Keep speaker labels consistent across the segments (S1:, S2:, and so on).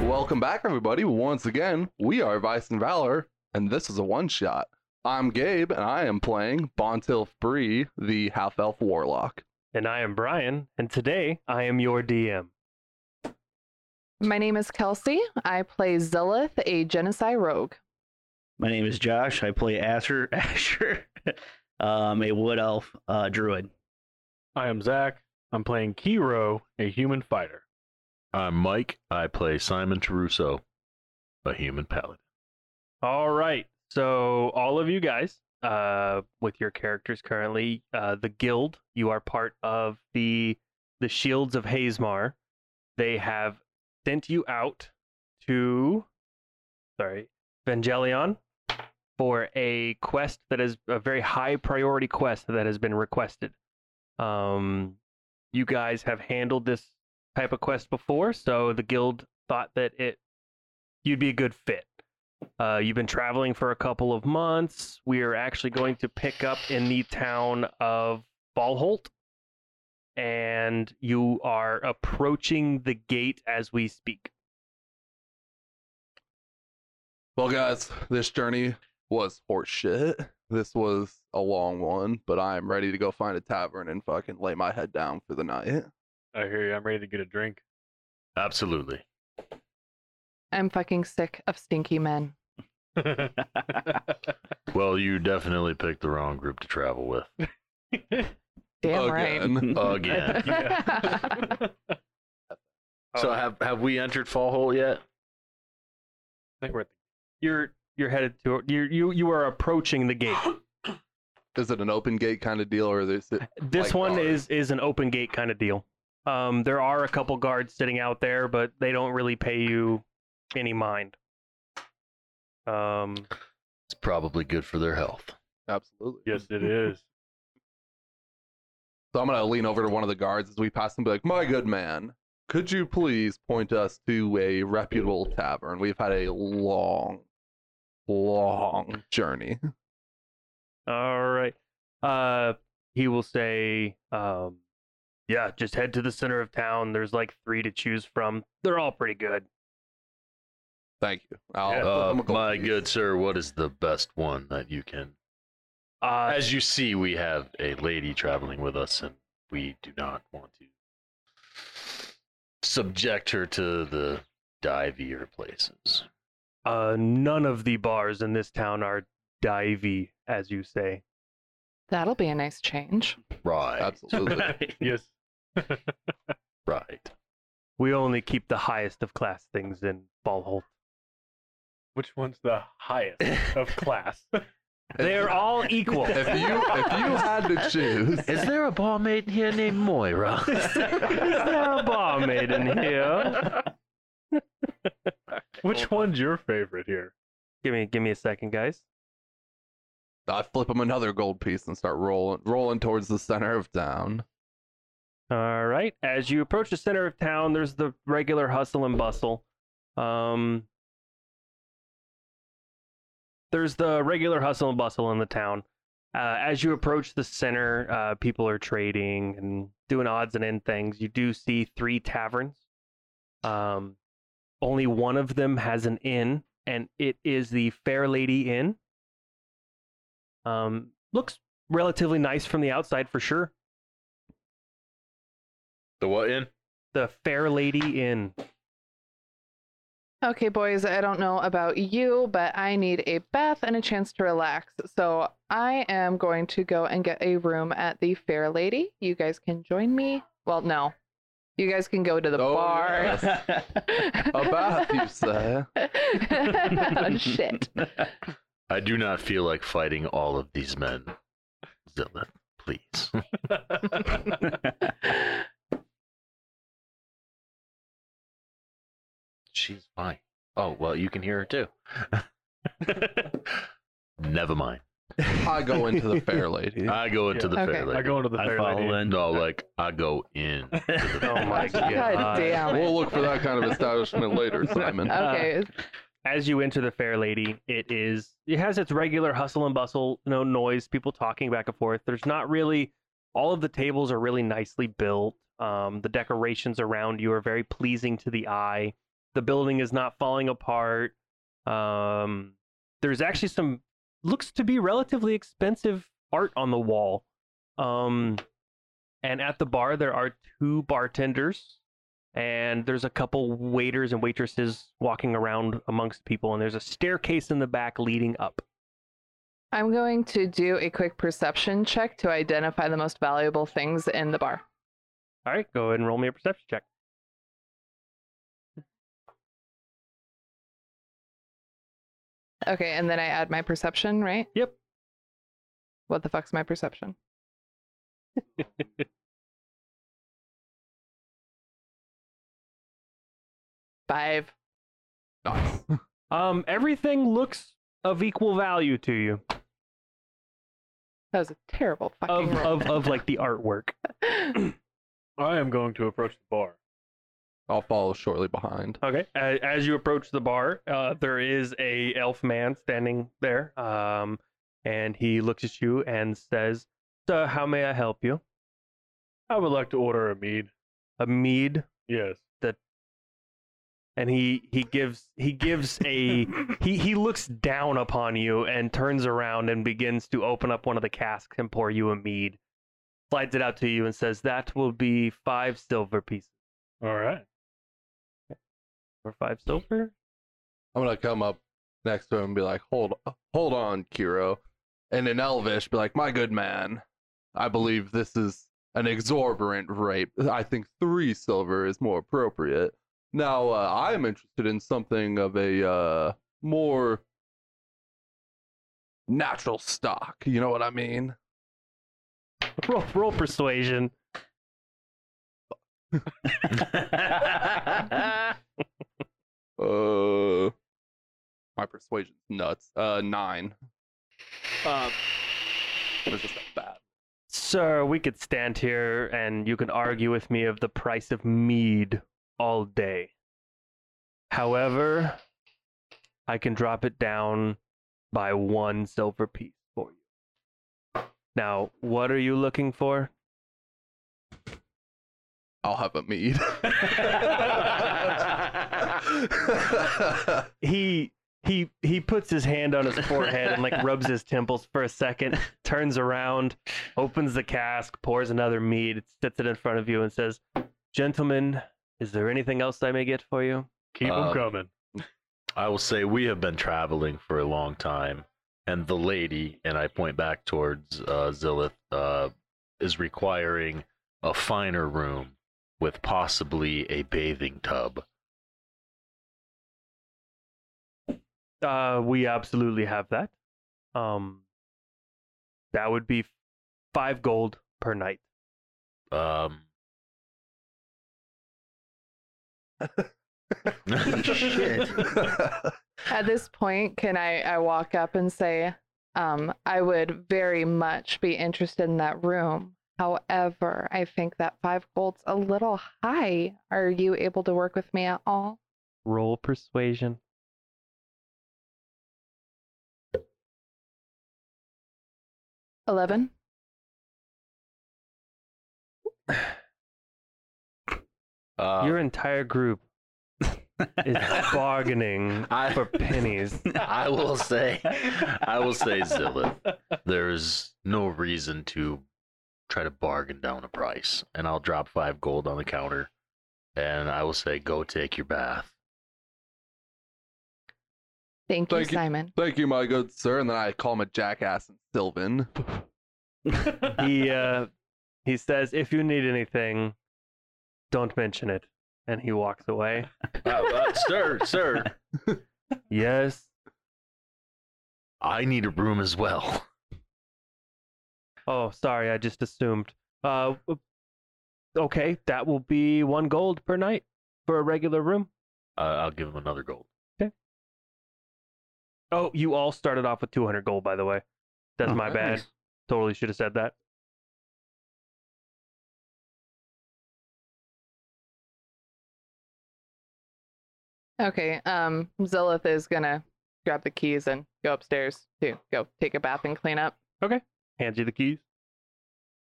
S1: Welcome back, everybody. Once again, we are Vice and Valor, and this is a one shot. I'm Gabe, and I am playing Bontil Bree, the half elf warlock.
S2: And I am Brian, and today I am your DM.
S3: My name is Kelsey. I play Zillith, a Genocide rogue.
S4: My name is Josh. I play Asher, Asher, um, a wood elf uh, druid.
S5: I am Zach. I'm playing Kiro, a human fighter.
S6: I'm Mike. I play Simon Taruso, a human paladin.
S2: All right. So, all of you guys, uh, with your characters currently, uh, the guild, you are part of the the Shields of Hazemar. They have sent you out to, sorry, Vangelion for a quest that is a very high priority quest that has been requested. Um, you guys have handled this type of quest before, so the guild thought that it you'd be a good fit. Uh, you've been traveling for a couple of months. We are actually going to pick up in the town of Ballholt, and you are approaching the gate as we speak.
S1: Well, guys, this journey was horse shit. This was a long one, but I'm ready to go find a tavern and fucking lay my head down for the night.
S5: I hear you. I'm ready to get a drink.
S6: Absolutely.
S3: I'm fucking sick of stinky men.
S6: Well, you definitely picked the wrong group to travel with.
S1: Oh,
S3: Damn
S1: Again.
S6: Again.
S3: right.
S6: So
S2: Oh.
S6: have have we entered Fallhole yet?
S5: I think we're at
S2: You're you're headed to you you you are approaching the gate.
S1: Is it an open gate kind of deal, or is it?
S2: This
S1: Like
S2: one
S1: guard.
S2: is is an open gate kind of deal. Um, there are a couple guards sitting out there, but they don't really pay you any mind. Um,
S6: It's probably good for their health.
S1: Absolutely.
S5: yes, it is.
S1: So I'm gonna lean over to one of the guards as we pass and be like, "My good man, could you please point us to a reputable tavern? We've had a long, long journey."
S2: all right. Uh, he will say, um, yeah, just head to the center of town. There's like three to choose from. They're all pretty good.
S1: Thank you. I'll,
S5: Yeah.
S6: Uh,
S1: I'm a gold
S6: my
S1: piece.
S6: good sir, what is the best one that you can?
S2: Uh,
S6: As you see, we have a lady traveling with us, and we do not want to subject her to the divier places.
S2: uh, none of the bars in this town are divey, as you say.
S3: That'll be a nice change.
S6: Right,
S1: Absolutely.
S5: Yes.
S6: right.
S2: We only keep the highest of class things in Ballholt.
S5: Which one's the highest of class?
S2: They're all equal.
S1: if you if you had to choose,
S6: Is there a ball maiden here named Moira?
S2: Is there a bar maiden here?
S5: Which one's your favorite here?
S2: Give me, give me a second, guys.
S1: I flip him another gold piece and start rolling rolling towards the center of town.
S2: All right. As you approach the center of town, there's the regular hustle and bustle. Um, there's the regular hustle and bustle in the town. Uh, as you approach the center, uh, people are trading and doing odds and end things. You do see three taverns. Um, only one of them has an inn, and it is the Fair Lady Inn. Um, looks relatively nice from the outside for sure.
S6: The what in?
S2: the Fair Lady Inn.
S3: Okay, boys, I don't know about you, but I need a bath and a chance to relax. So I am going to go and get a room at the Fair Lady. You guys can join me. Well, no. You guys can go to the
S1: Oh,
S3: bar.
S1: yes. A bath, you say?
S3: oh, shit.
S6: I do not feel like fighting all of these men. Zilla, please. She's fine. Oh, well, you can hear her too. Never mind.
S1: I go into the fair lady.
S6: I go into the
S3: Okay.
S6: fair lady.
S5: I go into the
S4: I
S5: fair lady.
S4: follow in.
S6: no, like, I go in. to the
S2: Oh my
S6: fair lady.
S2: God.
S3: God damn it. Oh.
S1: We'll look for that kind of establishment later, Simon.
S2: Uh,
S3: Okay.
S2: As you enter the Fair Lady, it is it has its regular hustle and bustle, no noise, people talking back and forth. There's not really all of the tables are really nicely built. Um, the decorations around you are very pleasing to the eye. the building is not falling apart. Um, there's actually some looks to be relatively expensive art on the wall. Um, and at the bar there are two bartenders and there's a couple waiters and waitresses walking around amongst people and there's a staircase in the back leading up.
S3: I'm going to do a quick perception check to identify the most valuable things in the bar.
S2: All right, go ahead and roll me a perception check.
S3: Okay, and then I add my perception, right?
S2: Yep.
S3: What the fuck's my perception? Five.
S1: Nice.
S2: Um, everything looks of equal value to you
S3: That was a terrible fucking
S2: of
S3: roll.
S2: of, of like the artwork.
S5: I am going to approach the bar.
S1: I'll follow shortly behind.
S2: Okay. As, as you approach the bar, uh, there is a elf man standing there. Um, and he looks at you and says, "Sir, how may I help you?
S5: I would like to order a mead.
S2: A mead."
S5: Yes.
S2: And he he gives he gives a he he looks down upon you and turns around and begins to open up one of the casks and pour you a mead. Slides it out to you and says, "That will be five silver pieces
S5: All right.
S2: or five silver."
S1: I'm gonna come up next to him and be like, "Hold, hold on, Kiro," and in Elvish, be like, "My good man, I believe this is an exorbitant rate. I think three silver is more appropriate." Now, uh, I am interested in something of a uh, more natural stock. You know what I mean?
S2: Roll roll persuasion.
S1: Uh, my persuasion's nuts. Uh, nine.
S2: Um,
S1: It was just that bad.
S2: Sir, we could stand here and you can argue with me of the price of mead all day. However, I can drop it down by one silver piece for you. Now, what are you looking for?
S1: I'll have a mead.
S2: He he he puts his hand on his forehead and like rubs his temples for a second, turns around, opens the cask, pours another mead, sets it in front of you and says, "Gentlemen, is there anything else I may get for you?"
S5: Keep 'em
S1: Uh,
S6: Um,
S5: coming.
S6: I will say we have been traveling for a long time, and the lady, and I point back towards uh, Zilith, uh, is requiring a finer room with possibly a bathing tub.
S2: Uh, we absolutely have that. Um, that would be five gold per night.
S6: Um,
S4: Shit.
S3: At this point, can I, I walk up and say, um, I would very much be interested in that room. However, I think that five gold's a little high. Are you able to work with me at all?
S2: Roll persuasion.
S3: Eleven.
S6: uh,
S2: Your entire group is bargaining
S6: I-
S2: for pennies.
S6: I will say, I will say, Zilith, there's no reason to try to bargain down a price. And I'll drop five gold on the counter, and I will say, go take your bath.
S3: Thank you,
S1: Thank you.
S3: Simon.
S1: Thank you, my good sir. And then I call him a jackass and Sylvan.
S2: He uh, he says, "If you need anything, don't mention it." And he walks away.
S6: Uh, uh, sir, sir,
S2: Yes.
S6: I need a room as well.
S2: Oh, sorry, I just assumed. Uh, okay, that will be one gold per night for a regular room.
S6: Uh, I'll give him another gold.
S2: Oh, you all started off with 200 gold, by the way. That's
S4: Oh,
S2: my bad.
S4: nice.
S2: Totally should have said that.
S3: Okay. Um, Zilith is gonna grab the keys and go upstairs to go take a bath and clean up.
S2: Hands you the keys.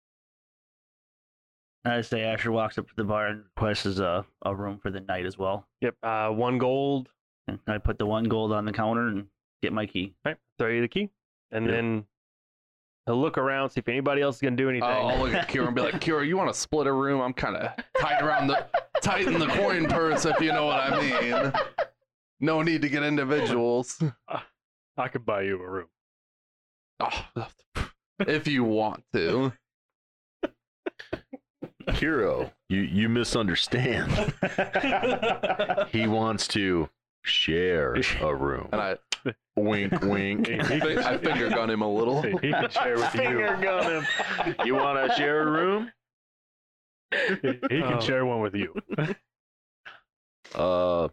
S4: I say Asher walks up to the bar and requests a, a room for the night as well.
S2: Yep. Uh, one gold.
S4: And I put the one gold on the counter and get my key.
S2: Right. Throw you the key, and
S6: Yep.
S2: then he'll look around, see if anybody else is gonna do anything.
S1: Uh, I'll look at Kira and be like, Kira, you want to split a room? I'm kind of tight around the tight in the coin purse, if you know what I mean. No need to get individuals.
S5: I could buy you a room.
S1: Oh, if you want to.
S6: Kiro, you, you misunderstand. he wants to share a room.
S1: And I
S6: wink, wink.
S1: I fi- I finger gun him a little.
S5: Hey, he can share with you.
S6: gun him. You want to share a room?
S5: He he can
S2: Oh.
S5: share one with you.
S6: Uh,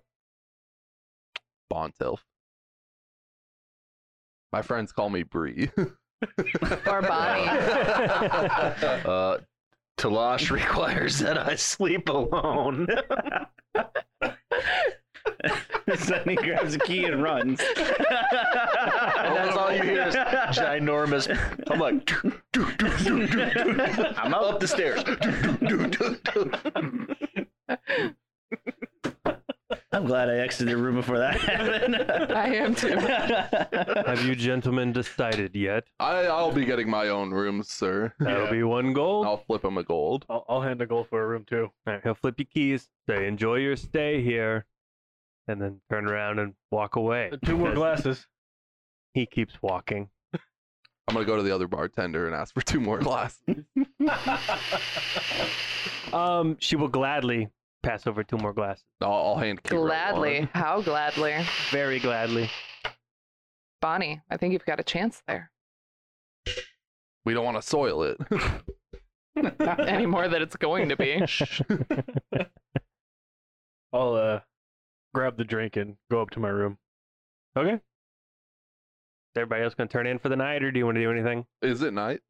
S1: Bond elf. My friends call me Bree.
S3: Or
S6: Bonnie. uh, Talash requires that I sleep alone.
S4: so then he grabs a key and runs. and
S6: that's all you hear is Ginormous. I'm like, "Doo, doo, doo, doo, doo, doo, doo." I'm up the stairs. Doo, doo, doo, doo, doo.
S4: I'm glad I exited the room before that happened.
S3: I am too.
S2: Have you gentlemen decided yet?
S1: I, I'll be getting my own room, sir.
S2: That'll be one gold.
S1: I'll flip him a gold.
S5: I'll, I'll hand a gold for a room too.
S2: All right, he'll flip your keys. Say, enjoy your stay here, and then turn around and walk away.
S5: Uh, Two more glasses.
S2: He keeps walking.
S1: I'm gonna go to the other bartender and ask for two more glasses.
S2: Um, she will gladly pass over two more glasses.
S1: I'll, I'll hand Kira
S3: Gladly. How gladly?
S2: Very gladly.
S3: Bonnie, I think you've got a chance there.
S1: We don't want to soil it.
S3: Any more that it's going to be.
S5: I'll uh, grab the drink and go up to my room.
S2: Okay. Is everybody else gonna turn in for the night, or do you want to do anything?
S1: Is it night?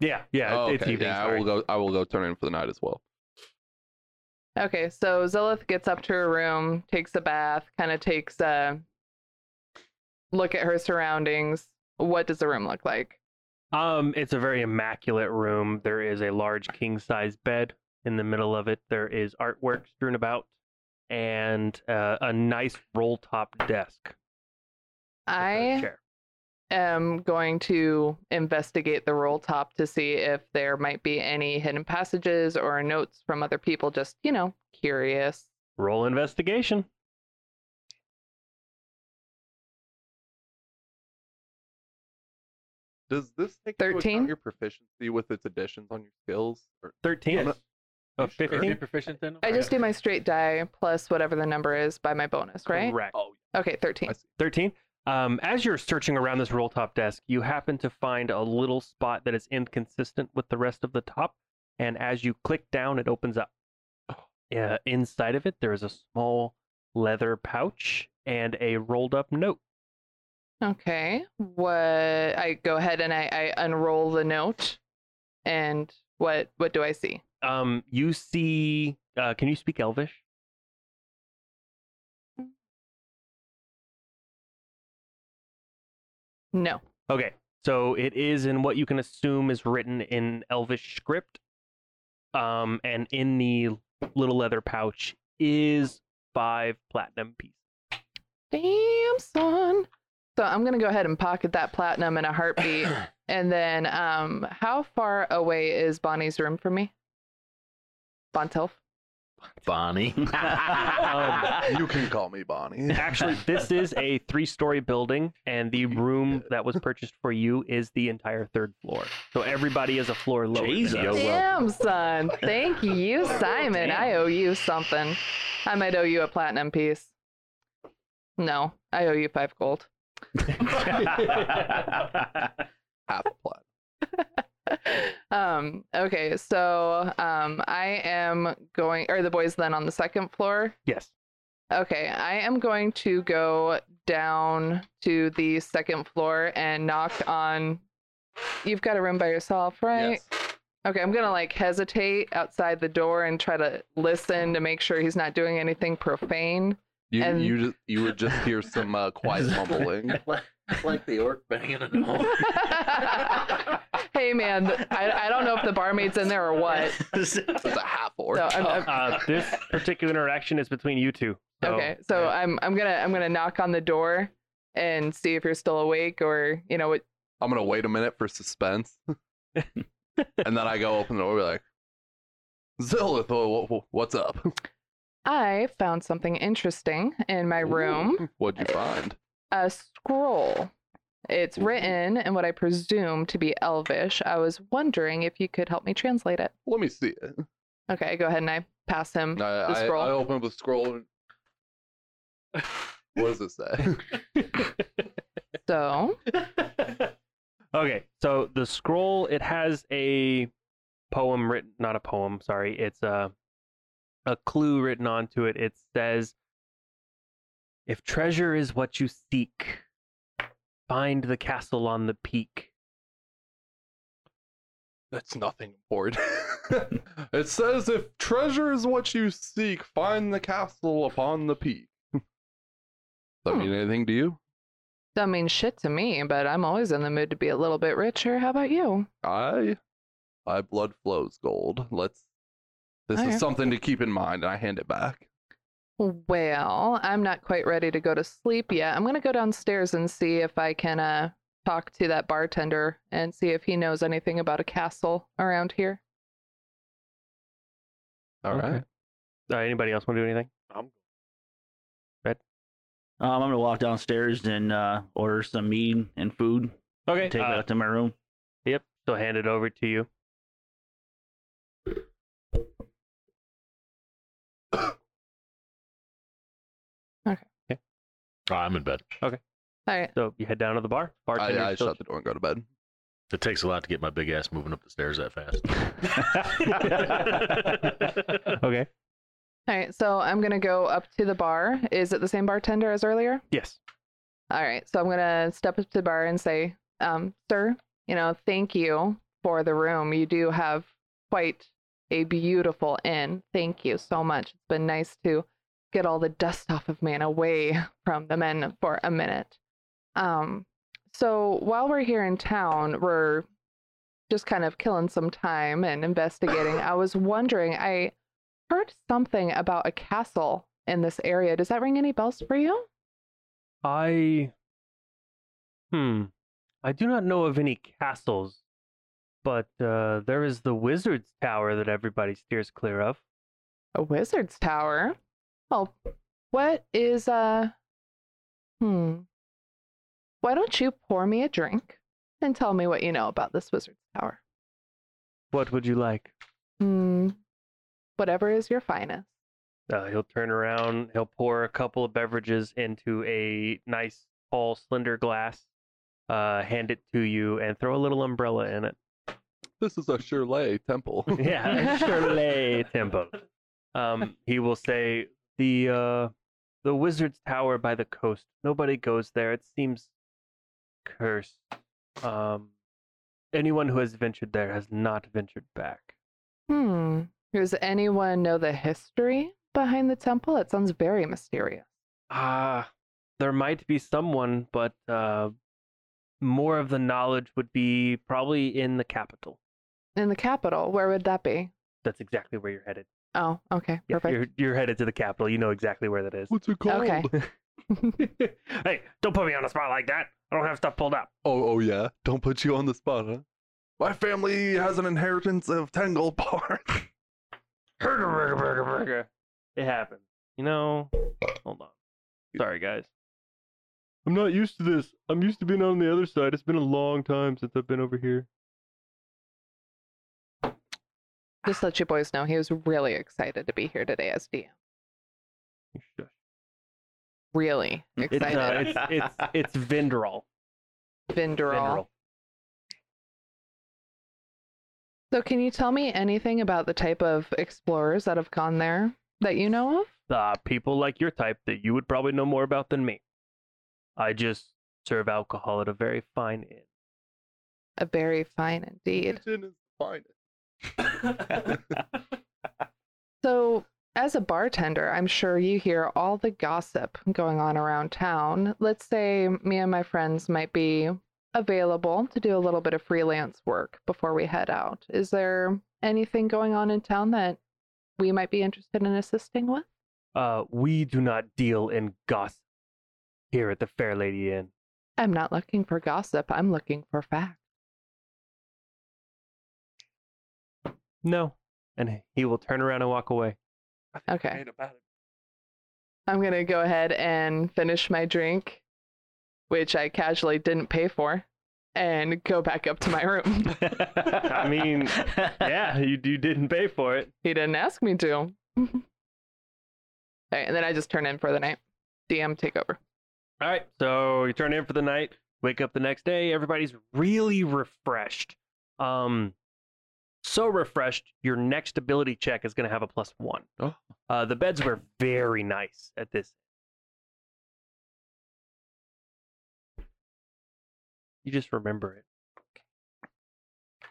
S2: Yeah, yeah,
S1: Oh,
S2: it's
S1: okay.
S2: evening.
S1: Yeah, I
S2: sorry.
S1: will go. I will go turn in for the night as well.
S3: Okay, so Zilith gets up to her room, takes a bath, kind of takes a look at her surroundings. What does the room look like?
S2: Um, it's a very immaculate room. There is a large king size bed in the middle of it. There is artwork strewn about, and uh, a nice roll top desk. with a
S3: I
S2: chair.
S3: am going to investigate the roll top to see if there might be any hidden passages or notes from other people, just, you know, curious.
S2: roll investigation.
S1: Does this take into account
S3: 13?
S1: your proficiency with its additions on your skills? Or,
S2: Thirteen.
S1: Yes.
S2: Of
S1: Sure.
S2: fifteen.
S5: proficient in
S3: I just do my straight die plus whatever the number is by my bonus, right?
S2: Correct.
S1: oh,
S3: Okay, 13.
S1: I see.
S2: 13. Um, as you're searching around this roll top desk, you happen to find a little spot that is inconsistent with the rest of the top. And as you click down, it opens up. Uh, inside of it, there is a small leather pouch and a rolled up note.
S3: Okay. What I go ahead and I, I unroll the note and what what do I see?
S2: Um, you see, uh, can you speak Elvish?
S3: No.
S2: Okay, so it is in what you can assume is written in Elvish script. Um, and in the little leather pouch is five platinum pieces.
S3: Damn son. So I'm gonna go ahead and pocket that platinum in a heartbeat. and then um how far away is Bonnie's room from me? Bontelf?
S6: Bonnie.
S1: you can call me Bonnie.
S2: Um, Actually, this is a three story building, and the room that was purchased for you is the entire third floor. So everybody is a floor lower. than
S4: Jesus.
S2: you.
S6: Yo, well,
S3: Damdamn son. Thank you, Simon. I owe you something. I might owe you a platinum piece. No, I owe you five gold.
S1: Half plot.
S3: um okay so um i am going are the boys then on the second floor
S2: Yes.
S3: okay i am going to go down to the second floor and knock on you've got a room by yourself right okay i'm gonna like hesitate outside the door and try to listen to make sure he's not doing anything profane
S1: You
S3: And-
S1: you just, you would just hear some uh, quiet mumbling.
S6: like the orc banging a gnome.
S3: hey man, I, I don't know if the barmaid's in there or what.
S1: It's a half orc.
S3: So I'm, I'm
S2: Uh, this particular interaction is between you two. So,
S3: okay. So uh I'm I'm gonna I'm gonna knock on the door and see if you're still awake or you know what.
S1: I'm gonna wait a minute for suspense, and then I go open the door. Be like, Zillith, wha- wha- what's up?
S3: I found something interesting in my room.
S1: Ooh, What'd you find?
S3: a scroll. It's
S1: Ooh.
S3: written in what I presume to be Elvish. I was wondering if you could help me translate it.
S1: Let me see it.
S3: Okay, go ahead and I pass him.
S1: I, I,
S3: scroll.
S1: I open up the scroll. And... what does it say?
S3: So,
S2: Okay, so the scroll it has a poem written, not a poem. Sorry, it's a a clue written onto it. It says, "If treasure is what you seek, find the castle on the peak."
S1: That's nothing important. it says if treasure is what you seek, find the castle upon the peak. Does that
S3: Hmm.
S1: mean anything to you?
S3: that means shit to me, but I'm always in the mood to be a little bit richer. How about you?
S1: I, my blood flows gold. Let's. This
S3: Okay.
S1: is something to keep in mind, and I hand it back.
S3: Well, I'm not quite ready to go to sleep yet. I'm going to go downstairs and see if I can uh, talk to that bartender and see if he knows anything about a castle around here.
S1: All right.
S2: Okay. Uh, anybody else want to do anything?
S4: Um, I'm gonna walk downstairs and uh, order some meat and food.
S2: Okay,
S4: Take it
S2: uh,
S4: out to my room.
S2: Yep. So hand it over to you.
S6: Ah, I'm in bed.
S3: All right.
S2: So you head down to the bar. Bartender
S1: I, I
S2: still-
S1: shut the door and go to bed.
S6: It takes a lot to get my big ass moving up the stairs that fast.
S2: okay.
S3: All right. So, I'm going to go up to the bar. Is it the same bartender as earlier?
S2: Yes.
S3: All right. So I'm going to step up to the bar and say, um, sir, you know, thank you for the room. You do have quite a beautiful inn. Thank you so much. It's been nice to get all the dust off of man away from the men for a minute. Um, so while we're here in town, we're just kind of killing some time and investigating. I was wondering, I heard something about a castle in this area. Does that ring any bells for you?
S2: I. Hmm. I do not know of any castles, but uh, there is the wizard's tower that everybody steers clear of.
S3: A wizard's tower. Oh, what is uh Hmm. Why don't you pour me a drink and tell me what you know about this wizard's tower?
S2: What would you like?
S3: Hmm. Whatever is your finest.
S2: Uh, he'll turn around. He'll pour a couple of beverages into a nice, tall, slender glass, uh, hand it to you, and throw a little umbrella in it.
S1: This is a Shirley temple.
S2: Yeah, Shirley Temple. Um, he will say the uh, the wizard's tower by the coast. Nobody goes there. It seems cursed. Um, anyone who has ventured there has not ventured back.
S3: Hmm. Does anyone know the history behind the temple? It sounds very mysterious.
S2: Ah, there might be someone, but uh, more of the knowledge would be probably in the capital.
S3: In the capital, where would that be?
S2: That's exactly where you're headed.
S3: Oh, okay.
S2: Yeah,
S3: Perfect.
S2: you're you're headed to the capital. You know exactly where that is.
S1: What's it called?
S3: Okay.
S2: hey, don't put me on a spot like that. I don't have stuff pulled up.
S1: Oh, oh yeah. Don't put you on the spot, huh? My family has an inheritance of ten gold bars.
S2: Burger, burger, burger, burger. It happened. You know, hold on. Sorry, guys.
S5: I'm not used to this. I'm used to being on the other side. It's been a long time since I've been over here.
S3: Just let you boys know he was really excited to be here today as DM. Really
S2: It's
S3: excited.
S2: uh, it's it's it's Vindral.
S3: Vinderal.
S2: Vindral.
S3: So, can you tell me anything about the type of explorers that have gone there that you know of?
S2: Uh, people like your type that you would probably know more about than me. I just serve alcohol at a very fine inn.
S3: A very fine indeed.
S1: Kitchen is fine.
S3: So, as a bartender, I'm sure you hear all the gossip going on around town. Let's say me and my friends might be available to do a little bit of freelance work before we head out. Is there anything going on in town that we might be interested in assisting with?
S2: Uh, we do not deal in gossip here at the Fair Lady Inn.
S3: I'm not looking for gossip, I'm looking for facts.
S2: No. And he will turn around and walk away.
S3: Okay. I'm going to go ahead and finish my drink, which I casually didn't pay for, and go back up to my room.
S2: I mean, Yeah, you, you didn't pay for it.
S3: he didn't ask me to. All right, and then I just turn in for the night. DM takeover.
S2: All right. So you turn in for the night, wake up the next day, everybody's really refreshed. Um so refreshed, your next ability check is going to have a plus 1.
S1: Oh.
S2: Uh the beds were very nice at this. You just remember it.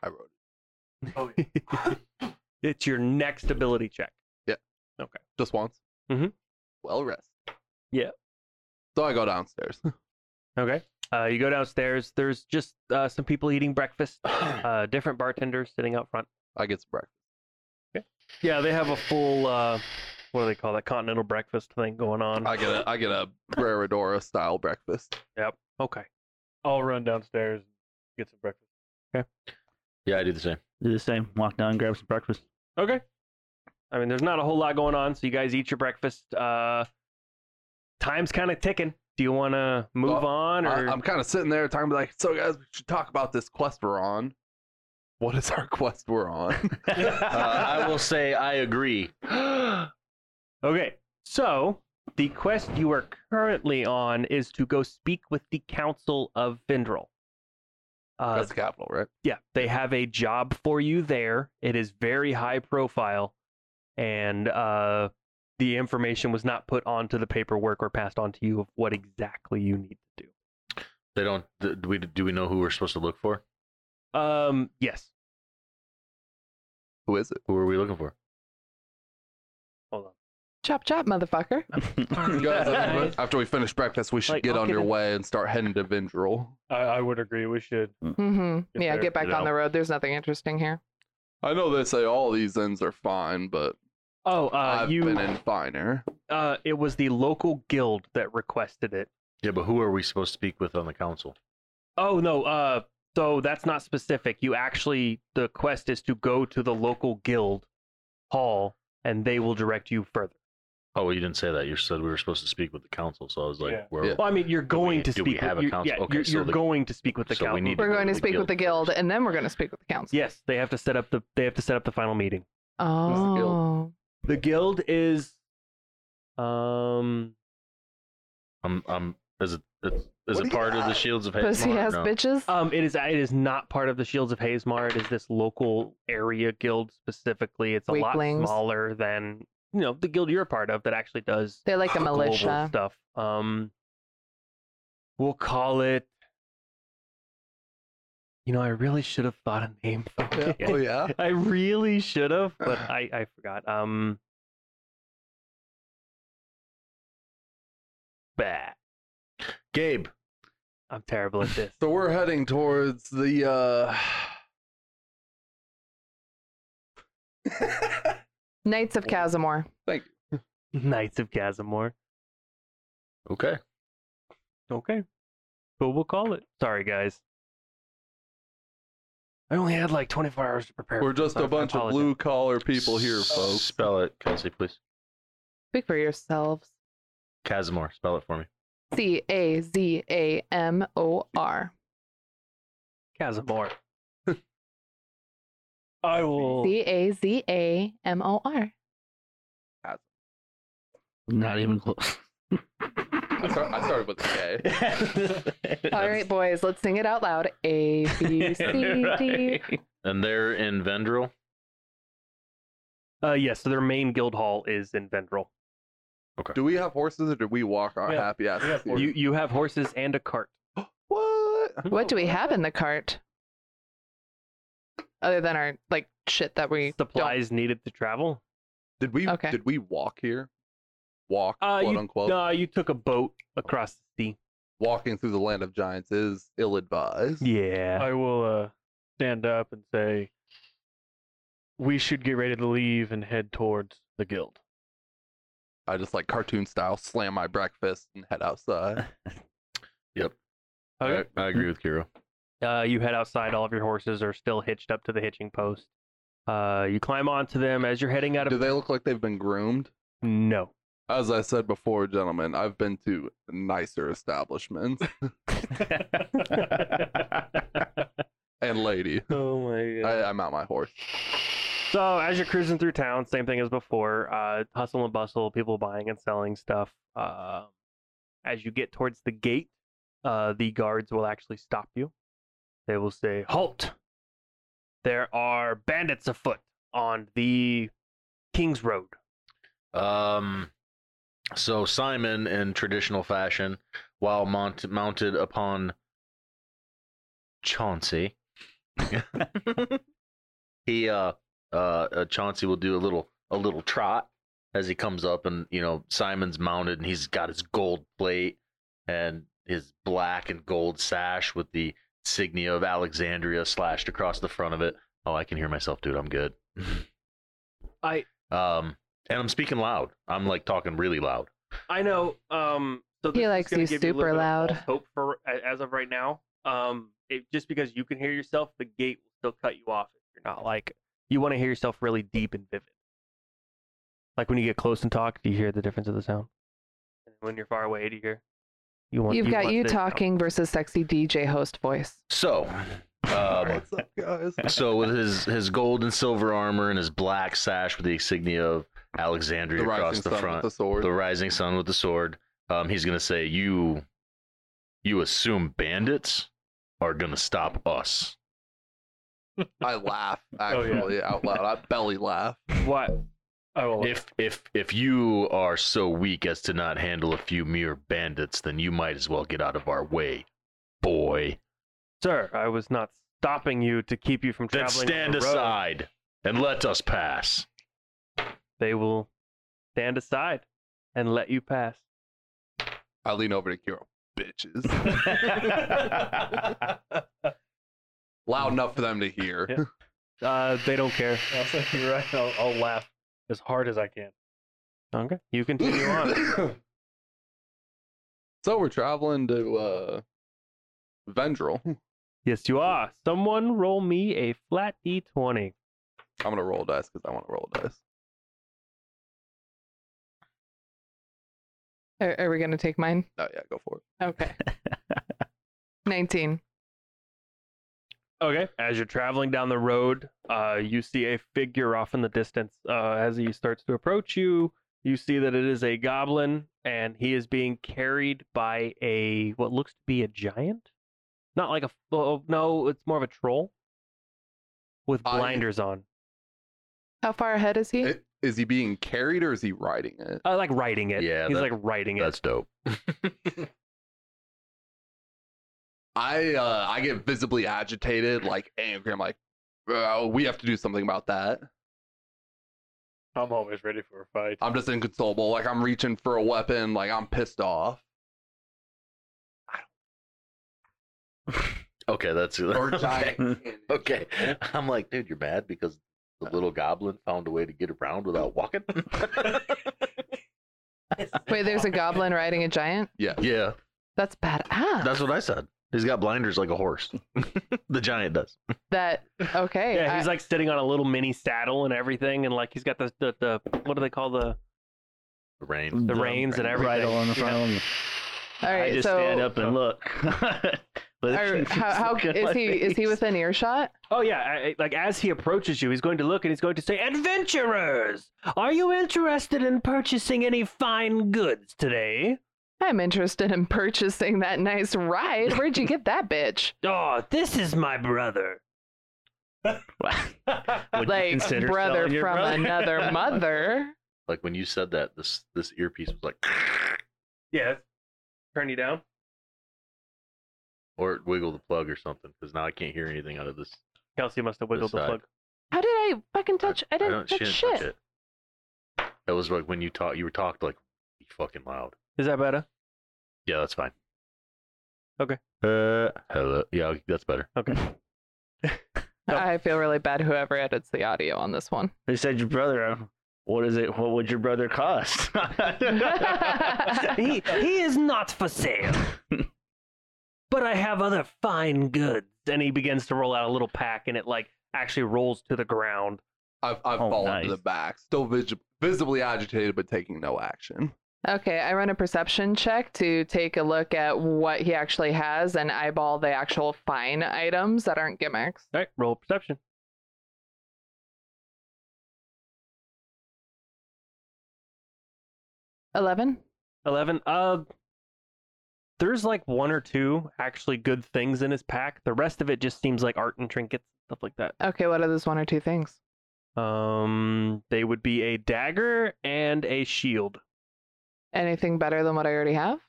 S1: I wrote it
S2: it's your next ability check.
S1: just once.
S2: Mhm.
S1: Well rest.
S2: Yeah.
S1: So I go downstairs.
S2: Okay. Uh, you go downstairs. There's just uh, some people eating breakfast. Uh, different bartenders sitting out front.
S1: I get some breakfast.
S2: Yeah, they have a full uh, what do they call that continental breakfast thing going on.
S1: I get a I get a Breradora style breakfast.
S2: okay.
S5: I'll run downstairs and get some breakfast.
S6: Yeah, I do the same.
S4: Do the same. Walk down, grab some breakfast.
S2: Okay. I mean, there's not a whole lot going on, so you guys eat your breakfast. Uh, time's kind of ticking. Do you want to move
S1: Well,
S2: on or
S1: I, am kind of sitting there talking like, so guys, we should talk about this quest we're on. What is our quest we're on?
S6: Uh, I will say I agree.
S2: Okay. So the quest you are currently on is to go speak with the Council of Vindrel. Uh,
S1: That's the capital, right?
S2: yeah, they have a job for you there. It is very high profile, and uh, the information was not put onto the paperwork or passed on to you of what exactly you need to do.
S6: They don't. th- Do we do we know who we're supposed to look for?
S2: Um, yes.
S1: Who is it?
S6: Who are we looking for?
S2: Hold on.
S3: Chop chop, motherfucker.
S1: You guys, after we-
S2: Nice.
S1: after we finish breakfast, we should
S2: Like,
S1: get
S2: I'll get it.
S1: underway and start heading to Vindril.
S5: I, I would agree. We should.
S3: Mm-hmm.
S5: Get
S3: Yeah,
S5: there,
S3: get back
S6: get
S3: on
S6: out.
S3: the road. There's nothing interesting here.
S1: I know they say all these ends are fine, but
S2: Oh, uh,
S1: I've
S2: you.
S1: been in finer.
S2: Uh, it was the local guild that requested it.
S6: Yeah, but who are we supposed to speak with on the council?
S2: Oh no, uh so that's not specific. You actually the quest is to go to the local guild hall and they will direct you further.
S6: Oh, well, you didn't say that. You said we were supposed to speak with the council, so I was like,
S5: Yeah.
S6: where?
S1: Yeah.
S2: Well, I mean you're
S6: we-
S2: going to
S6: do
S2: speak
S6: we
S2: with,
S6: have a
S2: you're-
S6: council?
S2: Yeah,
S6: Okay,
S2: you're,
S6: so
S2: you're
S6: the-
S2: going to speak with the
S6: so we
S2: council.
S6: need to
S3: We're
S6: go
S3: going
S6: to
S3: to
S6: the
S3: speak with
S6: guild
S3: the guild,
S6: first.
S3: and then we're going to speak with the council.
S2: Yes, they have to set up the they have to set up the final meeting.
S1: the guild?
S3: Oh.
S2: The guild is um
S6: I'm, I'm, is it, it's, is
S1: What
S6: it
S1: do you
S6: part of the
S1: got?
S6: Shields of
S3: Pussy
S6: Hazmar?
S3: ass
S6: No. Uh,
S3: bitches.
S2: um it is it is not part of the Shields of Hazemar. It is this local area guild specifically. It's a
S3: Weaklings.
S2: lot smaller than you know the guild you're a part of that actually does
S3: They're like a
S2: global
S3: militia.
S2: stuff. Um, we'll call it. You know, I really should have thought a name for
S1: Yeah.
S2: it.
S1: Oh yeah.
S2: I really should have, but I I forgot. Um, bah,
S6: Gabe.
S2: I'm terrible at this.
S1: So we're heading towards the uh
S3: Knights of Casimir.
S2: Knights of Casimir.
S6: Okay.
S2: Okay, but we'll call it. Sorry, guys. I only had like 24 hours to prepare.
S1: we're just
S2: I-
S1: a
S2: I
S1: bunch of
S2: apologize.
S1: blue collar people here, folks.
S6: Spell it, Kelsey, please.
S3: Speak for yourselves.
S6: Casimir, spell it for me.
S3: C A Z A M O R.
S2: Casimir.
S5: I will.
S3: C A Z A M O R.
S4: Not even close.
S1: I, start, I started with a K.
S3: All right, boys, let's sing it out loud. A B C D.
S6: And they're in Vendril.
S2: Uh, yes. so their main guild hall is in Vendril.
S1: Do we have horses or do we walk our
S5: Yeah.
S1: happy ass?
S5: We have
S2: You you have horses and a cart.
S1: what?
S3: What do we have in the cart? Other than our like shit that we don't-
S2: Supplies needed to travel.
S1: Did we
S3: Okay.
S1: did we walk here? Walk,
S2: Uh,
S1: quote
S2: you,
S1: unquote.
S2: no, you took a boat across the sea.
S1: walking through the land of giants is ill advised.
S2: Yeah.
S5: I will uh, stand up and say, we should get ready to leave and head towards the guild.
S1: I just like cartoon style slam my breakfast and head outside.
S2: Uh, Okay.
S6: I, I agree with Kiro.
S2: Uh, you head outside. All of your horses are still hitched up to the hitching post. Uh, you climb onto them as you're heading out of.
S1: Do they look like they've been groomed?
S2: No.
S1: As I said before, gentlemen, I've been to nicer establishments and lady.
S5: Oh my
S1: I, I'm out my horse.
S2: So as you're cruising through town, same thing as before. Uh, hustle and bustle, people buying and selling stuff. Uh, as you get towards the gate, uh, the guards will actually stop you. They will say, "Halt! There are bandits afoot on the King's Road."
S6: Um, so Simon, in traditional fashion, while mount- mounted upon Chauncey, he uh, uh uh Chauncey will do a little a little trot as he comes up, and you know Simon's mounted, and he's got his gold plate and his black and gold sash with the insignia of Alexandria slashed across the front of it. Oh, I can hear myself, dude. I'm good.
S2: I-
S6: um. And I'm speaking loud. I'm like talking really loud.
S2: I know. Um, so
S3: He
S2: this is
S3: likes
S2: gonna
S3: you
S2: give a little
S3: super
S2: bit of
S3: loud.
S2: false Hope for a- as of right now. Um, it, just because you can hear yourself, the gate will still cut you off if you're not like you want to hear yourself really deep and vivid. Like when you get close and talk, do you hear the difference of the sound? And when you're far away, do you hear? You want
S3: You've got
S2: want
S3: you
S2: the sound.
S3: talking versus sexy DJ host voice.
S6: So, um,
S1: What's up, guys?
S6: so with his his gold and silver armor and his black sash with the insignia of Alexandria
S1: the
S6: across
S1: rising
S6: the
S1: sun
S6: front,
S1: with the sword.
S6: the rising sun with the sword, um, he's gonna say, "You, you assume bandits are gonna stop us."
S1: I laugh
S5: Oh, yeah.
S1: actually out loud. I belly laugh.
S2: What?
S5: I
S1: Oh.
S5: will
S6: If if if you are so weak as to not handle a few mere bandits, then you might as well get out of our way, boy.
S2: Sir, I was not stopping you to keep you from
S6: Then
S2: traveling. on
S6: stand
S2: the road.
S6: aside and let us pass.
S2: They will stand aside and let you pass.
S1: I lean over to Kiro. Bitches. Loud enough for them to hear.
S5: Yeah.
S2: Uh, they don't care.
S5: Also, you're right. I'll, I'll laugh as hard as I can.
S2: Okay, you continue on.
S1: so we're traveling to uh Vendril. I'm
S2: Yes, you are. Someone roll me a flat d20.
S1: gonna roll dice because I want to roll dice.
S3: Are, are we going to take mine?
S1: Oh yeah, go for it.
S3: Okay. 19.
S2: Okay. As you're traveling down the road, uh, you see a figure off in the distance. Uh, as he starts to approach you, you see that it is a goblin, and he is being carried by a what looks to be a giant. Not like a oh, no, it's more of a troll with
S1: I-
S2: blinders on,
S3: How far ahead is he?
S1: I- Is he being carried or is he riding it?
S2: uh, like riding it.
S6: Yeah,
S2: he's
S6: that-
S2: like riding it.
S6: That's dope.
S1: I uh I get visibly agitated, like angry. I'm like, "Oh, we have to do something about that.
S5: I'm always ready for a fight.
S1: I'm just inconsolable. Like I'm reaching for a weapon. Like I'm pissed off.
S6: Okay, that's
S1: Or
S6: okay.
S1: giant. cannon.
S6: Okay. I'm like, dude, you're mad because the little goblin found a way to get around without walking.
S3: Wait, there's a goblin riding a giant?
S1: Yeah.
S6: yeah,
S3: That's badass.
S6: that's what I said. He's got blinders like a horse. the giant does.
S3: that okay.
S2: Yeah,
S3: I-
S2: he's like sitting on a little mini saddle and everything, and like he's got the the, the what do they call the
S6: The rain.
S2: The reins and everything.
S4: Right on the front of him.
S3: All
S4: I
S3: right,
S4: just
S3: so-
S4: stand up and look. But
S3: are,
S4: it's
S3: how, how
S4: looking
S3: is
S4: my
S3: he? Is he
S4: face.
S3: within earshot?
S2: Oh yeah, I, I- like as he approaches you, he's going to look and he's going to say, "Adventurers, are you interested in purchasing any fine goods today?
S3: I'm interested in purchasing that nice ride. Where'd you get that bitch?
S2: Oh, this is my brother."
S4: Would you
S3: like
S4: consider
S3: brother
S4: selling
S3: from
S4: your brother?
S3: another mother.
S6: Like when you said that, this this earpiece was like,
S2: Yeah, turn you down.
S6: or it wiggled the plug or something because now I can't hear anything out of this.
S2: Kelsey must have wiggled
S6: This
S2: the
S6: side.
S2: plug.
S3: How did I fucking touch? I didn't
S6: don't- she
S3: touch shit.
S6: touch it. That was like when you talk. You were talked like fucking loud.
S2: Is that better?
S6: Yeah, that's fine.
S2: Okay.
S6: Uh, hello. Yeah, that's better.
S2: Okay. Nope.
S3: I feel really bad whoever edits the audio on this one.
S4: They said your brother. uh, What is it? What would your brother cost?
S2: he he is not for sale. but I have other fine goods. And he begins to roll out a little pack, and it like actually rolls to the ground.
S1: I've, I've
S4: Oh,
S1: fallen
S4: nice.
S1: to the back, still vigi- visibly agitated, but taking no action.
S3: Okay, I run a perception check to take a look at what he actually has and eyeball the actual fine items that aren't gimmicks.
S2: All right, roll perception.
S3: Eleven.
S2: Eleven. Uh, there's like one or two actually good things in his pack. The rest of it just seems like art and trinkets, stuff like that.
S3: Okay, what are those one or two things?
S2: Um, they would be a dagger and a shield.
S3: Anything better than what I already have?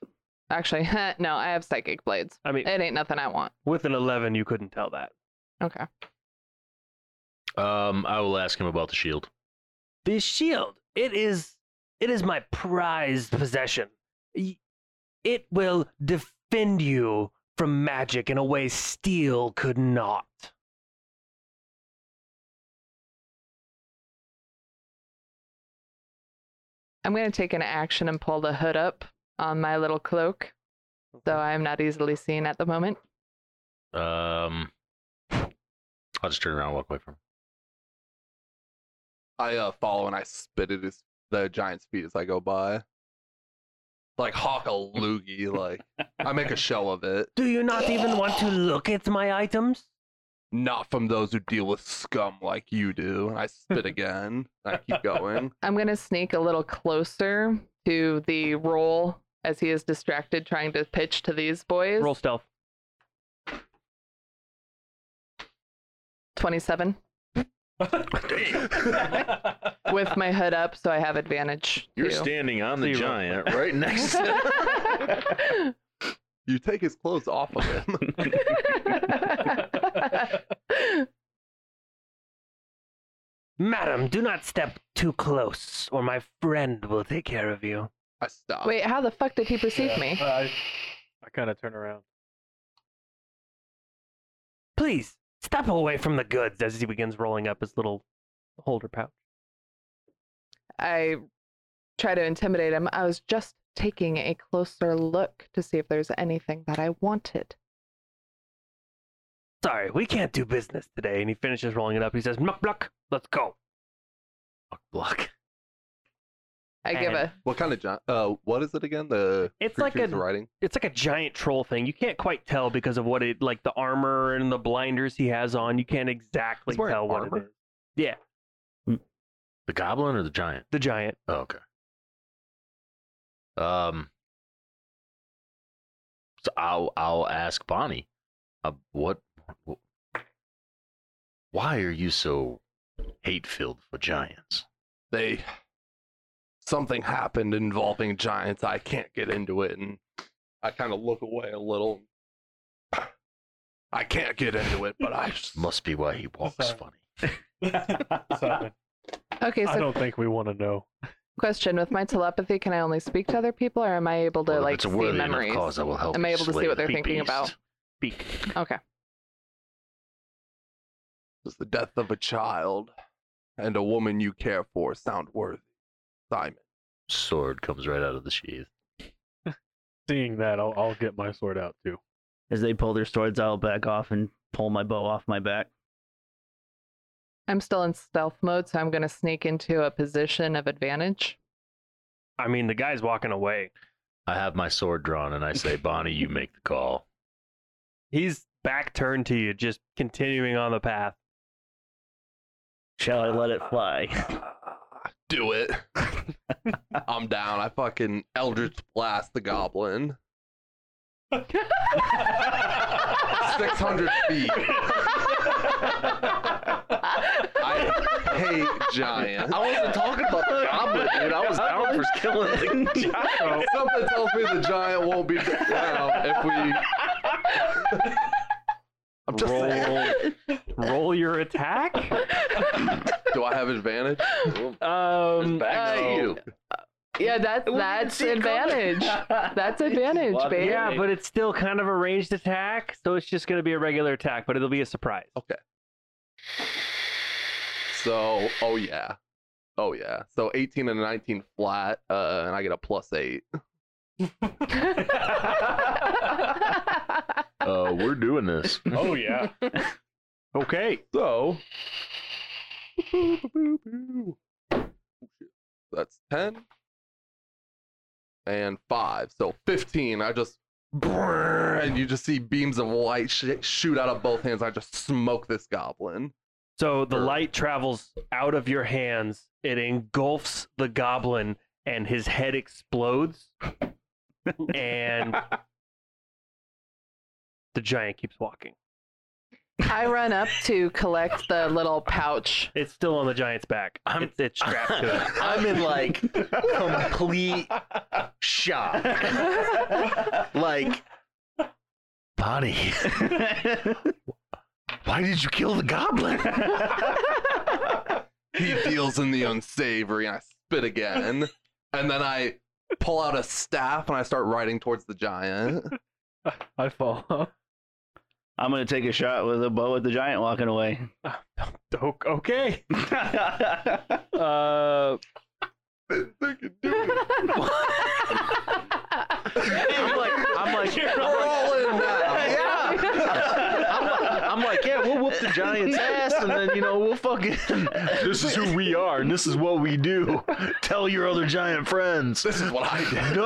S3: Actually, no, I have psychic blades.
S2: I mean,
S3: It ain't nothing I want.
S2: with an eleven, you couldn't tell that.
S3: Okay.
S6: Um, I will ask him about the shield.
S2: This shield, it is, it is my prized possession. Y- It will defend you from magic in a way steel could not.
S3: I'm going to take an action and pull the hood up on my little cloak, so I'm not easily seen at the moment.
S6: Um, I'll just turn around and walk away from him.
S1: I uh, follow and I spit at his, the giant's feet as I go by. Like hawk a loogie, like I make a show of it.
S2: Do you not even want to look at my items?
S1: Not from those who deal with scum like you do. And I spit again. and I keep going.
S3: I'm going to sneak a little closer to the roll as he is distracted trying to pitch to these boys.
S2: Roll stealth.
S3: 27 with my hood up, so I have advantage.
S6: You're
S3: too.
S6: standing on the
S2: Zero.
S6: giant right next to
S1: You take his clothes off of him.
S2: Madam, do not step too close, or my friend will take care of you.
S1: I stop.
S3: Wait, how the fuck did he perceive
S5: Yeah,
S3: me?
S5: I, I kind of turn around.
S2: Please step away from the goods as he begins rolling up his little holder pouch.
S3: I try to intimidate him. I was just taking a closer look to see if there's anything that I wanted.
S2: Sorry, we can't do business today. And he finishes rolling it up. He says, Muck Bluck, let's go.
S6: block.
S3: I give
S2: And-
S3: a
S1: What kind of giant? Uh, what is it again? The
S2: It's like
S1: creature's
S2: a-
S1: writing.
S2: It's like a giant troll thing. You can't quite tell because of what it like the armor and the blinders he has on. You can't exactly
S1: He's wearing
S2: tell what it
S1: armor?
S2: is. Yeah,
S6: The goblin or the giant?
S2: the giant.
S6: Oh, okay. Um, so I'll I'll ask Bonnie, uh, what, wh- why are you so hate filled for giants?
S1: They something happened involving giants. I can't get into it, and I kind of look away a little. I can't get into it, but I just
S6: Must be why he walks
S5: Sorry.
S6: funny.
S5: Simon,
S3: okay.
S5: I
S3: So,
S5: don't think we want to know.
S3: question: With my telepathy, can I only speak to other people, or am I able to
S6: Well, if
S3: like
S6: it's a
S3: see
S6: worthy enough
S3: memories?
S6: cause, I will help
S3: Am I
S6: you
S3: able to see
S6: slay
S3: what
S6: the
S3: they're thinking
S6: beast.
S3: about?
S2: Speak.
S3: Okay.
S1: Does the death of a child and a woman you care for sound worthy, Simon?
S6: Sword comes right out of the sheath.
S5: Seeing that, I'll, I'll get my sword out too.
S4: As they pull their swords, I'll back off and pull my bow off my back.
S3: I'm still in stealth mode, so I'm going to sneak into a position of advantage.
S2: I mean, the guy's walking away.
S6: I have my sword drawn and I say, Bonnie, you make the call.
S2: He's back turned to you, just continuing on the path.
S4: Shall I let it fly?
S1: Ah, Do it. I'm down. I fucking Eldritch Blast the Goblin. 600 feet. I hate giants.
S6: wasn't talking about the goblin, dude. I was down for killing the giant.
S1: Something tells me the giant won't be down if we. I'm just saying.
S2: Roll, roll your attack.
S1: Do I have advantage?
S2: Um,
S6: Back
S3: uh,
S6: to you.
S3: Yeah, that's
S4: It wouldn't even
S3: that's
S4: see it coming.
S3: advantage. That's advantage,
S4: Love
S3: babe.
S4: it.
S2: Yeah, but it's still kind of a ranged attack, so it's just going to be a regular attack, but it'll be a surprise.
S1: So, oh yeah. Oh yeah. So 18 and a 19 flat, uh, and I get a plus eight.
S6: Uh, we're doing this.
S5: Oh yeah.
S2: Okay.
S1: So that's 10 and 5. So 15. I just and you just see beams of light sh- shoot out of both hands. I just smoke this goblin.
S2: So the
S1: Sure.
S2: light travels out of your hands, it engulfs the goblin, and his head explodes. and the giant keeps walking.
S3: I run up to collect the little pouch.
S2: It's still on the giant's back.
S6: I'm-
S2: It's, it's strapped to it.
S4: I'm in like complete shock. like,
S6: Bonnie, why did you kill the goblin?
S1: he deals in the unsavory and I spit again. And then I pull out a staff and I start riding towards the giant.
S5: I fall.
S4: I'm gonna take a shot with a bow at the giant walking away.
S5: O- okay.
S2: Uh,
S4: I'm like, I'm like,
S1: We're all in now.
S4: yeah. I'm like, I'm like, yeah, we'll whoop the giant's ass, and then you know we'll fucking.
S6: This is who we are, and this is what we do. Tell your other giant friends.
S1: This is what I did.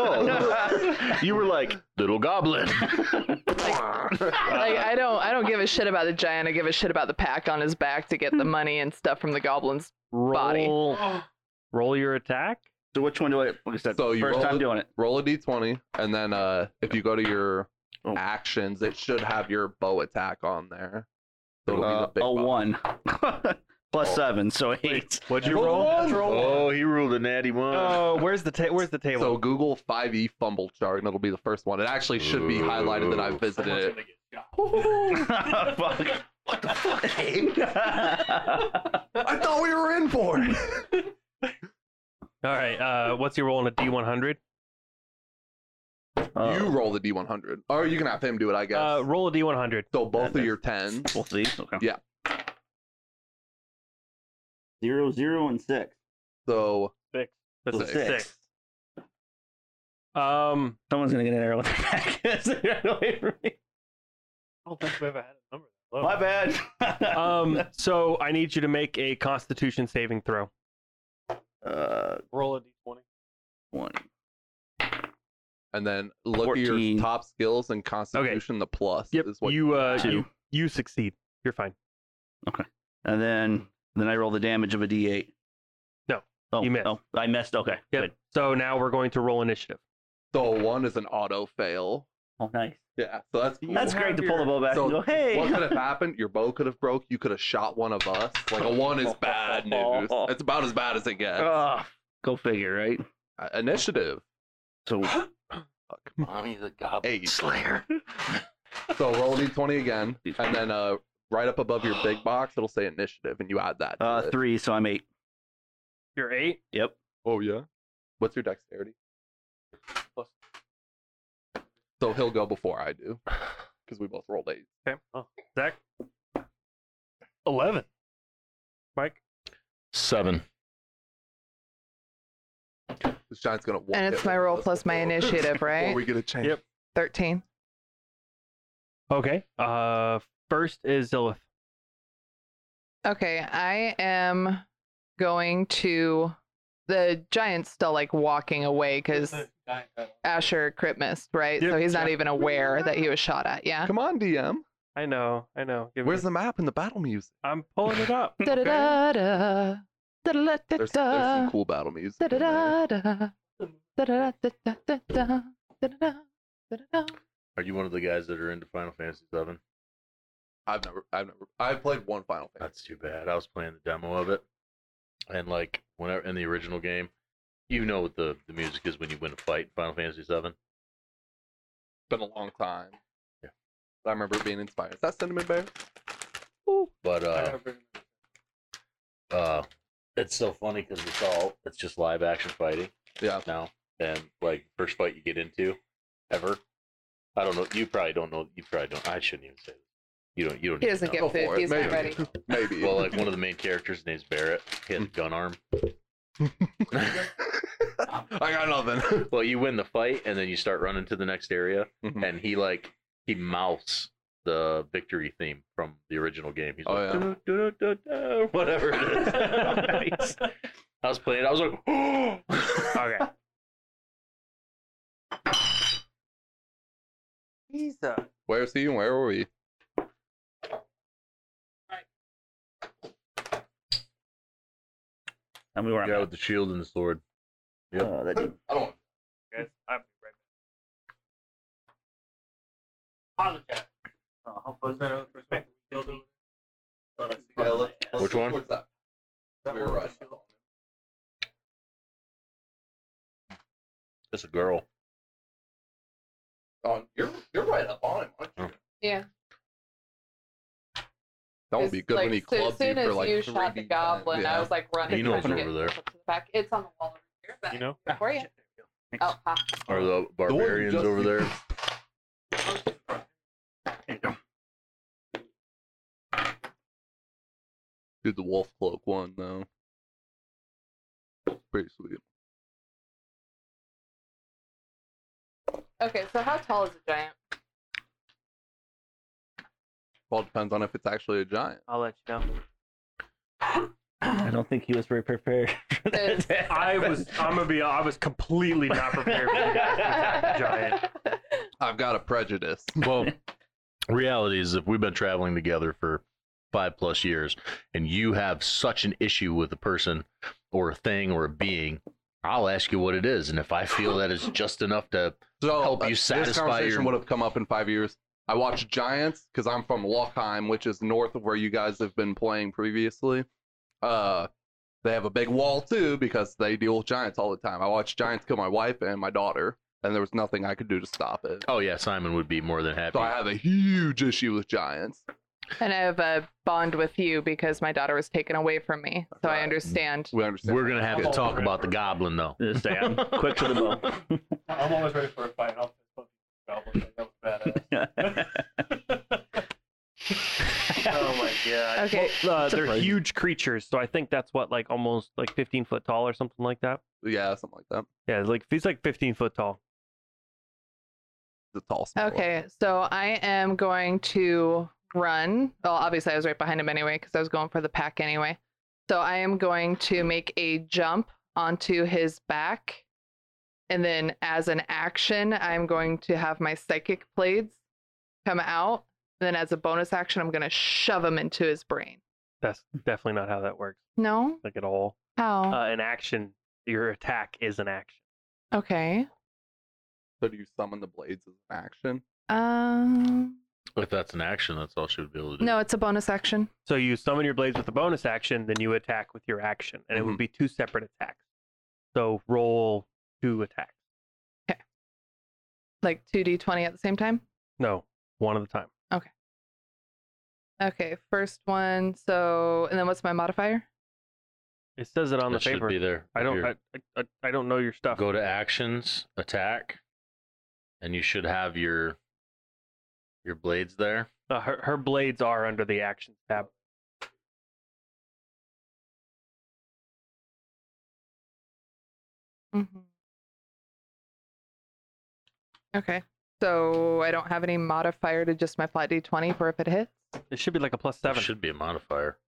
S6: No, you were like little goblin.
S3: Like I don't I don't give a shit about the giant. I give a shit about the pack on his back to get the money and stuff from the goblins. Body.
S2: roll, roll your attack.
S4: So which one do I? Like I said,
S1: So you
S4: first
S1: roll
S4: time
S1: it?
S4: doing it.
S1: Roll a d20, and then uh, if you go to your
S4: Oh.
S1: actions, it should have your bow attack on there. So it'll be
S4: Uh,
S1: the big
S4: a
S1: bow.
S4: one plus
S1: Oh.
S4: seven, so eight.
S2: What'd
S1: you roll?
S6: oh, he ruled a natty one.
S2: Oh, where's the ta- where's the table?
S1: So Google 5e fumble chart, and it'll be the first one. It actually should be highlighted that I
S6: Ooh.
S1: visited it.
S4: Fuck. What the fuck?
S1: I thought we were in for it.
S2: All right. Uh, what's your roll on a D100?
S4: Uh.
S1: you
S4: Oh.
S1: roll the d100, or you can have him do it, I guess.
S2: Uh, roll a D100.
S1: so both
S4: that-
S1: of your 10s.
S4: Both these. Okay.
S1: Yeah.
S4: Zero, zero, and six.
S1: So
S2: That's
S1: Six.
S2: a Um,
S4: Someone's gonna get an arrow with their back. It's right away from me.
S5: I don't think we've ever had a number. that low.
S4: My bad.
S2: um, so I need you to make a Constitution saving throw.
S4: uh,
S5: Roll a d20.
S4: one.
S1: and then look at
S4: 14.
S1: your top skills and constitution. The plus is what
S2: You uh,
S4: Two.
S2: you you succeed. You're fine.
S4: And then then I roll the damage of a D8.
S2: No,
S4: Oh,
S2: you missed.
S4: Oh, I missed. Okay.
S2: Yep.
S4: Good.
S2: So now we're going to roll initiative.
S1: So one is an auto fail.
S4: Oh, nice.
S1: Yeah, so that's cool.
S4: That's great to pull the bow back
S1: So
S4: and go, hey.
S1: What could have happened? Your bow could have broke. You could have shot one of us. Like a one is bad news. It's about as bad as it gets.
S4: Ugh. Ah, go figure, right?
S1: Uh, Initiative
S4: So
S6: Mommy's a goblin
S1: eight.
S6: slayer.
S1: So roll d twenty again, and then uh, right up above your big box, it'll say initiative, and you add that. to
S4: uh,
S1: it.
S4: three, so I'm eight.
S2: You're eight.
S4: Yep.
S1: Oh yeah. What's your dexterity? So he'll go before I do, because we both rolled eight.
S2: Okay. Oh, Zach.
S5: 11.
S6: Seven.
S1: This giant's gonna. one
S3: And it's
S1: hit
S3: my
S1: with
S3: roll
S1: us
S3: plus my
S1: before-
S3: initiative,
S1: before
S3: right?
S1: we get a change.
S2: Yep.
S3: Thirteen.
S2: Okay. Uh, first is Zilith.
S3: Okay, I am going to. The giant's still like walking away because Asher crit missed, right?
S2: Yep,
S3: so he's not even aware that he was shot at. Yeah.
S1: Come on, DM.
S2: I know. I know. Give me-
S1: Where's the map and the battle music?
S2: I'm pulling it up.
S3: Da-da-da-da. Da-da-da-da-da.
S1: There's, there's some cool battle music. in there.
S3: Da-da-da-da. Da-da-da-da-da-da. Da-da-da. Da-da-da.
S6: Are you one of the guys that are into Final Fantasy Seven?
S1: I've never, I've never, I've played one Final Fantasy.
S6: That's too bad. I was playing the demo of it, and like whenever in the original game, you know what the, the music is when you win a fight in Final Fantasy Seven.
S1: It's been a long time.
S6: Yeah.
S1: But I remember being inspired. Is that Cinnamon Bear?
S6: But uh, uh, it's so funny because it's all it's just live action fighting,
S1: Yeah.
S6: now than like first fight you get into ever. I don't know. You probably don't know. You probably don't. I shouldn't even say this. You don't. You don't.
S3: He
S6: even
S3: doesn't
S6: know.
S1: Go
S3: get
S1: for it,
S3: food. He's not
S1: maybe.
S3: ready.
S1: Maybe.
S6: Well, like one of the main characters, his name's Barrett. He had a gun arm.
S1: I got nothing.
S6: well, you win the fight, and then you start running to the next area,
S1: Mhm.
S6: and he like he mouths the victory theme from the original game. He's
S1: Oh,
S6: like,
S1: yeah.
S6: "Du- du- du- du," whatever it is. I was playing. I was like,
S2: Okay.
S1: Where's he? and Where were we?
S4: Tell me where I'm
S6: yeah,
S4: at.
S6: with the shield and the sword. Yep.
S4: Oh, that dude.
S1: I don't.
S2: Guys, I'm
S6: Which one? It's a girl.
S1: Oh, you're you're right up on him. Aren't you?
S3: Yeah.
S1: That would be good when he clubbed
S3: soon
S1: you for like
S3: as you
S1: three
S3: shot the
S1: D10.
S3: goblin,
S1: Yeah.
S3: I was like running.
S6: Eno's
S3: trying to
S6: over
S3: get
S6: there.
S3: up To the back. It's on the wall over here. But
S5: You know?
S3: Where you? Oh, ha.
S6: Or the
S1: The one you
S6: barbarians
S1: just-
S6: over there.
S1: Dude, the wolf cloak one though. Pretty sweet.
S3: Okay, so how tall is a giant?
S1: All depends on if it's actually a giant.
S2: I'll let you know.
S4: I don't think he was very prepared. for that
S3: It's-
S4: to
S2: I was.
S4: happen.
S2: I'm gonna be. I was completely not prepared for you guys with that giant.
S1: I've got a prejudice.
S6: Well, reality is, if we've been traveling together for five plus years, and you have such an issue with a person, or a thing, or a being, I'll ask you what it is, and if I feel that it's just enough to,
S1: So
S6: Help you
S1: uh, This
S6: satisfy
S1: conversation
S6: your-
S1: would have come up in five years. I watch Giants because I'm from Lochheim, which is north of where you guys have been playing previously. Uh, they have a big wall too because they deal with Giants all the time. I watched Giants kill my wife and my daughter, and there was nothing I could do to stop it.
S6: oh yeah, Simon would be more than happy.
S1: So I have a huge issue with Giants.
S3: and I have a bond with you because my daughter was taken away from me, so I
S1: Right.
S3: understand.
S1: We understand.
S6: We're gonna have to
S1: Yeah.
S6: talk about the goblin though.
S4: Just say, I'm quick to the bone.
S5: I'm always ready for a fight. I'll just fucking goblin. That was badass.
S2: Oh my god.
S3: Okay.
S2: Well, uh, they're
S4: Surprising.
S2: huge creatures, so I think that's what like almost like 15 foot tall or something like that.
S1: Yeah, something like that.
S2: Yeah, like he's like 15 foot tall.
S1: It's a tall. small one.
S3: Okay, so I am going to run. Well, obviously, I was right behind him anyway because I was going for the pack anyway. So I am going to make a jump onto his back. And then, as an action, I'm going to have my psychic blades come out. And then, as a bonus action, I'm going to shove him into his brain.
S2: That's definitely not how that works,
S3: No?
S2: like at all.
S6: Oh.
S3: How?
S2: Uh, an action, your attack is an action.
S3: okay.
S1: So do you summon the blades as an action?
S3: Um,
S6: If that's an action, that's all she would be able to do.
S3: no, it's a bonus action.
S2: So you summon your blades with a bonus action, then you attack with your action, and it
S6: Mm-hmm.
S2: would be two separate attacks. So roll two attacks.
S3: Like 2d20 at the same time?
S2: No, one at a time.
S3: Okay, first one. So, and then what's my modifier?
S2: It says it on
S6: that
S2: the
S6: should
S2: paper.
S6: be there.
S2: I don't.
S6: Here.
S2: I, I, I uh, don't know your stuff.
S6: go to actions, attack, and you should have your your blades there.
S2: Uh, her, her blades are under the action tab.
S3: Mm-hmm. Okay, so I don't have any modifier to just my flat d20 for if it hits.
S2: It should be like a plus
S6: There
S2: seven.
S6: should be a modifier.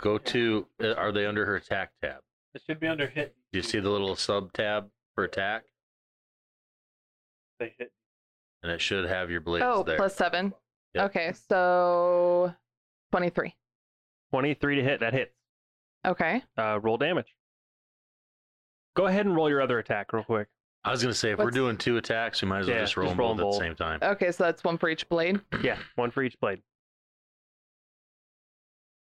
S6: Go to uh, are they under her attack tab?
S5: It should be under hit.
S6: Do you see the little sub tab for attack?
S5: They hit.
S6: And it should have your blades
S3: oh,
S6: there.
S3: plus seven.
S6: Yep.
S3: Okay, so 23.
S2: Twenty-three to hit. That hits.
S3: Okay.
S2: Uh, roll damage. Go ahead and roll your other attack real quick.
S6: I was gonna say if we're
S3: What's-
S6: doing two attacks, we might as well
S2: Yeah,
S6: just roll
S2: just
S6: them both
S2: roll
S6: at
S2: 'em
S6: the
S2: both.
S6: same time.
S3: Okay, so that's one for each blade.
S2: Yeah, one for each blade.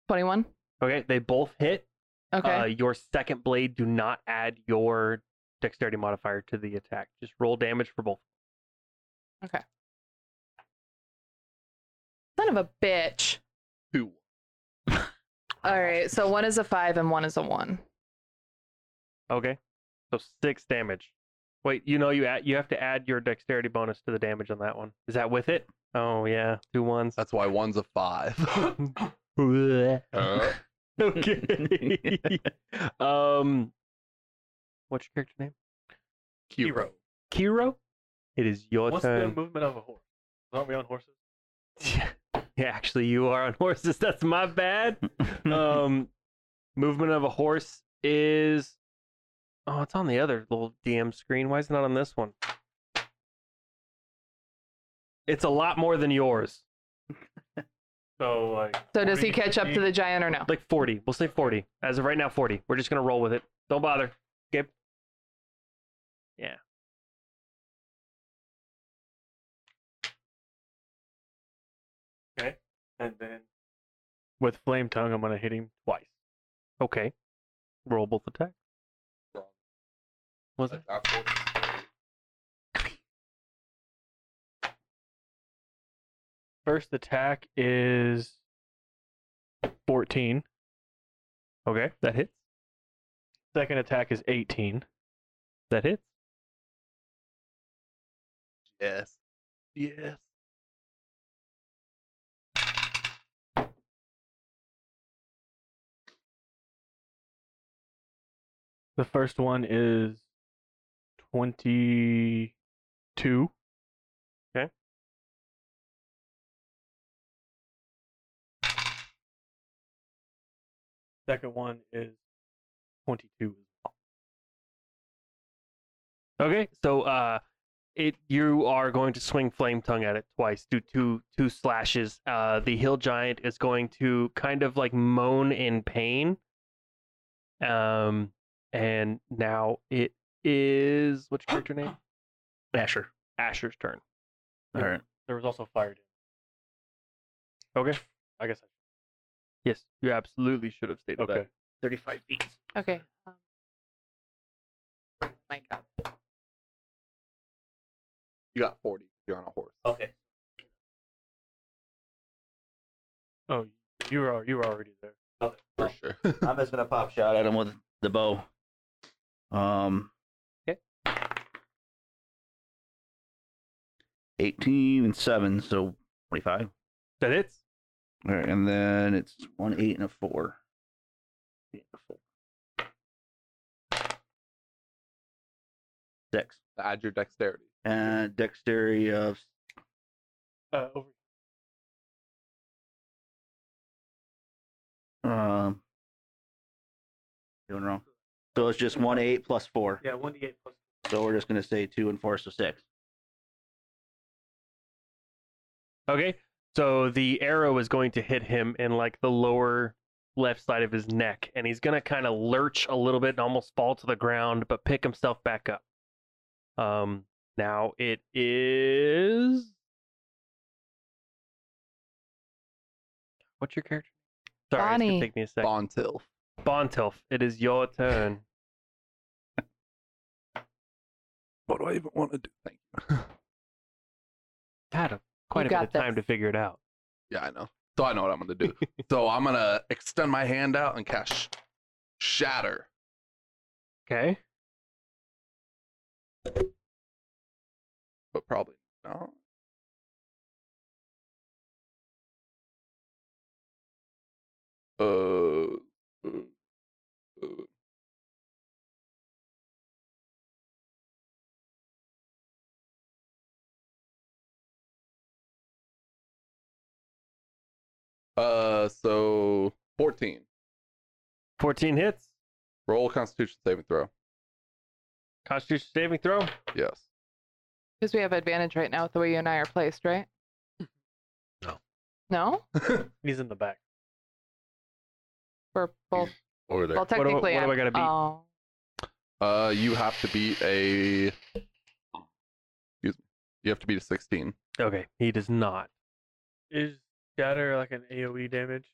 S3: 21.
S2: Okay, they both hit.
S3: Okay.
S2: Uh, your second blade. Do not add your dexterity modifier to the attack. Just roll damage for both.
S3: Son of a bitch.
S1: Two.
S3: All right, so one is a five and one is a one.
S2: Okay. So six damage. Wait, you know you add, you have to add your dexterity bonus to the damage on that one. Is that with it? Oh yeah, two ones.
S1: That's why one's a five. Uh,
S2: okay. um, what's your character name?
S1: Kiro.
S2: Kiro. It is your
S5: What's the
S2: turn.
S5: movement of a horse? Aren't we on horses?
S2: Yeah, Actually, you are on horses. That's my bad.
S4: Oh,
S2: um, movement of a horse is. Oh, it's on the other little DM screen. Why is it not on this one? It's a lot more than yours.
S5: So like.
S3: So does he
S5: 40,
S3: catch up to
S5: 50?
S3: the giant or no?
S2: Like 40. We'll say 40. As of right now, 40. We're just going to roll with it. Don't bother. Skip. Yeah.
S5: And then. With flame tongue, I'm gonna hit him twice.
S2: Okay. Roll both attacks. Was it?
S5: First attack is fourteen.
S2: Okay. That hits.
S5: Second attack is eighteen.
S2: That hits.
S1: Yes. Yes.
S5: The first one is twenty-two.
S2: Okay.
S5: Second one is twenty-two.
S2: Okay, so uh, it you are going to swing flame tongue at it twice, do two two slashes. Uh, the hill giant is going to kind of like moan in pain. Um, and now it is what's your character name?
S4: Asher.
S2: Asher's turn.
S4: All right.
S5: There was also fire.
S2: Okay.
S5: I guess. I
S2: Yes, you absolutely should have stated
S5: Okay.
S2: that.
S4: 35 feet.
S3: Okay. Um, mic up.
S1: You got 40. You're on a horse.
S4: Okay.
S5: Oh, you were al- you were already there.
S1: For sure.
S4: I'm just gonna pop shot at him with the bow. Um.
S2: Okay.
S4: Eighteen and seven, so twenty-five.
S2: That hits.
S4: All right, and then it's one eight and a four. Eight and a four. Six
S1: Add your dexterity.
S4: and dexterity of
S5: Uh, over.
S4: um. Doing wrong. So it's just one eight plus four.
S5: Yeah, one d eight plus.
S4: So we're just gonna say two and four, so six.
S2: Okay. So the arrow is going to hit him in like the lower left side of his neck, and he's going to kind of lurch a little bit and almost fall to the ground, but pick himself back up. Um, now it is. What's your character? Sorry, it's
S3: Bonnie.
S2: gonna take me a second.
S1: Bontil.
S2: Bontilf, it is your turn.
S1: What do I even want to do? Thank you.
S2: Had a, quite
S3: You
S2: a bit
S3: got
S2: of time
S3: this.
S2: to figure it out.
S1: yeah, I know. So I know what I'm going to do. so I'm going to extend my hand out and cast sh- Shatter.
S2: Okay.
S1: but probably not. Uh, uh, uh. Uh, so 14.
S2: 14 hits.
S1: Roll Constitution saving throw.
S2: Constitution saving throw.
S1: Yes.
S3: Because we have advantage right now with the way you and I are placed, right?
S6: No.
S3: No?
S5: He's in the back.
S3: We're both.
S6: Or there.
S3: Well,
S2: do I-
S3: technically,
S2: what do I
S3: I'm-
S2: gotta beat?
S3: Oh.
S1: Uh, you have to beat a. Excuse me. You have to beat a 16.
S2: Okay. He does not.
S5: Is shatter like an
S2: E
S5: AOE damage?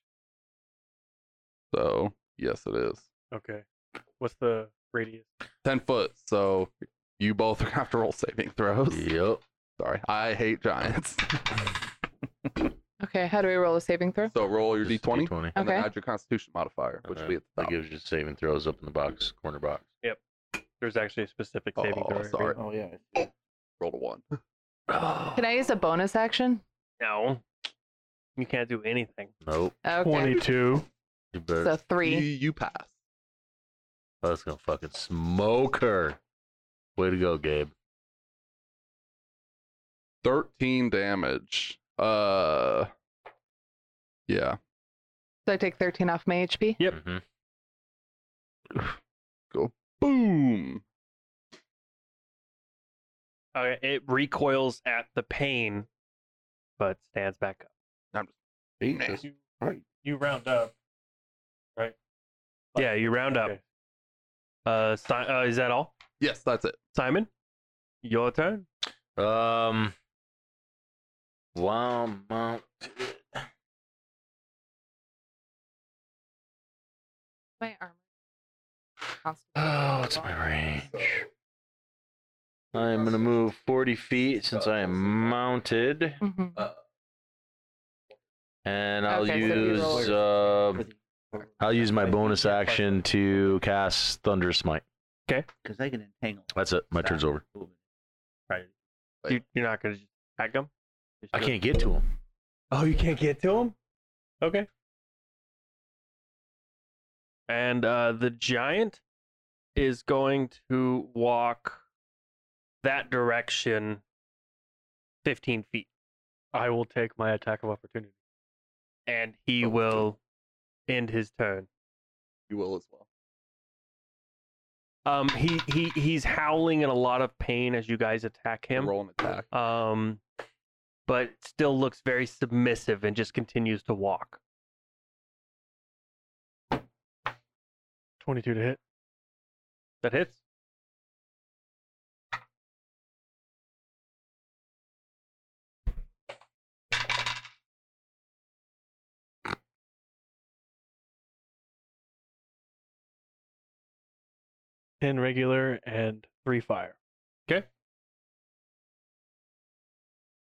S1: So yes, it is
S5: Okay. What's the radius?
S1: ten foot. So you both have to roll saving throws.
S6: Yep.
S1: Sorry, I hate giants.
S3: Okay. How do we roll a saving throw?
S1: so roll your d
S6: Just
S1: twenty
S6: D20.
S1: and then
S3: Okay.
S1: add your Constitution modifier, which will be at the
S6: That
S1: top.
S6: gives you saving throws up in the box, corner box.
S2: There's actually a specific saving
S1: Oh,
S2: throw. right?
S1: sorry.
S5: Oh yeah.
S1: Roll to one.
S3: Can I use a bonus action?
S2: No, you can't do anything.
S6: Nope.
S3: Okay.
S5: Twenty-two.
S6: You better.
S3: So
S1: You,
S3: three.
S1: you pass.
S6: Oh, that's gonna fucking smoke her. Way to go, Gabe.
S1: 13 damage. Uh, yeah,
S3: So I take 13 off my HP.
S2: Yep.
S6: Mm-hmm.
S1: boom.
S2: Uh, it recoils at the pain, but stands back up.
S1: Jesus
S5: You, you round up.
S2: Yeah, you round up.
S5: Okay.
S2: Uh, si- uh, is that all,
S1: Yes, that's it.
S2: Simon? Your turn.
S6: Um. Wow, mount.
S3: My armor.
S6: Oh, what's my range? I'm gonna move 40 feet since I am mounted,
S3: hmm
S6: and I'll
S3: Okay, so you roll-
S6: use uh, I'll use my bonus action to cast Thunder Smite.
S4: because I can entangle.
S6: That's it. My turn's over.
S2: You, you're not gonna just tag him.
S6: I can't get to him.
S2: Oh, you can't get to him? Okay. And uh, the giant is going to walk that direction 15 feet.
S5: I will take my attack of opportunity.
S2: And he will end his turn.
S1: You will as well.
S2: Um, he, he, he's howling in a lot of pain as you guys attack him.
S1: Roll an attack.
S2: um, but still looks very submissive and just continues to walk.
S5: Twenty-two to hit.
S2: That hits.
S5: Ten regular and three fire.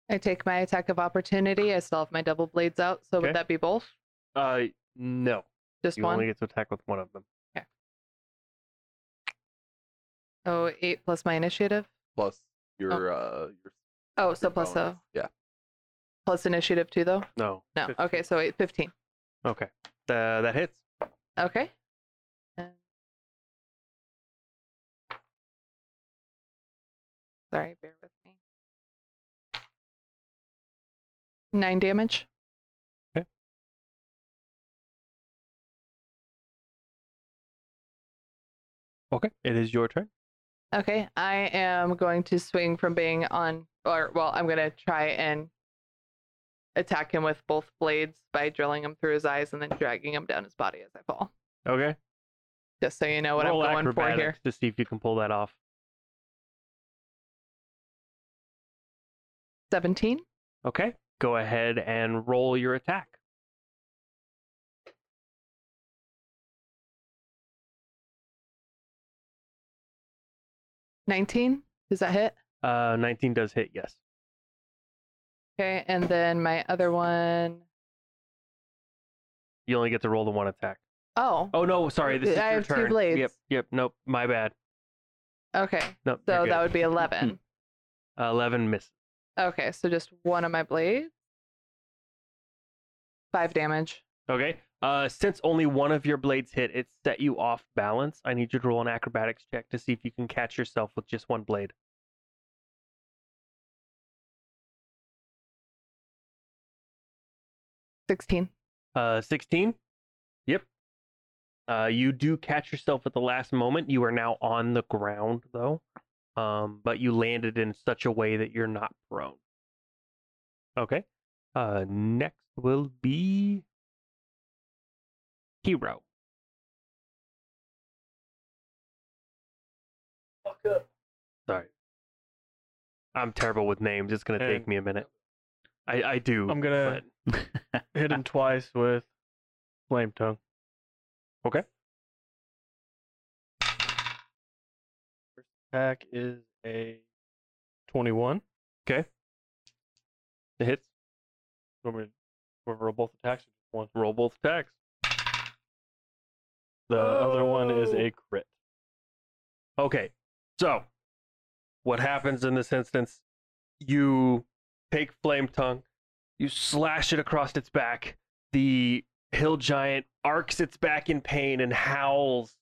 S3: I take my attack of opportunity. I still have my double blades out. So
S2: Okay.
S3: would that be both?
S2: Uh, no.
S3: Just
S2: you
S3: one?
S2: only get to attack with one of them.
S3: Oh, eight plus my initiative.
S1: Plus your uh your
S3: Oh, so plus
S1: bonus.
S3: a
S1: Yeah.
S3: plus initiative too, though.
S2: No.
S3: No. Okay, so eight, 15.
S2: Okay. Uh, that hits.
S3: Okay. Uh, And- Sorry, bear with me. Nine damage.
S2: Okay. It is your turn.
S3: Okay, I am going to swing from being on, or well, I'm going to try and attack him with both blades by drilling him through his eyes and then dragging him down his body as I fall.
S2: Okay.
S3: Just so you know what
S2: Roll
S3: I'm going
S2: acrobatics
S3: for here.
S2: to see if you can pull that off.
S3: 17.
S2: Okay. Go ahead and roll your attack.
S3: Nineteen. Does that hit?
S2: Uh, 19 does hit. Yes.
S3: Okay, and then my other one
S2: You only get to roll the one attack.
S3: oh
S2: Oh no, sorry. This is
S3: I
S2: your
S3: have two
S2: turn. Yep.
S3: blades.
S2: Yep. Nope. My bad.
S3: okay.
S2: Nope.
S3: So
S2: you're
S3: that
S2: good.
S3: would be eleven.
S2: Uh, 11 misses.
S3: Okay, so just one of my blades. Five damage.
S2: Okay. Uh, since only one of your blades hit, it set you off balance. I need you to roll an acrobatics check to see if you can catch yourself with just one blade.
S3: Sixteen.
S2: Uh, 16? Yep. Uh, you do catch yourself at the last moment. You are now on the ground, though. Um, but you landed in such a way that you're not prone. Okay. Uh, next will be Hero. Sorry. I'm terrible with names. It's going to take
S5: And-
S2: me a minute. I, I do.
S5: I'm gonna
S2: but-
S5: hit him twice with flame tongue.
S2: Okay.
S5: First attack is a twenty-one.
S2: It hits.
S5: Want me to want me to roll both attacks? or just One.
S2: Roll both attacks.
S5: Oh. The other one is a crit.
S2: Okay, So, what happens in this instance? You take Flame Tongue, you slash it across its back. The hill giant arcs its back in pain and howls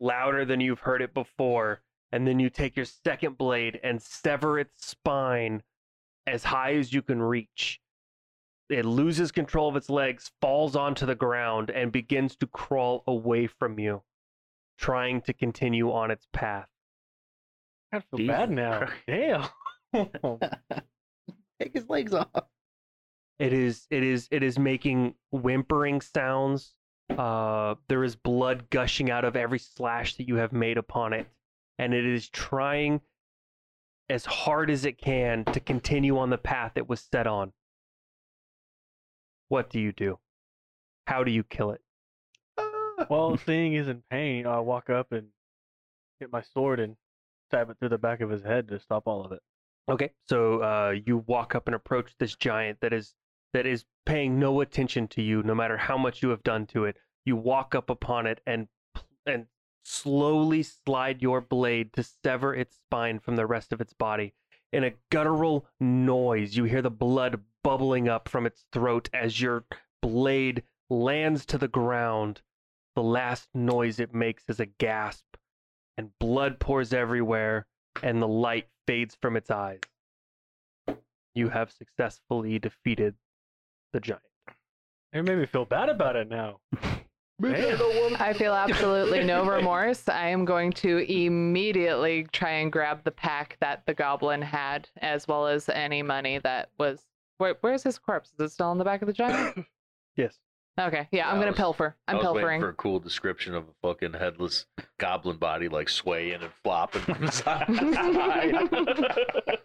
S2: louder than you've heard it before. And then you take your second blade and sever its spine as high as you can reach. It loses control of its legs, falls onto the ground, and begins to crawl away from you, trying to continue on its path.
S5: I feel
S4: Jesus
S5: bad now.
S4: Christ.
S5: Damn.
S4: Take his legs off.
S2: It is it is it is making whimpering sounds. Uh there is blood gushing out of every slash that you have made upon it, and it is trying as hard as it can to continue on the path it was set on. What do you do? How do you kill it?
S5: well, seeing he's in pain, I walk up and get my sword and stab it through the back of his head to stop all of it.
S2: Okay, so uh, you walk up and approach this giant that is that is paying no attention to you, no matter how much you have done to it. You walk up upon it and pl- and slowly slide your blade to sever its spine from the rest of its body. In a guttural noise, you hear the blood bubbling up from its throat as your blade lands to the ground. The last noise it makes is a gasp, and blood pours everywhere and the light fades from its eyes. You have successfully defeated the giant.
S5: It made me feel bad about it now. Damn.
S3: I feel absolutely no remorse. I am going to immediately try and grab the pack that the goblin had, as well as any money that was. Wait, where's his corpse? Is it still in the back of the giant?
S5: Yes.
S3: Okay, yeah,
S6: Yeah,
S3: I'm
S6: I
S3: gonna
S6: was-
S3: pilfer.
S6: I
S3: I'm
S6: was waiting
S3: pilfering.
S6: for a cool description of a fucking headless goblin body like swaying and flopping from side to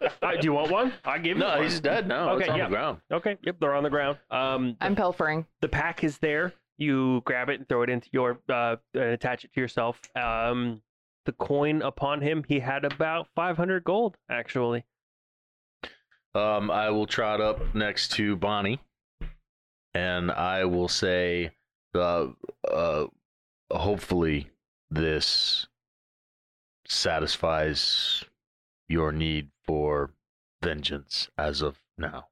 S6: side.
S2: Uh, do you want one? I give you
S6: no,
S2: one.
S6: he's dead now.
S2: Okay,
S6: it's on
S2: yeah.
S6: the ground.
S2: Okay, yep, they're on the ground. Um,
S3: I'm pilfering.
S2: the pack is there. You grab it and throw it into your uh, and attach it to yourself. Um, the coin upon him, he had about 500 gold actually.
S6: Um, I will trot up next to Bonnie, and I will say, uh, uh, hopefully this satisfies your need for vengeance as of now.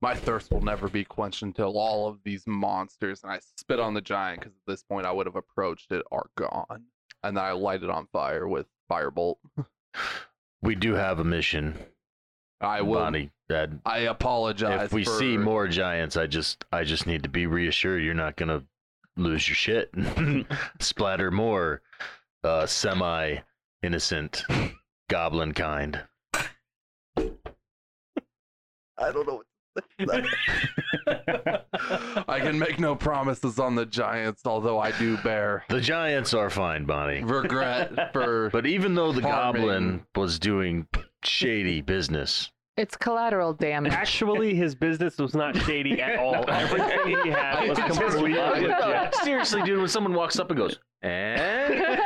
S1: My thirst will never be quenched until all of these monsters and I spit on the giant because at this point I would have approached it are gone. And then I light it on fire with firebolt.
S6: We do have a mission,
S1: I will.
S6: Bonnie. That
S1: I apologize.
S6: if we
S1: for-
S6: see more giants, I just I just need to be reassured you're not gonna lose your shit, splatter more uh, semi innocent goblin kind.
S1: I don't know. What I can make no promises on the giants, although I do bear
S6: The giants are fine, Bonnie.
S1: regret for.
S6: But even though the
S1: Farming.
S6: goblin was doing shady business,
S3: It's collateral damage.
S2: Actually, his business was not shady at all. Everything he had was
S1: I just-
S2: completely
S1: I-
S2: legit.
S6: seriously, dude, when someone walks up and goes, eh?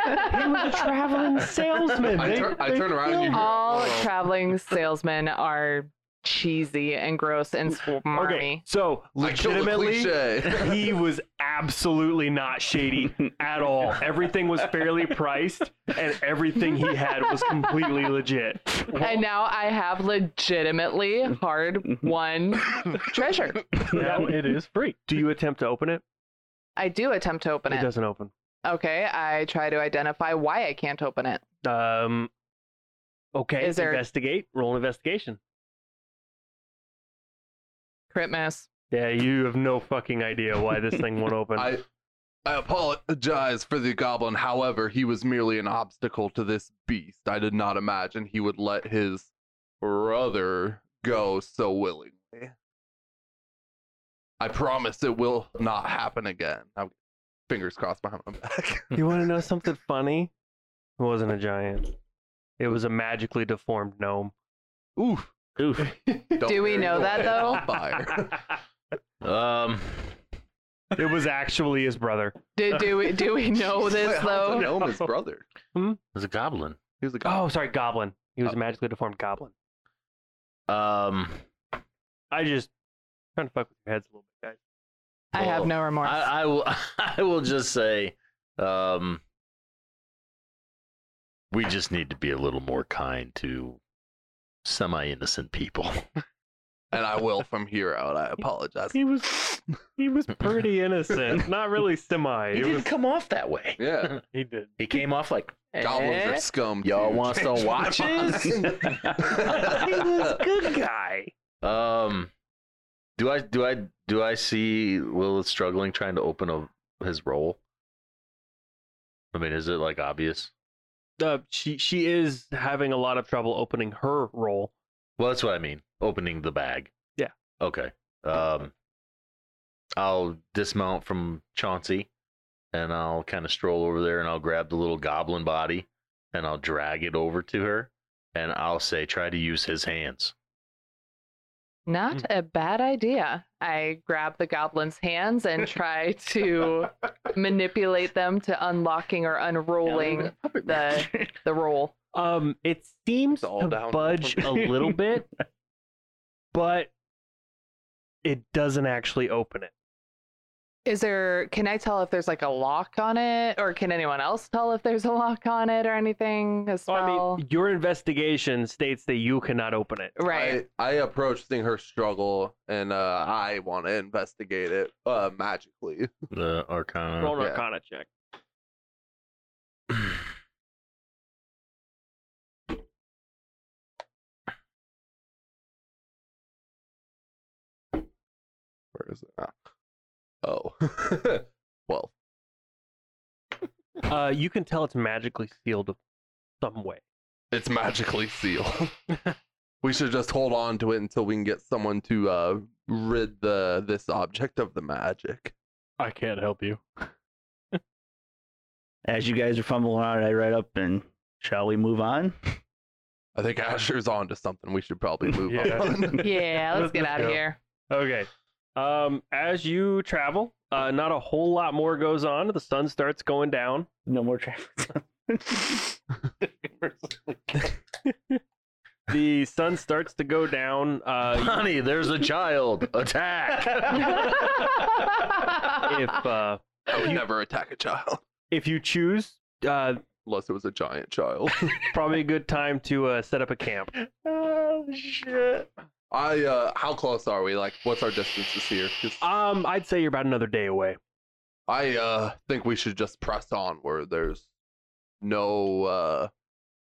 S2: He was a traveling salesman.
S1: I,
S2: They-
S1: tur- I
S2: they
S1: turn around and you hear.
S3: All
S1: "Oh."
S3: traveling salesmen are cheesy and gross and smarmy.
S2: Okay, so
S1: I killed a
S2: legitimately,
S1: cliche.
S2: he was absolutely not shady at all. Everything was fairly priced, and everything he had was completely legit.
S3: And now I have legitimately hard won treasure.
S5: Now it is free.
S2: Do you attempt to open it?
S3: I do attempt to open
S2: It
S3: it.
S2: doesn't open.
S3: Okay, I try to identify why I can't open it.
S2: Um. Okay.
S3: Is there-
S2: Investigate. Roll an investigation.
S3: Crit miss.
S2: Yeah, you have no fucking idea why this thing won't open.
S1: I, I apologize for the goblin. However, he was merely an obstacle to this beast. I did not imagine he would let his brother go so willingly. I promise it will not happen again. I'm, fingers crossed behind my back.
S2: You want to know something funny? It wasn't a giant. It was a magically deformed gnome.
S1: Oof.
S6: Oof.
S1: Don't
S3: Do we
S1: bury
S3: know
S1: your
S3: that,
S1: head
S3: though?
S1: on fire.
S6: Um,
S2: It was actually his brother.
S3: Did do we do we know
S1: Wait,
S3: this
S1: how's
S3: though?
S1: a gnome his brother.
S6: it's a goblin.
S1: He was a goblin.
S2: Oh, sorry, goblin. He was a magically deformed goblin.
S6: Um,
S2: I just trying to fuck with your heads a little bit, guys.
S3: I have no remorse.
S6: I, I will. I will just say, um, We just need to be a little more kind to semi innocent people.
S1: and I will from here out. I apologize.
S2: He was he was pretty innocent. Not really semi.
S4: He
S2: It
S4: didn't
S2: was-
S4: come off that way.
S1: Yeah,
S5: He did.
S4: He came off like
S1: goblins
S4: "Eh,
S1: are scum.
S4: Y'all
S1: dude.
S4: want some
S1: Change my
S4: watches? he
S1: mind.
S4: was a good guy.
S6: Um, do I do I do I see Lilith struggling trying to open a, his roll? I mean, is it like obvious?
S2: uh, she she is having a lot of trouble opening her roll.
S6: Well, that's what I mean. Opening the bag.
S2: Yeah.
S6: Okay. Um, I'll dismount from Chauncey, and I'll kind of stroll over there, and I'll grab the little goblin body, and I'll drag it over to her, and I'll say, try to use his hands.
S3: Not a bad idea. I grab the goblin's hands and try to manipulate them to unlocking or unrolling
S4: Puppet
S3: the-
S4: master.
S3: the roll.
S2: Um, it seems
S1: It's all
S2: to
S1: down.
S2: budge a little bit, but it doesn't actually open it.
S3: Is there, can I tell if there's like a lock on it or can anyone else tell if there's a lock on it or anything? A
S2: Well,
S3: spell?
S2: I mean, your investigation states that you cannot open it.
S3: right.
S1: I, I approach seeing her struggle, and uh, I want to investigate it uh, magically.
S6: The Arcana.
S2: Roll an
S1: Uh, yeah.
S2: Arcana check.
S1: Where is it? Ah. Oh, well,
S2: Uh, you can tell it's magically sealed some way.
S1: it's magically sealed. we should just hold on to it until we can get someone to uh, rid the this object of the magic.
S5: I can't help you.
S4: As you guys are fumbling around, I write up and shall we move on?
S1: I think Asher's on to something. We should probably move
S5: Yeah.
S1: on.
S3: yeah, let's
S5: Let's
S3: get
S5: just
S3: out of
S5: go.
S3: here.
S2: Okay. Um, as you travel, uh, not a whole lot more goes on. The sun starts going down.
S4: No more traffic.
S2: The sun starts to go down. Uh,
S6: Honey, there's a child. Attack.
S2: if uh,
S1: I would never attack a child
S2: if you choose, uh,
S1: unless it was a giant child.
S2: probably a good time to uh, set up a camp.
S4: oh shit!
S1: I uh, how close are we? Like, what's our distances here? 'Cause
S2: Um, I'd say you're about another day away.
S1: I uh think we should just press onward. There's no uh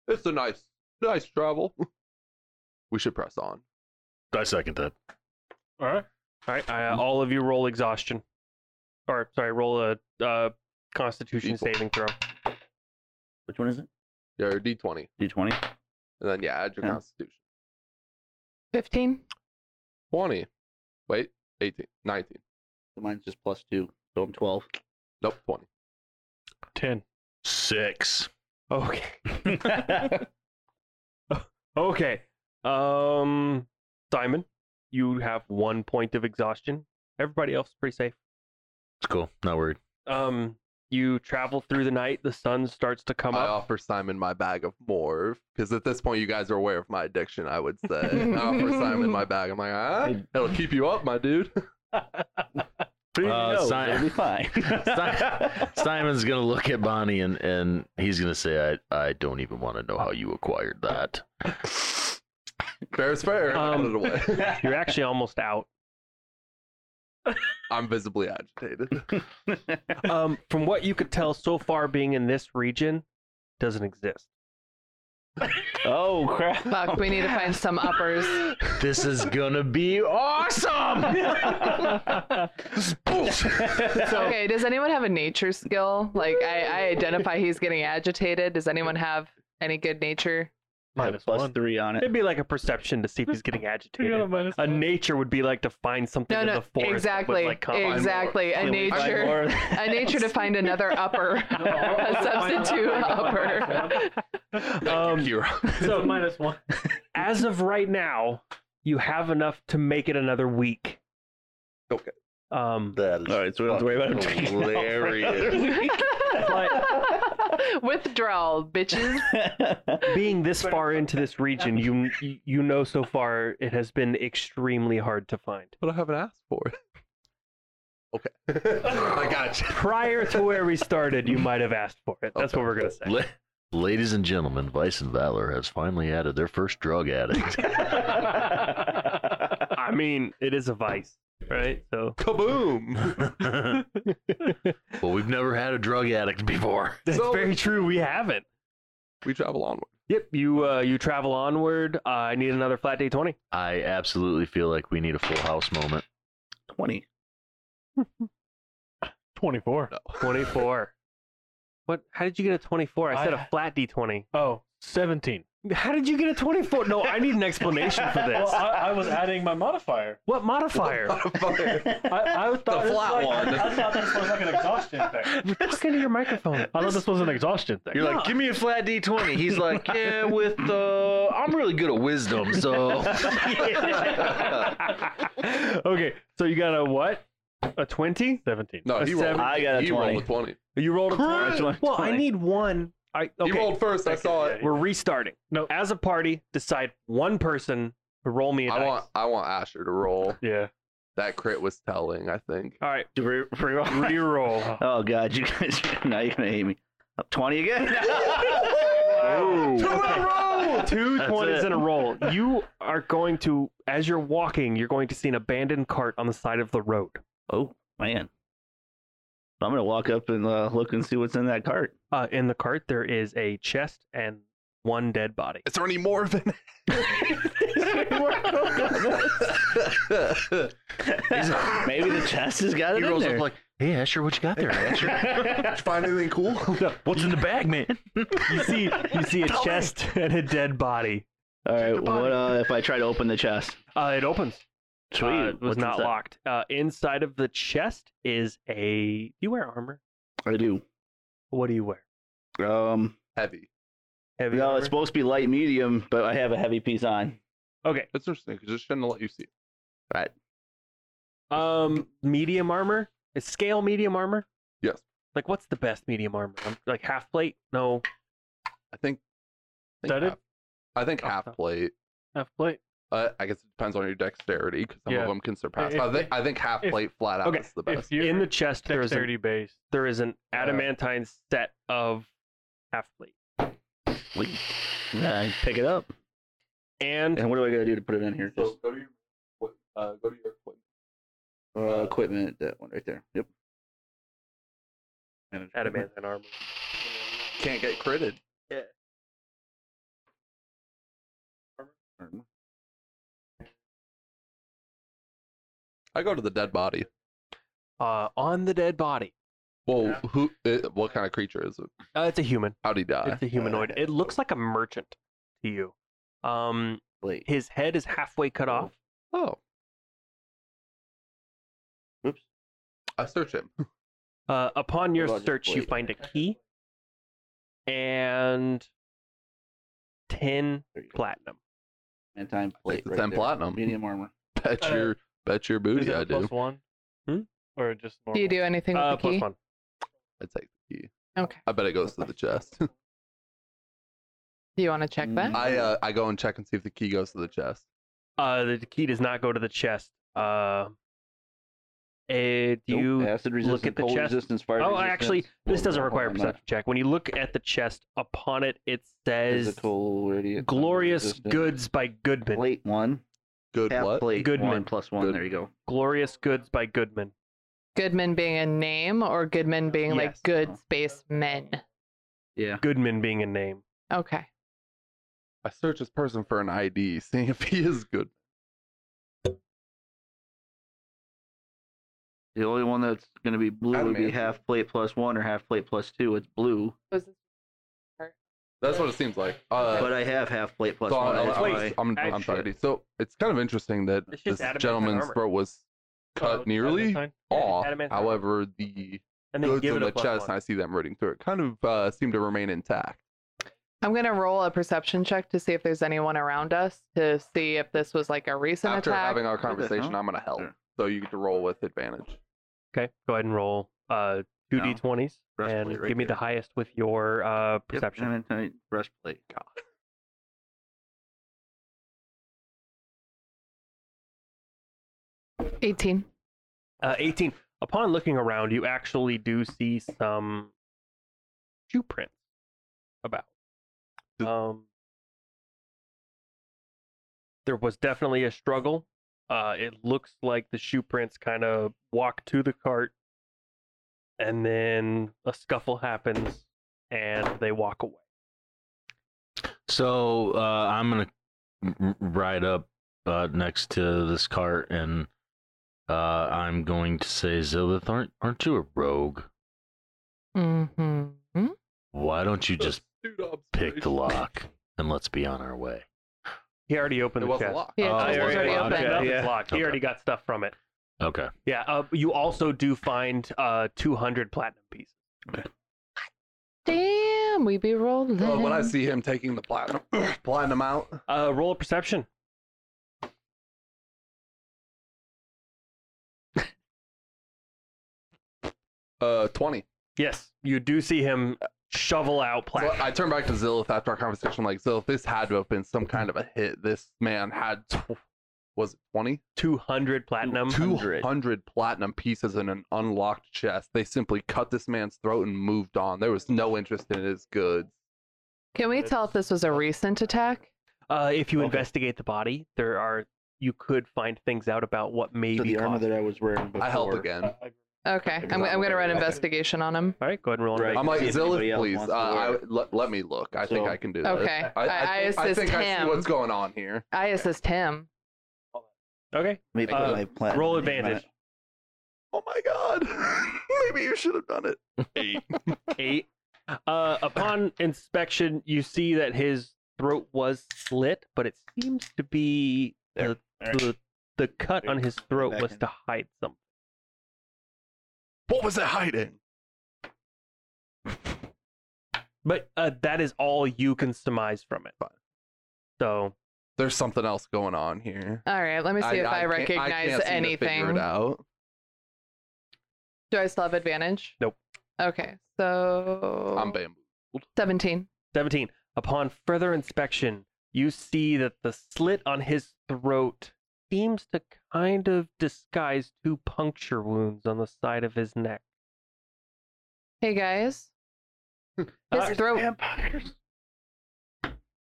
S1: it's a nice nice travel. we should press on.
S6: I second that.
S5: All right.
S2: All right, I, uh, all of you roll exhaustion, or sorry, roll a uh, Constitution
S1: Equal.
S2: saving throw.
S4: Which one is it?
S1: Yeah, or D twenty.
S4: D twenty.
S1: And then yeah, add your
S4: Yeah.
S1: constitution.
S3: 15?
S1: Twenty. Wait, 18, 19.
S4: Mine's just plus two, so I'm twelve.
S1: Nope, twenty.
S5: Ten.
S6: Six.
S2: Okay. Okay. Um, Simon, you have one point of exhaustion. Everybody else is pretty safe.
S6: It's cool. Not worried.
S2: Um, you travel through the night. The sun starts to come
S1: I
S2: up.
S1: offer Simon my bag of morve. Because at this point you guys are aware of my addiction, I would say. I offer Simon my bag. I'm like, ah,
S4: Hey.
S1: it'll keep you up, my dude.
S4: Please
S6: Uh,
S4: no,
S6: sci-
S4: it'll be fine.
S6: Si- Simon's gonna look at Bonnie and, and he's gonna say, I, I don't even want to know how you acquired that.
S1: Fair is fair.
S2: Um,
S1: Put it away.
S2: You're actually almost out.
S1: I'm visibly agitated.
S2: Um, from what you could tell so far, being in this region doesn't exist.
S4: oh crap!
S3: Fuck, we need to find some uppers.
S6: This is gonna be awesome.
S3: okay, does anyone have a nature skill? Like, I, I identify he's getting agitated. Does anyone have any good nature?
S5: Minus
S4: plus
S5: one.
S4: three on it.
S2: It'd be like a perception to see if he's getting
S5: You got a
S2: agitated.
S5: minus
S2: A
S5: one.
S2: nature would be like to find something
S3: No,
S2: in
S3: no,
S2: the forest.
S3: exactly.
S2: With, like, combine.
S3: exactly. A
S4: Can we find
S3: nature.
S4: more of
S3: A nature to find another upper. a substitute upper.
S2: Um,
S5: So minus one.
S2: as of right now, you have enough to make it another week.
S1: Okay.
S2: Um,
S6: That is
S4: All right, so we don't have to worry about him
S6: fucking
S4: taking it off for another
S3: Withdrawal, bitches.
S4: week.
S2: being this far into this region, you you know so far it has been extremely hard to find.
S1: But I haven't asked for it. Okay. I got you.
S2: Prior to where we started, you might have asked for it. That's
S1: Okay.
S2: what we're gonna say.
S6: Li- Ladies and gentlemen, Vice and Valor has finally added their first drug addict.
S2: I mean, it is a vice, right? So
S1: Kaboom!
S6: well, we've never had a drug addict before.
S2: that's
S1: So-
S2: very true. We haven't.
S1: we travel onward.
S2: Yep. You uh, you travel onward. Uh, I need another flat day twenty.
S6: I absolutely feel like we need a full house moment.
S4: 20.
S5: 24.
S2: Twenty four. What? How did you get a twenty four? I said a
S5: I-
S2: flat d twenty.
S5: Oh, 17.
S2: How did you get a twenty four? No, I need an explanation for this.
S5: Well, I, I was adding my modifier.
S2: What modifier?
S5: I, I thought
S1: flat
S5: this was like,
S1: one.
S5: I thought this was like an exhaustion thing.
S2: Talk into your microphone.
S5: I thought this was an exhaustion thing.
S6: You're
S2: No.
S6: like, give me a flat D20. He's like, yeah, with uh, I'm really good at wisdom, so.
S2: okay, so you got a what? A twenty?
S5: 17.
S1: No,
S2: A
S1: he rolled.
S2: seven.
S4: I got a
S1: he
S4: 20.
S1: rolled a twenty.
S2: You rolled a
S4: Correct.
S2: twenty. Well, I
S4: 20.
S2: need one. I
S1: He
S2: okay.
S1: rolled first. I saw it.
S2: We're restarting.
S5: No.
S2: as a party, decide one person to roll me a
S1: I
S2: dice.
S1: want. I want Asher to roll.
S5: Yeah.
S1: That crit was telling. I think.
S2: All right,
S4: Do we- we roll?
S2: re-roll.
S4: Oh, God. You guys, now you're going to hate me. Up 20 again?
S2: Wow.
S1: Two in a row!
S2: Two
S6: That's
S2: 20s
S6: it.
S2: in a roll. You are going to, as you're walking, you're going to see an abandoned cart on the side of the road.
S4: oh, man. I'm going to walk up and uh, look and see what's in that cart.
S2: Uh, in the cart, there is a chest and one dead body.
S1: Is there any more of it?
S4: He's like, Maybe the chest has got it
S6: he
S4: in
S6: rolls
S4: there.
S6: up like, hey, Asher, what you got there, Asher?
S1: Did you find anything cool?
S6: What's in the bag, man?
S2: You see, you see a
S4: Tell me.
S2: chest and a dead body.
S4: All right,
S1: Your body.
S4: what uh, if I try to open the chest?
S2: Uh, it opens.
S4: Sweet.
S2: Uh, it was
S4: What's
S2: not
S4: inside?
S2: locked. Uh, inside of the chest is a. You wear armor.
S4: I do.
S2: What do you wear?
S4: Um,
S1: Heavy.
S2: Heavy.
S4: no,
S2: armor?
S4: it's supposed to be light medium, but I have a heavy piece on.
S2: okay.
S1: That's interesting because it shouldn't let you see. it.
S2: Um, medium armor. Is scale medium armor?
S1: Yes.
S2: Like, what's the best medium armor? Um, Like half plate? No.
S1: I think. I
S5: That
S1: think
S5: it?
S1: half, I think
S2: Oh,
S1: half
S2: oh.
S1: plate.
S5: Half plate.
S1: Uh, I guess it depends on your dexterity because some
S5: Yeah.
S1: of them can surpass.
S5: If-
S1: I think I think half
S5: if-
S1: plate flat out
S2: okay,
S1: is the best.
S5: If you're
S2: In the chest, there is, an,
S5: dexterity based.
S2: there is an
S4: Uh,
S2: adamantine set of half plate.
S4: Like, I pick it up.
S2: And
S4: And what do I gotta do to put it in here? Just
S1: go to your what- uh, go to your equipment.
S4: uh, equipment, that one right there. Yep. And it's-
S2: adamantine armor.
S1: Can't get critted. I go to the dead body.
S2: Uh, on the dead body.
S1: Well, who? Uh, what kind of creature is it?
S2: Uh, it's a human.
S1: How'd he die?
S2: It's a humanoid. It looks like a merchant to you. Um,
S4: Wait.
S2: his head is halfway cut off.
S1: Oh,
S4: Oops.
S1: I search him.
S2: Uh, upon your
S4: Hold on, just
S2: search, you
S4: wait.
S2: find a key and ten
S4: There you go.
S2: platinum.
S4: And time plate.
S1: It's
S4: right
S1: ten
S4: there.
S1: platinum.
S4: Medium armor.
S1: Bet
S5: Uh,
S1: your bet your
S5: Is
S1: booty,
S5: it
S1: I
S5: a plus
S1: do.
S5: one?
S2: Hmm?
S5: Or just normal?
S3: Do you do anything with
S2: Uh,
S3: the
S2: plus
S3: key?
S2: one.
S1: I take the key.
S3: Okay.
S1: I bet it goes to the chest.
S3: Do you want to check that?
S1: I uh, I go and check and see if the key goes to the chest.
S2: Uh, the key does not go to the chest. Uh, eh, do
S4: Nope.
S2: you?
S4: acid resistance,
S2: at the
S4: cold
S2: chest?
S4: resistance, fire
S2: Oh,
S4: resistance.
S2: actually,
S4: Blah,
S2: this
S4: blah,
S2: doesn't
S4: blah,
S2: require a
S4: blah, blah.
S2: perception check. When you look at the chest, upon it, it says
S4: Physical radiant.
S2: "Glorious
S4: resistance.
S2: Goods by Goodman."
S4: Plate one.
S1: Good
S4: Half
S1: what?
S4: plate
S2: Goodman.
S4: one plus one.
S1: Good.
S4: There you go.
S2: Glorious Goods by Goodman.
S3: Goodman being a name or Goodman being
S2: Yes.
S3: like good space men?
S4: Yeah.
S2: Goodman being a name.
S3: Okay.
S1: I search this person for an ID, seeing if he is good.
S4: The only one that's going to be blue would be
S1: Adamant.
S4: half plate plus one or half plate plus two. It's blue,
S1: That's what it seems like. Uh,
S4: but I have half plate plus
S1: so
S4: one.
S1: I'm, I'm,
S4: that's
S1: I'm-
S4: why-
S1: I'm, I'm
S2: Actually-
S1: sorry. So it's kind of interesting that
S2: It's just
S1: this
S2: adamantine
S1: gentleman's
S2: armor.
S1: throat was cut
S5: Oh,
S1: nearly
S5: adamantine?
S1: off.
S2: adamantine armor.
S1: However, the
S2: And then
S1: goods
S2: give
S1: in
S2: it
S1: the
S2: a plus
S1: chest, and
S2: one.
S1: I see them reading through it, kind of uh, seem to remain intact.
S3: I'm gonna roll a perception check to see if there's anyone around us to see if this was like a recent
S1: After
S3: attack.
S1: having our
S4: What the
S1: conversation,
S4: hell?
S1: I'm going to help.
S4: Sure.
S1: So you get to roll with advantage.
S2: Okay, go ahead and roll uh, two
S4: No.
S2: d20s and
S4: Breastplate right
S2: give me the
S4: there.
S2: highest with your uh,
S4: Yep,
S2: perception.
S4: adamantine breastplate.
S3: Eighteen.
S2: Uh, 18. Upon looking around, you actually do see some shoe prints about. Um, there was definitely a struggle. Uh, it looks like the shoe prints kind of walk to the cart, and then a scuffle happens, and they walk away.
S6: So uh, I'm gonna r- r- ride up uh, next to this cart, and uh, I'm going to say, Zilith, aren't aren't you a rogue?
S3: Mm-hmm.
S6: Why don't you just
S1: Astute observation.
S6: pick the lock and let's be on our way?
S2: He already opened
S1: It
S2: the
S1: was
S2: chest.
S1: locked.
S3: Yeah,
S6: Oh,
S3: chest
S2: I
S3: was
S2: already
S3: already
S2: opened.
S3: open.
S2: Nothing's
S4: Yeah.
S2: locked. He
S6: Okay.
S2: already got stuff from it.
S6: Okay.
S2: Yeah. Uh, you also do find uh 200 platinum pieces.
S3: Damn, we be rolling.
S1: Oh, when I see him taking the platinum, platinum out,
S2: Uh, roll a perception.
S1: uh, twenty.
S2: Yes, you do see him shovel out
S1: So
S2: platinum.
S1: I turn back to Zilith after our conversation. Like Zilith, this had to have been some kind of a hit. This man had tw- was it twenty?
S2: 200 platinum.
S1: 200. platinum pieces in an unlocked chest. They simply cut this man's throat and moved on. There was no interest in his goods.
S3: Can we tell if this was a recent attack?
S2: Uh, if you
S4: Okay.
S2: investigate the body, there are you could find things out about what may
S4: So
S2: be
S4: the armor
S2: caused.
S4: that I was wearing before.
S1: I help again.
S3: Okay, I'm, I'm gonna run investigation on him.
S2: All right, go ahead and roll.
S4: Right.
S2: Right.
S1: I'm like,
S4: see if anybody
S1: Zilith,
S4: else
S1: please,
S4: wants
S1: uh,
S4: to
S1: I,
S4: wear
S1: let, let me look. I think
S4: So-
S1: I can do this.
S3: Okay, I,
S1: I, I,
S3: I
S1: think, I
S3: assist
S1: think I see
S3: him.
S1: what's going on here.
S3: I assist him.
S2: Okay.
S4: Maybe
S2: Uh,
S4: my platinum
S2: roll
S4: name on it.
S2: advantage.
S1: Oh my god. Maybe you should have done it. Eight.
S2: Eight. Uh, upon inspection, you see that his throat was slit, but it seems to be the,
S4: There.
S2: the the cut on his throat
S4: Back
S2: was
S4: in.
S2: to hide something.
S1: what was it hiding?
S2: But uh, that is all you can surmise from it. So
S1: There's something else going on here.
S3: All right, let me see if I,
S1: can't-
S3: recognize
S1: can't seem to
S3: anything.
S1: figure it out.
S3: Do I still have advantage?
S2: Nope.
S3: Okay, so
S1: I'm bamboo.
S3: 17.
S2: 17. Upon further inspection, you see that the slit on his throat seems to kind of disguise two puncture wounds on the side of his neck.
S3: Hey guys, his
S2: Uh,
S3: throat.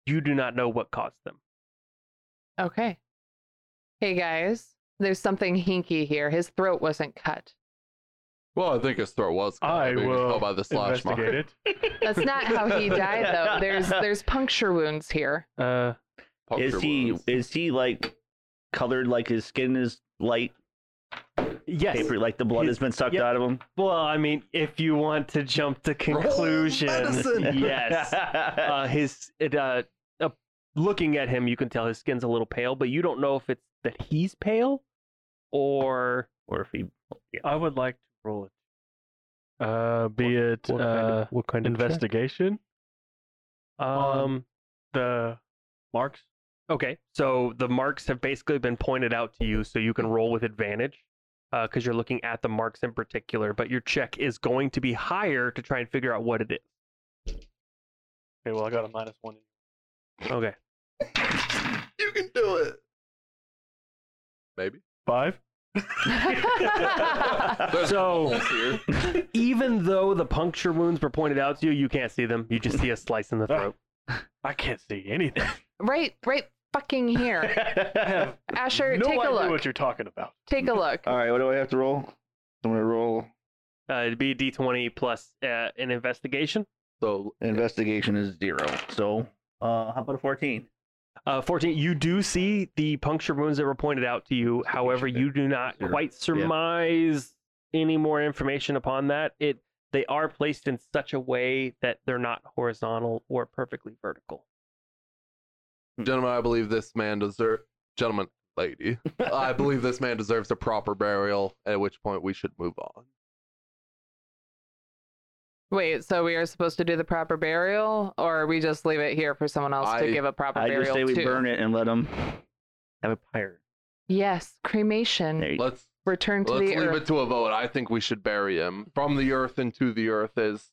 S2: You do not know what caused them.
S3: Okay. Hey guys, there's something hinky here. His throat wasn't cut.
S1: Well, I think his throat was. cut.
S5: I
S1: mean, you can
S5: will
S1: tell by the slash mark.
S5: investigate it.
S3: That's not how he died though. There's there's puncture wounds here.
S2: Uh,
S4: Is
S1: Puncture
S4: he
S1: wounds.
S4: is he like colored like his skin is light
S2: yes.
S4: paper like the blood
S2: His-
S4: has been sucked
S2: yep.
S4: out of him?
S2: Well, I mean, if you want to jump to conclusion,
S1: medicine.
S2: yes. Uh, his it, uh, uh, looking at him, you can tell his skin's a little pale, but you don't know if it's that he's pale or
S4: or if he
S5: I would like to roll it. Uh, be it
S2: what kind
S5: uh,
S2: of, what kind of check?
S5: investigation,
S2: Um,
S5: the marks.
S2: Okay, so the marks have basically been pointed out to you, so you can roll with advantage because you're looking at the marks in particular. But your check is going to be higher to try and figure out what it is.
S5: Okay, well I got a minus one.
S2: Okay,
S1: You can do it. Maybe.
S5: Five.
S1: There's
S2: So-
S1: holes here.
S2: even though the puncture wounds were pointed out to you, you can't see them. You just see a slice in the
S4: Ah.
S2: throat.
S5: I can't see anything.
S3: right, right fucking here.
S5: I have
S3: Asher,
S5: no
S3: take
S5: idea
S3: a look.
S5: what you're talking about.
S3: Take a look.
S4: All right, what do I have to roll? I'm gonna roll
S2: Uh, it'd be a D20 plus uh, an investigation.
S1: So
S4: investigation is zero. So uh, how about a fourteen?
S2: Uh, 14. You do see the puncture wounds that were pointed out to you. However, you do not
S4: Sure.
S2: quite surmise any more information upon that. It they are placed in such a way that they're not horizontal or perfectly vertical.
S4: Hmm.
S1: Gentlemen, I believe this man deserves. Gentlemen, lady, I believe this man deserves a proper burial. At which point we should move on.
S3: Wait, so we are supposed to do the proper burial, or we just leave it here for someone else
S1: I-
S3: to give a proper
S4: I
S3: burial
S4: just say we
S3: to?
S4: burn it and let him have a pyre.
S3: Yes, cremation.
S4: There you
S1: Let's
S3: Return to
S1: let's
S3: the
S1: leave
S3: earth.
S1: it to a vote. I think we should bury him from the earth into the earth as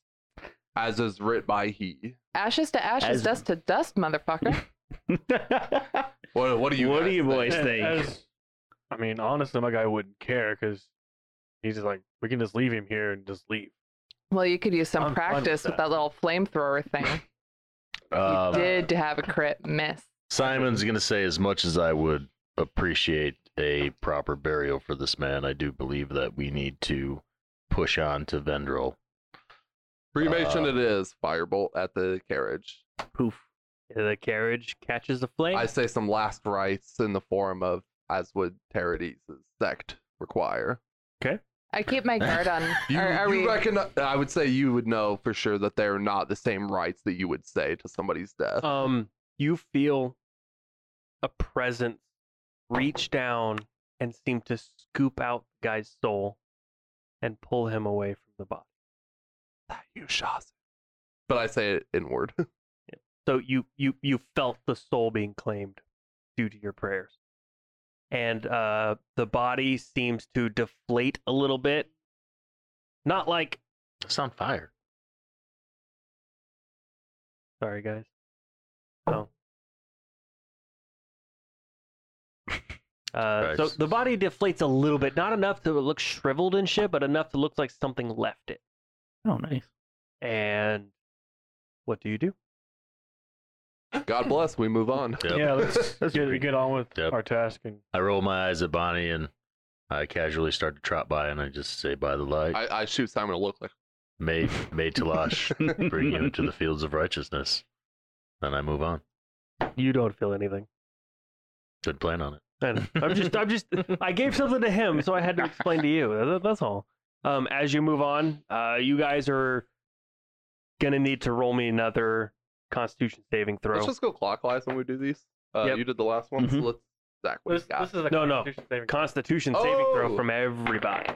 S1: as is writ by he.
S3: Ashes to ashes,
S4: As-
S3: dust to dust, motherfucker.
S1: What what do you
S4: What do
S1: guys
S4: you
S1: think?
S4: boys- Nice
S5: And
S4: thing.
S5: As, I mean, honestly, my guy wouldn't care because he's just like, we can just leave him here and just leave.
S3: well, you could use some
S5: I'm fine with
S3: practice with
S5: that.
S3: that
S5: Uh,
S3: little flamethrower thing.
S6: Um,
S3: did have a crit miss.
S6: Simon's going to say, as much as I would appreciate a proper burial for this man, I do believe that we need to push on to Vendril.
S1: Cremation
S6: Uh,
S1: it is. Firebolt at the carriage.
S2: Poof. The carriage catches the flame.
S1: I say some last rites in the form of as would Terades' sect require.
S3: I keep my guard on.
S1: You,
S3: are are
S1: you
S3: we?
S1: recogni- I would say you would know for sure that they're not the same rites that you would say to somebody's death.
S2: um you feel a presence reach down and seem to scoop out the guy's soul and pull him away from the body
S1: That you shot. But I say it inward.
S2: so you you you felt the soul being claimed due to your prayers and uh the body seems to deflate a little bit not like
S6: It's on fire.
S2: sorry guys oh Uh, so
S6: Christ.
S2: the body deflates a little bit, not enough to look shriveled and shit, but enough to look like something left it.
S4: Oh, nice.
S2: And what do you do?
S1: God bless. We move on.
S6: Yep.
S5: Yeah, let's, let's get, get on with
S6: Yep.
S5: our task. And
S6: I roll my eyes at Bonnie and I casually start to trot by and I just say, by the light,
S1: I, I shoot Simon a look like
S6: may, may Talash bring you into the fields of righteousness. Then I move on.
S2: You don't feel anything.
S6: Good plan on it.
S2: I know. I'm just, I'm just, I gave something to him, so I had to explain to you. That- That's all. Um, as you move on, uh, you guys are gonna need to roll me another Constitution saving throw.
S1: let's just go clockwise when we do these. Uh,
S2: Yep.
S1: You did the last one, so
S4: Mhm.
S1: let's Zach what
S5: this,
S1: you got.
S5: this is a
S2: No, no.
S5: Constitution saving throw.
S2: Constitution saving throw
S1: Oh!
S2: from everybody.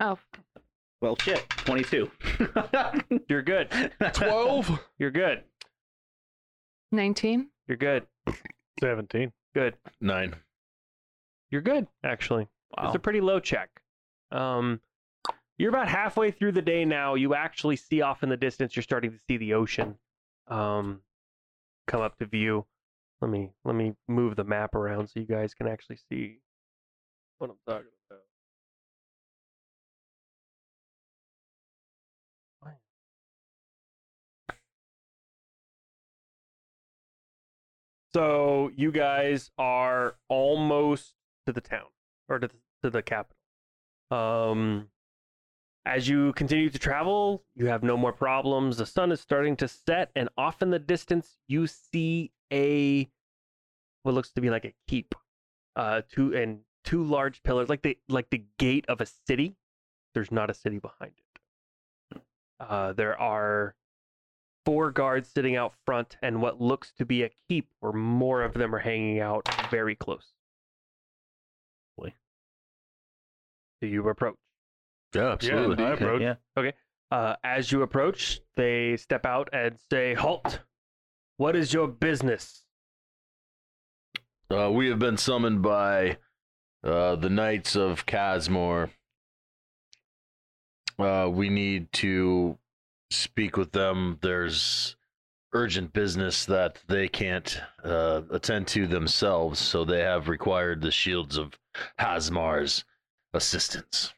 S3: Oh,
S4: Well, shit. 22.
S2: You're good.
S1: Twelve.
S2: You're good.
S3: 19?
S2: You're good.
S5: 17.
S2: Good.
S6: Nine.
S2: You're good. Actually,
S4: Wow.
S2: it's a pretty low check. Um, you're about halfway through the day now. You actually see off in the distance. You're starting to see the ocean. Um, come up to view. Let me let me move the map around so you guys can actually see what I'm talking about. So you guys are almost to the town or to the, to the capital. Um, as you continue to travel, you have no more problems. The sun is starting to set, and off in the distance, you see a what looks to be like a keep, uh, two and two large pillars, like the like the gate of a city. There's not a city behind it. Uh, there are four guards sitting out front, and what looks to be a keep, where more of them are hanging out very close. Do you approach?
S6: Yeah, absolutely.
S5: I approach.
S4: yeah.
S2: Uh, as you approach, they step out and say, Halt! What is your business?
S6: Uh, we have been summoned by uh, the Knights of Casmore. Uh, we need to speak with them. There's urgent business that they can't uh, attend to themselves, so they have required the shields of Hasmar's assistance.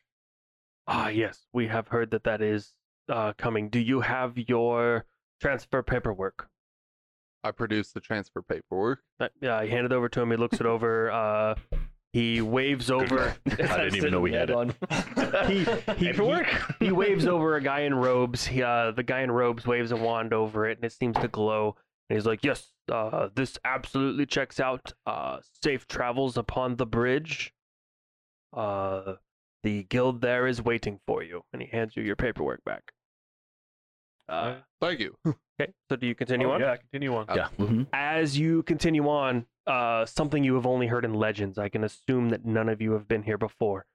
S2: Ah, yes, we have heard that that is uh, coming. Do you have your transfer paperwork?
S1: I produced the transfer paperwork.
S2: Uh, yeah, I hand it over to him. He looks it over. Uh, he waves over.
S6: I didn't even know we had it.
S2: He- he-
S6: Paperwork?
S2: he waves over a guy in robes. He, uh, the guy in robes waves a wand over it, and it seems to glow. And he's like, "Yes, uh, this absolutely checks out. Uh, safe travels upon the bridge. Uh, the guild there is waiting for you." And he hands you your paperwork back. Uh,
S1: Thank you.
S2: okay, so do you continue
S5: Oh,
S2: on?
S5: Yeah, continue
S1: Uh,
S5: on.
S6: Yeah.
S2: As you continue on, uh, something you have only heard in legends. I can assume that none of you have been here before.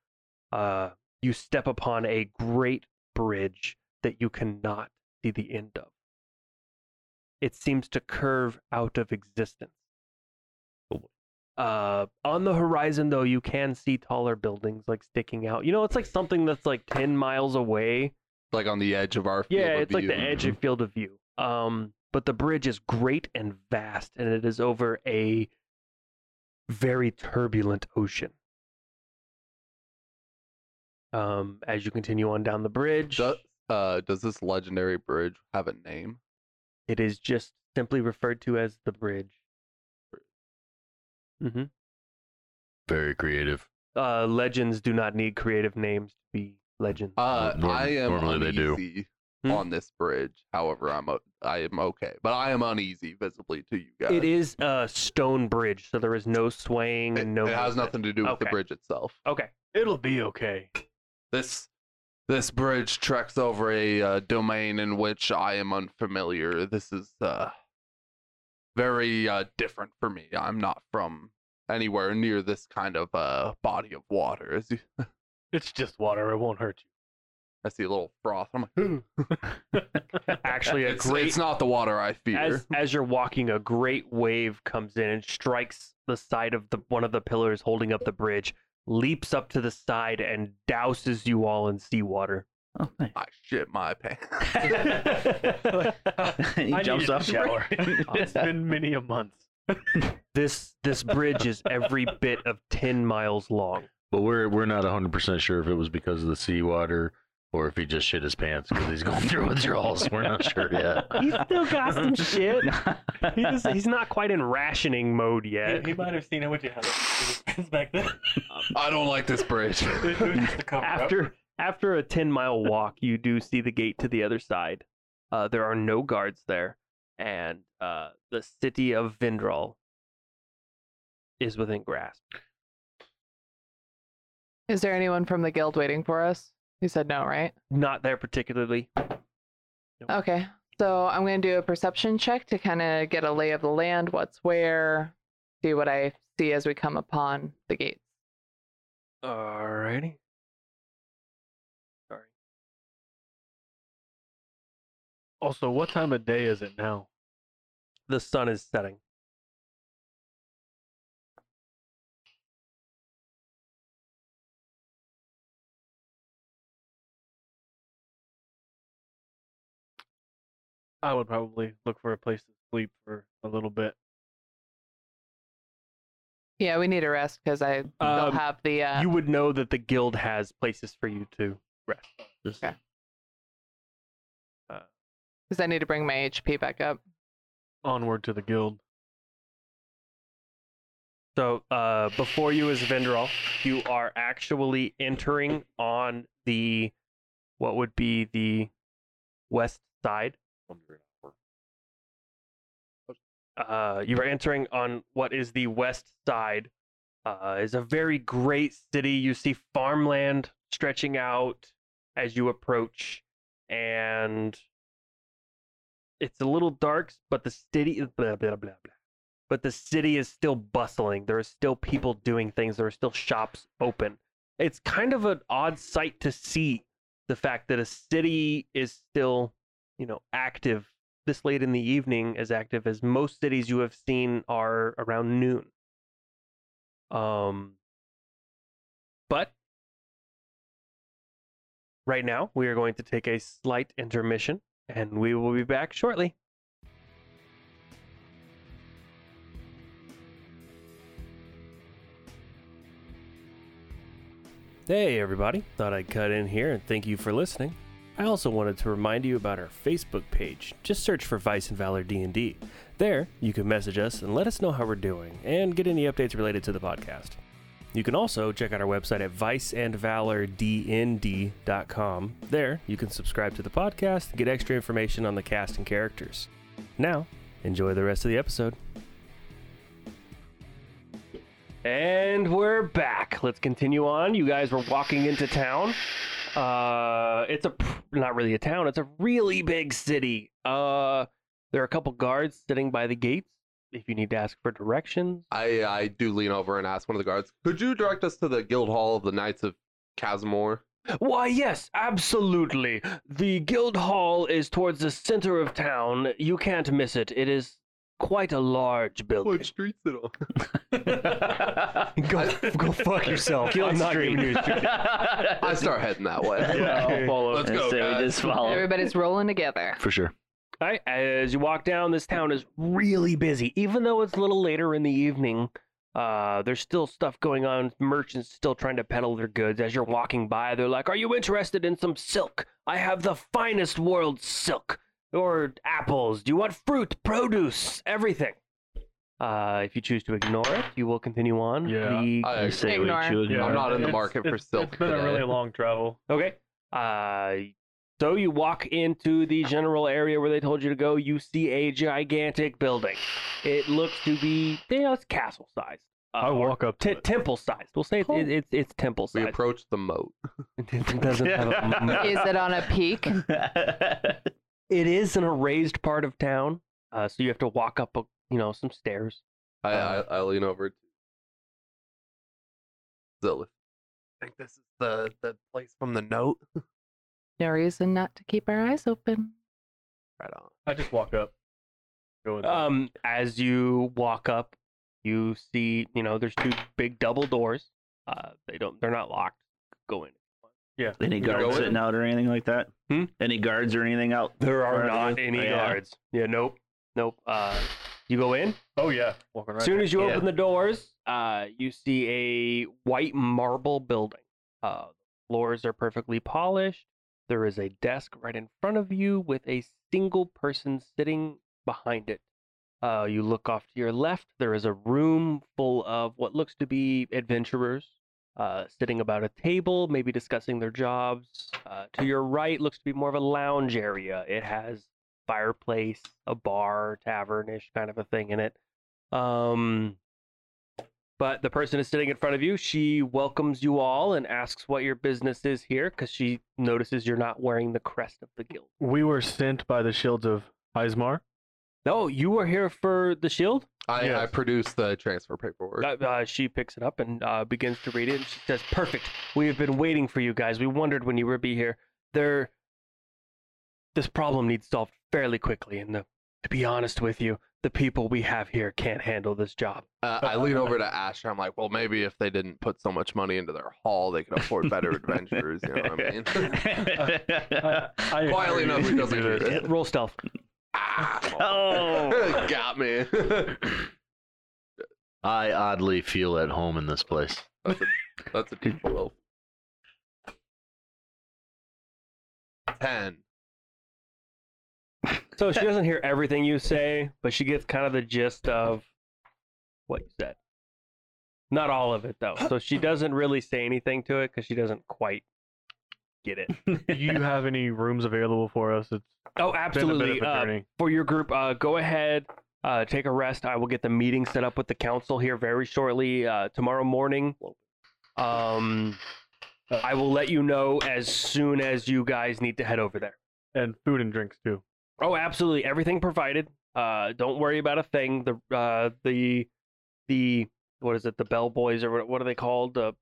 S2: Uh, you step upon a great bridge that you cannot see the end of. It seems to curve out of existence. Uh, on the horizon, though, you can see taller buildings like sticking out. You know, it's like something that's like 10 miles away.
S1: Like on the edge of our field
S2: Yeah,
S1: of
S2: it's like the
S1: view.
S2: edge of field of view. Um, but the bridge is great and vast, and it is over a very turbulent ocean. Um, as you continue on down the bridge,
S1: Do- uh, does this legendary bridge have a name?
S2: It is just simply referred to as the bridge. Mm-hmm.
S6: Very creative.
S2: Uh, legends do not need creative names to be legends.
S1: Uh,
S6: Norm-
S1: I am
S6: normally they do.
S1: uneasy
S2: Hmm?
S1: on this bridge. However, I'm o- I am okay, but I am uneasy visibly to you guys.
S2: it is a stone bridge, so there is no swaying
S1: It,
S2: and no.
S1: it has
S2: movement.
S1: nothing to do with the
S2: Okay.
S1: bridge itself.
S2: Okay.
S5: It'll be okay.
S1: This this bridge treks over a uh, domain in which I am unfamiliar. This is uh, very uh, different for me. I'm not from anywhere near this kind of uh, body of water. As you,
S5: It's just water. It won't hurt
S1: I see a little froth. I'm like,
S2: Actually, a
S1: it's,
S2: great.
S1: it's not the water I fear.
S2: as as you're walking, a great wave comes in and strikes the side of the one of the pillars holding up the bridge, leaps up to the side and douses you all in seawater.
S4: Oh, nice.
S1: I shit my pants.
S4: he
S5: I
S4: jumps
S5: needed
S4: off.
S5: a shower. you. it's been many a month.
S2: This this bridge is every bit of ten miles long.
S6: But we're we're not 100% sure if it was because of the seawater or if he just shit his pants because he's going through withdrawals. We're not sure yet.
S2: He's still got some shit. He
S4: He's
S2: just, he's not quite in rationing mode yet.
S5: might have seen it with your hands back then.
S2: Um,
S1: I don't like this bridge.
S5: Oh,
S2: after after a 10 mile walk you do see the gate to the other side uh, there are no guards there and uh, the city of vindral is within grasp
S3: Is there anyone from the guild waiting for us? You said no, right?
S2: not there particularly
S3: Okay. So I'm going to do a perception check to kind of get a lay of the land, what's where, see what I see as we come upon the gates.
S2: alrighty sorry
S5: Also, what time of day is it now?
S2: the sun is setting
S5: I would probably look for a place to sleep for a little bit.
S3: Yeah, we need a rest because I they'll
S2: Um,
S3: have the. Uh,
S2: you would know that the guild has places for you to rest Just-
S3: Okay. Because I need to bring my HP back up.
S5: Onward to the guild.
S2: So uh, before you is Vendrell. You are actually entering on the what would be the west side. Uh, you are entering on what is the west side. Uh, is a very great city. You see farmland stretching out as you approach, and it's a little dark, but the city blah blah blah blah but the city is still bustling. There are still people doing things. There are still shops open. It's kind of an odd sight to see the fact that a city is still, you know, active this late in the evening, as active as most cities you have seen are around noon. Um, but right now we are going to take a slight intermission, and we will be back shortly. Hey, everybody. Thought I'd cut in here and thank you for listening. I also wanted to remind you about our Facebook page. Just search for Vice and Valor D&D. There, you can message us and let us know how we're doing and get any updates related to the podcast. You can also check out our website at viceandvalordnd.com. There, you can subscribe to the podcast and get extra information on the cast and characters. Now, enjoy the rest of the episode. And we're back. Let's continue on. You guys were walking into town. Uh, it's a pr- not really a town. It's a really big city. Uh, there are a couple guards sitting by the gates. If you need to ask for directions,
S1: I I do lean over and ask one of the guards, "Could you direct us to the Guild Hall of the Knights of Casimir?"
S2: Why, yes, absolutely. The Guild Hall is towards the center of town. You can't miss it. It is quite a large building.
S1: street's it on?
S2: Go, go fuck yourself.
S4: Guild
S2: I'm not
S4: Street.
S2: giving you a street.
S1: I start heading that way.
S4: Yeah.
S1: Let's go,
S4: so
S1: guys.
S4: we just follow.
S3: Everybody's rolling together.
S6: For sure.
S2: All right, as you walk down, this town is really busy. Even though it's a little later in the evening, uh, there's still stuff going on. Merchants still trying to peddle their goods. As you're walking by, they're like, "Are you interested in some silk? I have the finest world silk. or apples? Do you want fruit, produce, everything? Uh, if you choose to ignore it, you will continue on.
S5: Yeah,
S2: The-
S1: I
S4: I say we
S3: Ignore.
S4: choose.
S1: Yeah. I'm not in the
S5: it's-
S1: market for
S5: it's-
S1: silk
S5: It's been
S1: today.
S5: a really long travel.
S2: Okay. Uh, so you walk into the general area where they told you to go. You see a gigantic building. It looks to be, you know, it's castle sized. Uh,
S5: I walk up to
S2: T-
S5: it.
S2: temple sized. We'll say it, it, it's it's temple
S1: We
S2: sized.
S1: approach the moat.
S2: it doesn't have a moat.
S3: Is it on a peak?
S2: It is in a raised part of town, uh, so you have to walk up, a, you know, some stairs.
S1: I, I,
S2: Uh,
S1: I lean over to Zilith. I think this is the, the place from the note.
S3: No reason not to keep our eyes open.
S1: Right on.
S5: I just walk up. Go in there.
S1: Uh,
S2: Um, as you walk up, you see, you know, there's two big double doors. Uh, they don't, they're not locked. Go in.
S4: Any
S1: go
S4: guards
S1: in?
S4: sitting out or anything like that?
S2: Hmm?
S4: Any guards or anything out?
S2: There are
S4: Or-
S2: not any
S4: yeah.
S2: guards. Yeah, nope. Nope. Uh, you go in.
S5: oh yeah, walking
S2: As
S5: right.
S2: soon as you
S4: Yeah.
S2: open the doors, uh, you see a white marble building. Uh, floors are perfectly polished. There is a desk right in front of you with a single person sitting behind it. Uh, you look off to your left. There is a room full of what looks to be adventurers uh, sitting about a table, maybe discussing their jobs. Uh, to your right looks to be more of a lounge area. It has fireplace, a bar, tavernish kind of a thing in it. Um, but the person is sitting in front of you. She welcomes you all and asks what your business is here because she notices you're not wearing the crest of the guild.
S5: we were sent by the shields of Ismar.
S2: No, Oh, you are here for the shield.
S1: I, I
S5: Yes.
S1: produce the transfer paperwork.
S2: Uh, uh, she picks it up and uh, begins to read it. And she says, "Perfect. We have been waiting for you guys. We wondered when you would be here. There, this problem needs solved fairly quickly. And the, to be honest with you, the people we have here can't handle this job.
S1: Uh, I lean over to Asher. I'm like, well, maybe if they didn't put so much money into their haul, they could afford better adventures. You know what I mean?
S5: I
S1: Quietly
S5: agree.
S1: enough, he doesn't hear
S5: Dude,
S1: it.
S2: Roll stealth.
S1: Ah, got me.
S6: I oddly feel at home in this place.
S1: that's a, that's a D12. Ten.
S2: So she doesn't hear everything you say, but she gets kind of the gist of what you said. Not all of it though. So she doesn't really say anything to it because she doesn't quite get it.
S5: Do you have any rooms available for us? It's
S2: Oh,
S5: been a bit
S2: absolutely.
S5: of a
S2: Uh,
S5: journey.
S2: for your group, uh, go ahead, uh, take a rest. I will get the meeting set up with the council here very shortly uh, tomorrow morning. Um, I will let you know as soon as you guys need to head over there.
S5: and food and drinks too.
S2: Oh, absolutely. Everything provided. Uh, don't worry about a thing. The uh, the the what is it? The bellboys or what, what are they called? Uh,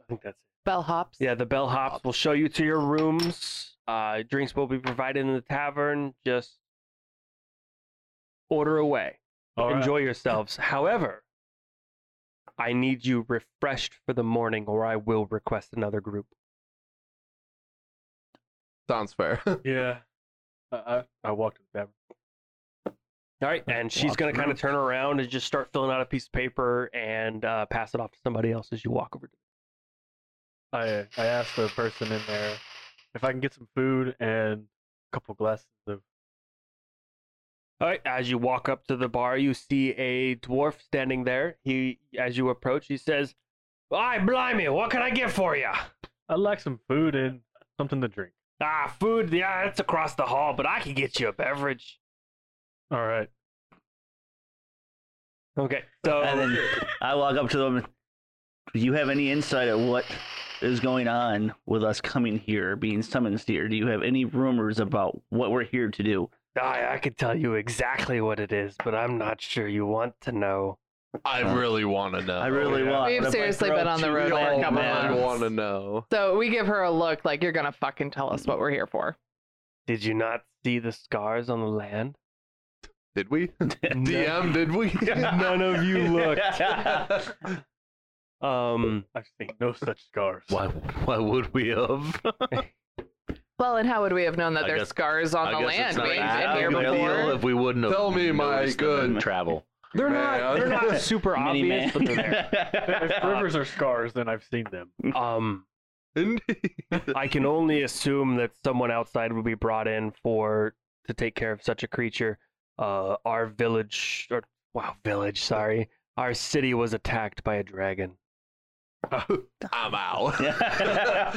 S2: I think that's it.
S3: Bellhops.
S2: Yeah, the bellhops will show you to your rooms. Uh, drinks will be provided in the tavern. Just order away.
S5: All right.
S2: Enjoy yourselves. However, I need you refreshed for the morning, or I will request another group.
S1: Sounds fair.
S5: Yeah. I, I, I walked in the tavern.
S2: All right, and she's
S4: Walk
S2: gonna kind
S4: around.
S2: of turn around and just start filling out a piece of paper and uh, pass it off to somebody else as you walk over. to
S5: I I asked the person in there if I can get some food and a couple glasses of.
S2: All right, as you walk up to the bar, you see a dwarf standing there. He, as you approach, he says, "I blimey, what can I get for you?"
S5: I'd like some food and something to drink.
S2: Ah, food. Yeah, it's across the hall, but I can get you a beverage.
S5: All right.
S2: Okay, so
S4: And then I walk up to them. Do you have any insight at what is going on with us coming here, being summoned here? Do you have any rumors about what we're here to do?
S2: I, I can tell you exactly what it is, but I'm not sure you want to know.
S1: I really want to know.
S4: I really
S5: yeah.
S4: want.
S3: We've
S4: but if I
S3: seriously
S4: throw
S3: been on the
S4: two
S3: road
S4: dark
S3: for a
S1: I
S3: couple
S4: men-
S3: months.
S1: want to know.
S3: So we give her a look like you're gonna fucking tell us what we're here for.
S2: Did you not see the scars on the land?
S1: Did we? DM, did we?
S2: None of you look. Um,
S5: I've seen no such scars.
S6: Why? Why would we have?
S3: Well, and how would we have known that
S6: I
S3: there's
S6: guess-
S3: scars on the land? We've been
S4: that
S3: here
S4: big
S6: big
S4: a
S6: a deal
S3: before.
S6: if we wouldn't have.
S1: Tell me my
S6: noticed them
S1: good-
S6: in travel.
S2: they're not
S1: Man.
S2: they're not super
S4: Mini
S2: obvious, but they're there.
S5: if
S4: man.
S5: rivers are scars, then I've seen them.
S2: Um,
S1: Indeed.
S2: I can only assume that someone outside would be brought in for to take care of such a creature. Uh, our village, or wow, village, sorry, our city was attacked by a dragon.
S1: I'm out.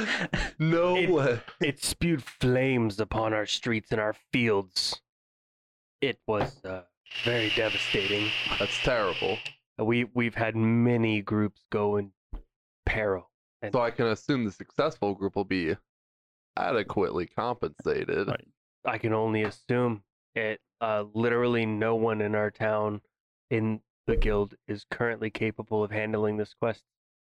S1: no
S2: It-
S1: way.
S2: It spewed flames upon our streets and our fields. It was uh, very devastating.
S1: That's terrible.
S2: We we've had many groups go in peril. And
S1: So I can assume the successful group will be adequately compensated.
S4: Right.
S2: I can only assume it. Uh, literally, no one in our town, in the guild, is currently capable of handling this quest,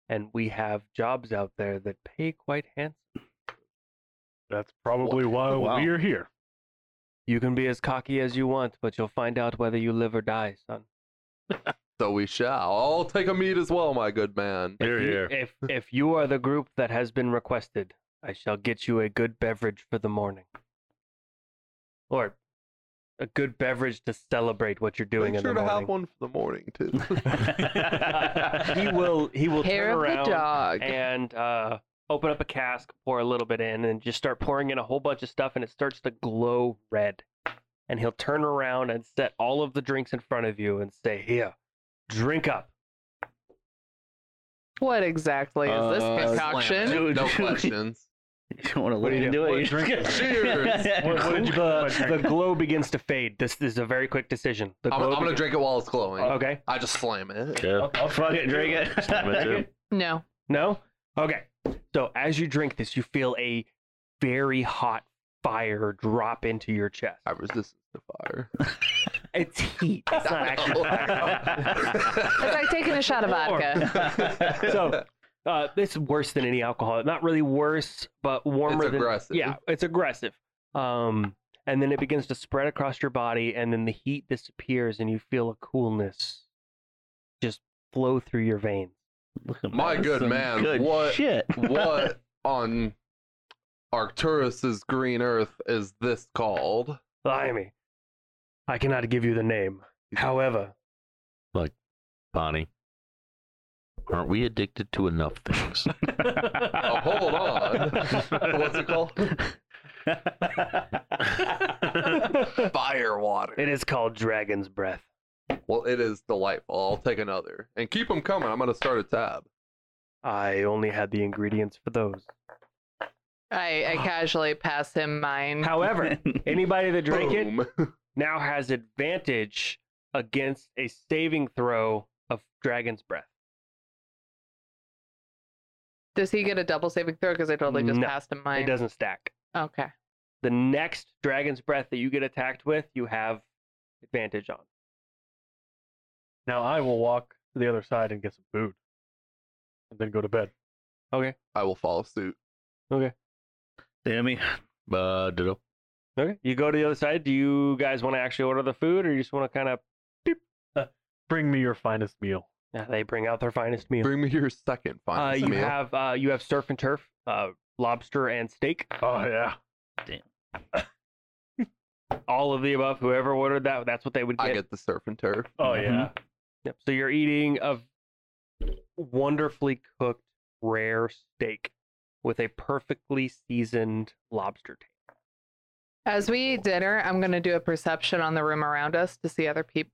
S2: and we have jobs out there that pay quite handsome.
S5: That's probably why
S4: Wow.
S5: we're here.
S2: You can be as cocky as you want, but you'll find out whether you live or die, son.
S1: So we shall. I'll take a meat as well, my good man.
S6: Here,
S2: You-
S6: here.
S2: If if you are the group that has been requested, I shall get you a good beverage for the morning, or a good beverage to celebrate what you're doing
S1: Make
S2: in
S1: sure
S2: the
S1: to
S2: morning.
S1: have one for the morning too.
S2: He will. He will
S3: Hair
S2: turn
S3: of
S2: around.
S3: the dog.
S2: and uh, open up a cask, pour a little bit in, and just start pouring in a whole bunch of stuff, and it starts to glow red. And he'll turn around and set all of the drinks in front of you and say, "Here, drink up."
S3: What exactly is this
S4: Uh,
S3: concoction?
S4: Dude.
S1: no questions.
S4: You don't want to
S5: What
S4: look
S5: do you
S4: into
S5: do?
S4: it.
S5: What
S4: you just
S5: drink?
S4: gotta-
S1: Cheers.
S5: What- what did you-
S2: the,
S5: what
S2: the
S5: drink?
S2: glow begins to fade. This, is a very quick decision. The
S1: I'm,
S2: glow
S1: I'm gonna
S2: begin-
S1: drink it while it's glowing.
S2: Okay.
S1: I just slam it.
S6: Yeah.
S4: Fuck it, drink
S6: Slam it,
S4: it.
S6: too.
S3: No.
S2: No? Okay. So as you drink this, you feel a very hot fire drop into your chest.
S1: I resist the fire.
S2: It's heat. It's not actually fire.
S3: It's like taking a shot of vodka.
S2: So- Uh, it's worse than any alcohol. Not really worse, but warmer. than-
S1: aggressive.
S2: Yeah, it's aggressive. Um, and then it begins to spread across your body, and then the heat disappears, and you feel a coolness just flow through your veins.
S4: Look at
S1: My
S4: that.
S1: good
S4: Some
S1: man,
S4: Good
S1: what-
S4: shit.
S1: what on Arcturus's green earth is this called?
S2: Blimey, I cannot give you the name. However,
S6: Bonnie, aren't we addicted to enough things?
S1: Oh, hold on. What's it called? Fire water.
S2: it is called Dragon's Breath.
S1: Well, it is delightful. I'll take another and keep them coming. I'm gonna start a tab.
S2: I only had the ingredients for those.
S3: I, I casually pass him mine.
S2: However, anybody that drink it
S1: Boom.
S2: now has advantage against a saving throw of dragon's breath.
S3: Does he get a double saving throw? Because I totally just
S2: No,
S3: passed him
S2: It
S3: mine.
S2: doesn't stack.
S3: Okay.
S2: The next dragon's breath that you get attacked with, you have advantage on.
S5: Now I will walk to the other side and get some food, and then go to bed.
S1: I will follow suit.
S4: Sammy,
S6: uh, ditto.
S2: Okay. You go to the other side. Do you guys want to actually order the food, or you just want to kind of?
S5: Bring me your finest meal.
S2: They bring out their finest meal.
S1: Bring me your second
S2: Uh,
S1: finest
S2: you
S1: meal.
S2: have uh, you have surf and turf, uh, lobster and steak.
S5: Oh yeah.
S2: All of the above. Whoever ordered that, that's what they would
S1: I get the surf and turf.
S5: Oh yeah.
S2: Yep. So you're eating a wonderfully cooked rare steak with a perfectly seasoned lobster tail.
S3: As we eat dinner, I'm gonna do a perception on the room around us to see other people.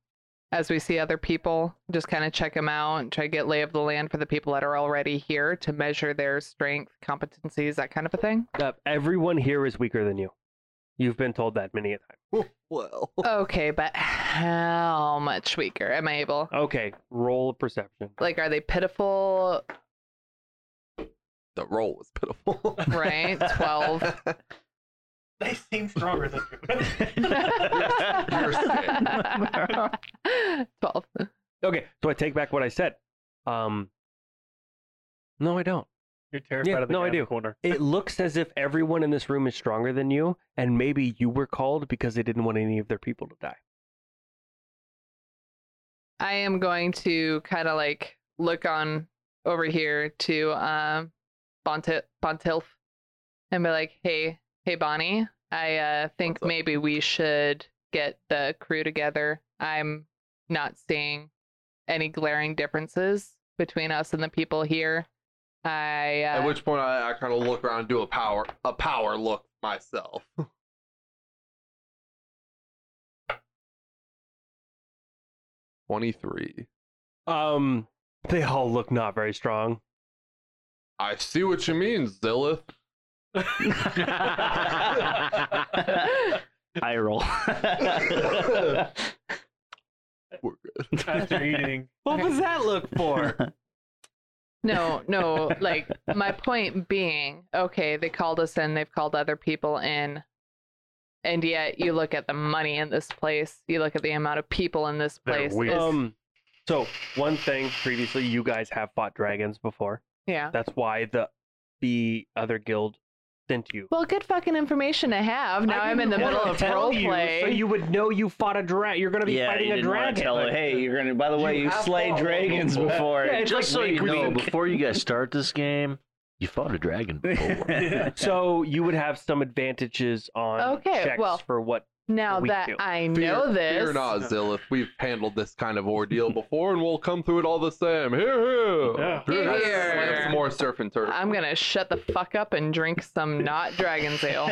S3: As we see other people, just kind of check them out and try to get lay of the land for the people that are already here to measure their strength, competencies, that kind of a thing.
S2: Yep. Everyone here is weaker than you. You've been told that many a time.
S1: Well,
S3: Okay, but how much weaker am I able?
S2: Okay, roll a perception.
S3: Like, are they pitiful?
S1: the roll was pitiful.
S3: Right? 12.
S5: They seem stronger than you.
S1: You're sick.
S3: 12.
S2: Okay, so I take back what I said. Um No, I don't.
S5: You're terrified
S2: Yeah,
S5: of the
S2: no, I
S5: guy in the
S2: do.
S5: corner.
S2: It looks as if everyone in this room is stronger than you, and maybe you were called because they didn't want any of their people to die.
S3: I am going to kind of like look on over here to um Bonti- Bontilf and be like, "Hey, hey Bonnie, I uh think
S1: What's up?
S3: maybe we should get the crew together. I'm not seeing any glaring differences between us and the people here. I uh,
S1: At which point, I, I kind of look around and do a power a power look myself. 23.
S2: Um, they all look not very strong.
S1: I see what you mean, Zillith.
S4: I roll.
S1: We're
S5: After eating,
S2: What was that look for?
S3: No, no. Like my point being, okay, they called us in, they've called other people in, and yet you look at the money in this place, you look at the amount of people in this
S6: They're
S3: place.
S6: weird.
S3: it's-
S2: um, so one thing previously, you guys have fought dragons before.
S3: yeah.
S2: That's why the the other guild sent you.
S3: Well, good fucking information to have. Now I'm in the
S2: didn't
S3: middle
S2: wanna
S3: of
S2: tell
S3: role
S2: you,
S3: play.
S2: So you would know you fought a dragon. You're gonna be
S4: yeah,
S2: fighting
S4: you
S2: a
S4: didn't wanna
S2: dragon.
S4: tell her, hey, you're gonna. By the way,
S2: You
S4: you
S2: have
S4: slayed
S2: fought
S4: dragons
S2: multiple-
S4: before.
S2: Yeah, it's
S6: Just
S2: like
S6: so you
S2: we
S6: know,
S2: think.
S6: before you guys start this game, you fought a dragon before.
S2: so you would have some advantages on
S3: Okay,
S2: checks
S3: well-
S2: for what.
S3: now
S2: we
S3: that
S2: do.
S3: I
S1: Fear-
S3: know this,
S1: Fear not, Zillith. We've handled this kind of ordeal before, and we'll come through it all the same. Here, here.
S5: yeah.
S3: Here,
S1: Let's
S3: here.
S1: slam some more surf and turf.
S3: I'm gonna shut the fuck up and drink some not dragon's ale.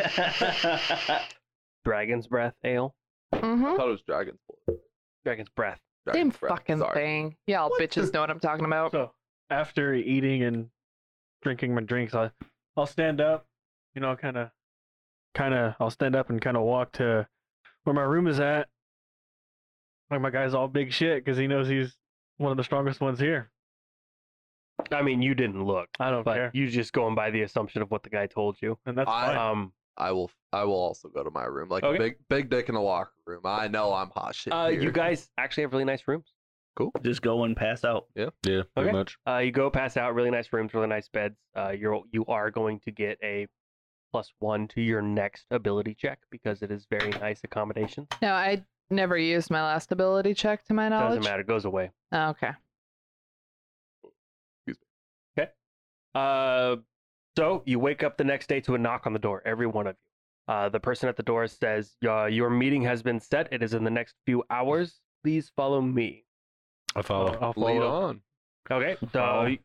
S2: Dragon's breath ale.
S1: I
S3: Mm-hmm.
S1: thought it was Dragon's Blood.
S2: Dragon's breath.
S3: Same
S1: Dragon's Breath,
S3: fucking
S1: sorry.
S3: thing. Y'all
S1: What
S3: bitches know what I'm talking about.
S5: so after eating and drinking my drinks, I I'll stand up. You know, kind of, kind of. I'll stand up and kind of walk to where my room is at. Like my guy's all big shit because he knows he's one of the strongest ones here.
S2: I mean, you didn't look,
S5: I don't
S2: but
S5: care,
S2: you just going by the assumption of what the guy told you.
S5: and that's
S1: I-
S5: fine.
S2: Um,
S1: I will. I will also go to my room, like
S2: Okay.
S1: a big, big dick in a locker room. I know I'm hot shit.
S2: uh,
S1: here.
S2: you guys actually have really nice rooms.
S4: Just go and pass out.
S6: yeah,
S2: Okay.
S6: pretty much.
S2: Uh, you go pass out. Really nice rooms. Really nice beds. Uh, you're you are going to get a plus one to your next ability check because it is very nice accommodation.
S3: No, I never used my last ability check to my knowledge.
S2: Doesn't matter. Goes away.
S3: Oh, okay.
S2: Uh, so you wake up the next day to a knock on the door. Every one of you. Uh, the person at the door says, uh, "Your meeting has been set. It is in the next few hours. Please follow me."
S6: I follow.
S5: I'll
S1: lead
S5: follow.
S1: on.
S2: Okay, so
S5: Follow.
S2: y-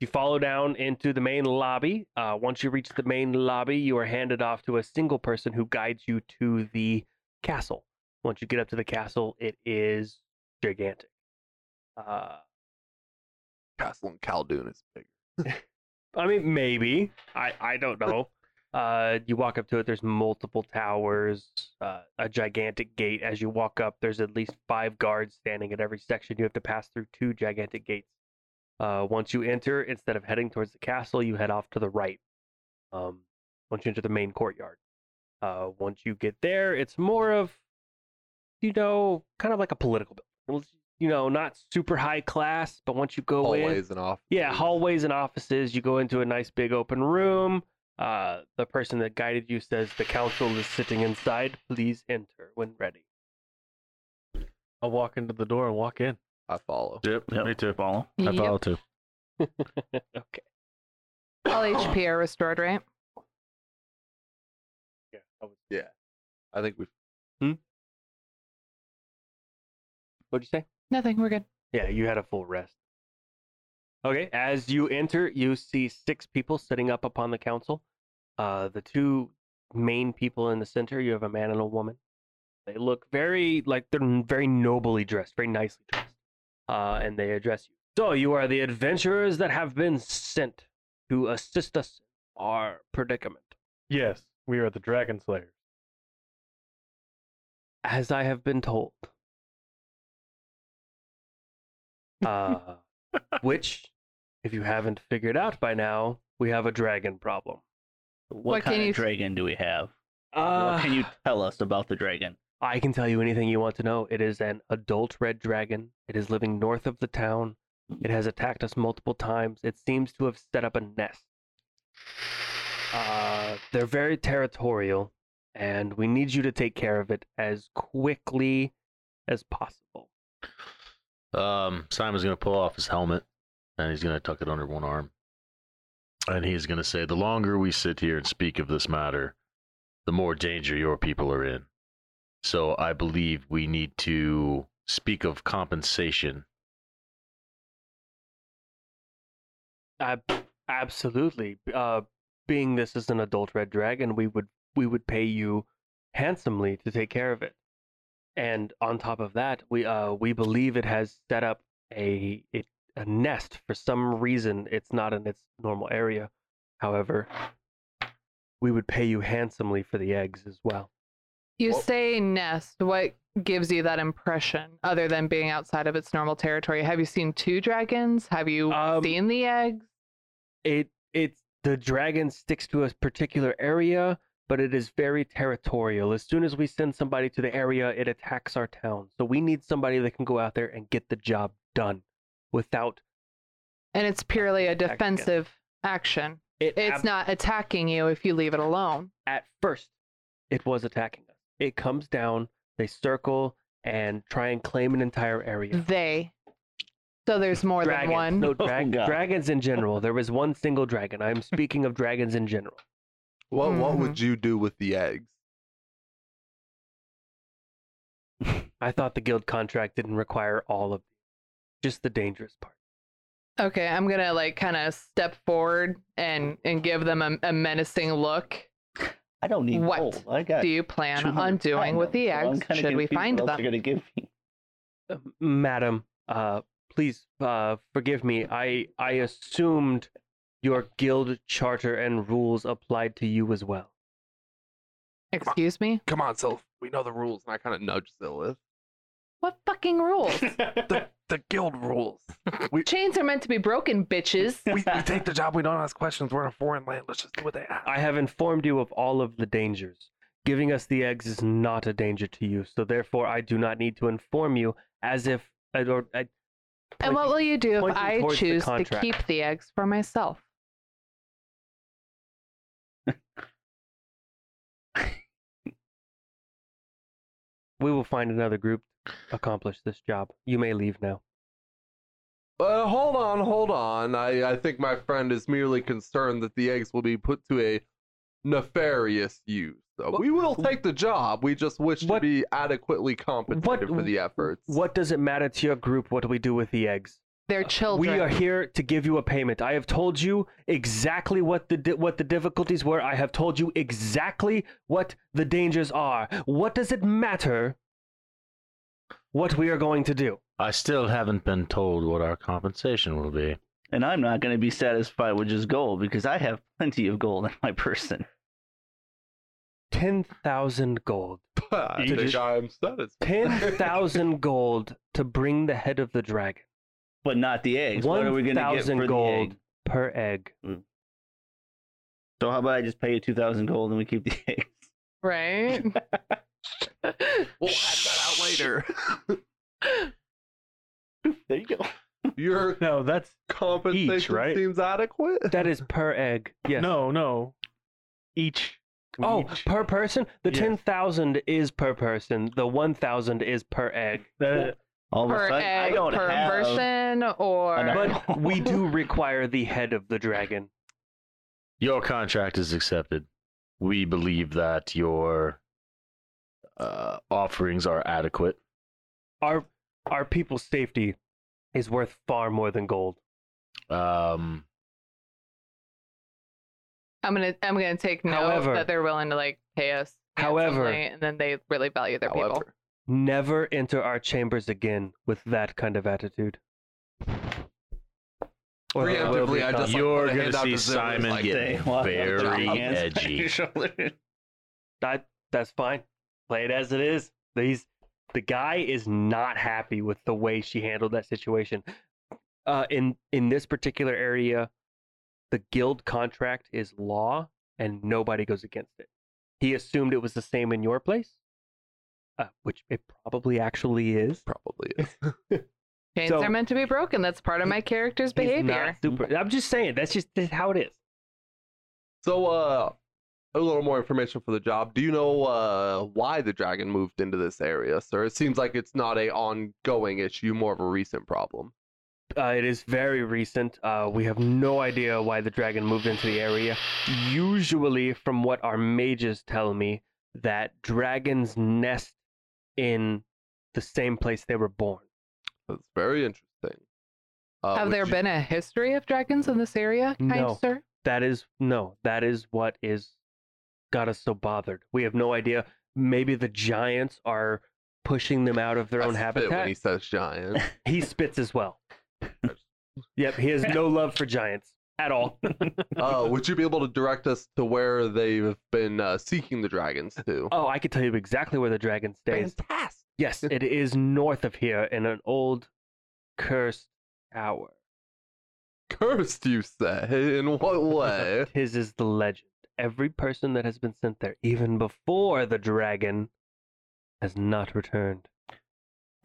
S2: you follow down into the main lobby. Uh, once you reach the main lobby, you are handed off to a single person who guides you to the castle. Once you get up to the castle, it is gigantic. Uh,
S1: Castle in Caldoon is big.
S2: I mean, maybe I I don't know. Uh, you walk up to it. There's multiple towers, uh, a gigantic gate. As you walk up, there's at least five guards standing at every section. You have to pass through two gigantic gates. Uh, once you enter, instead of heading towards the castle, you head off to the right. Um, once you enter the main courtyard. Uh, once you get there, it's more of, you know, kind of like a political building. You know, not super high class, but once you go in,
S1: Hallways and off.
S2: yeah, hallways and offices. You go into a nice big open room. Uh, the person that guided you says the council is sitting inside. Please enter when ready.
S5: I'll walk into the door and walk in.
S1: I follow.
S6: Yep,
S4: Yep.
S6: me too.
S4: Follow.
S6: I
S3: Yep.
S6: follow too.
S2: okay.
S3: All HP are restored, right?
S1: I think we.
S2: What'd you say?
S3: Nothing. We're good.
S2: Yeah, you had a full rest. Okay, as you enter, you see six people sitting up upon the council. Uh, the two main people in the center, you have a man and a woman. They look very, like, they're n- very nobly dressed, very nicely dressed. Uh, and they address you. So, you are the adventurers that have been sent to assist us in our predicament.
S5: Yes, we are the Dragon Slayers.
S2: As I have been told. Uh, which, if you haven't figured out by now, we have a dragon problem.
S4: What,
S3: What
S4: kind
S3: can
S4: of
S3: you-
S4: dragon do we have?
S2: Uh,
S4: what can you tell us about the dragon?
S2: I can tell you anything you want to know. It is an adult red dragon. It is living north of the town. It has attacked us multiple times. It seems to have set up a nest. Uh, they're very territorial, and we need you to take care of it as quickly as possible.
S6: Um, Simon's gonna pull off his helmet and he's gonna tuck it under one arm. And he's gonna say, The longer we sit here and speak of this matter, the more danger your people are in. So I believe we need to speak of compensation.
S2: Ab- absolutely. Uh, being this is an adult red dragon, we would we would pay you handsomely to take care of it. and on top of that, we uh we believe it has set up a it, a nest for some reason. It's not in its normal area. However, we would pay you handsomely for the eggs as well.
S3: You
S1: Well-
S3: say nest. What gives you that impression other than being outside of its normal territory? Have you seen two dragons? Have you
S2: Um,
S3: seen the eggs?
S2: It it's the dragon sticks to a particular area, but it is very territorial. As soon as we send somebody to the area, it attacks our town. So we need somebody that can go out there and get the job done without
S3: And it's purely a
S2: Attack again.
S3: defensive action.
S2: it
S3: It's
S2: ab-
S3: not attacking you if you leave it alone.
S2: at first it was attacking us. It comes down, they circle and try and claim an entire area.
S3: They. So there's more
S2: Dragons.
S3: than one.
S2: No,
S4: Oh,
S2: drag-
S4: God.
S2: dragons in general. There was one single dragon. I'm speaking of dragons in general.
S1: What
S3: Mm-hmm.
S1: What would you do with the eggs?
S2: I thought the guild contract didn't require all of just the dangerous part.
S3: Okay, I'm gonna like kind of step forward and and give them a, a menacing look.
S4: I don't need
S3: What
S4: gold. I got
S3: Do you plan
S4: two hundred
S3: on doing with the
S4: platinum, so I'm
S3: eggs?
S4: kinda
S3: Should we
S4: confused
S3: find
S4: what else
S3: them?
S4: You're gonna give me.
S2: Uh, madam, uh, please uh, forgive me. I I assumed your guild charter and rules applied to you as well.
S3: Excuse me?
S1: Come on, Sylph. We know the rules, and I kind of nudge Sylph.
S3: What fucking rules?
S1: The the guild rules. we,
S3: Chains are meant to be broken, bitches.
S1: we we take the job. We don't ask questions. We're in a foreign land. Let's just do what they ask.
S2: I have informed you of all of the dangers. Giving us the eggs is not a danger to you, so therefore I do not need to inform you as if I, or uh, I,
S3: and what will you do if
S2: pointing
S3: I
S2: towards the
S3: choose to
S2: contract.
S3: keep the eggs for myself?
S2: we will find another group to accomplish this job. You may leave now.
S1: Uh, hold on, hold on. I, I think my friend is merely concerned that the eggs will be put to a nefarious use. So
S2: What-
S1: we will take the job. We just wish to
S2: what-
S1: be adequately compensated
S2: what-
S1: for the efforts.
S2: What does it matter to your group what we do with the eggs?
S3: They're children.
S2: Uh, We are here to give you a payment. I have told you exactly what the di- what the difficulties were. I have told you exactly what the dangers are. What does it matter what we are going to do?
S6: I still haven't been told what our compensation will be.
S4: And I'm not gonna be satisfied with just gold because I have plenty of gold in my person.
S2: 10,000 gold.
S1: I
S2: You
S1: think
S2: just-
S1: I'm satisfied.
S2: 10,000 gold to bring the head of the dragon.
S4: But not the eggs. what are we gonna get
S2: 1,000
S4: for the
S2: gold
S4: egg?
S2: per egg.
S4: So how about I just pay you two thousand gold and we keep the eggs?
S3: right?
S1: We'll add that out later.
S4: There you go.
S1: Your
S5: No, that's
S1: compensation
S5: right?
S1: seems adequate.
S2: That is per egg. Yes.
S5: no, no. Each.
S2: Oh,
S5: each.
S2: per person? The
S5: Yes.
S2: 10,000 is per person. The 1,000 is per egg.
S5: That-
S4: All of a
S3: per
S4: sudden, I
S3: egg,
S4: don't
S3: per
S4: have.
S3: person, or
S4: enough-
S2: But we do require the head of the dragon.
S6: Your contract is accepted. We believe that your uh, offerings are adequate.
S2: Our our people's safety is worth far more than gold.
S6: Um,
S3: I'm gonna I'm gonna take note
S2: However-
S3: that they're willing to like pay us.
S2: However-
S3: handsomely, and then they really value their people.
S1: However,
S2: Never enter our chambers again with that kind of attitude. Or there will be
S1: Preemptively, I just,
S2: consequences.
S1: like,
S6: you're
S1: put a hand out to Zimmer, like,
S4: They
S6: gonna see Simon get-
S4: walk up,
S6: Very
S4: put their hands
S6: edgy.
S4: behind your shoulders.
S2: That- that's fine. Play it as it is. These the guy is not happy with the way she handled that situation. Uh, in in this particular area, the guild contract is law, and nobody goes against it. He assumed it was the same in your place, uh, which it probably actually is.
S1: probably is.
S3: Chains
S2: So-
S3: are meant to be broken. That's part of my character's
S2: He's not
S3: behavior.
S2: super- I'm just saying that's just that's how it is.
S1: So, uh, a little more information for the job. Do you know uh, why the dragon moved into this area, sir? It seems like it's not a ongoing issue, more of a recent problem.
S2: Uh, it is very recent. Uh, we have no idea why the dragon moved into the area. Usually, from what our mages tell me, that dragons nest in the same place they were born.
S1: That's very interesting. Uh,
S3: Have
S1: would
S3: there
S1: you-
S3: been a history of dragons in this area, kind
S2: No.
S3: sir?
S2: That is no. That is what is got us so bothered. We have no idea. Maybe the giants are pushing them out of their
S1: I
S2: own
S1: spit
S2: habitat.
S1: when he says giant.
S2: He spits as well. yep, he has no love for giants at all.
S1: uh, would you be able to direct us to where they've been uh, seeking the dragons to?
S2: Oh, I could tell you exactly where the dragon stays.
S1: Fantastic.
S2: Yes, it is north of here in an old cursed tower.
S1: Cursed, you say? In what way?
S2: His is the legend. Every person that has been sent there, even before the dragon, has not returned.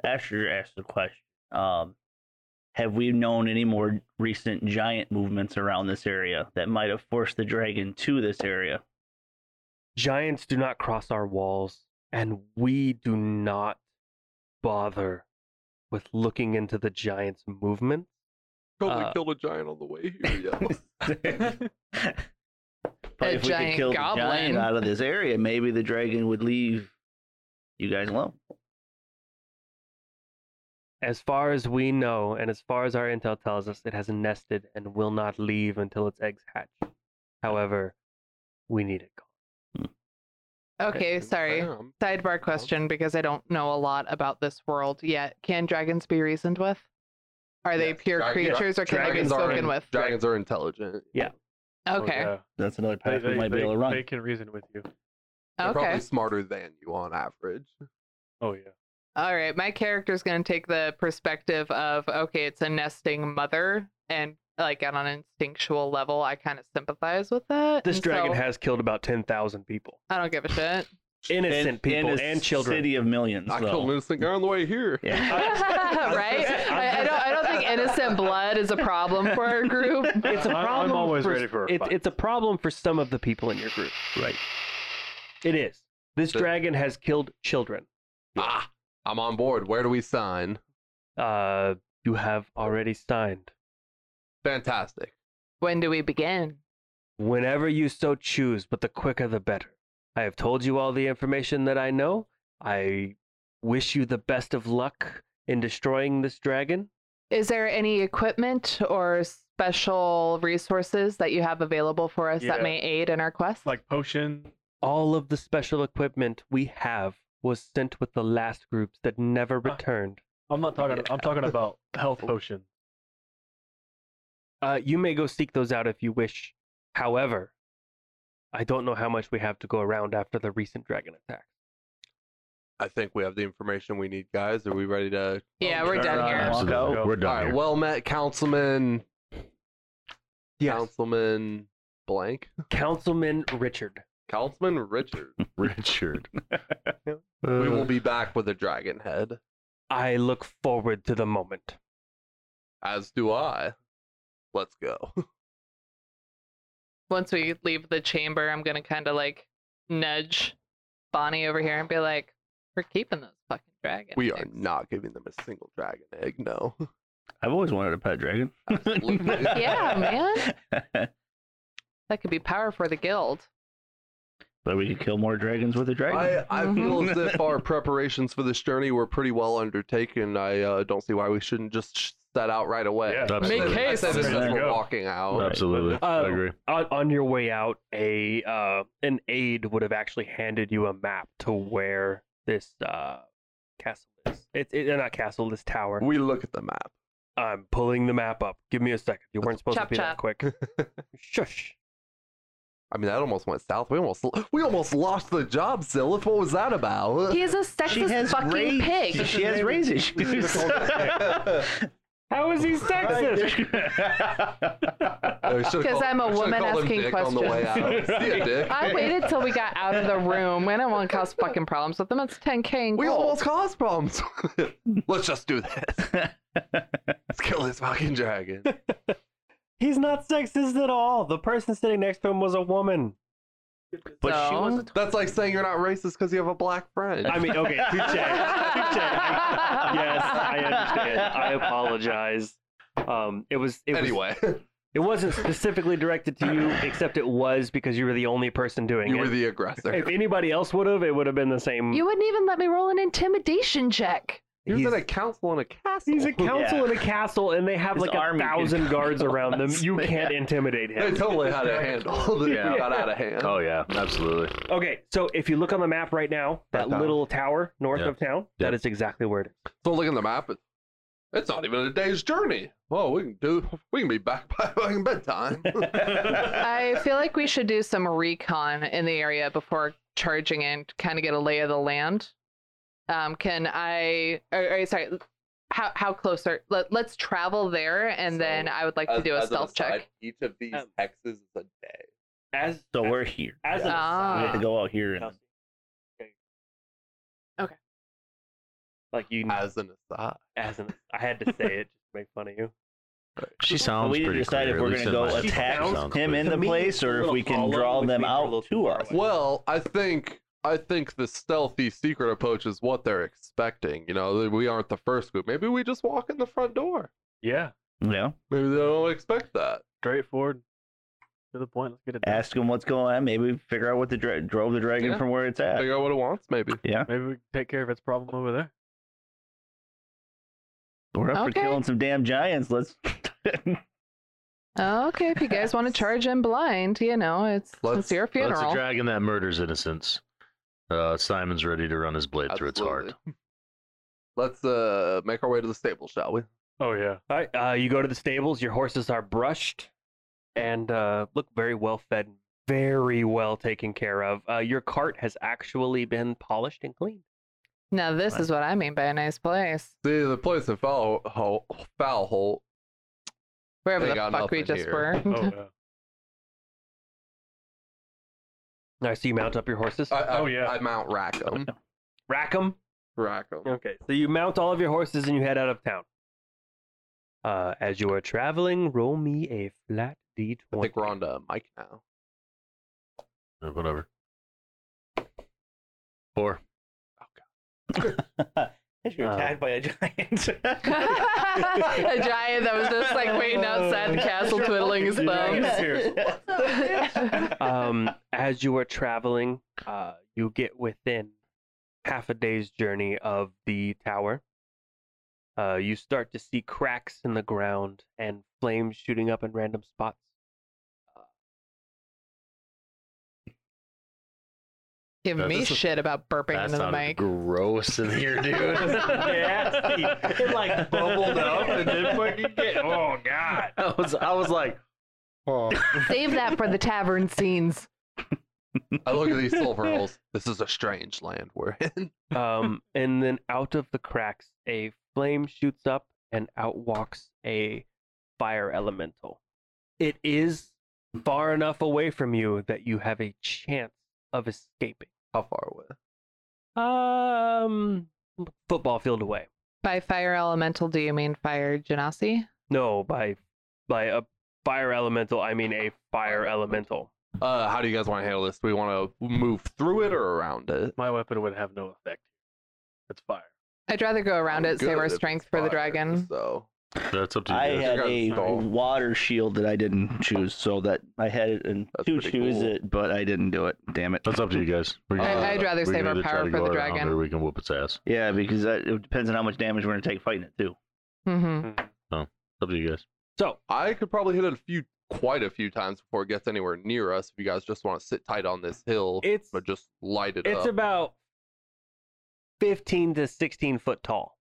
S4: Asher asked the question. Um, have we known any more recent giant movements around this area that might have forced the dragon to this area?
S2: Giants do not cross our walls, and we do not bother with looking into the giants' movement.
S1: Probably
S2: Uh,
S1: killed a giant on the way here. Yeah.
S4: Probably
S3: A
S4: if we could
S3: giant
S4: kill
S3: goblin.
S4: the giant out of this area, maybe the dragon would leave you guys alone.
S2: As far as we know, and as far as our intel tells us, it has nested and will not leave until its eggs hatch. However, we need it gone.
S3: Okay, sorry.
S1: Damn.
S3: Sidebar question because I don't know a lot about this world yet. Can dragons be reasoned with? Are they
S1: Yes,
S3: pure
S1: drag-
S3: creatures or can they be
S1: Dragons are,
S3: spoken
S1: in- Oh,
S3: with?
S1: dragons are intelligent.
S3: Okay.
S5: Oh, yeah.
S4: That's another
S5: They,
S4: path we
S5: they,
S4: might
S5: they-
S4: be able to run.
S5: they can reason with you.
S1: They're
S3: Okay.
S1: probably smarter than you on average.
S5: Oh yeah.
S3: All right. My character's going to take the perspective of okay, it's a nesting mother. And like on an instinctual level, I kind of sympathize with that.
S2: This
S3: and
S2: dragon
S3: so
S2: has killed about 10,000 people.
S3: I don't give a shit.
S2: Innocent
S4: In- in
S2: people
S4: a
S2: and children.
S4: City of millions.
S1: I
S4: though.
S1: killed an innocent guy on the way here.
S4: Yeah.
S3: right? I, I don't. I don't think innocent blood is a problem for our group.
S2: It's a
S5: I- I'm
S2: problem
S5: always
S2: for,
S5: ready for a
S2: it-
S5: fight.
S2: it's a problem for some of the people in your group.
S4: Right.
S2: It is. This
S1: The-
S2: dragon has killed children.
S1: Ah, I'm on board. Where do we sign?
S2: Uh, you have already signed.
S1: Fantastic.
S3: When do we begin?
S2: Whenever you so choose, but the quicker the better. I have told you all the information that I know. I wish you the best of luck in destroying this dragon.
S3: Is there any equipment or special resources that you have available for us that
S5: Yeah.
S3: may aid in our quest?
S5: Like potion.
S2: All of the special equipment we have was sent with the last groups that never returned.
S5: I'm not talking. I'm talking about health potion.
S2: Uh, you may go seek those out if you wish. However, I don't know how much we have to go around after the recent dragon attack.
S1: I think we have the information we need, guys. Are we ready to?
S3: yeah, we're
S4: Turn
S3: done
S4: around and
S3: here.
S4: walk
S6: Absolutely.
S4: out.
S6: We're
S1: All right.
S6: done.
S1: Well met, Councilman. Councilman blank.
S2: Councilman Richard.
S1: Councilman Richard.
S6: here. Richard.
S1: we will be back with a dragon head.
S2: I look forward to the moment.
S1: As do I. Let's go.
S3: Once we leave the chamber, I'm gonna kind of like nudge Bonnie over here and be like, "We're keeping those fucking dragons.
S1: We are not giving them a single dragon egg. No.
S4: I've always wanted a pet dragon.
S1: Absolutely.
S3: Yeah,
S4: man.
S3: That could be power for the guild.
S4: but we could kill more dragons with a dragon.
S1: I,
S3: Mm-hmm.
S1: I feel as if our preparations for this journey were pretty well undertaken. I uh, don't see why we shouldn't just sh- set out right away.
S5: Yeah,
S1: I said-
S6: Make
S1: I
S5: haste.
S1: said this as
S4: There you
S1: we're
S5: go.
S1: walking out.
S6: Absolutely.
S2: Uh,
S6: I agree.
S2: on, on your way out, a uh, an aide would have actually handed you a map to where this uh, castle is. It's it, not castle, this tower.
S1: We look at the map.
S2: I'm pulling the map up. Give me a second. You weren't supposed
S3: Chop,
S2: to be
S3: chop.
S2: that quick. Shush.
S1: I mean, that almost went south. We almost we almost lost the job, Zilith. What was that about?
S3: He is a sexist fucking
S4: raise-
S3: pig.
S4: She has raise issues.
S2: How is he sexist?
S1: Because
S3: I'm a woman asking
S1: On the way out.
S4: questions.
S1: See ya, Dick.
S3: I waited till we got out of the room. We don't want to cause fucking problems with them. It's 10k in
S1: We
S3: gold.
S1: almost caused problems. Let's just do this. Let's kill this fucking dragon.
S2: He's not sexist at all. The person sitting next to him was a woman.
S4: but she
S3: So?
S4: was
S1: That's like saying you're not racist because you have a black friend.
S2: I mean, okay, touche. touche. Yes, I understand. I apologize. Um, it was it was
S1: anyway,
S2: It wasn't specifically directed to you, except it was because you were the only person doing
S1: you
S2: it.
S1: were the aggressor.
S2: if anybody else would have, it would have been the same.
S3: You wouldn't even let me roll an intimidation check.
S1: He was
S4: He's-
S1: at a council in a castle.
S2: He's a council in a castle, and they have
S4: His
S2: like a
S4: army can
S2: thousand
S4: come
S2: guards
S4: at
S2: around them.
S4: us.
S2: You can't intimidate
S1: They
S2: him.
S1: totally had a handle. They
S6: Yeah.
S1: got out of hand.
S6: Oh yeah, absolutely.
S2: Okay, so if you look on the map right now, that
S1: That tower.
S2: little tower north
S6: Yeah.
S2: of town, that
S6: Yeah.
S2: is exactly where it is.
S1: So look at the map. It's, it's not even a day's journey. Oh, we can do. We can be back by fucking bedtime.
S3: I feel like we should do some recon in the area before charging in, kind of get a lay of the land. Um, can I? Or, or, sorry, how how close are? Let, let's travel there, and
S1: So,
S3: then I would like to do a stealth check.
S1: Each of these
S2: Um,
S1: hexes is a day.
S2: As
S4: So we're here.
S2: as
S1: an
S4: We have
S3: Ah,
S4: to go out here and
S2: like you
S1: As an aside.
S2: as an I had to say it just to make fun of you.
S6: She sounds
S4: we need to
S6: pretty
S4: decide if
S6: clear, at
S4: we're
S6: least
S4: gonna
S6: in
S4: go
S6: my head.
S4: attack
S6: Sounds
S4: him
S6: clear.
S4: in the
S2: To me,
S4: place, or if
S2: little
S4: we can
S2: hollow
S4: draw
S2: would
S4: them
S2: be a little
S4: out
S2: too
S4: to
S2: far
S4: us.
S2: away.
S1: Well, I think I think the stealthy secret approach is what they're expecting. You know, that we aren't the first group. Maybe we just walk in the front door.
S5: Yeah,
S4: Yeah.
S1: Maybe they don't expect that.
S5: straightforward, to the point. Let's get it. Done.
S4: Ask him what's going on. Maybe figure out what the dra- drove the dragon
S1: Yeah.
S4: from where it's at.
S1: Figure out what it wants. Maybe.
S5: Maybe we can take care of its problem over there.
S4: We're up
S3: Okay.
S4: for killing some damn giants. Let's.
S3: Oh, okay. If you guys want to charge in blind, you know it's
S1: Let's-
S3: it's your
S6: Well, That's a
S3: funeral.
S6: dragon that murders innocents. Uh, Simon's ready to run his blade through its heart.
S1: Absolutely. Let's uh make our way to the stable, shall we?
S5: Oh yeah.
S2: All right, uh, you go to the stables. Your horses are brushed and uh, look very well fed, and very well taken care of. Uh, your cart has actually been polished and cleaned.
S3: now this is what I mean by a nice place.
S1: See the place in Foul Ho- Foul Hole.
S3: Wherever
S1: They
S3: the
S1: got
S3: fuck we
S1: nothing
S3: just
S1: here.
S3: were.
S5: Oh yeah.
S2: All right, so you mount up your horses.
S1: I, I,
S5: Oh, yeah.
S1: I mount Rackham.
S2: Rack 'em.
S1: Rackham.
S2: Okay, so you mount all of your horses and you head out of town. Uh, as you are traveling, roll me a flat d20.
S1: I think we're on to Mike now.
S6: Or Uh, whatever. Four.
S4: You're attacked by a giant.
S3: a giant that was just like waiting outside the castle, twiddling his thumbs.
S2: um, as you are traveling, uh, you get within half a day's journey of the tower. Uh, you start to see cracks in the ground and flames shooting up in random spots.
S3: Give
S6: No,
S3: me
S6: this is-
S3: shit about burping
S6: That
S3: into the
S6: sounded
S3: mic.
S6: gross in here, dude.
S2: Nasty. It, like, bubbled up and then fucking get- oh,
S6: god. I was I was like, oh.
S3: Save that for the tavern scenes.
S1: I look at these silver holes. This is a strange land we're in.
S2: Um, and then out of the cracks, a flame shoots up and out walks a fire elemental. It is far enough away from you that you have a chance of escaping.
S1: How far away?
S2: Um, football field away.
S3: By fire elemental, do you mean fire genasi?
S2: No, by by a fire elemental, I mean a fire elemental.
S1: Uh, how do you guys want to handle this? Do we want to move through it or around it?
S5: My weapon would have no effect. It's fire.
S3: I'd rather go around
S1: I'm
S3: it, save
S1: good
S3: our
S1: if it's
S3: strength for the
S1: fire,
S3: dragon.
S1: So
S6: That's up to
S4: I
S6: you guys.
S4: had a
S1: Sorry.
S4: water shield that I didn't choose, so that I had it and
S1: That's
S4: to
S1: pretty
S4: choose
S1: cool.
S4: it, but I didn't do it. Damn it.
S6: That's up to you guys. We
S1: I-
S6: either-
S1: I'd
S3: rather
S6: we can
S3: save our
S6: either try
S3: power
S6: to
S3: for
S6: go
S3: the
S6: around
S3: dragon.
S6: Or we can whoop its ass. It's
S4: Yeah, because that, it depends on how much damage we're gonna take fighting it too.
S3: Mm-hmm.
S6: up to you guys.
S2: So
S1: I could probably hit it a few, quite a few times before it gets anywhere near us. If you guys just want to sit tight on this hill,
S2: it's
S1: but just light it
S2: it's
S1: up.
S2: about fifteen to sixteen foot tall.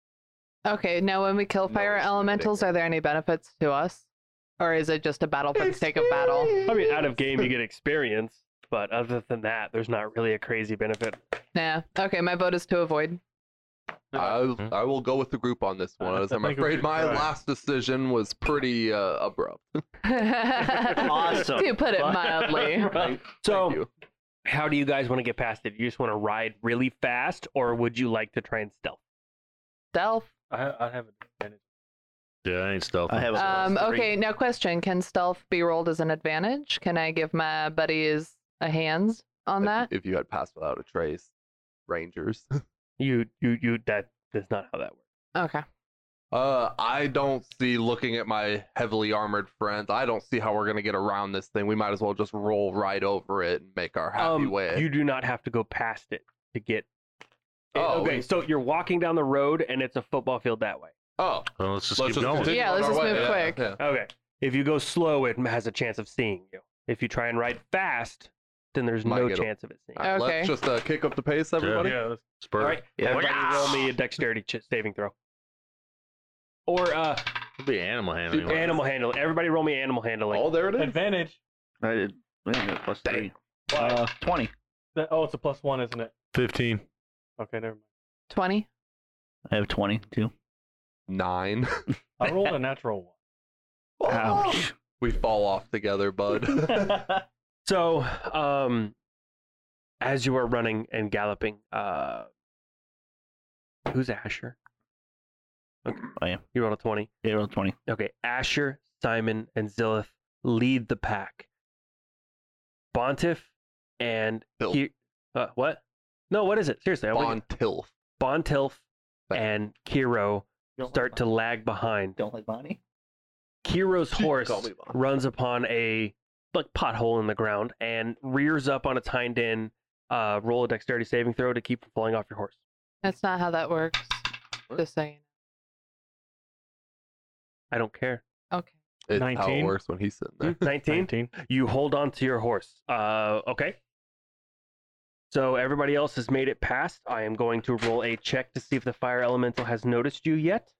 S3: Okay, now when we kill
S1: No,
S3: fire
S1: it's gonna
S3: elementals,
S1: take
S3: are there any benefits to us? Or is it just a battle for the sake of battle?
S2: I mean, out of game you get experience, but other than that, there's not really a crazy benefit.
S3: Nah. Okay, my vote is to avoid.
S1: I,
S6: Hmm?
S1: I will go with the group on this one.
S5: I
S1: As I'm
S5: think we
S1: afraid
S5: should
S1: my
S5: try.
S1: last decision was pretty uh, abrupt.
S4: Awesome.
S3: to put it mildly.
S1: Thank-
S2: So,
S1: Thank you.
S2: how do you guys want to get past it? You just want to ride really fast, or would you like to try and stealth?
S3: Stealth.
S5: I I have an advantage.
S6: Yeah, I ain't stealthy.
S4: I have a
S3: Um,
S5: three.
S3: okay, now question. Can stealth be rolled as an advantage? Can I give my buddies a hands on that?
S1: If, if you had passed without a trace, Rangers.
S2: You, you, you. That that's not how that works.
S3: Okay.
S1: Uh, I don't see looking at my heavily armored friends. I don't see how we're gonna get around this thing. We might as well just roll right over it and make our happy
S2: Um,
S1: way.
S2: You do not have to go past it to get
S1: Oh,
S2: okay,
S1: wait.
S2: so you're walking down the road and it's a football field that way.
S1: Oh,
S6: Well, let's just
S1: let's
S6: keep
S1: just
S6: going.
S1: continue
S3: Yeah,
S1: on
S3: let's
S1: our
S3: just
S1: way.
S3: move
S1: Yeah,
S3: quick.
S1: yeah.
S2: Okay. If you go slow, it has a chance of seeing you. If you try and ride fast, then there's
S1: Might
S2: no
S1: get a-
S2: chance of it seeing. you.
S1: Alright,
S3: Okay.
S1: Let's just uh, kick up the pace, everybody.
S5: Yeah, let's-
S6: Spur.
S2: All right,
S4: Yeah.
S2: everybody, roll me a dexterity ch- saving throw. Or uh,
S6: It'll be animal handling.
S2: animal handling. Everybody, roll me animal handling.
S1: Oh, there it is.
S5: advantage.
S4: I did. I think that's plus three. Uh, twenty.
S5: That- oh, it's a plus one, isn't it?
S6: Fifteen.
S5: Okay, never mind.
S3: 20.
S4: I have twenty too.
S1: Nine.
S5: I rolled a natural one.
S4: Ouch.
S1: We fall off together, bud.
S2: So, um, as you are running and galloping, uh, who's Asher? Okay.
S4: I am.
S2: You rolled a twenty.
S4: Yeah, roll twenty.
S2: Okay, Asher, Simon, and Zilith lead the pack. Bontiff and
S1: Tilf.
S2: Ki- uh, what? No, what is it? Seriously, I
S1: On
S2: want
S1: Tilf.
S2: Bontilf
S1: Thank you.
S2: and Kiro start to lag behind.
S4: Don't like Bonnie.
S2: Kiro's horse
S1: call me Bon.
S2: runs upon a like pothole in the ground and rears up on its hind end. Uh, roll a dexterity saving throw to keep from falling off your horse.
S3: That's not how that works.
S1: What?
S3: Just saying.
S2: I don't care.
S3: Okay.
S1: It's how it
S5: 19.
S1: works when he's sitting there.
S2: 19?
S5: Nineteen.
S2: You hold on to your horse. Uh, okay. So everybody else has made it past. I am going to roll a check to see if the fire elemental has noticed you yet.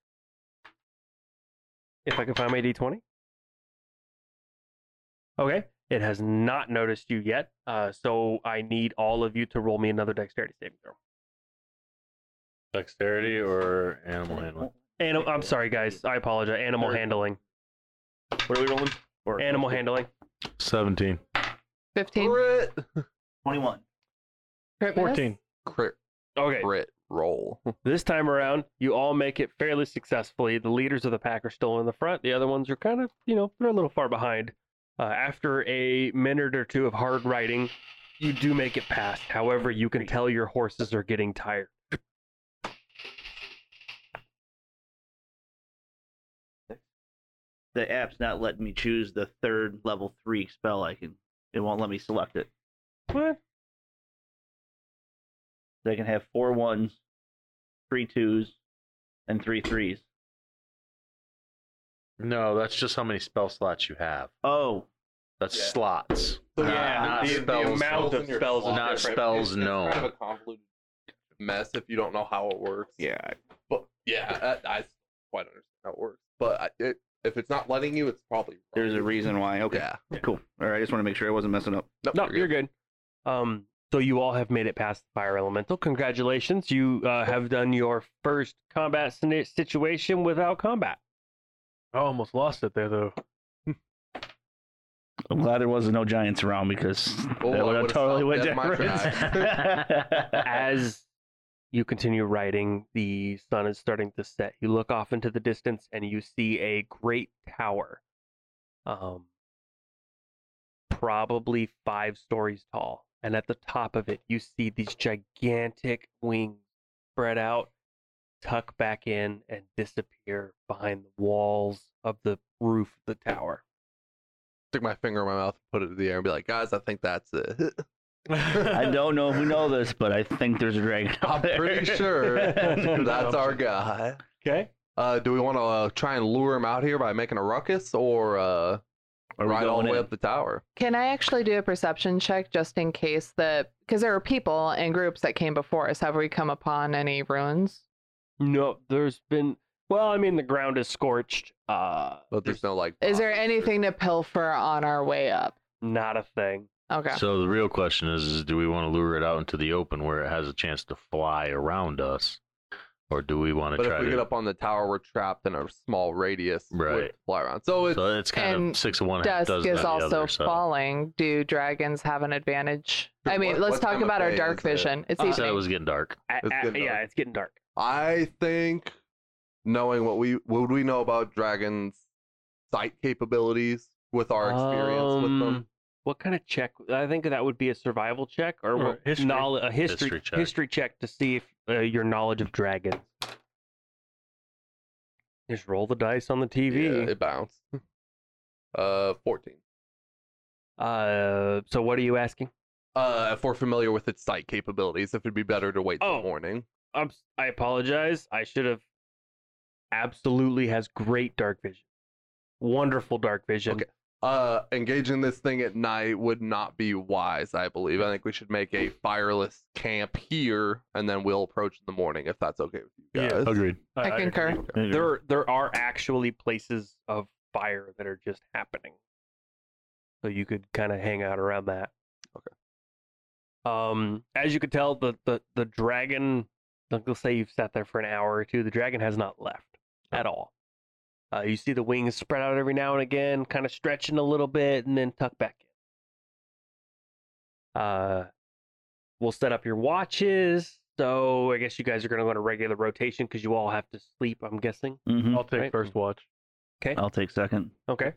S2: If I can find my d20. Okay. It has not noticed you yet. Uh, so I need all of you to roll me another dexterity saving throw.
S6: Dexterity or animal handling?
S2: And I'm sorry, guys. I apologize. Animal handling.
S4: What are we rolling? Or
S2: Animal handling.
S6: Seventeen.
S3: 15.
S1: Crit.
S4: Twenty-one.
S3: Crit miss?
S5: Fourteen.
S1: Crit.
S2: Okay.
S1: Crit. Roll.
S2: This time around, you all make it fairly successfully. The leaders of the pack are still in the front. The other ones are kind of, you know, they're a little far behind. Uh, after a minute or two of hard riding, you do make it past. However, you can tell your horses are getting tired.
S4: The app's not letting me choose the third level three spell. I can. It won't let me select it.
S2: What?
S4: So I can have four ones, three twos, and three threes.
S6: No, that's just how many spell slots you have.
S4: Oh,
S6: That's
S1: Yeah.
S6: slots.
S4: yeah,
S6: not the- the spells.
S2: amount of
S1: in your
S2: spells is
S1: slot.
S6: Not different. spells,
S1: It's
S6: no.
S1: kind of a convoluted mess if you don't know how it works. But yeah, that, I quite understand how it works. But I, it, if it's not letting you, it's probably wrong.
S4: there's a reason why. Okay,
S1: Yeah.
S4: cool. All right, I just want to make sure I wasn't messing up.
S1: Nope,
S2: No,
S1: you're
S2: you're
S1: good.
S2: good. Um, so you all have made it past the fire elemental. Congratulations, you uh, have done your first combat sni- situation without combat.
S5: I almost lost it there though.
S4: I'm glad there wasn't no giants around because
S1: Oh, I
S4: that would have
S1: would've
S4: totally went
S1: stopped
S4: different.
S1: at
S2: as you continue riding, the sun is starting to set. You look off into the distance and you see a great tower. Um, probably five stories tall. And at the top of it, you see these gigantic wings spread out, tuck back in, and disappear behind the walls of the roof of the tower.
S1: Stick my finger in my mouth, put it in the air, and be like, guys, I think that's it.
S4: I don't know if we know this, but I think there's a dragon. out
S1: I'm pretty
S4: there.
S1: sure that's our guy.
S5: Okay.
S1: Uh, do we want to uh, try and lure him out here by making a ruckus or uh,
S4: Are we
S1: ride all
S4: going
S1: the way
S4: in?
S1: up the tower?
S3: Can I actually do a perception check just in case that, because there were people and groups that came before us. Have we come upon any ruins?
S2: No, there's been. Well, I mean, the ground is scorched. Uh,
S1: But there's no like. uh,
S3: Is there
S1: bodies or-
S3: anything to pilfer on our way up?
S2: not a thing.
S3: Okay.
S6: So the real question is, is do we want to lure it out into the open where it has a chance to fly around us? Or do we want to
S1: But
S6: try
S1: if we
S6: to
S1: get up on the tower, we're trapped in a small radius. with
S6: Right.
S1: Fly around. So it's
S6: So it's kind
S3: And
S6: of six of one half
S3: Dusk
S6: dozen of
S3: is
S6: the
S3: also
S6: other, so-
S3: falling. Do dragons have an advantage?
S1: Sure,
S3: I mean,
S1: what-
S3: let's
S1: what
S3: talk
S1: time of
S3: about our
S1: day
S3: dark
S1: is it? Uh,
S3: vision. It's
S6: He
S3: evening.
S6: said Uh, it was getting dark.
S2: A-
S1: It's
S2: a-
S1: getting
S2: yeah,
S1: dark.
S2: it's getting dark.
S1: I think knowing what we what would we know about dragons' sight capabilities with our experience with them.
S2: Um, What kind of check? I think that would be a survival check or,
S5: Or
S2: what,
S5: history.
S2: knowl- a history
S6: History check.
S2: to see if uh, your knowledge of dragons. Just roll the dice on the
S1: Yeah,
S2: TV.
S1: it bounced. Uh, fourteen.
S2: Uh, so what are you asking?
S1: Uh, if we're familiar with its sight capabilities, if it'd be better to wait till
S2: Oh.
S1: morning.
S2: I'm, s- I apologize. I should have. Absolutely has great dark vision. Wonderful dark vision.
S1: Okay. Uh, engaging this thing at night would not be wise, I believe. I think we should make a fireless camp here, and then we'll approach in the morning if that's okay with you
S2: Yeah,
S1: guys.
S6: Agreed.
S3: I
S2: agree.
S3: concur.
S2: There, there are actually places of fire that are just happening, so you could kind of hang out around that. Okay. Um, as you could tell, the the the dragon. Like, let's say you've sat there for an hour or two. The dragon has not left at all. Uh, you see the wings spread out every now and again, kind of stretching a little bit, and then tuck back in. Uh, we'll set up your watches. So I guess you guys are going to go on a regular rotation because you all have to sleep. I'm guessing.
S4: hmm
S5: I'll take
S2: Right.
S5: first watch.
S4: I'll take second.
S2: Okay.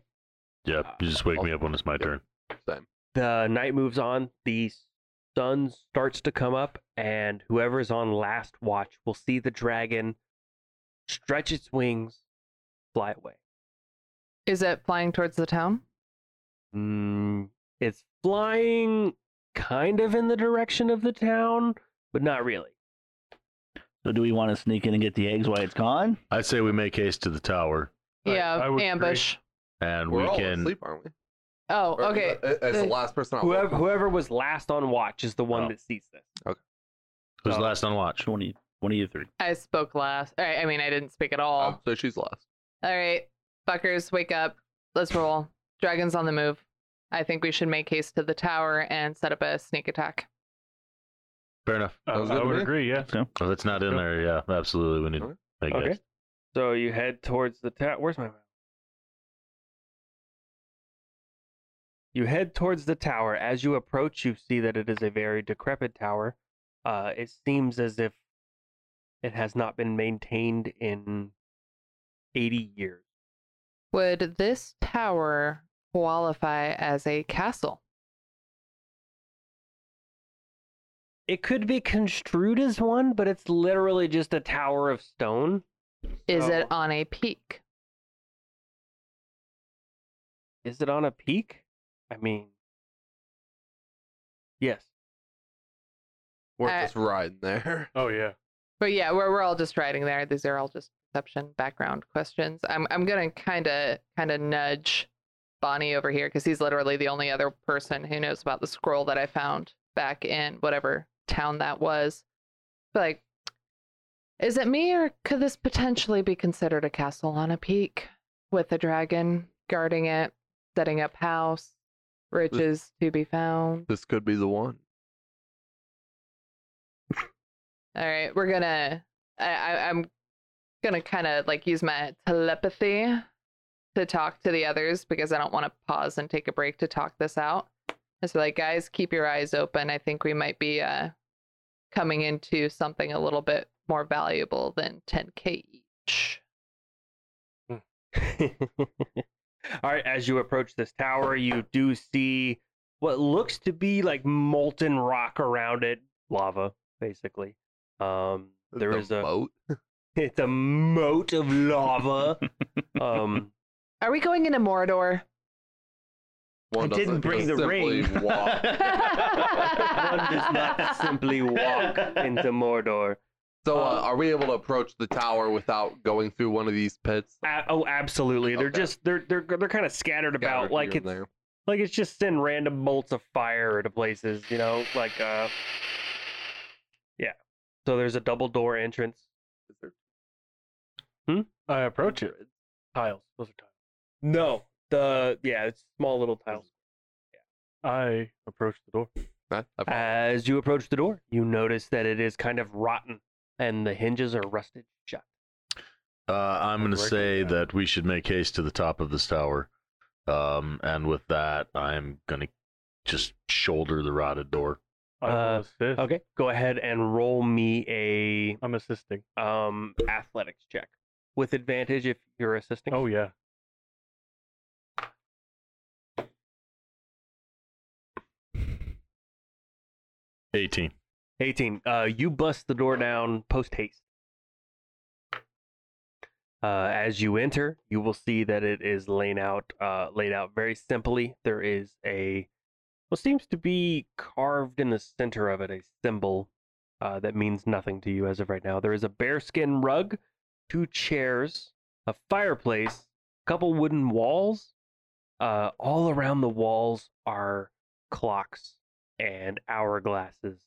S6: Yep.
S2: Uh,
S6: You just wake me up when it's my turn.
S1: Same.
S2: The night moves on. The sun starts to come up, and whoever is on last watch will see the dragon stretch its wings, fly away.
S3: Is it flying towards the town?
S2: Mm, it's flying kind of in the direction of the town, but not really.
S4: So do we want to sneak in and get the eggs while it's gone?
S6: I say we make haste to the tower
S5: I-
S3: yeah,
S5: I would agree.
S3: ambush.
S6: and
S1: We're
S6: we
S1: all
S6: can.
S1: asleep, aren't we?
S3: Oh,
S1: Or-
S3: okay.
S1: uh, As the
S3: Uh,
S1: last person on
S2: Whoever whoever was last on watch is the one
S6: Oh.
S2: that sees this.
S6: Who's last on watch?
S4: 20, 20 or three.
S3: I spoke last. All right. I mean, I didn't speak at all.
S1: Oh, so she's last.
S3: All right, fuckers, wake up. Let's roll. Dragon's on the move. I think we should make haste to the tower and set up a sneak attack.
S6: Fair enough.
S5: I,
S1: Sounds good
S5: Uh, I
S1: to
S5: would
S1: me.
S5: agree. Yeah.
S6: If it's not in
S5: Yep.
S6: there, yeah, absolutely. We need
S1: Alright.
S6: to make
S2: Okay.
S6: haste.
S2: So you head towards the tower. Where's my map? You head towards the tower. As you approach, you see that it is a very decrepit tower. Uh, it seems as if it has not been maintained in 80 years.
S3: Would this tower qualify as a castle?
S2: It could be construed as one, but it's literally just a tower of stone.
S3: Is it
S2: Oh.
S3: on a peak?
S2: Is it on a peak? I mean, yes.
S1: We're
S3: Uh,
S1: just riding there.
S5: Oh yeah.
S3: But yeah, we're we're all just riding there. These are all just perception background questions. I'm I'm gonna kind of kind of nudge Bonnie over here because he's literally the only other person who knows about the scroll that I found back in whatever town that was. But like, is it me or could this potentially be considered a castle on a peak with a dragon guarding it, setting up house, riches to be found?
S1: This could be the one.
S3: All right, we're gonna. I, I I'm gonna kind of like use my telepathy to talk to the others because I don't want to pause and take a break to talk this out. And so, like, guys, keep your eyes open. I think we might be uh coming into something a little bit more valuable than 10k each.
S2: All right, as you approach this tower, you do see what looks to be like molten rock around it, lava, basically. Um, there
S1: the
S2: is a
S1: boat.
S2: it's a moat of lava. um,
S3: Are we going into Mordor?
S4: I
S1: doesn't
S4: didn't bring
S1: just
S4: the
S1: simply
S4: ring.
S1: walk.
S2: one does not simply walk into Mordor.
S1: So, uh,
S2: Um,
S1: are we able to approach the tower without going through one of these pits?
S2: A- oh, absolutely. They're
S1: Okay.
S2: just they're they're they're kind of scattered about,
S1: Scattered
S2: like
S1: here
S2: it's
S1: and there.
S2: like it's just send random bolts of fire to places you know like uh yeah so there's a double door entrance
S5: I approach it. Tiles. Those are tiles.
S2: no the yeah it's small little tiles
S5: I approach the door.
S1: Huh? I follow.
S2: as you approach the door you notice that it is kind of rotten and the hinges are rusted shut
S6: Uh, I'm going to
S5: Right.
S6: say that we should make haste to the top of this tower. Um, and with that, I'm going to just shoulder the rotted door.
S5: I will
S2: Uh,
S5: assist.
S2: okay go ahead and roll me a
S5: I'm assisting.
S2: um athletics check with advantage if you're assisting
S5: Oh yeah.
S6: Eighteen.
S2: 18. Uh, you bust the door down post haste. Uh, as you enter, you will see that it is laid out, uh, laid out very simply. There is a what seems to be carved in the center of it a symbol uh, that means nothing to you as of right now. There is a bearskin rug, two chairs, a fireplace, a couple wooden walls. Uh, all around the walls are clocks and hourglasses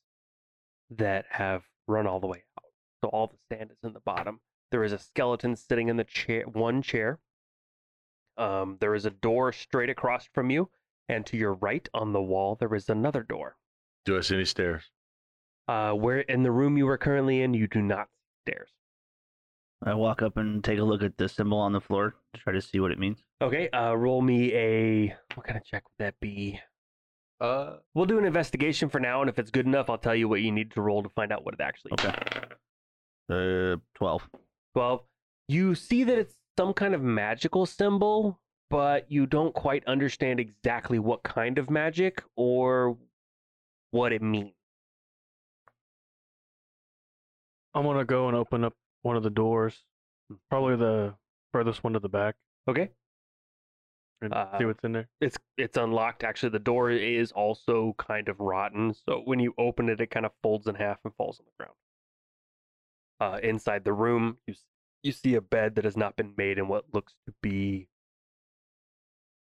S2: that have run all the way out. So all the sand is in the bottom. There is a skeleton sitting in the chair, one chair. Um, there is a door straight across from you, and to your right on the wall there is another door.
S6: Do I see any stairs?
S2: Uh, where in the room you are currently in, you do not see stairs.
S4: I walk up and take a look at the symbol on the floor to try to see what it means.
S2: Okay, uh, roll me a what kind of check would that be?
S1: Uh,
S2: We'll do an investigation for now, and if it's good enough, I'll tell you what you need to roll to find out what it actually. is.
S4: Okay. Uh, twelve.
S2: 12. You see that it's some kind of magical symbol, but you don't quite understand exactly what kind of magic or what it means.
S5: I'm gonna go and open up one of the doors, probably the furthest one to the back,
S2: Okay.
S5: and
S2: Uh,
S5: see what's in there.
S2: It's it's unlocked actually. The door is also kind of rotten, so when you open it it kind of folds in half and falls on the ground. Uh inside the room, you s- you see a bed that has not been made in what looks to be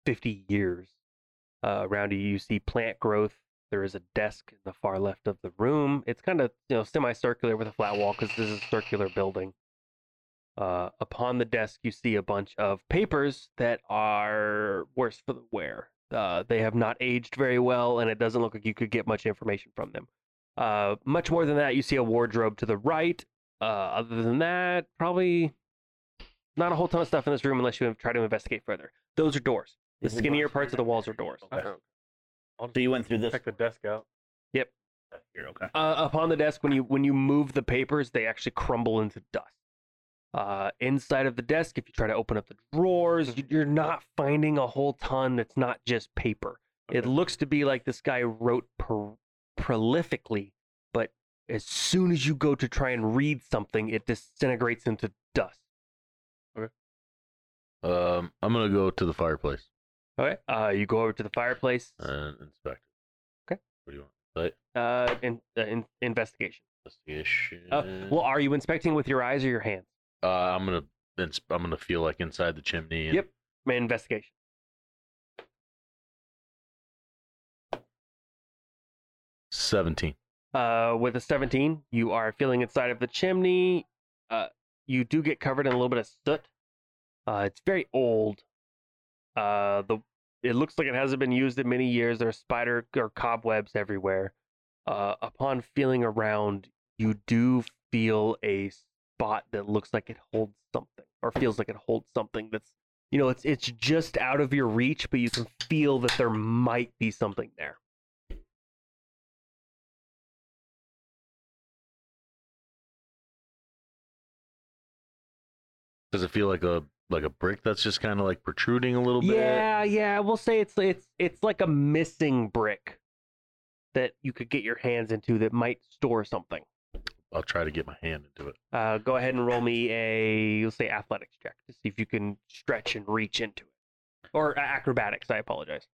S2: 50 years. Uh, around you, you see plant growth. There is a desk in the far left of the room. It's kind of you know semicircular with a flat wall because this is a circular building. Uh, upon the desk, you see a bunch of papers that are worse for the wear. Uh, they have not aged very well, and it doesn't look like you could get much information from them. Uh, much more than that, you see a wardrobe to the right. Uh, other than that, probably not a whole ton of stuff in this room unless you try to investigate further. Those are doors. The skinnier parts of the walls are doors.
S4: So you went through this
S5: Check the desk out.
S4: here, okay?
S2: uh, upon the desk when you when you move the papers they actually crumble into dust uh, inside of the desk if you try to open up the drawers you- you're not finding a whole ton that's not just paper it looks to be like this guy wrote pro- prolifically but as soon as you go to try and read something it disintegrates into dust
S6: Um, I'm gonna go to the fireplace
S2: okay uh, you go over to the fireplace
S6: and inspect.
S2: Okay.
S6: What do you want? Site
S2: uh, in, uh, in investigation
S6: investigation.
S2: uh, well are you inspecting with your eyes or your hands
S6: uh, I'm gonna ins- I'm gonna feel like inside the chimney. And
S2: Yep. investigation
S6: Seventeen.
S2: Uh, with a 17, you are feeling inside of the chimney. Uh, you do get covered in a little bit of soot. Uh, it's very old. Uh, the it looks like it hasn't been used in many years. There are spider or cobwebs everywhere. Uh, upon feeling around, you do feel a spot that looks like it holds something, or feels like it holds something that's you know it's it's just out of your reach, but you can feel that there might be something there.
S6: Does it feel like a like a brick that's just kind of like protruding a little bit?
S2: Yeah, yeah, we'll say it's it's it's like a missing brick that you could get your hands into that might store something.
S6: I'll try to get my hand into it.
S2: Uh, go ahead and roll me a you'll say athletics check to see if you can stretch and reach into it, or a- acrobatics. I apologize.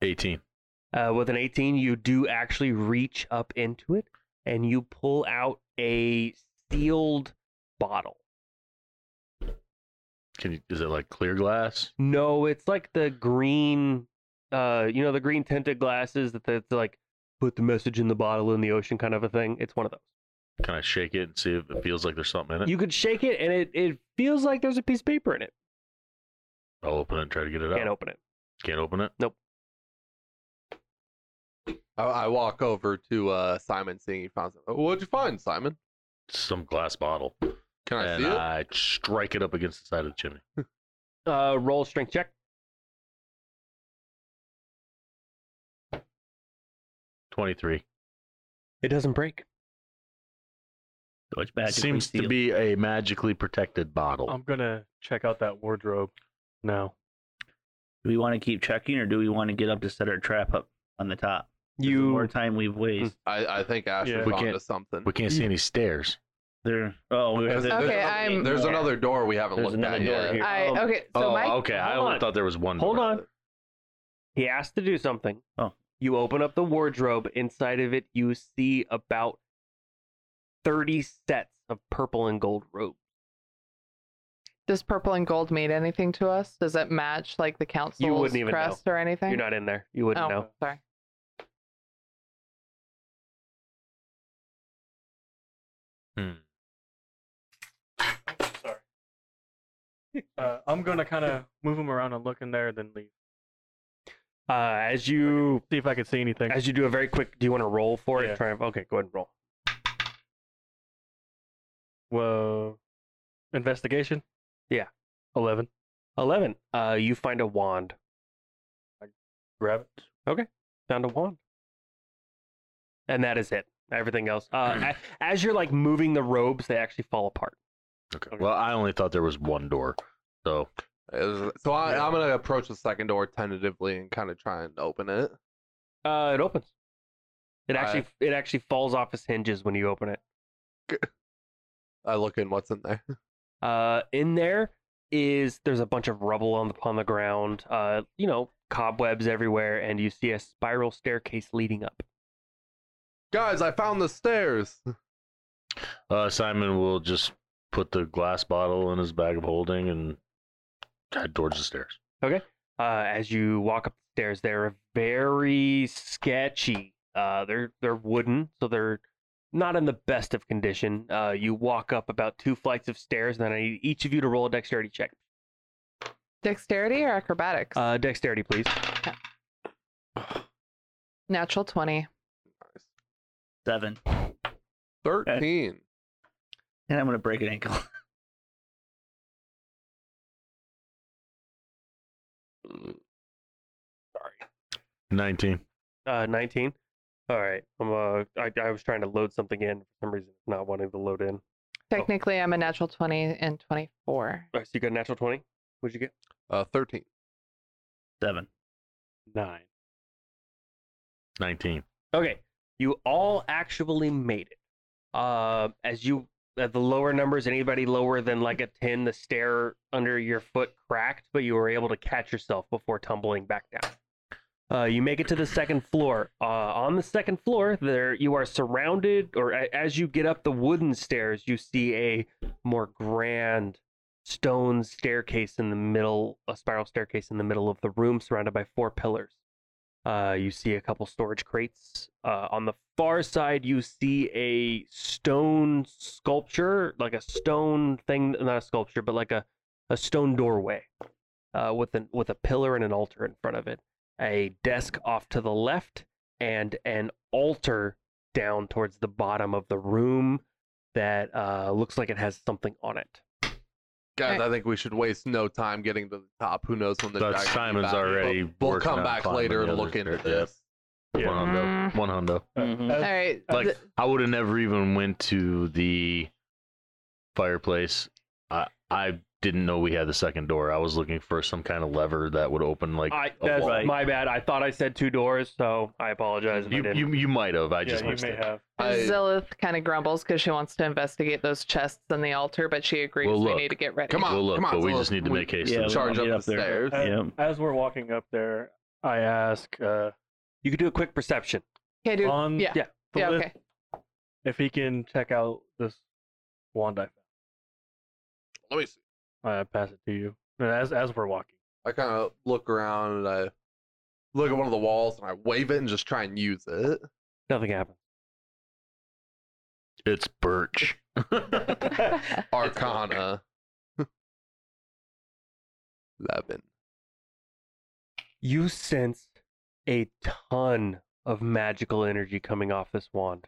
S6: Eighteen.
S2: Uh, with an 18, you do actually reach up into it and you pull out a sealed bottle.
S6: Can you? Is it like clear glass?
S2: No, it's like the green, uh, you know, the green tinted glasses that that's like put the message in the bottle in the ocean kind of a thing. It's one of those.
S6: Can I shake it and see if it feels like there's something in it?
S2: You could shake it and it, it feels like there's a piece of paper in it.
S6: I'll open it and try to get it out.
S2: Can't open it.
S6: Can't open it.
S1: I, I walk over to uh, Simon, seeing he found something. What'd you find, Simon?
S6: Some glass bottle.
S1: Can I
S6: and uh,
S1: see it?
S6: I strike it up against the side of the chimney.
S2: Uh, roll strength check.
S6: Twenty-three.
S2: It doesn't break.
S4: So it's magically
S6: Seems to
S4: sealed.
S6: be a magically protected bottle.
S2: Um,
S5: I'm gonna check out that wardrobe now.
S4: Do we want to keep checking, or do we want to get up to set our trap up on the top? 'Cause the more
S2: You
S4: time we've wasted.
S1: I, I think Asher
S5: Yeah.
S6: We
S1: found
S6: can't-
S1: us something.
S6: we can't see any stairs.
S4: There. Oh, we
S1: There's,
S4: have
S1: there's
S3: Okay,
S1: another-
S3: I'm-
S1: there's another door we haven't
S4: There's
S1: looked
S4: another
S1: at
S4: door
S1: yet.
S4: here.
S3: I
S4: Um,
S3: okay. So
S6: oh,
S3: my
S6: okay. I
S2: hold
S6: only
S2: on.
S6: thought there was one.
S2: hold
S6: door.
S2: on. He asked to do something.
S4: Oh.
S2: You open up the wardrobe. Inside of it, you see about 30 sets of purple and gold rope.
S3: Does purple and gold mean anything to us? Does it match like the council's
S2: wouldn't even know.
S3: crest or anything?
S2: You're not in there. You wouldn't
S3: oh,
S2: know.
S3: sorry.
S5: Uh, I'm gonna kind of move them around and look in there, then leave.
S2: Uh, as you
S5: See if I can see anything.
S2: as you do a very quick, do you want to roll for
S5: Yeah.
S2: it? Try, okay, go ahead and roll.
S5: Whoa. Investigation.
S2: Yeah.
S5: Eleven.
S2: 11. Uh, you find a wand.
S5: Grab it.
S2: Found a wand. And that is it. Everything else.
S5: Hmm.
S2: Uh, a- as you're like moving the robes, they actually fall apart.
S6: Okay. Well, I only thought there was one door. So
S1: Uh, So I, I'm gonna approach the second door tentatively and kind of try and open it.
S2: Uh, it opens. It
S1: I-
S2: actually it actually falls off its hinges when you open it.
S1: I look in what's in there.
S2: Uh, in there is there's a bunch of rubble on the on the ground. Uh, you know, cobwebs everywhere, and you see a spiral staircase leading up.
S1: Guys, I found the stairs.
S6: uh, Simon will just put the glass bottle in his bag of holding and head towards the stairs.
S2: Uh, as you walk up the stairs, they're very sketchy. Uh, they're they're wooden, so they're not in the best of condition. Uh, you walk up about two flights of stairs, and then I need each of you to roll a dexterity check.
S3: Dexterity or acrobatics?
S2: Uh, dexterity, please.
S3: Natural 20.
S4: Seven.
S1: Thirteen.
S4: And I'm gonna break an ankle.
S6: Nineteen.
S2: Uh, 19. All right. I'm, uh, I, I was trying to load something in for some reason, it's not wanting to load in.
S6: Oh.
S3: Technically, I'm a natural 20 and 24.
S2: All right, so you got a natural 20. What'd you get?
S1: Uh, thirteen.
S4: Seven.
S5: Nine.
S6: Nineteen.
S2: Okay. You all actually made it. Uh, as you, at the lower numbers, anybody lower than like a 10, the stair under your foot cracked, but you were able to catch yourself before tumbling back down. Uh, you make it to the second floor. Uh, on the second floor, there you are surrounded, or a- as you get up the wooden stairs, you see a more grand stone staircase in the middle, a spiral staircase in the middle of the room, surrounded by four pillars. Uh, you see a couple storage crates. Uh, on the far side, you see a stone sculpture, like a stone thing, not a sculpture, but like a, a stone doorway uh, with, an, with a pillar and an altar in front of it. A desk off to the left, and an altar down towards the bottom of the room that uh, looks like it has something on it.
S1: Guys,
S3: Eh.
S1: I think we should waste no time getting to the top. Who knows when the
S6: That's
S1: dragon will be
S6: Simon's
S1: back.
S6: already
S1: But We'll
S6: working
S1: come
S6: on
S1: back
S6: climbing
S1: later
S6: the
S1: and
S6: other
S1: look into
S6: stair- yeah.
S1: this.
S6: One hundo. One hundo.
S4: Mhm.
S3: All right.
S6: Uh, Like
S3: th-
S6: I would have never even went to the fireplace. I I didn't know we had the second door. I was looking for some kind of lever that would open like
S2: I,
S6: a
S2: that's
S6: wall.
S4: right.
S2: my bad. I thought I said two doors, so I apologize if I
S6: You,
S2: didn't.
S6: you you might have. I just
S5: yeah, you
S6: missed
S5: may
S6: it.
S5: have.
S1: I,
S3: Zillith kind of grumbles because she wants to investigate those chests and the altar, but she agrees
S6: Well,
S3: we
S6: look.
S3: need to get ready.
S1: come on,
S6: We'll look,
S1: come on.
S6: but we
S1: Zillith.
S6: just need to make haste.
S4: Yeah,
S6: Yeah,
S4: we
S1: charge
S4: wanna
S1: up,
S4: get
S1: the
S4: up there.
S1: stairs.
S5: Uh,
S4: Yeah.
S5: As we're walking up there, I ask uh,
S2: you could do a quick perception.
S3: Okay, dude.
S5: on
S3: yeah.
S2: yeah,
S5: the
S3: yeah,
S5: list
S3: okay.
S5: if he can check out this wand I found.
S1: Let me see.
S5: I pass it to you. And As as we're walking.
S1: I kind of look around and I look at one of the walls and I wave it and just try and use it.
S2: Nothing happened.
S6: it's birch.
S1: Arcana. Eleven.
S2: you sense a ton of magical energy coming off this wand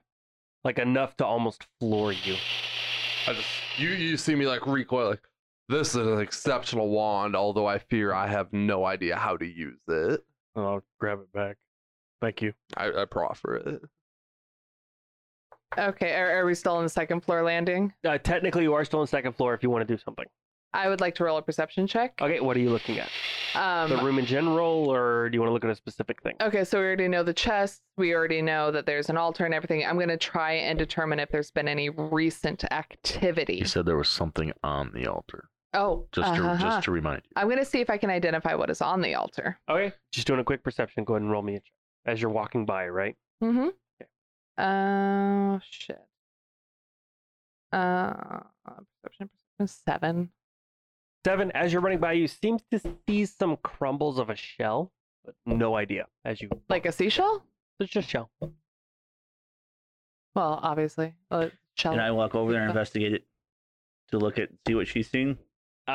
S2: like enough to almost floor you
S1: I just you you see me like recoil like this is an exceptional wand, although I fear I have no idea how to use it.
S5: And I'll grab it back. Thank you.
S1: I, I proffer it.
S3: Okay. Are, are we still on the second floor landing?
S2: uh, technically you are still on second floor if you want to do something
S3: I would like to roll a perception check.
S2: okay what are you looking at
S3: Um,
S2: the room in general or do you want to look at a specific thing
S3: Okay, so we already know the chests. We already know that there's an altar and everything. I'm going to try and determine if there's been any recent activity.
S6: He said there was something on the altar.
S3: Oh,
S6: Just
S3: uh-huh.
S6: to just to remind you.
S3: I'm going to see if I can identify what is on the altar.
S2: okay just doing a quick perception go ahead and roll me a check as you're walking by, right?
S3: Mm-hmm. Oh shit. Uh, perception, perception seven.
S2: Seven, as you're running by, you seem to see some crumbles of a shell, but no idea as you
S3: Like a seashell?
S2: It's just shell.
S3: Well, obviously. A shell.
S4: And I walk over there and investigate it to look at see what she's seeing. what she's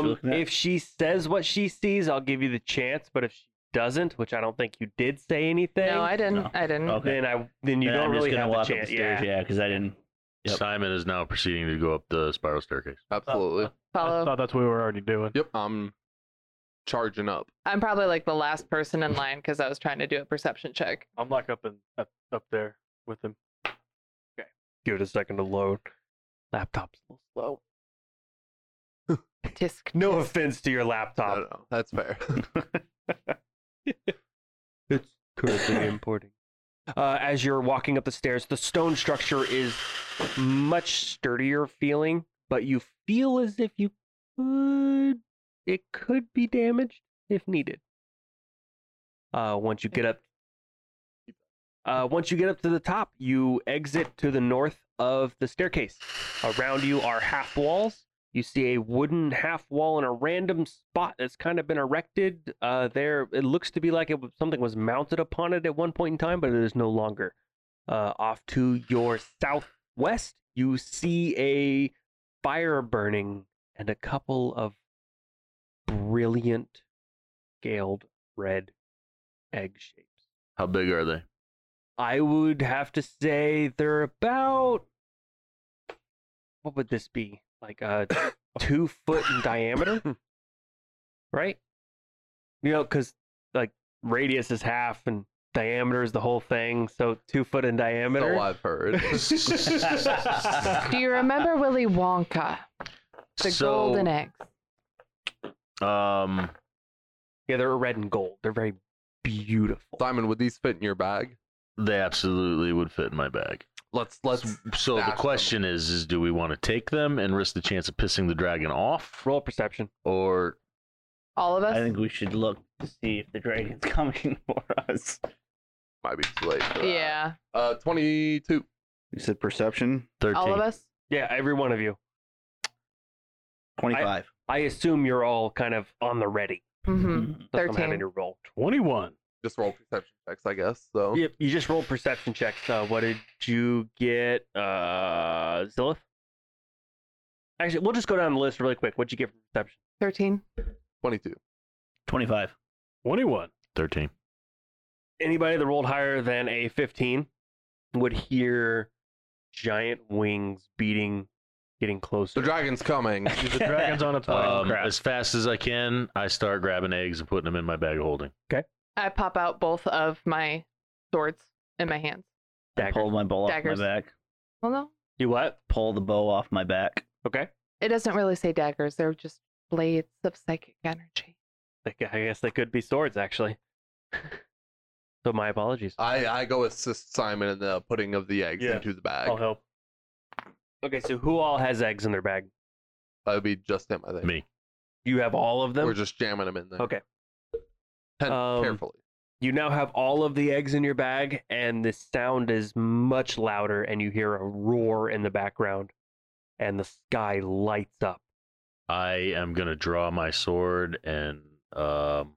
S2: Um,
S4: looking at?
S2: if she says what she sees, I'll give you the chance. But if she doesn't, which I don't think you did say Oh, anything,
S3: no, I didn't.
S4: No.
S3: I didn't.
S4: Okay.
S2: then I then you
S4: And
S2: don't
S4: I'm
S2: really
S4: just
S2: have
S4: gonna
S2: the
S4: walk
S2: chance.
S4: up the stairs,
S2: yeah.
S4: yeah, because I didn't. Yep.
S6: Simon is now proceeding to go up the spiral staircase.
S4: Uh,
S1: Absolutely.
S5: I
S3: Follow.
S5: thought that's what we were already doing.
S1: Yep, I'm charging up.
S3: I'm probably like the last person in line because I was trying to do a perception check.
S5: I'm like up in up, up there with him.
S2: Give it a second to load. Laptop's a little slow.
S3: Tisk.
S2: No offense to your
S1: No,
S2: laptop.
S1: no, that's fair.
S2: It's currently importing. Uh, as you're walking up the stairs, the stone structure is much sturdier feeling, but you feel as if you could it could be damaged if needed. Uh, once you get up, uh, once you get up to the top, you exit to the north of the staircase. Around you are half walls. You see a wooden half wall in a random spot that's kind of been erected. Uh, there, it looks to be like it, was- something was mounted upon it at one point in time, but it is no longer. Uh, off to your southwest, you see a fire burning and a couple of brilliant scaled red egg shapes.
S6: How big are they?
S2: I would have to say they're about what would this be? Like a two foot in diameter, right? You know, because like radius is half and diameter is the whole thing, so two foot in diameter.
S1: So I've heard.
S3: Do you remember Willy Wonka? The golden eggs.
S6: Um,
S2: yeah, they're red and gold. They're very beautiful.
S1: Simon, would these fit in your bag?
S6: they absolutely would fit in my bag.
S1: Let's let's
S6: So
S1: stash
S6: the
S1: them.
S6: question is: is do we want to take them and risk the chance of pissing the dragon off,
S2: Roll perception.
S6: or
S3: All of us.
S4: I think we should look to see if the dragon's coming for us.
S1: might be too late. for that.
S3: yeah.
S1: Uh, twenty-two.
S4: You said perception
S6: thirteen?
S3: All of us.
S2: Yeah, every one of you.
S4: twenty-five.
S2: I assume you're all kind of on the ready.
S3: Mm-hmm.
S2: So I'm having
S3: 13.
S2: to roll.
S5: Twenty-one.
S1: Just roll perception checks, I guess. So
S2: Yep, you just rolled perception checks. Uh, what did you get, uh, Zilith? Actually, we'll just go down the list really quick. What'd you get from perception?
S3: 13.
S1: twenty-two.
S4: Twenty-five.
S5: Twenty-one.
S6: Thirteen.
S2: Anybody that rolled higher than a 15 would hear giant wings beating, getting
S1: The
S2: closer.
S1: dragon's coming.
S5: The dragon's on its way.
S6: Um, as fast as I can, I start grabbing eggs and putting them in my bag of holding.
S3: I pop out both of my swords in my hands.
S4: I
S2: Dagger.
S4: pulled my bow
S3: Daggers.
S4: off my back.
S3: Well, no.
S2: You what?
S4: Pull the bow off my back.
S2: Okay.
S3: It doesn't really say daggers. They're just blades of psychic energy.
S2: Like, I guess they could be swords, actually. so my apologies.
S1: I I go assist Simon in the putting of the eggs
S5: Yeah.
S1: into the bag.
S2: Oh.
S5: I'll help.
S2: Okay, so who all has eggs in their bag?
S1: That would be just him, I think.
S6: Me.
S2: You have all of them?
S1: We're just jamming him in there.
S2: Okay.
S1: Pen-
S2: Um,
S1: carefully.
S2: You now have all of the eggs in your bag, and the sound is much louder, and you hear a roar in the background, and the sky lights up.
S6: I am gonna draw my sword and um,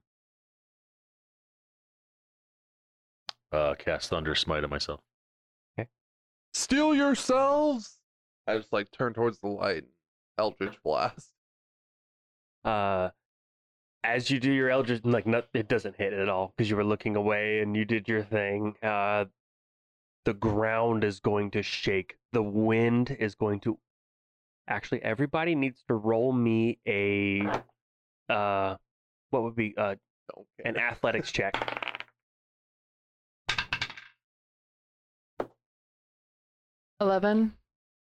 S6: uh, cast thunder smite on myself.
S1: Steal yourselves. I just like turn towards the light. Eldritch blast.
S2: Uh, as you do your eldritch, like not, it doesn't hit at all because you were looking away and you did your thing. Uh, the ground is going to shake. The wind is going to. Actually, everybody needs to roll me a, uh, what would be uh,
S1: Don't care.
S2: an athletics check.
S3: Eleven.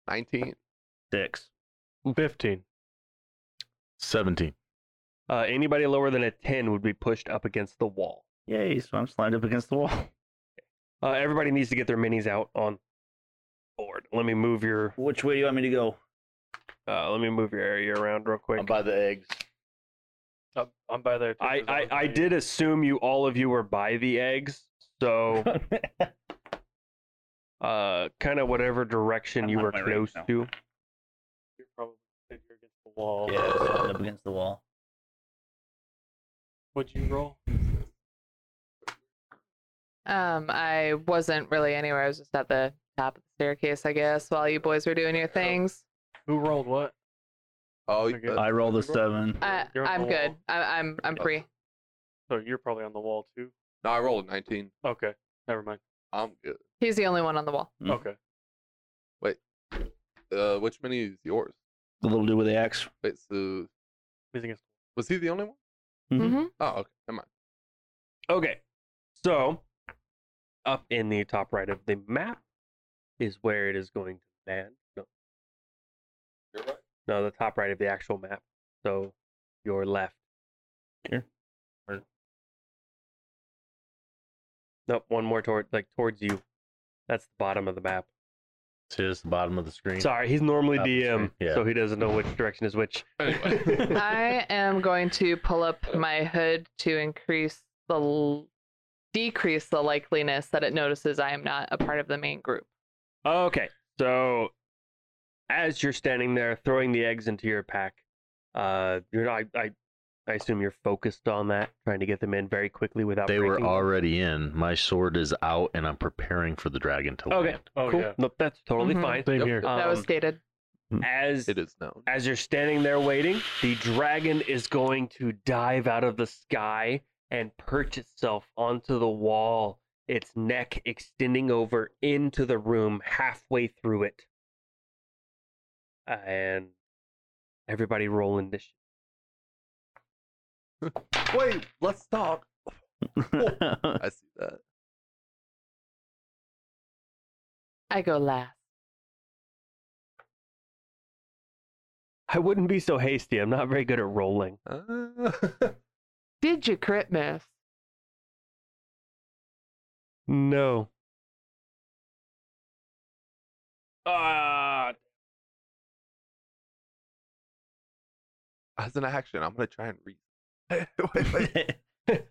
S1: Nineteen.
S4: Six.
S5: Fifteen.
S6: Seventeen.
S2: Uh, anybody lower than a 10 would be pushed up against the wall.
S4: Yay! So I'm slammed up against the wall.
S2: Uh, everybody needs to get their minis out on board. Let me move your
S4: Which way do you want me to go?
S2: uh, let me move your area around real quick.
S4: by the eggs.
S5: I'm, I'm by there. too,
S2: I,
S5: 'cause
S2: I,
S5: was
S2: I
S5: by you.
S2: did assume you all of you were by the eggs, So, uh, kind of whatever direction
S4: I'm
S2: you
S4: on
S2: were
S4: my right
S2: close
S4: now.
S2: to.
S5: You're probably you're against the wall.
S4: Yeah, it's all up against the wall.
S5: What'd you roll?
S3: Um, I wasn't really anywhere. I was just at the top of the staircase, I guess, while you boys were doing
S5: Oh,
S3: your things.
S5: Who rolled what?
S1: Oh,
S5: Okay.
S1: uh,
S4: I rolled a seven.
S3: I,
S5: You're on
S3: I'm
S5: the
S3: good.
S5: wall.
S3: I, I'm I'm free.
S5: So you're probably on the wall too.
S1: no, I rolled a 19.
S5: Okay, never mind.
S1: I'm good.
S3: He's the only one on the wall.
S4: Mm.
S5: Okay,
S1: Uh, which mini is yours?
S4: The little dude with the axe.
S1: Wait, so
S5: he's against.
S1: was he the only one?
S4: Mhm.
S3: Mm-hmm.
S1: Oh, okay. Never mind.
S2: Okay. So, up in the top right of the map is where it is going to land. No,
S1: You're right.
S2: no, the top right of the actual map. So, your left.
S4: Here?
S2: Or- Nope, one more toward like towards you. That's the bottom of the map.
S6: See, it's the bottom of the screen.
S2: Sorry, he's normally
S6: Top of the
S2: DM,
S6: screen, yeah.
S2: so he doesn't know which direction is which.
S1: Anyway.
S3: I am going to pull up my hood to increase the l- decrease the likeliness that it notices I am not a part of the main group.
S2: Okay, so as you're standing there throwing the eggs into your pack, uh, you're not. I, I, I assume you're focused on that, trying to get them in very quickly without.
S6: They were
S2: breaking.
S6: already in. My sword is out, and I'm preparing for the dragon to
S2: Okay.
S6: land.
S5: Oh
S2: cool.
S5: yeah,
S2: No, that's totally
S3: Mhm.
S2: fine.
S5: same
S1: Yep.
S5: here.
S3: that was
S2: Um,
S3: stated.
S2: As
S1: it is known.
S2: as you're standing there waiting, the dragon is going to dive out of the sky and perch itself onto the wall, its neck extending over into the room halfway through it. And everybody rolling this.
S1: Wait, let's talk. I see that.
S3: I go last.
S2: I wouldn't be so hasty. I'm not very good at rolling.
S1: Uh,
S3: Did you crit miss?
S2: No. Ah,
S1: as an action, I'm gonna try and read. Wait, wait.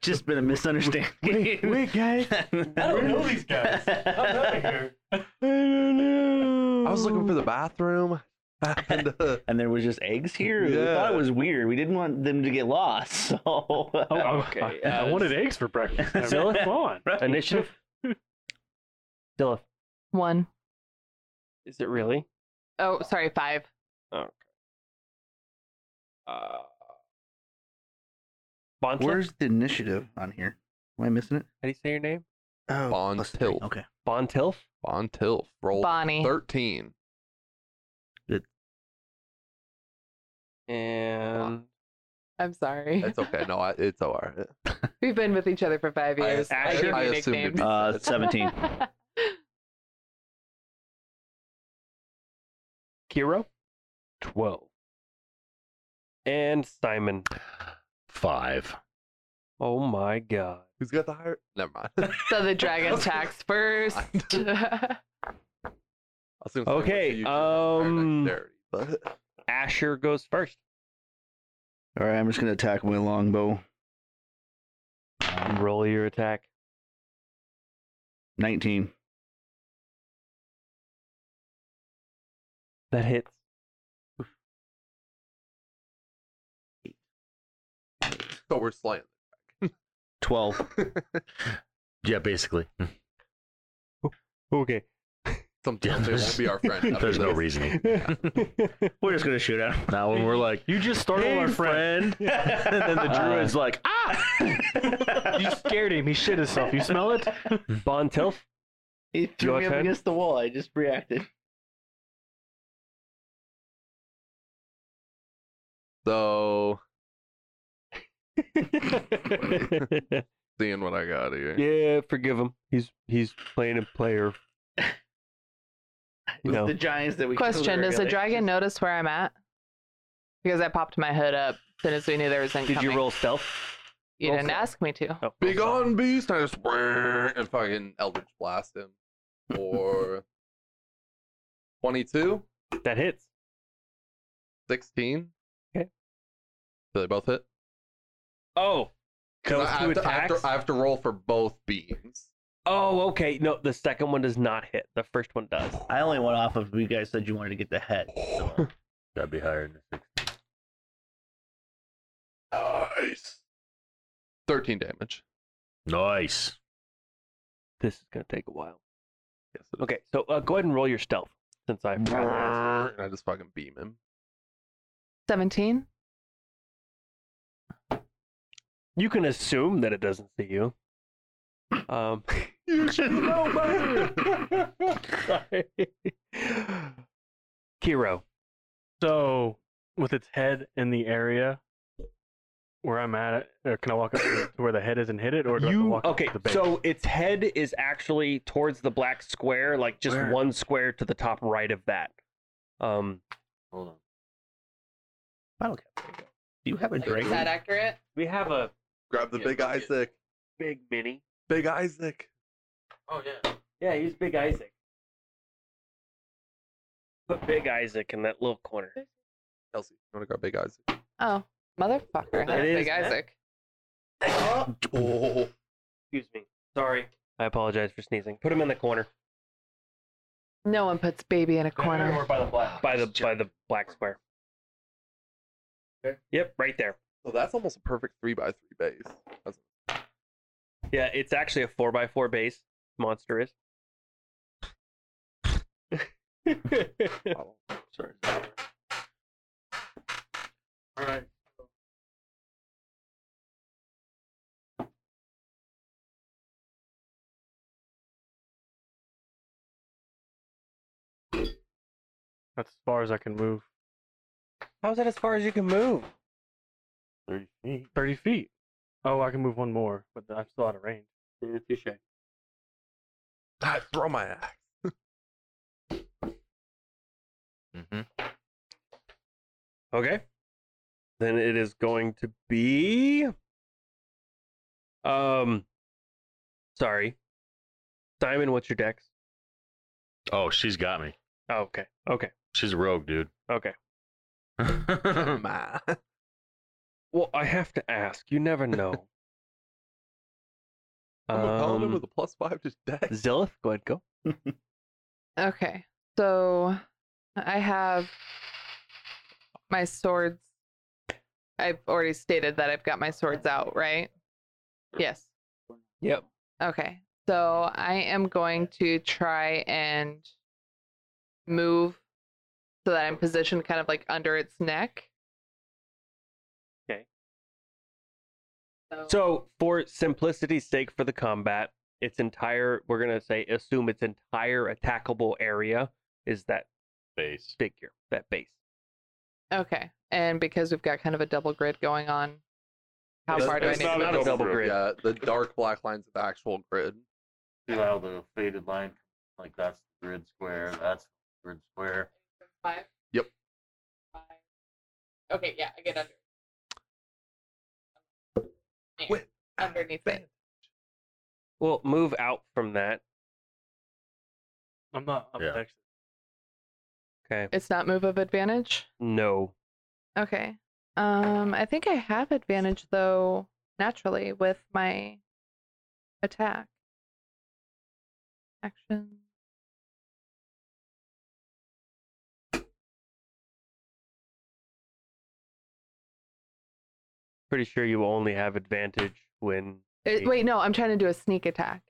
S4: Just been a misunderstanding.
S5: guys.
S4: I
S5: don't know these guys. I'm out of here.
S1: I was looking for the bathroom. And, uh,
S4: and there was just eggs here. We thought
S1: Yeah.
S4: it was weird. We didn't want them to get lost. So
S5: Oh,
S4: okay,
S5: I,
S4: uh,
S5: wanted eggs for breakfast. I mean,
S4: Zilla?
S5: Come on.
S2: initiative. Dilla,
S3: One.
S2: is it really?
S3: Oh, sorry, five.
S2: Uh, Bonta?
S4: Where's the initiative on here? Am I missing it?
S2: How do you say your name?
S4: Oh,
S1: Bond
S4: plus three.
S1: tilt.
S4: Okay.
S2: Bontilf?
S1: Bon Tilf rolled
S3: Bonnie.
S1: 13.
S2: And
S3: I'm sorry.
S1: It's okay. No, I, it's all right.
S3: We've been with each other for five
S1: I-
S3: years.
S1: I-
S3: give
S1: I
S3: you
S1: assumed it'd be
S3: nicknames.
S4: Uh, seventeen.
S2: Kiro? 12. And Simon.
S6: Five.
S2: Oh my god.
S1: Who's got the higher? Never mind. I
S3: so the dragon attacks first.
S1: was gonna say, what's
S2: Okay,
S1: the usual higher
S2: um,
S1: dexterity, but
S2: Asher goes first.
S4: All right, I'm just gonna attack my longbow. Um,
S2: Roll your attack.
S4: Nineteen.
S2: That hits.
S1: so we're slaying.
S4: 12.
S6: Yeah, basically.
S2: Okay.
S1: Something
S6: Yeah,
S1: else, it won't be our friend. after
S6: There's no
S1: this.
S6: reasoning.
S4: We're just gonna shoot at him.
S6: Now when we're like,
S5: You just startled
S6: "Hey,
S5: our friend.
S6: and then the
S4: Uh,
S6: druid's like,
S5: You scared him. He shit himself. You smell it?
S2: Bontilf?
S4: He
S2: Your
S4: threw me up
S2: turn.
S4: against the wall. I just reacted.
S1: So, seeing what I got here.
S2: yeah, forgive him. He's he's playing a player. You
S4: It's
S2: know.
S4: the giants that we killed
S3: Question: Does the
S4: earlier.
S3: dragon notice where I'm at? Because I popped my hood up as soon as we knew there was
S2: Did
S3: incoming.
S2: you roll stealth?
S3: You
S2: roll
S3: didn't
S2: stealth?
S3: ask me to.
S2: Oh,
S1: Big
S2: roll
S1: on beast, and I just and fucking eldritch blast him. Or 22,
S2: stealth. That hits.
S1: 16.
S2: Okay.
S1: Do they both hit?
S2: Oh,
S1: 'Cause
S2: those
S1: I have to- I
S2: Oh. two
S1: have to-
S2: attacks.
S1: I have to roll for both beams.
S2: Oh, okay. No, the second one does not hit. The first one does.
S4: I only went off of you guys said you wanted to get the head. So
S6: That'd be higher than six. Nice.
S1: 13 damage.
S6: Nice.
S2: This is gonna take a while.
S1: Yes, it is.
S2: Okay, so uh, go ahead and roll your stealth since I forgot. to ask.
S1: And I just fucking beam him.
S3: 17.
S2: You can assume that it doesn't see you. Um, you should know better. Kiro,
S5: So, with its head in the area where I'm at, or can I walk up to where the head is and hit it, or do I have to
S2: you Oh.
S5: walk
S2: okay?
S5: up to the base?
S2: So its head is actually towards the black square, like just
S6: Where?
S2: one square to the top right of that. Um,
S6: Hold on.
S4: bottle cap. Do you have a
S3: Is
S4: drink?
S3: that accurate?
S2: we have a
S1: Grab the
S6: Yeah,
S1: big
S6: fuck it.
S1: Isaac.
S2: big mini.
S1: Big Isaac.
S6: Oh yeah.
S2: Yeah, he's Big Isaac. Put Big Isaac in that little corner.
S1: Kelsey, you want to grab Big Isaac?
S3: Oh, motherfucker. That's
S2: is,
S3: Big
S2: man.
S3: Isaac.
S1: Oh.
S2: Excuse me. Sorry. I apologize for sneezing. Put him in the corner.
S3: No one puts baby in a corner.
S2: by the black. By the by the black square.
S1: Okay.
S2: Yep, right there.
S1: So that's almost a perfect 3 by 3 base. That's
S2: Yeah, it's actually a four by four base. Monster is.
S1: a model.
S6: Sorry.
S5: That's as far as I can move.
S2: How's that as far as you can move?
S6: Thirty feet.
S5: 30 feet. Oh, I can move one more, but I'm still out of range.
S1: I throw my axe.
S6: Mm-hmm.
S2: Okay. Then it is going to be. Um. Sorry. Simon, what's your dex?
S6: Oh, she's got me.
S2: Oh, okay. Okay.
S6: She's a rogue, dude.
S2: Okay.
S1: Oh, Ma.
S2: Well, I have to ask. You never know.
S1: I'm a paladin
S2: Um,
S1: with a plus 5 to dex.
S2: Zilith, go ahead, go.
S3: Okay. So I have my swords. I've already stated that I've got my swords out, right? Yes.
S2: Yep.
S3: Okay. So I am going to try and move so that I'm positioned kind of like under its neck.
S2: Okay. So, for simplicity's sake, for the combat, its entire, we're going to say, assume its entire attackable area is that
S6: Face.
S2: figure, that base.
S3: Okay. And because we've got kind of a double grid going on, how
S1: That's-
S3: far do I
S1: that's
S3: need to
S2: not
S3: move?
S2: a double grid.
S1: Yeah, the dark black line's the actual grid.
S7: See how the faded line, like that's the grid square, that's the grid square.
S3: Five?
S1: Yep.
S3: Five. Okay, yeah, I get under. There.
S1: With
S3: Underneath it.
S2: Well, move out from that.
S5: I'm not up
S6: Yeah.
S5: next.
S2: Okay.
S3: It's not move of advantage?
S2: No.
S3: Okay. Um, I think I have advantage though naturally with my attack action.
S2: Pretty sure you only have advantage when.
S3: It,
S2: you-
S3: Uh, wait, no, I'm trying to do a sneak attack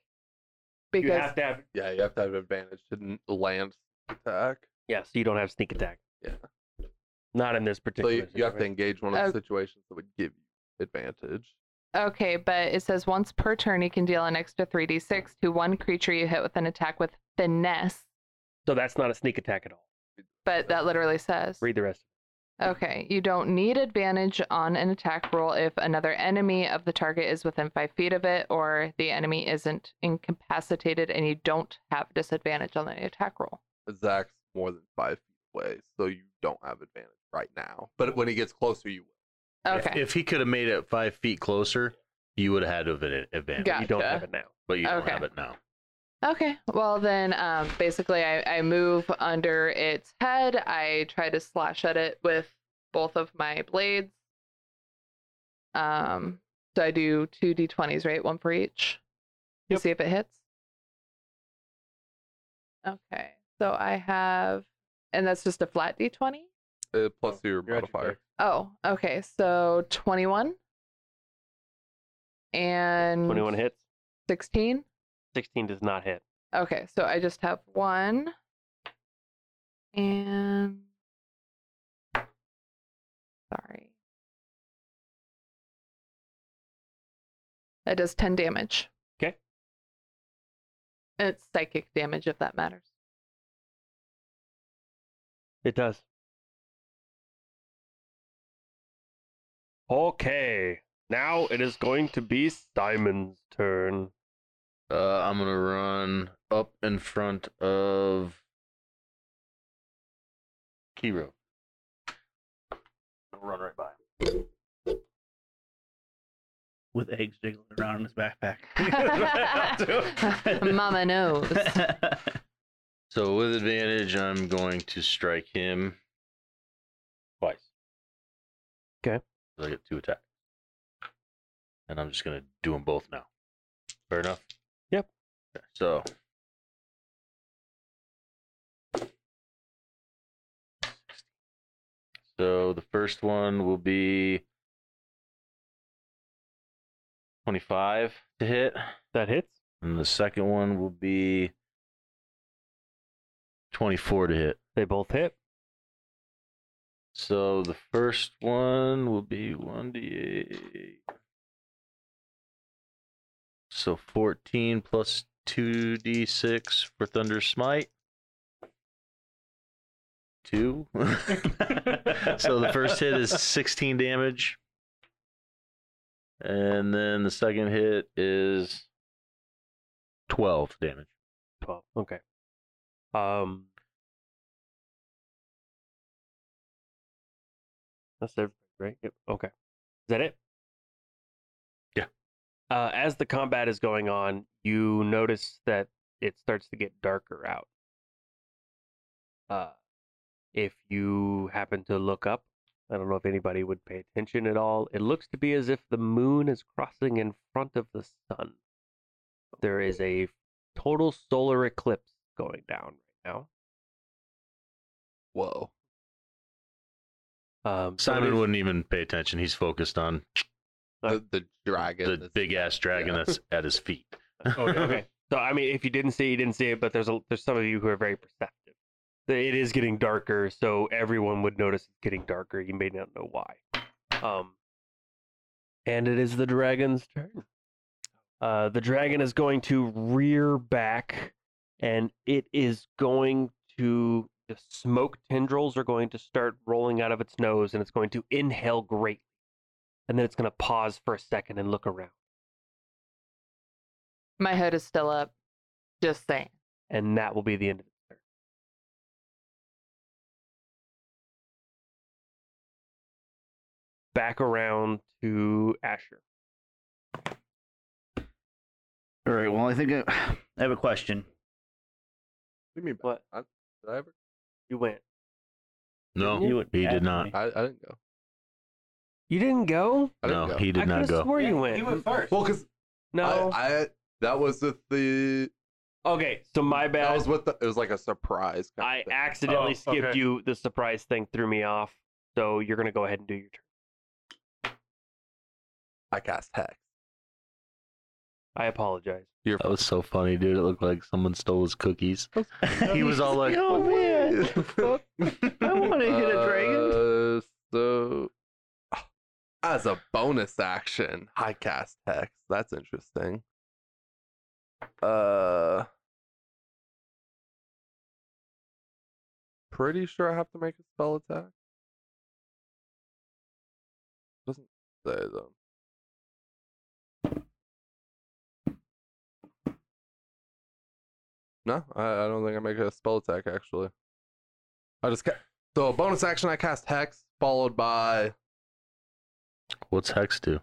S2: You
S3: because
S2: have to have.
S1: Yeah, you have to have advantage to n- land attack.
S2: Yeah, so you don't have sneak attack.
S1: Yeah.
S2: Not in this
S1: So
S2: particular.
S1: you, you have to
S2: situation.
S1: engage one of the
S3: Uh,
S1: situations that would give you advantage.
S3: okay, but it says once per turn you can deal an extra 3d6 to one creature you hit with an attack with finesse,
S2: So that's not a sneak attack at all.
S3: but that literally says
S2: Read the rest.
S3: Okay, you don't need advantage on an attack roll if another enemy of the target is within five feet of it, or the enemy isn't incapacitated, and you don't have disadvantage on the attack roll.
S1: Zach's more than five feet away, so you don't have advantage right now. But when he gets closer, you will.
S3: Okay,
S6: If, if he could have made it five feet closer, you would have had an advantage.
S3: Got-
S1: Ah,
S2: You don't
S3: Gotcha.
S2: have it now.
S6: But you don't
S3: Okay.
S6: have it now.
S3: okay. Well, then, um, basically, I, I move under its head. I try to slash at it with both of my blades. Um, so I do two d20s, right? One for each. To
S5: Yep.
S3: see if it hits. Okay. So I have, and that's just a flat d20.
S1: Uh, plus your
S7: You're at your
S1: modifier.
S7: dex.
S3: Oh, okay. So 21 and
S2: 21 hits.
S3: 16.
S2: 16 does not hit.
S3: Okay. So I just have one and sorry. That does 10 damage.
S2: 'Kay.
S3: And it's psychic damage if that matters.
S2: It does. Okay. Now it is going to be Simon's turn.
S6: Uh, I'm gonna run up in front of Kiro.
S7: Run right by.
S4: with eggs jiggling around in his backpack.
S3: Mama knows.
S6: So with advantage, I'm going to strike him twice.
S2: 'Kay.
S6: So I get two attacks, and I'm just gonna do them both now. Fair enough.
S2: Yep.
S6: Okay, So. So the first one will be 25 to hit.
S2: That hits?
S6: And the second one will be 24 to hit.
S2: They both hit.
S6: So the first one will be 1d8. So 14 plus 2d6 for Thunder Smite. Two. so the first hit is 16 damage. And then the second hit is 12 damage.
S2: 12. Okay. Um. That's everybody, right? Yep. Okay. Is that it?
S6: Yeah.
S2: Uh, as the combat is going on, you notice that it starts to get darker out. Uh, if you happen to look up, I don't know if anybody would pay attention at all. It looks to be as if the moon is crossing in front of the sun. There is a total solar eclipse going down right now.
S1: Whoa.
S2: Um, so it
S6: Simon
S2: is-
S6: wouldn't even pay attention. He's focused on
S2: Uh,
S1: The, the dragon.
S6: the
S1: that's-
S6: big ass dragon
S1: yeah.
S6: that's at his feet.
S2: Okay, okay. So I mean, if you didn't see, it, you didn't see it. But there's a, there's some of you who are very perceptive. It is getting darker, so everyone would notice it's getting darker. You may not know why. Um, and it is the dragon's turn. Uh, the dragon is going to rear back, and it is going to. The smoke tendrils are going to start rolling out of its nose, and it's going to inhale greatly, and then it's going to pause for a second and look around.
S3: My hood is still up. Just saying.
S2: and that will be the end of it. Back around to Asher.
S4: All right. Well, I think I, I have a question.
S1: Leave me back.
S2: What?
S1: I, did I, ever,
S2: You went.
S6: No,
S4: You would
S6: he
S4: ask
S6: did not.
S4: me.
S1: I, I didn't go.
S2: You didn't go.
S1: I didn't
S6: No,
S1: go.
S6: he did
S2: I
S6: not
S2: coulda
S6: go.
S2: Swore you went.
S7: first.
S1: Well, because
S2: no.
S1: I, I that was with the
S2: okay, so my bad.
S1: that was with the it was like a surprise. kind of
S2: I
S1: thing.
S2: accidentally
S5: Oh,
S2: skipped
S5: okay.
S2: you. The surprise thing threw me off. So you're gonna go ahead and do your turn.
S1: I cast hex.
S2: I apologize.
S1: You're
S6: That was so funny, dude. It looked like someone stole his cookies. he was all like,
S4: "Oh man, I wanna hit a
S2: Uh,
S1: dragon. Uh, so as a bonus action, I cast hex. That's interesting. Uh Pretty sure I have to make a spell attack. Doesn't say though. No, I, I don't think I make a spell attack actually. I just ca- so a bonus action I cast hex, followed by
S6: "What's hex do?"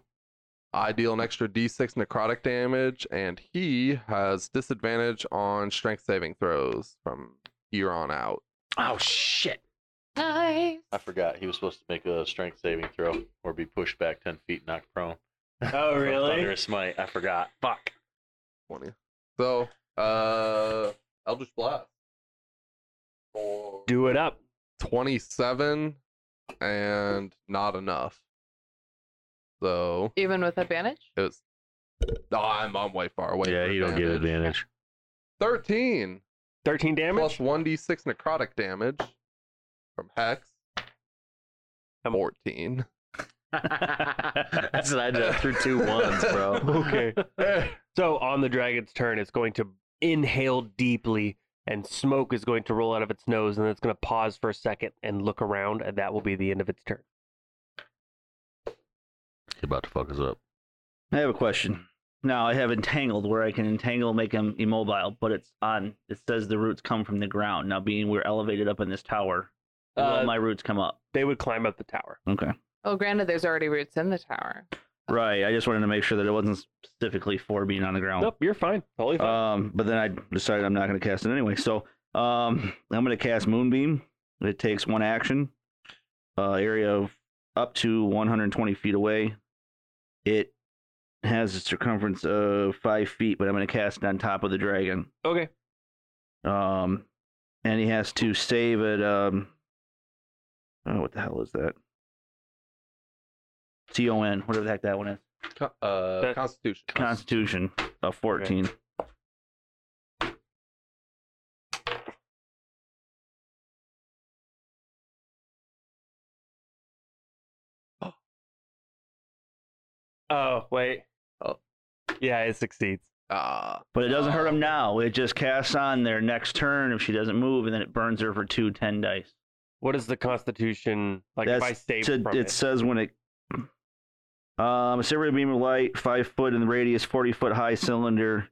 S1: I deal an extra d6 necrotic damage, and he has disadvantage on strength saving throws from here on out.
S6: Oh shit!
S3: Nice.
S6: I forgot he was supposed to make a strength saving throw or be pushed back ten feet, knocked prone.
S2: Oh
S6: From Thunderous smite. I forgot. Fuck.
S1: Twenty. So, uh, Eldritch Blast.
S2: Do it up.
S1: 27 and not enough. So
S3: Even with advantage?
S1: it was. Oh, I'm, I'm way far away.
S6: yeah,
S1: for
S6: you don't get advantage.
S1: 13
S2: 13
S1: plus
S2: damage?
S1: 1d6 necrotic damage from Hex. 14.
S6: That's an idea through two ones, bro.
S2: okay. so on the dragon's turn, it's going to inhale deeply, and smoke is going to roll out of its nose, and it's going to pause for a second and look around, and that will be the end of its turn.
S6: You're about to fuck us up.
S4: I have a question. Now I have entangled where I can entangle, make him immobile, but it's on. It says the roots come from the ground. Now being we're elevated up in this tower, will
S2: Uh,
S4: my roots come up?
S2: They would climb up the tower.
S4: Okay.
S3: Oh, granted, there's already roots in the tower.
S4: Right. I just wanted to make sure that it wasn't specifically for being on the ground.
S2: Nope, you're fine. Totally fine.
S4: Um, but then I decided I'm not going to cast it anyway. So um, I'm going to cast Moonbeam. It takes one action, uh, area of up to 120 feet away. It has a circumference of five feet, but I'm going to cast it on top of the dragon.
S2: okay.
S4: Um, and he has to save at um, oh, what the hell is that? C O N, whatever the heck that one is.
S1: Co- Uh,
S2: That-
S1: Constitution.
S4: Constitution of 14.
S2: Oh, wait.
S1: Oh.
S2: Yeah, it succeeds.
S1: Ah,
S4: But it doesn't hurt him now. It just casts on their next turn if she doesn't move, and then it burns her for two 10 dice.
S2: What is the constitution like if I save
S4: to-
S2: from
S4: it
S2: it?
S4: says when it. Um, a silver beam of light, five foot in the radius, 40 foot high cylinder,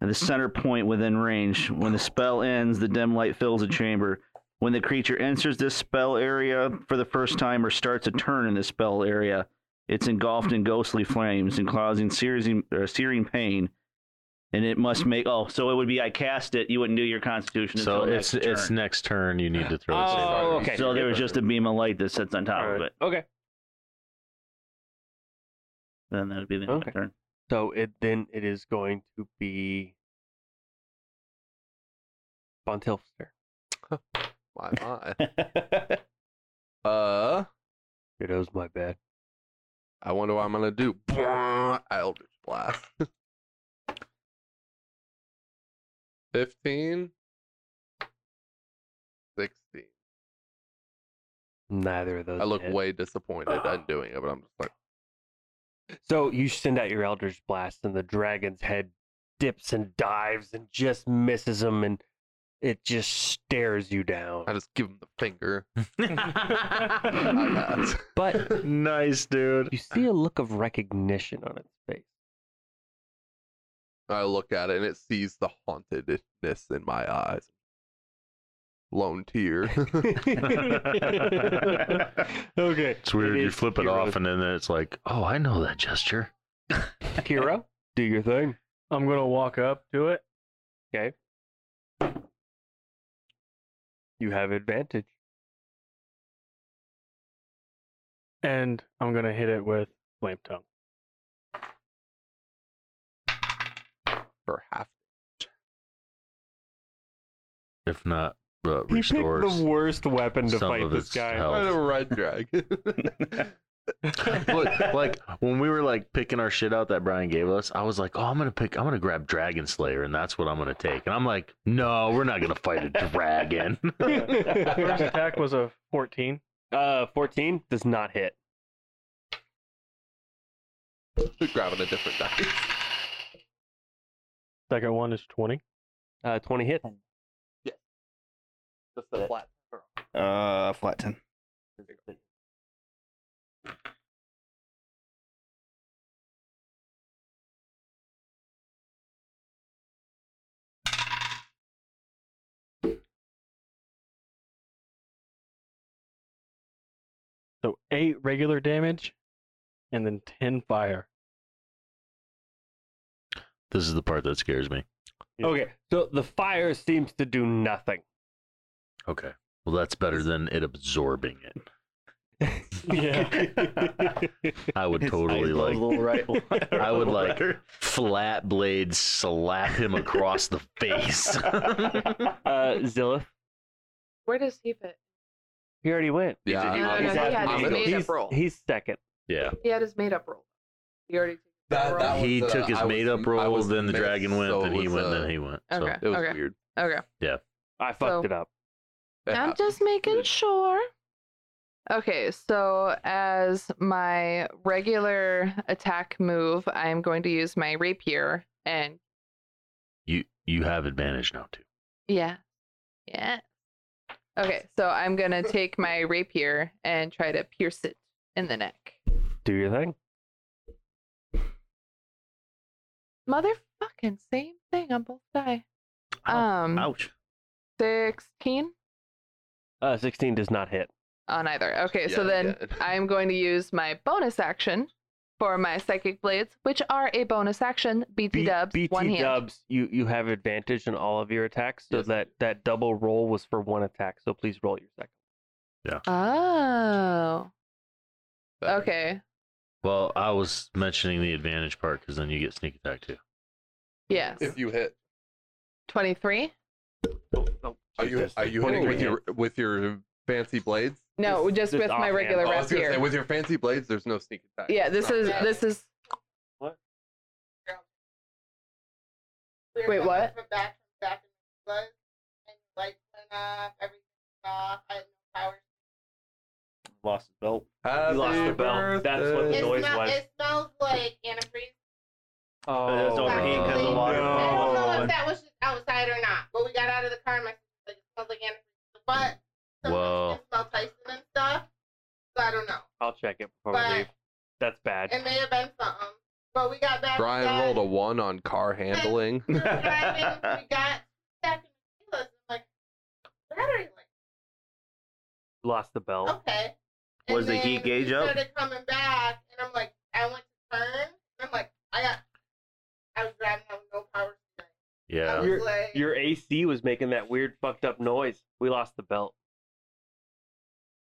S4: and the center point within range. When the spell ends, the dim light fills the chamber. When the creature enters this spell area for the first time or starts a turn in this spell area, it's engulfed in ghostly flames and causing searing, or searing pain. And it must make. Oh, so it would be I cast it. You wouldn't do your constitution.
S6: So
S4: until
S6: it's
S4: next
S6: it's
S4: turn.
S6: next turn. You need to throw a save.
S2: Oh,
S1: Sorry.
S2: okay.
S4: So there was just a beam of light that sits on top of
S2: Alright.
S4: it.
S2: Okay.
S4: Then that would be the end of my
S2: Okay.
S4: turn.
S2: So it then it is going to be Bontilf's turn.
S1: my, my. uh,
S2: It was my bad.
S1: I wonder what I'm gonna do. Eldritch Blast. 15. 16.
S2: Neither of those.
S1: I look
S2: hit.
S1: way disappointed at doing it, but I'm just like,
S2: So you send out your Eldritch Blast, and the dragon's head dips and dives and just misses him, and it just stares you down.
S1: I just give him the finger. I
S6: Sorry.
S1: pass.
S2: But
S6: nice, dude.
S2: you see a look of recognition on its face.
S1: I look at it and it sees the hauntedness in my eyes. Lone tear.
S2: okay.
S6: It's weird.
S2: It
S6: you
S2: is
S6: flip it
S2: Kiro's-
S6: off, and then it's like, oh, I know that gesture.
S2: Kira, do your thing.
S5: I'm gonna walk up to it.
S2: Okay. You have advantage.
S5: and I'm gonna hit it with flame tongue.
S1: For half.
S6: If not, uh, restores.
S2: worst weapon
S6: some of its
S3: Oh.
S6: health.
S1: I'm a red dragon.
S6: Look, like when we were like picking our shit out that Brian gave us, I was like, "Oh, I'm gonna pick, I'm gonna grab Dragon Slayer, and that's what I'm gonna take." And I'm like, "No, we're not gonna fight a dragon."
S5: First attack was a 14.
S2: Uh, 14 does not hit.
S1: Grabbing a different dice.
S5: Second one is 20.
S2: Uh, 20 hit.
S1: Just the flat.
S4: Uh, flat 10.
S5: So eight regular damage, and then 10 fire.
S6: this is the part that scares me.
S2: Okay, so the fire seems to do nothing.
S6: Okay, well, that's better than it absorbing it. I would totally like I would like flat blade slap him across the face.
S2: Uh, Zilith,
S3: Where does he fit?
S2: He already went.
S1: Yeah,
S6: He-
S3: Oh, No,
S6: I'm-
S3: no, he
S6: I'm-
S3: had
S6: I'm
S3: his
S6: in the-
S3: made-up role.
S2: He's second.
S6: Yeah.
S3: He had his made-up role. He already took
S1: That-
S3: role.
S1: that was-
S6: He
S1: uh,
S6: took his
S1: I was-
S6: made up
S1: I
S6: role,
S1: was
S6: then the
S1: mixed,
S6: dragon went,
S1: so
S6: then
S1: it
S6: he
S1: was,
S6: went,
S1: uh,
S6: then he went. So
S3: Okay.
S1: It was
S3: okay.
S1: weird.
S3: Okay.
S2: I
S3: So-
S2: fucked it up.
S1: It
S3: I'm
S1: happened.
S3: just making sure. Okay, so as my regular attack move, I am going to use my rapier and
S6: you you have advantage now too.
S3: yeah. Yeah. Okay, so I'm going to take my rapier and try to pierce it in the neck.
S2: Do your thing.
S3: Motherfucking same thing on both die.
S4: Ow.
S3: Um
S4: Ouch.
S3: 16
S2: Uh, 16 does not hit.
S3: on either. Okay, so
S1: Yeah,
S3: then
S1: yeah.
S3: I'm going to use my bonus action for my psychic blades, which are a bonus action. BT
S2: B-
S3: dubs,
S2: BT
S3: one hand.
S2: dubs, you, you have advantage in all of your attacks. So
S1: Yes.
S2: that, that double roll was for one attack. So please roll your second.
S3: Oh,
S1: Better.
S3: okay.
S6: Well, I was mentioning the advantage part because then you get sneak attack too.
S3: Yes.
S1: If you hit,
S3: 23?
S2: Oh,
S1: are you
S2: Just
S1: are you
S2: one
S1: hitting with
S2: hand.
S1: your with your fancy blades?
S3: No,
S2: Just-
S3: just,
S2: just
S3: with my
S2: offhand.
S3: regular
S1: Oh, I was
S3: rest
S1: gonna say
S3: here.
S1: with your fancy blades, there's no sneak attack.
S3: Yeah, this is this is Wait, what?
S8: From back, from back in the bus, and lights went off, everything went off. I had no power.
S5: Lost his belt.
S1: Happy
S2: You lost the bell. That's what the
S1: birthday.
S8: It,
S2: noise
S8: smell,
S2: was-
S8: it smells like antifreeze.
S5: Oh, it was overheating 'cause the water.
S6: no.
S8: I don't know
S5: Oh.
S8: if that was just outside or not, but we got out of the car and my sister was like, it smells like antifreeze. But some
S6: Whoa.
S8: people smell Tyson and stuff, so I don't know.
S2: I'll check it before
S8: But-
S2: we leave. That's bad.
S8: It may have been something. But we got back.
S1: Brian rolled a one on car handling.
S8: We were driving, we got back in the bus, like, battery light.
S2: Lost the belt.
S8: Okay. And
S4: Was the heat
S8: then
S4: gauge
S8: he
S4: up?
S8: Started coming back, and I'm like, I went to turn, and I'm like, I got, I was driving, I was no power. steering. I
S6: Yeah.
S8: was like,
S2: Your AC was making that weird fucked up noise. We lost the belt.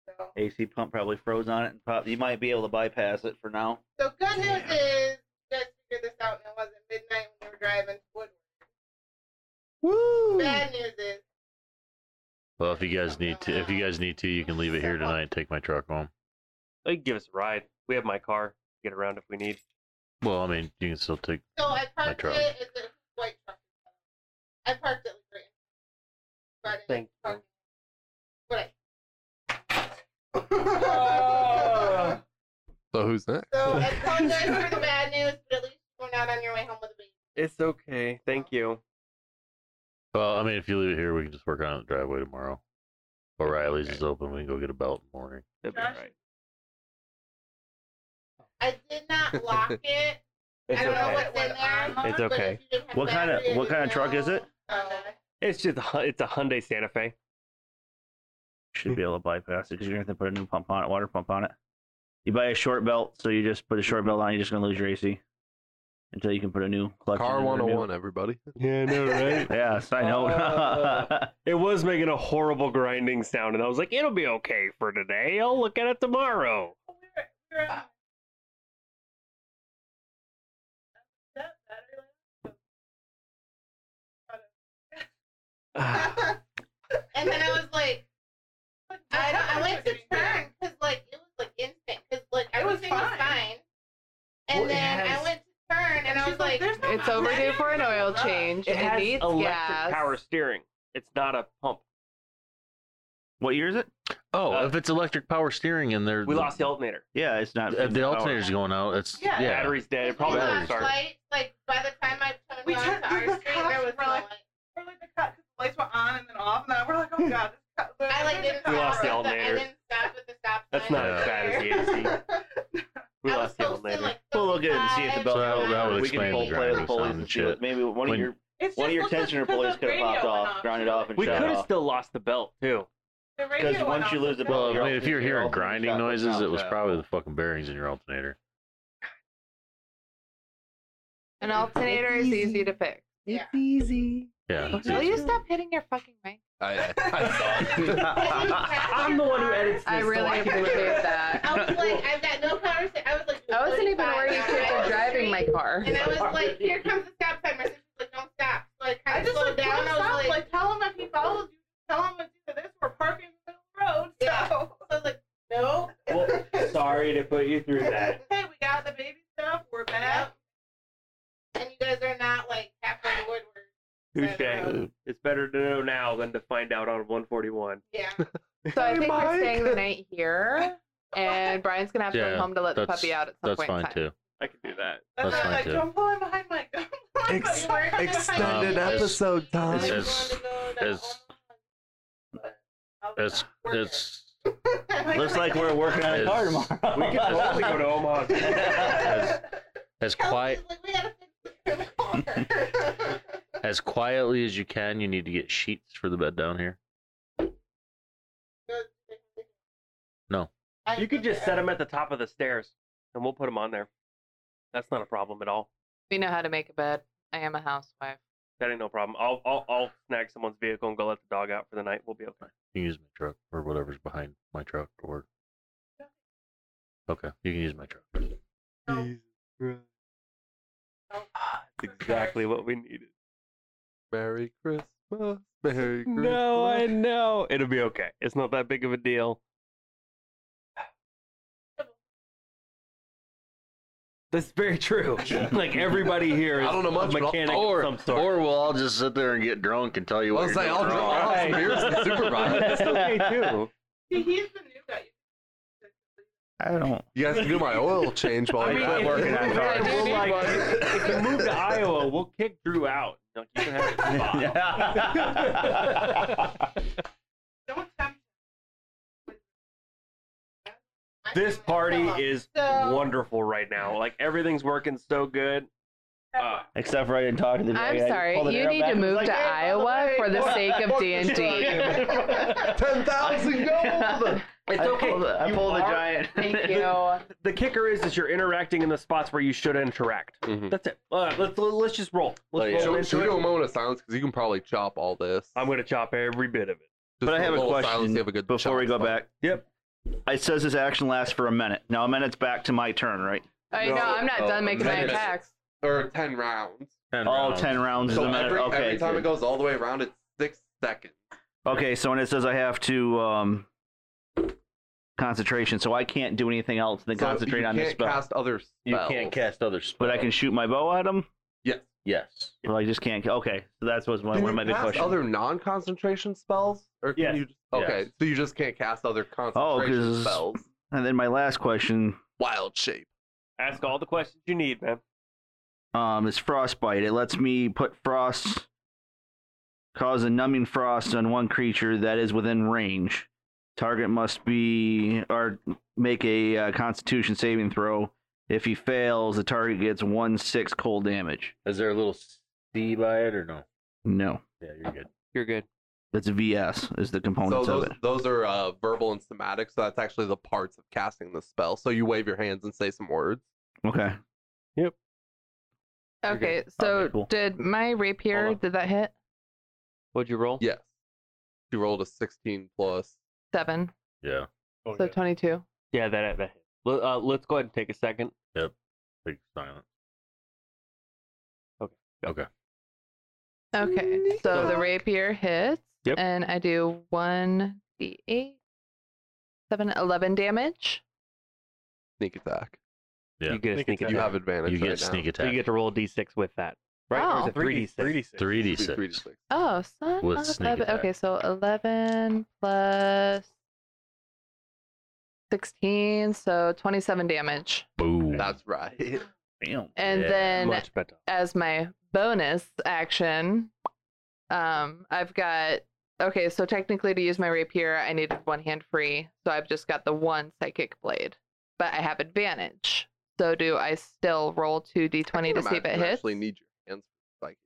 S8: so.
S4: AC pump probably froze on it, and prob- you might be able to bypass it for now.
S8: so good news is, you guys figured this out, and it wasn't midnight when we were driving to Woodward.
S2: Woo!
S8: Bad news is,
S6: Well, if you guys need to, if you guys need to, you can leave it here tonight and take my truck home.
S2: They can give us a ride. We have my car. Get around if we need.
S6: Well, I mean, you can still take.
S8: so I parked
S6: truck.
S8: it, it's a white truck. I parked it like right in
S2: Thank
S8: front Friday night. What?
S5: Oh.
S8: I-
S1: So who's next?
S8: So I apologize for the bad news, but at least we're not on your way home with a baby.
S2: It's okay. Thank you.
S6: Well, I mean, if you leave it here, we can just work on it in the driveway tomorrow. O'Reilly's is open. We can go get a belt in the morning.
S2: That'd be
S8: Josh?
S2: alright.
S8: I did not lock it.
S2: It's
S8: I don't know
S2: okay.
S8: what's in there.
S2: It's
S8: but
S2: okay.
S8: if you didn't have
S4: What kind of-
S8: battery,
S4: what
S8: I
S4: kind of
S8: didn't
S4: truck is
S8: know.
S4: it?
S8: Uh,
S2: It's just a, Hy- it's a Hyundai Santa Fe.
S4: Should be able to bypass it because you're gonna have to put a new pump on it, water pump on it. You buy a short belt, so you just put a short belt on. You're just gonna lose your AC until you can put a new clutch.
S1: Car
S4: in or a new-
S1: 101, everybody.
S2: Yeah, I know, right?
S4: Yes, I know.
S2: Uh. it was making a horrible grinding sound, and I was like, "It'll be okay for today. I'll look at it tomorrow."
S8: we were um, on- That battery life- and then I was like, I don't. I went to turn because like it was like instant because like everything was fine. And
S2: Well, it
S8: then
S2: has-
S8: I went to turn and I was like,
S3: it's overdue for an oil change. It, needs
S2: electric
S3: gas.
S2: power steering. It's not a pump.
S4: what year is it?
S6: Oh,
S2: Uh,
S6: if it's electric power steering and there,
S2: We lost the alternator.
S4: Yeah, it's not.
S6: Uh, the alternator's going out. It's yeah.
S8: Yeah.
S2: Battery's dead. It probably won't
S8: Lost
S2: start.
S8: lights, Like by the time I turned
S9: We
S8: on
S9: turned-
S8: to our
S9: the
S8: street, there
S9: cops
S8: was
S9: were
S8: no
S9: like-
S8: light.
S9: We're like the cut, 'cause the lights were on and then off, and then we're like, oh god. this cut-
S8: I like didn't.
S9: the
S2: Hmm. We lost
S8: stop
S2: the
S8: with I
S2: alternator.
S8: didn't stop with the stop sign.
S2: That's not
S6: Yeah.
S2: as bad as the AC. We
S8: I was
S2: lost the
S8: posting,
S2: alternator.
S8: like,
S4: We'll look at it and see
S9: Uh,
S4: if the belt.
S8: So that- that
S6: would
S4: we can
S6: explain
S4: pull
S6: the
S4: play with
S6: driving
S4: pulleys
S6: sound
S4: and
S6: and
S4: see what-
S6: shit.
S4: Maybe one
S6: When-
S4: of your
S9: It's
S4: one of
S9: just
S4: your
S9: because the-
S4: tensioner
S9: because
S4: pulleys
S9: the
S4: could have
S9: radio
S4: popped
S9: went
S4: off, ground it off, and
S2: we
S4: shut
S2: could have
S4: off.
S2: still lost the belt too.
S9: The radio
S4: Because
S9: went
S4: once
S9: off,
S4: you lose the
S9: radio
S4: belt,
S6: Well, I
S4: you're
S6: mean, if you're
S4: alternator's
S6: hearing
S4: off,
S6: grinding
S4: shut off.
S6: noises, it was
S4: Yeah.
S6: probably the fucking bearings in your alternator.
S3: An alternator is easy to fix.
S8: Yeah.
S9: easy.
S6: Yeah.
S3: Will you stop hitting your fucking mic?
S1: I, I saw it.
S8: I'm
S2: I'm the one who edits this.
S3: I
S2: so
S3: really
S2: I can
S3: appreciate that.
S8: I was like, I've got no power. sta- I was like,
S3: I wasn't even
S8: 45,
S3: aware you
S8: and
S3: kids
S8: I
S3: are
S8: was
S3: driving my
S8: straight,
S3: car.
S8: And I was like, here comes the stop sign. My sister's like, don't stop. So I
S9: I
S8: kind of
S9: just
S8: slowed
S9: like
S8: down.
S9: down,
S8: I was
S9: like,
S8: like,
S9: tell him if he follows you, tell him if you do this, we're parked
S2: put you through that.
S9: Hey, we got the baby stuff. We're back.
S8: Yep. And you guys are not like halfway to Woodward.
S2: Touche. It's better to know now than to find out on 141.
S8: Yeah.
S3: So I
S1: Hey,
S3: think we're
S1: Mike.
S3: staying the night here, and Brian's gonna have to
S6: Yeah,
S3: go home to let the
S6: that's-
S3: puppy out at some
S6: That's
S3: point. in
S6: fine
S3: time.
S6: too.
S2: I can do that.
S9: And
S6: That's
S9: then,
S6: fine,
S9: like,
S6: too.
S9: Don't pull him behind Mike. Don't pull him
S8: Ex-
S9: behind Mike.
S1: Extended
S6: Um, it's-
S1: episode time.
S6: it's
S8: I'm
S6: just-
S8: going to go to
S6: it's-
S9: I'll be
S6: It's
S9: back.
S6: it's
S4: Looks like we're working on a car
S6: It's-
S4: tomorrow.
S2: We can totally go to Omaha.
S6: as, as
S8: Kelsey's
S6: quiet
S8: Like, we gotta fix the car.
S6: as quietly as you can. You need to get sheets for the bed down here. No.
S2: You could just set them at the top of the stairs, and we'll put them on there. That's not a problem at all.
S3: We know how to make a bed. I am a housewife.
S2: That ain't no problem. I'll, I'll, I'll snag someone's vehicle and go let the dog out for the night. We'll be okay.
S6: You can use my truck or whatever's behind my truck or. Okay, you can use my truck.
S2: That's exactly what we needed.
S1: Merry Christmas. Merry Christmas.
S2: No, I know. It'll be okay. It's not that big of a deal. That's very true. like everybody here is
S1: I don't know much,
S2: a
S1: but I'll-
S2: mechanic
S6: or,
S2: of some sort.
S6: or we'll all just sit there and get drunk and tell you
S1: I
S6: what
S1: was
S6: you're
S1: like,
S6: doing
S1: I'll drink
S6: wrong.
S1: I'll have beers and supervise.
S2: That's okay too.
S9: See, he's the new guy.
S4: I don't.
S1: You guys can do my oil change while
S2: I mean,
S1: you're
S2: if
S1: at
S2: you
S1: work.
S2: move to-
S4: on cars.
S2: we'll, like, if you move to Iowa, we'll kick Drew out. Like, you can have your spot.
S9: Don't tempt
S2: This party is
S8: So-
S2: wonderful right now. Like everything's working so good. Uh,
S4: Except for I didn't talk to the. guy. I
S3: I'm
S4: just
S3: sorry.
S4: pulled an
S3: You
S4: arrow
S3: need
S4: back
S3: to
S4: and was
S3: move
S4: like,
S3: to
S4: "Hey, by the
S3: Iowa
S4: way,
S3: for the
S4: fuck
S3: sake of
S4: fuck
S3: D and D.
S1: Ten thousand gold.
S2: it's
S4: I
S2: okay.
S4: pulled, a- I
S2: You
S4: pulled a
S2: are-
S4: giant.
S3: Thank you.
S2: The kicker is, is you're interacting in the spots where you should interact.
S4: Mm-hmm.
S1: Mhm.
S2: That's it. All right, let's let's just roll. Let's
S6: yeah.
S2: roll
S1: Should,
S2: into
S1: should we
S2: it.
S1: do a moment of silence? Because you can probably chop all this.
S2: I'm gonna chop every bit of it.
S4: But I have a
S1: little
S4: question
S1: silence, you have a good
S4: Before we
S1: chop.
S4: go back.
S2: Yep.
S4: It says this action lasts for a minute. Now a minute's back to my turn, right?
S3: I know
S1: No,
S3: I'm not
S1: uh,
S3: done making my
S1: amendment.
S3: attacks.
S1: or ten rounds.
S6: Ten
S4: All
S6: rounds.
S4: ten rounds is
S1: So
S4: a minute.
S1: every,
S4: okay.
S1: every time
S4: good.
S1: it goes all the way around, it's six seconds.
S4: Okay, so when it says I have to um concentration, so I can't do anything else than
S1: So
S4: concentrate
S1: you
S4: on this
S1: can't
S4: spell.
S1: Cast other spells.
S6: You can't cast other spells.
S4: But I can shoot my bow at him.
S1: Yes.
S6: Yes.
S4: Well, I just can't. Okay, so that's what's one,
S1: Can
S4: one of
S1: you
S4: my big
S1: cast
S4: questions.
S1: other non-concentration spells, or can
S2: Yes.
S1: you? Okay,
S6: Yes.
S1: so you just can't cast other concentration
S4: Oh, 'cause-
S1: spells.
S4: And then my last question
S1: Wild shape.
S2: Ask all the questions you need, man.
S4: um, is frostbite. It lets me put frost, cause a numbing frost on one creature that is within range. Target must be or make a uh, Constitution saving throw. If he fails, the target gets one six cold damage.
S6: Is there a little C by it or no?
S4: No.
S6: Yeah, you're good.
S2: You're good.
S4: That's VS is the
S1: So
S4: components
S1: those
S4: of it.
S1: those are uh, verbal and somatic. So that's actually the parts of casting the spell. So you wave your hands and say some words.
S4: Okay.
S2: You're
S3: Okay,
S2: good.
S3: so
S4: Okay, cool.
S3: did my rapier
S1: Hold
S3: did that hit
S2: What'd you roll?
S1: Yes. You rolled a sixteen plus.
S3: seven?
S6: Yeah.
S3: so twenty-two.
S2: Yeah, that that. Let, uh, let's go ahead and take a second.
S6: Big silence.
S3: Okay, so the rapier hits,
S2: Yep.
S3: and I do one d eight, seven, eleven damage.
S1: Sneak attack.
S6: Yeah.
S2: You get a
S5: Sneak
S2: sneak
S5: attack.
S2: attack.
S1: You have advantage.
S6: You get
S1: right
S6: sneak
S1: now.
S2: So you
S6: attack.
S2: get to roll a d6 with that. Right? Or is
S3: Oh.
S2: it 3d6?
S5: 3D6.
S6: three d
S1: Three- three to
S6: six.
S1: six.
S3: Oh, son
S6: With
S3: of
S6: sneak
S3: a-
S6: attack.
S3: Okay, so 11 plus 16, so 27 damage.
S6: Boom.
S1: That's right.
S4: Damn.
S3: And
S6: Yeah,
S3: then
S2: Much better.
S3: as my bonus action, um, I've got okay, so technically to use my rapier, I needed one hand free, so I've just got the one psychic blade, but I have advantage. So do I still roll two d20 to see
S1: Imagine
S3: if it
S1: you
S3: hits?
S1: Actually, need your hands. Like,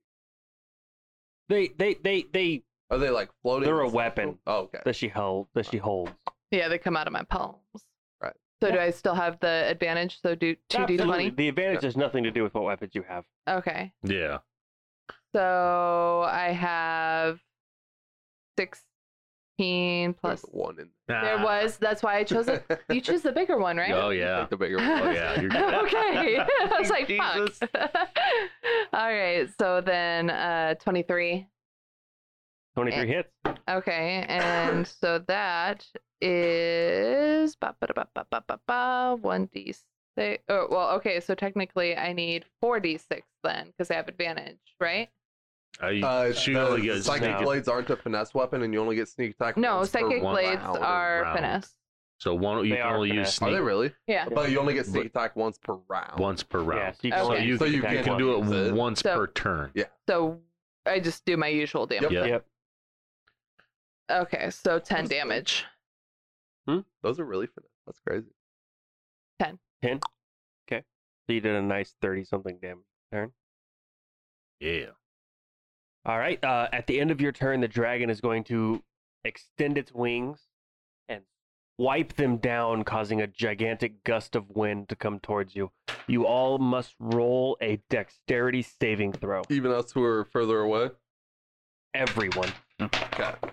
S2: They, they, they, they,
S1: are they like floating?
S2: They're
S1: or
S2: a
S1: something?
S2: weapon.
S1: Oh, okay.
S2: that she held, that she holds.
S3: Yeah, they come out of my palms.
S1: Right.
S3: So do I still have the advantage? So do two
S2: Absolutely.
S3: d20.
S2: The advantage has nothing to do with what weapons you have.
S3: Okay.
S6: Yeah.
S3: So I have 16 plus.
S1: There's one in.
S3: There was. That's why I chose it. You choose the bigger one, right?
S6: Oh yeah.
S1: Take the bigger one.
S6: Oh, yeah, you're good.
S3: okay. I was like,
S4: Jesus.
S3: fuck. All right. So then uh, 23.
S2: 23 hits.
S3: Eh. Okay. And so that is ba ba ba ba ba ba ba one d six. Oh well, okay. So technically, I need four d six then because I have advantage, right?
S6: I,
S1: Uh,
S6: she
S1: the
S6: only gets
S1: psychic
S6: sneak-
S1: blades aren't a finesse weapon, and you only get sneak attack.
S3: No,
S1: once per
S3: psychic
S1: round.
S6: one
S3: blades
S6: round or
S3: are
S6: round.
S3: finesse.
S6: so one you
S2: They
S6: can
S2: are
S6: only
S2: finesse.
S6: use
S1: Are they
S6: sneak
S1: really?
S3: Yeah.
S1: But you only get sneak
S6: But-
S1: attack once per round.
S6: once per round.
S2: you
S3: Okay.
S2: only
S3: So
S2: use
S1: you
S2: the
S1: can
S2: attack
S1: Yeah.
S6: do
S2: once.
S1: Is
S6: it
S1: it-
S6: once
S3: So-
S6: per turn.
S3: So I just do my usual damage.
S6: Yep.
S3: Okay, so ten damage.
S1: Those are really finesse. That's crazy.
S2: So you did a nice thirty something damage turn.
S6: Yeah.
S2: All right. Uh, at the end of your turn, the dragon is going to extend its wings and wipe them down, causing a gigantic gust of wind to come towards you. You all must roll a dexterity saving throw.
S1: Even us who are further away.
S2: Everyone.
S1: Okay.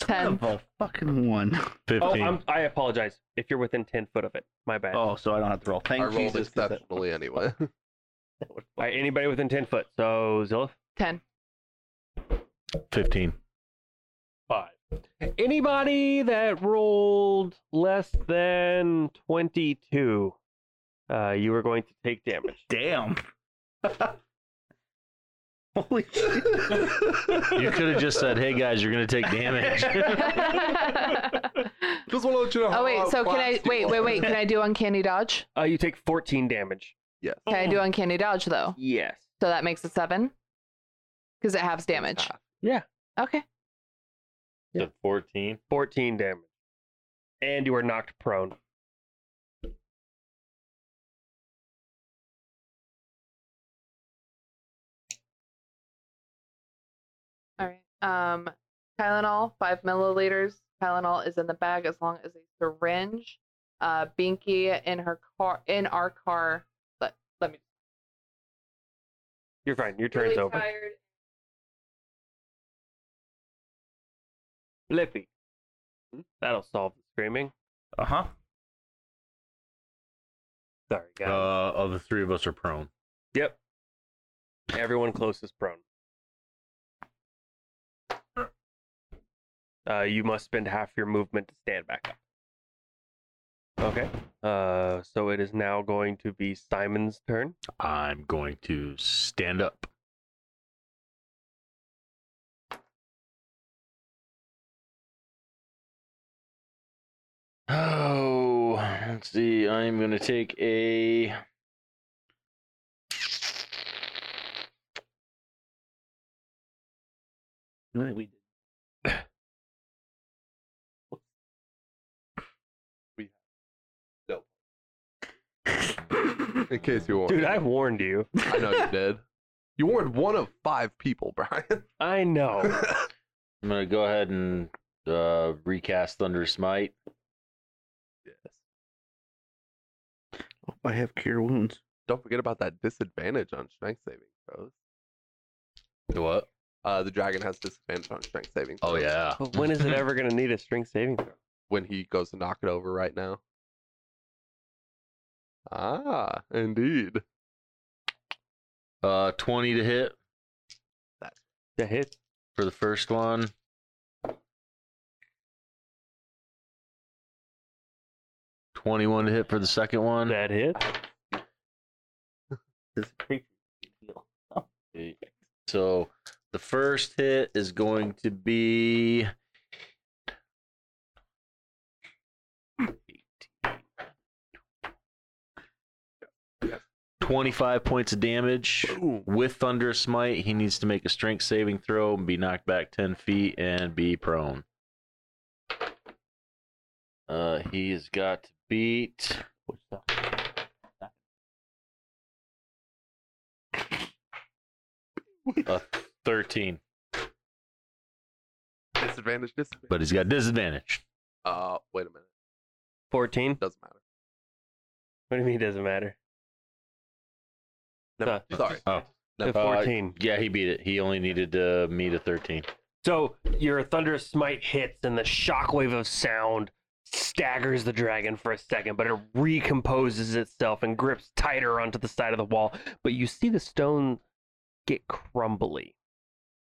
S3: Ten.
S4: Son of a fucking one.
S2: Oh,
S6: 15.
S2: I'm, I apologize. If you're within ten foot of it, my bad.
S4: Oh, so I don't have to roll. Thank
S1: I rolled
S4: Jesus. 'cause that-
S1: exceptionally anyway.
S2: All right, anybody within ten foot. So Zilith.
S3: Ten.
S6: 15.
S2: five. Anybody that rolled less than 22, uh, you were going to take damage.
S4: Damn. Holy shit.
S6: You could have just said, hey guys, you're going to take damage.
S3: oh
S1: Just want to let you know. how
S3: wait, so can I
S1: outclassed you
S3: wait,
S1: are.
S3: wait, wait, can I do uncanny dodge?
S2: Uh, you take 14 damage.
S1: Yes.
S3: Can I do uncanny dodge though?
S2: Yes.
S3: So that makes it seven? Because it halves damage.
S2: Yeah.
S3: Okay.
S2: Yeah.
S6: The 14.
S2: 14 damage. And you are knocked prone.
S3: All right. Um, Tylenol, five milliliters. Tylenol is in the bag as long as a syringe. Uh, Binky in her car, in our car. Let, let me.
S2: You're fine. Your turn's
S8: really
S2: over.
S8: tired.
S2: Blippi. Hmm? That'll solve the screaming.
S4: Uh
S6: Uh-huh.
S4: huh.
S2: Sorry,
S6: Uh,
S2: guys.
S6: of the three of us are prone.
S2: yep. Everyone close is prone. Uh, you must spend half your movement to stand back up. Okay. Uh, so it is now going to be Simon's turn.
S6: I'm going to stand up. Oh, let's see. I'm going to take a.
S4: We did.
S1: In case you want.
S2: Dude, I warned you.
S1: I know you did. You warned one of five people, Brian.
S2: I know.
S6: I'm going to go ahead and uh, recast Thunder Smite.
S4: Hope I have cure wounds.
S1: Don't forget about that disadvantage on strength saving throws.
S6: What?
S1: Uh, the dragon has disadvantage on strength saving.
S6: Oh,
S1: throws
S6: yeah.
S2: But when is it ever going to need a strength saving throw?
S1: When he goes to knock it over right now. Ah, indeed.
S6: Uh, 20 to hit
S2: To hit?
S6: for the first one. Twenty-one to hit for the second one.
S2: That hit?
S6: So the first hit is going to be. Twenty-five points of damage with Thunder Smite. He needs to make a Strength saving throw and be knocked back ten feet and be prone. Uh, he has got to beat. A thirteen,
S1: Disadvantage, disadvantage.
S6: but he's got disadvantage.
S1: Uh, wait a minute.
S2: 14?
S1: Doesn't matter.
S2: What do you mean it doesn't matter?
S1: Never
S2: Uh,
S1: Sorry.
S6: Oh,
S2: The
S6: Uh,
S2: 14.
S6: Yeah, he beat it. He only needed to meet a 13.
S2: So your thunderous smite hits, and the shockwave of sound staggers the dragon for a second, but it recomposes itself and grips tighter onto the side of the wall. But you see the stone get crumbly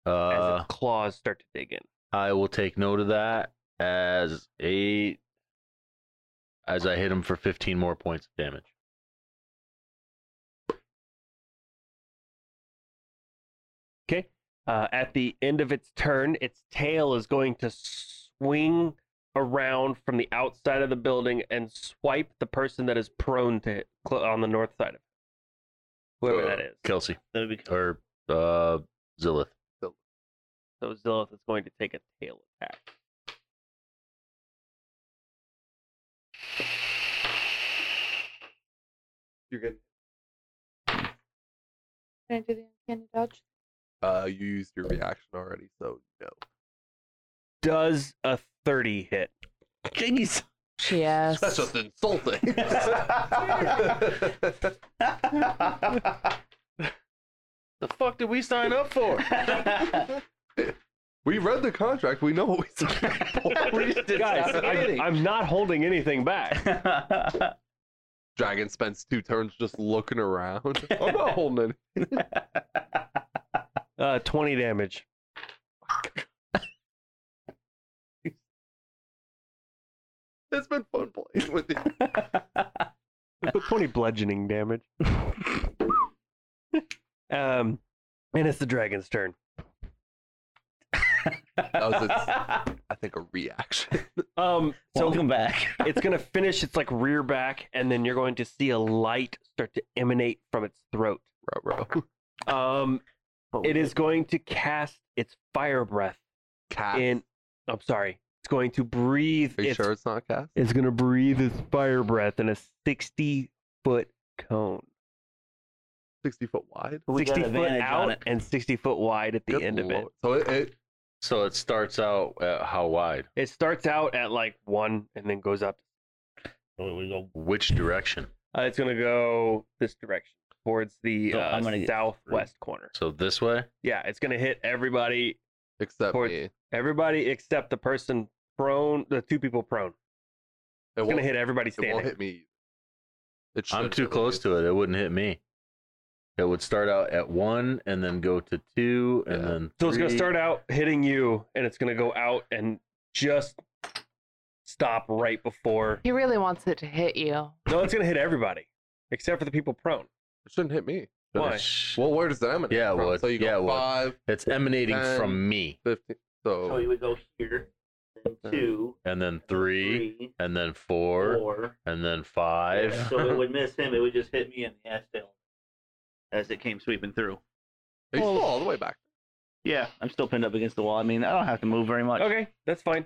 S2: as
S6: Uh,
S2: its claws start to dig in.
S6: I will Uh, take note of that as eight as I hit him for 15 more points of damage.
S2: Okay. Uh, at the end of its turn, its tail is going to swing around from the outside of the building and swipe the person that is prone to it cl- on the north side of it. Whoever that is.
S6: Kelsey
S4: That'd be cool.
S6: or uh Zillith.
S2: So Zilith is going to take a tail attack.
S1: You're good.
S8: Can I do the uncanny dodge?
S1: Uh, you used your reaction already, so no.
S2: Does a 30 hit?
S6: Jeez.
S3: Yes.
S1: That's just insulting.
S6: The fuck did we sign up for?
S1: we read the contract. We know what we signed up for.
S2: Guys, I'm, I'm not holding anything back.
S1: Dragon spends two turns just looking around. Oh, I'm not holding it.
S2: Uh, 20 damage.
S1: It's been fun playing with you.
S2: Put 20 bludgeoning damage. um, and it's the dragon's turn.
S1: That was its, I think, a reaction.
S2: Um, so
S4: Welcome back.
S2: it's going to finish its like rear back, and then you're going to see a light start to emanate from its throat.
S1: Ruh-roh.
S2: Um, it is going to cast its fire breath
S1: Cast.
S2: in. I'm sorry. It's going to breathe.
S1: Ah. Are you
S2: its,
S1: sure it's not cast?
S2: It's going to breathe its fire breath in a 60 foot cone.
S1: 60 foot wide?
S4: We got
S2: 60 foot
S4: advantage on
S2: out
S4: it.
S2: and 60 foot wide at the
S1: Good
S2: end of it.
S1: lord. So it, it
S6: so it starts out at how wide?
S2: It starts out at like one and then goes up.
S6: Which direction?
S2: Uh, it's going to go this direction towards the
S4: So
S2: uh,
S4: I'm gonna get
S2: southwest corner.
S6: So this way?
S2: Yeah, it's going to hit everybody,
S1: except
S2: Towards-
S1: me.
S2: everybody except the person prone, the two people prone.
S1: It
S2: It's going
S1: won't,
S2: to hit everybody
S1: it won't
S2: standing.
S1: hit me. It
S6: I'm
S1: should
S6: too
S1: hit
S6: close
S1: me.
S6: to it. It wouldn't hit me. It would start out at one and then go to two and
S1: Yeah.
S6: then
S2: So it's going to
S6: three.
S2: start out hitting you and it's going to go out and just stop right before.
S3: He really wants it to hit you.
S2: No, it's going to hit everybody except for the people prone.
S1: It shouldn't hit me.
S2: Why?
S6: It's-
S1: Well, where does that emanate
S6: Yeah, it
S1: from?
S6: would.
S1: So you
S6: Yeah, it
S1: go
S6: would.
S1: five,
S6: It's emanating
S1: Ten.
S6: from me.
S1: 15. So,
S4: So you would go here, then
S1: Yeah.
S4: two,
S6: And then three,
S4: three,
S6: and then four,
S4: four.
S6: and then five.
S4: Yeah, So it would miss him. It would just hit me in the ass tail as it came sweeping through.
S1: it's still all the way back.
S4: Yeah, I'm still pinned up against the wall. I mean, I don't have to move very much.
S2: Okay, that's fine.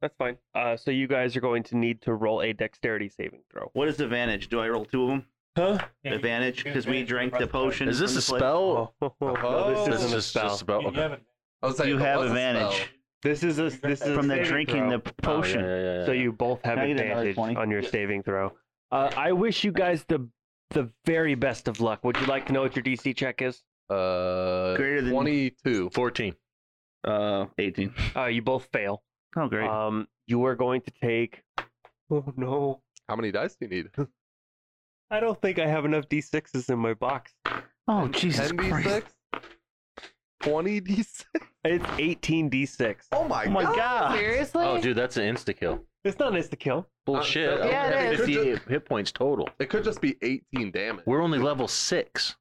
S2: That's fine. Uh, so you guys are going to need to roll a dexterity saving throw.
S4: What is advantage? Do I roll two of them?
S2: Huh?
S9: Yeah, you-
S4: advantage
S9: you can
S4: because we
S9: advantage
S4: drank
S9: for
S4: the
S9: the rest of
S4: potion.
S6: Is this
S4: from the
S6: a
S4: place.
S6: spell?
S2: no, this
S1: Oh.
S2: isn't a
S6: Oh. Uh-huh. This is
S2: spell.
S6: just a spell.
S9: You
S6: Okay.
S9: have it.
S1: I was saying,
S4: You
S1: it
S4: have
S1: was a spell.
S4: advantage
S2: This is a
S9: You
S2: this is
S9: got
S2: a
S4: from the
S2: saving
S4: drinking
S2: throw.
S4: the p- potion.
S6: Oh, yeah, yeah, yeah,
S2: So
S6: yeah.
S2: you both have
S4: Can I get another
S2: advantage
S4: 20?
S2: on your saving throw. Uh, I wish you guys the the very best of luck. Would you like to know what your DC check is?
S1: Uh,
S4: Greater than-
S1: 22.
S6: 14.
S4: Uh, 18.
S2: Uh, you both fail.
S4: Oh, great.
S2: Um, you are going to take. Oh no!
S1: How many dice do you need?
S2: I don't think I have enough D6s in my box.
S4: oh, Jesus
S1: 10
S4: Christ.
S1: d6? 20 d6?
S2: It's 18 D6.
S1: Oh my,
S4: Oh, my God.
S3: Seriously?
S6: Oh, dude, that's an insta kill.
S2: It's not nice to kill.
S6: Bullshit.
S1: Uh,
S6: I
S3: yeah,
S6: only
S3: it
S6: have
S1: is.
S6: 58 hit points total.
S1: It could just be 18 damage.
S6: We're only level six.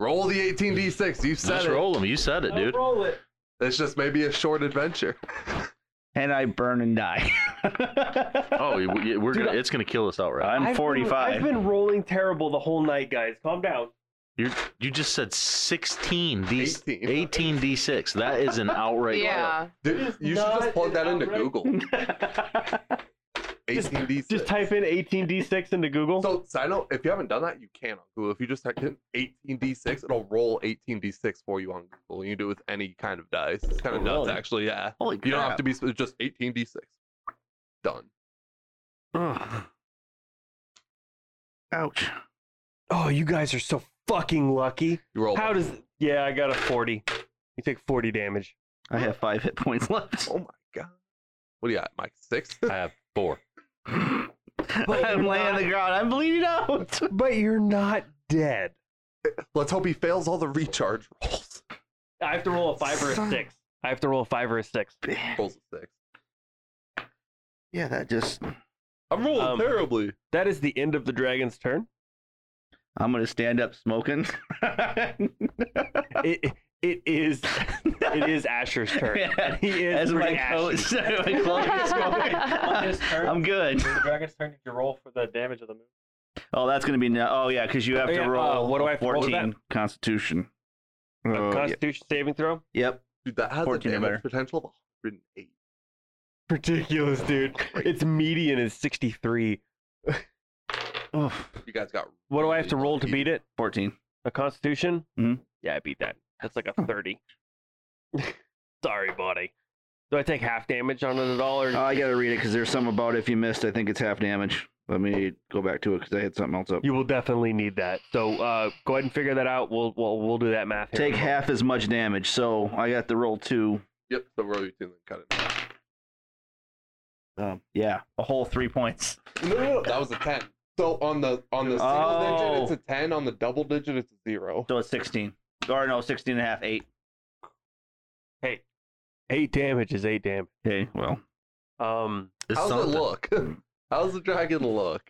S1: Roll the 18 d6. You said
S6: Let's
S1: it.
S6: roll them. You said it, dude.
S2: Roll it.
S1: It's just maybe a short adventure.
S4: And I burn and die.
S6: Oh, we- we- we're
S2: Dude,
S6: gonna. It's gonna kill us outright.
S4: I'm
S2: I've been-
S4: 45.
S2: I've been rolling terrible the whole night, guys. Calm down.
S6: You you just said 16 d
S1: 18.
S6: 18 d6. That is an outright.
S3: yeah.
S1: Dude, you should just plug that into Google. 18 d6.
S2: Just type in 18d6 into Google.
S1: So, side note, if you haven't done that, you can on Google. If you just type in 18d6, it'll roll 18d6 for you on Google. You can do it with any kind of dice. It's kind of
S4: Oh,
S1: nuts,
S4: really?
S1: actually. Yeah.
S4: Holy
S1: You don't have
S4: crap.
S1: to be it's just 18d6. Done.
S4: Ugh. Ouch.
S2: oh, you guys are so fucking lucky.
S1: You roll.
S2: How does. Yeah, I got a 40. You take 40 damage.
S4: I have five hit points left.
S1: Oh my god. What do you got, Mike? Six?
S6: I have four.
S4: I'm laying on the ground. I'm bleeding out.
S2: But you're not dead.
S1: Let's hope he fails all the recharge rolls.
S2: I have to roll a 5 or a 6. I have to roll a 5 or a 6.
S1: Rolls a six.
S4: Yeah, that just.
S1: I'm rolling
S2: Um,
S1: terribly.
S2: That is the end of the dragon's turn.
S4: I'm gonna stand up smoking.
S2: It it is it is Asher's turn. He is
S4: As my
S2: pretty
S4: coat,
S2: ashy.
S4: my cloak is smoking.
S5: His turn.
S4: I'm good.
S5: The dragon's turn. You roll for the damage of the move.
S4: Oh, that's gonna be no. Oh yeah, because you have
S2: Yeah,
S4: to
S2: uh,
S4: roll.
S2: what do I have to roll for that?
S4: 14 Constitution. Oh,
S2: A Constitution saving throw.
S4: Yep.
S1: Dude, that has a
S4: 14 or better.
S1: damage potential of 108.
S2: Ridiculous, dude. Its median is sixty three.
S4: Oh,
S1: You guys got.
S2: What do I have to roll to beat it?
S4: 14.
S2: A Constitution.
S4: Mhm.
S2: Yeah, I beat that. That's like a thirty. Sorry, buddy. Do I take half damage on it at all, or
S4: Oh, I gotta read it because there's some about it. if you missed. I think it's half damage. Let me go back to it because I had something else up.
S2: You will definitely need that. So uh, go ahead and figure that out. We'll we'll, we'll do that math. Here
S4: Take half as much damage, so I got to roll two.
S1: Yep, so roll you two and cut it.
S4: Um, yeah, a whole three points.
S1: No, no, no, that was a 10. So on the on the single
S4: Oh.
S1: digit, it's a 10. On the double digit, it's a zero.
S4: So it's 16. Or no, 16 and a half, 8.
S2: Eight damage is eight damage.
S4: Okay, well.
S2: Um,
S6: It's
S1: How's
S6: something.
S1: it look? How's the dragon look?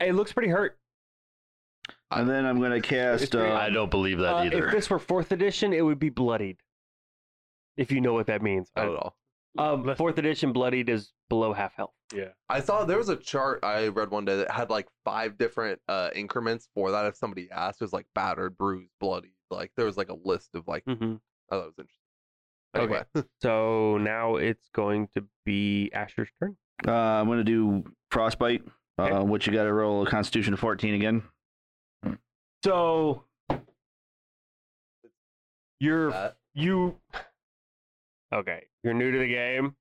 S2: it looks pretty hurt.
S4: And then I'm going to cast. Uh,
S6: I don't believe that
S2: Uh,
S6: either.
S2: if this were fourth edition, it would be bloodied. If you know what that means.
S1: Not at all.
S2: Um, fourth edition, bloodied is below half health.
S1: I saw there was a chart I read one day that had like five different uh increments for that. If somebody asked, it was like battered, bruised, bloody. Like there was like a list of like.
S2: Mm-hmm.
S1: Oh, that was interesting.
S2: Okay.
S1: Anyway,
S2: So now it's going to be Asher's turn.
S4: uh, I'm going to do Frostbite, uh,
S2: Okay.
S4: which you got to roll a Constitution of 14 again.
S2: So you're
S1: that-
S2: you Uh, okay you're new to the game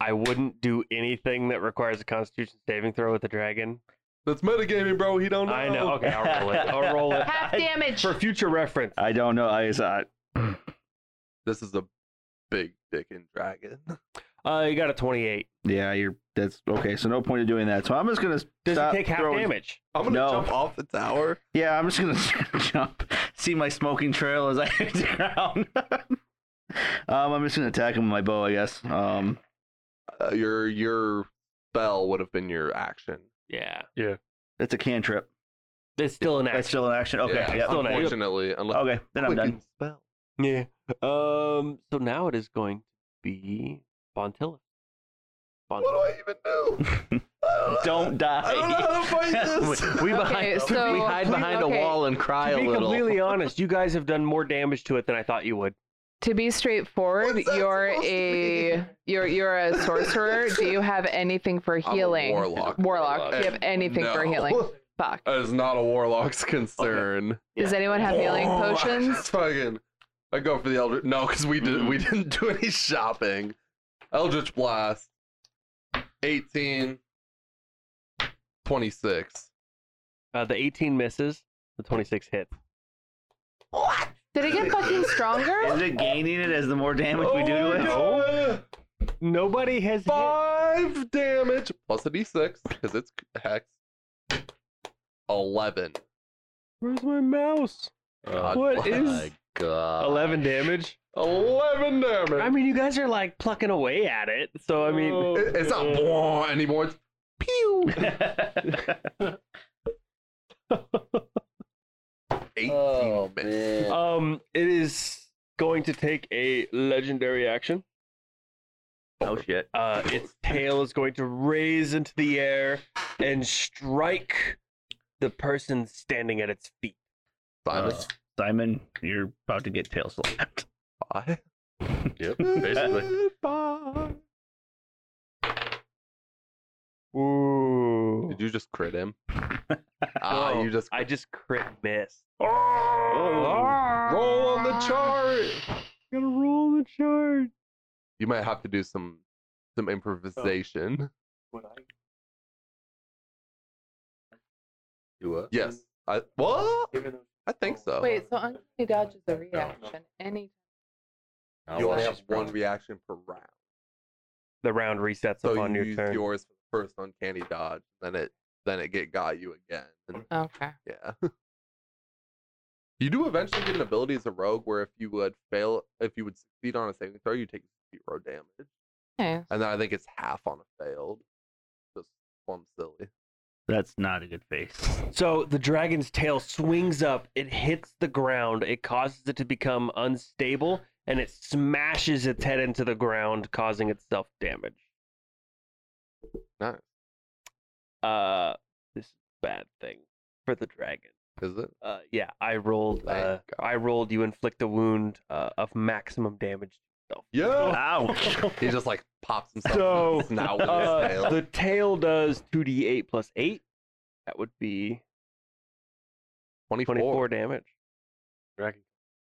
S2: i wouldn't do anything that requires a constitution saving throw with the dragon
S1: that's metagaming, bro. He don't know.
S2: i know okay i'll roll it i'll roll it
S3: Half damage.
S2: for future reference
S4: I don't know. I uh, saw it.
S1: This is a big dickin' dragon.
S2: uh you got a 28
S4: Yeah, you're. That's okay. So no point in doing that. So I'm just gonna
S2: does
S4: stop
S2: it take half
S4: throwing-
S2: damage
S1: I'm gonna
S4: No.
S1: jump off the tower.
S4: Yeah, I'm just gonna jump. See my smoking trail as I drown. um, I'm just gonna attack him with my bow, I guess. Um,
S1: Uh, your your spell would have been your action.
S2: yeah
S4: it's a cantrip.
S2: it's still an
S4: That's
S2: action
S4: still an action. Okay.
S1: Yeah,
S4: Yeah.
S2: still an action.
S1: Unfortunately, unless
S4: Okay. Then I'm done.
S1: Quickened spell.
S2: yeah um so now it is going to be bontilla
S1: What do I even do? I don't know.
S4: Don't die.
S1: I don't know
S2: Oh,
S1: how to fight this.
S6: we
S3: Okay,
S6: behind,
S3: so-
S6: we hide behind
S3: okay.
S6: a wall and cry
S2: to
S6: a
S2: be
S6: little.
S2: completely honest you guys have done more damage to it than i thought you would
S3: To be straightforward,
S1: What's that
S3: you're
S1: supposed to
S3: a
S1: mean?
S3: you're you're a sorcerer. Do you have anything for
S1: I'm a
S3: healing?
S1: warlock.
S3: Warlock. Do you have anything for
S1: No.
S3: healing? Fuck.
S1: That is not a warlock's concern.
S3: Does anyone have healing
S1: Oh,
S3: potions?
S1: It's fucking. I go for the Eldritch. No, because we did we didn't do any shopping. Eldritch Blast. 18. 26.
S2: uh, the 18 misses the 26 hits
S3: Did it get fucking stronger?
S4: Is it gaining it as the more damage we do to it?
S1: Oh,
S2: nobody has hit.
S1: Five damage plus a d6 because it's hex. Eleven.
S2: Where's my mouse?
S6: Oh,
S2: What is-
S6: my God.
S2: 11 damage.
S1: Eleven damage.
S2: I mean, you guys are like plucking away at it. So, I mean,
S1: It- it's not "Bwah" anymore. It's pew.
S4: Uh,
S1: Eighteen.
S7: Oh,
S1: miss.
S7: man.
S2: um, it is going to take a legendary action.
S4: oh shit.
S2: Uh, its tail is going to raise into the air and strike the person standing at its feet.
S1: Simon,
S4: Uh, Simon, you're about to get tail slapped.
S1: bye.
S6: Yep, basically.
S1: Bye.
S2: Ooh.
S1: Did you just crit him? Ah, you just Oh.
S2: I just crit miss.
S1: roll on the chart.
S2: Gotta roll the chart.
S1: You might have to do some some
S2: Oh.
S1: improvisation.
S6: You what?
S1: Yes. I what? I think so.
S3: Wait, so uncanny dodge is a reaction. Any
S6: I'll
S1: you only
S6: watch
S1: have
S6: this
S1: one
S6: bro.
S1: reaction per round.
S2: The round resets
S1: So
S2: upon
S1: you
S2: your
S1: use
S2: turn.
S1: yours for the first uncanny dodge, then it then it get got you again. and-
S3: okay.
S1: Yeah. you do eventually get an ability as a rogue where if you would fail, if you would succeed on a saving throw, you take zero damage.
S3: Okay.
S1: and then I think it's half on a failed. Just plumb silly.
S4: That's not a good face.
S2: So the dragon's tail swings up, it hits the ground, it causes it to become unstable, and it smashes its head into the ground, causing itself damage.
S1: Nice.
S2: Uh, this is a bad thing for the dragon.
S1: Is it?
S2: Uh, yeah, I rolled.
S1: Thank
S2: Uh, I rolled. You inflict a wound uh, of maximum damage.
S1: Yeah.
S4: Ouch.
S3: Oh,
S1: he just like pops himself.
S2: So,
S1: in the snout with his
S2: Uh,
S1: tail.
S2: the tail does two d eight plus eight. That would be
S1: 24.
S2: twenty four damage.
S5: Dragon.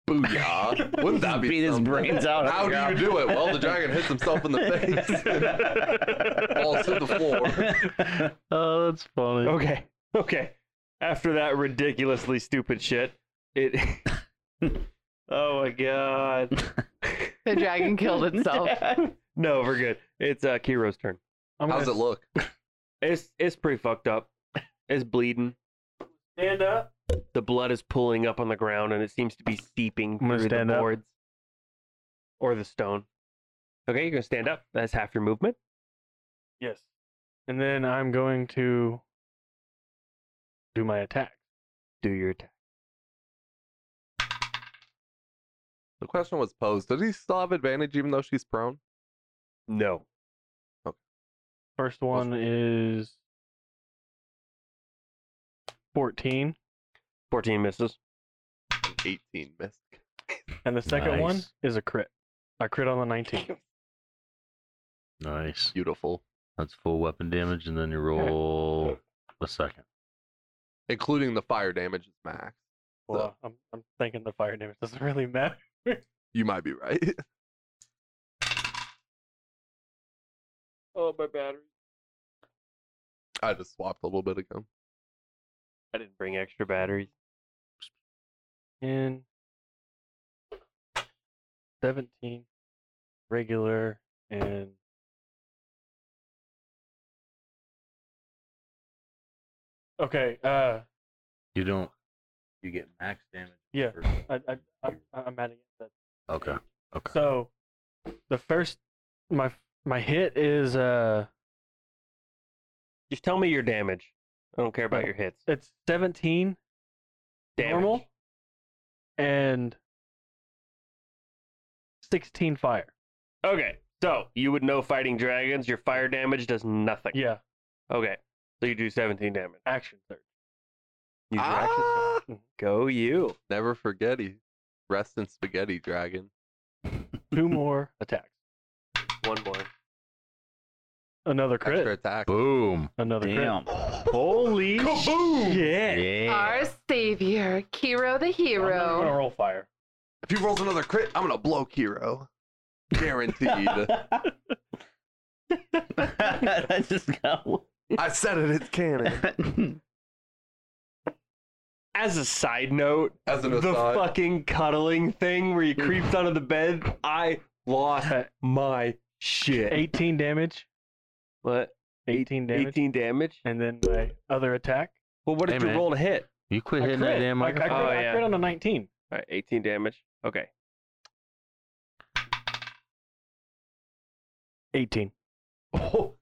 S1: Booyah. Wouldn't that be
S4: Beat his
S1: something?
S4: brains out.
S1: How do you do it? Well, the dragon hits himself in the face. Falls to the floor.
S5: Oh, that's funny.
S2: Okay. Okay. After that ridiculously stupid shit, it. oh my god.
S3: The dragon killed itself.
S2: no, we're good. It's uh, Kiro's turn.
S5: I'm
S1: How's
S5: gonna
S1: it look?
S2: It's it's pretty fucked up. It's bleeding.
S5: stand up.
S2: The blood is pulling up on the ground, and it seems to be seeping
S5: I'm gonna
S2: through
S5: stand
S2: the
S5: up.
S2: boards or the stone. Okay, you're gonna stand up. That's half your movement.
S5: Yes. And then I'm going to do my attack.
S2: Do your attack.
S1: The question was posed. Does he still have advantage even though she's prone?
S2: No.
S5: First one is 14,
S2: Fourteen misses.
S1: 18 missed.
S5: and the second one
S6: Nice.
S5: is a crit. I crit on the 19.
S6: Nice.
S1: Beautiful.
S6: That's full weapon damage, and then you roll a second.
S1: Including the fire damage is max.
S5: Well, I'm, I'm thinking the fire damage doesn't really matter.
S1: You might be right.
S2: Oh, my battery.
S1: I just swapped a little bit ago.
S2: I didn't bring extra batteries.
S5: And 17, regular, and Okay, uh,
S6: You don't.
S7: You get max damage.
S5: Yeah.
S7: for-
S5: I, I, I, I'm at it. That's
S6: Okay. Okay.
S5: So, the first my my hit is uh
S2: Just tell me your damage. I don't care about
S5: Oh.
S2: your hits.
S5: it's 17
S2: Damage.
S5: normal and 16 fire.
S2: Okay, so you would know fighting dragons. Your fire damage does nothing.
S5: Yeah,
S2: Okay, so you do 17 damage.
S5: action surge.
S2: Use your action.
S1: Ah!
S2: Go you.
S1: Never forget he. Rest in spaghetti, dragon.
S5: Two more attacks.
S2: One more.
S5: Another crit.
S1: Extra attack.
S6: Boom.
S5: Another
S4: Damn.
S6: Holy
S1: Kaboom!
S6: shit.
S5: crit.
S6: Yeah.
S3: Our savior, Kiro the
S5: Yeah. I'm not gonna
S3: hero.
S5: roll fire.
S1: If he rolls another crit, I'm gonna blow Kiro. Guaranteed.
S4: that just got.
S1: I said it. It's canon.
S2: As a side note,
S1: As an
S2: the
S1: aside.
S2: fucking cuddling thing where you creeped under the bed, I lost my shit.
S5: 18 damage.
S2: what?
S5: 18 damage.
S2: 18 damage?
S5: And then my other attack.
S2: Well, what did
S6: Hey,
S2: you
S6: man.
S2: roll to hit?
S6: You quit
S5: I
S6: hitting that
S5: crit.
S6: damn
S5: I- I, crit,
S6: microphone.
S2: Oh,
S5: I
S2: yeah.
S5: crit on a 19.
S2: All right, 18 Uh, damage. Okay.
S5: 18.
S2: Oh,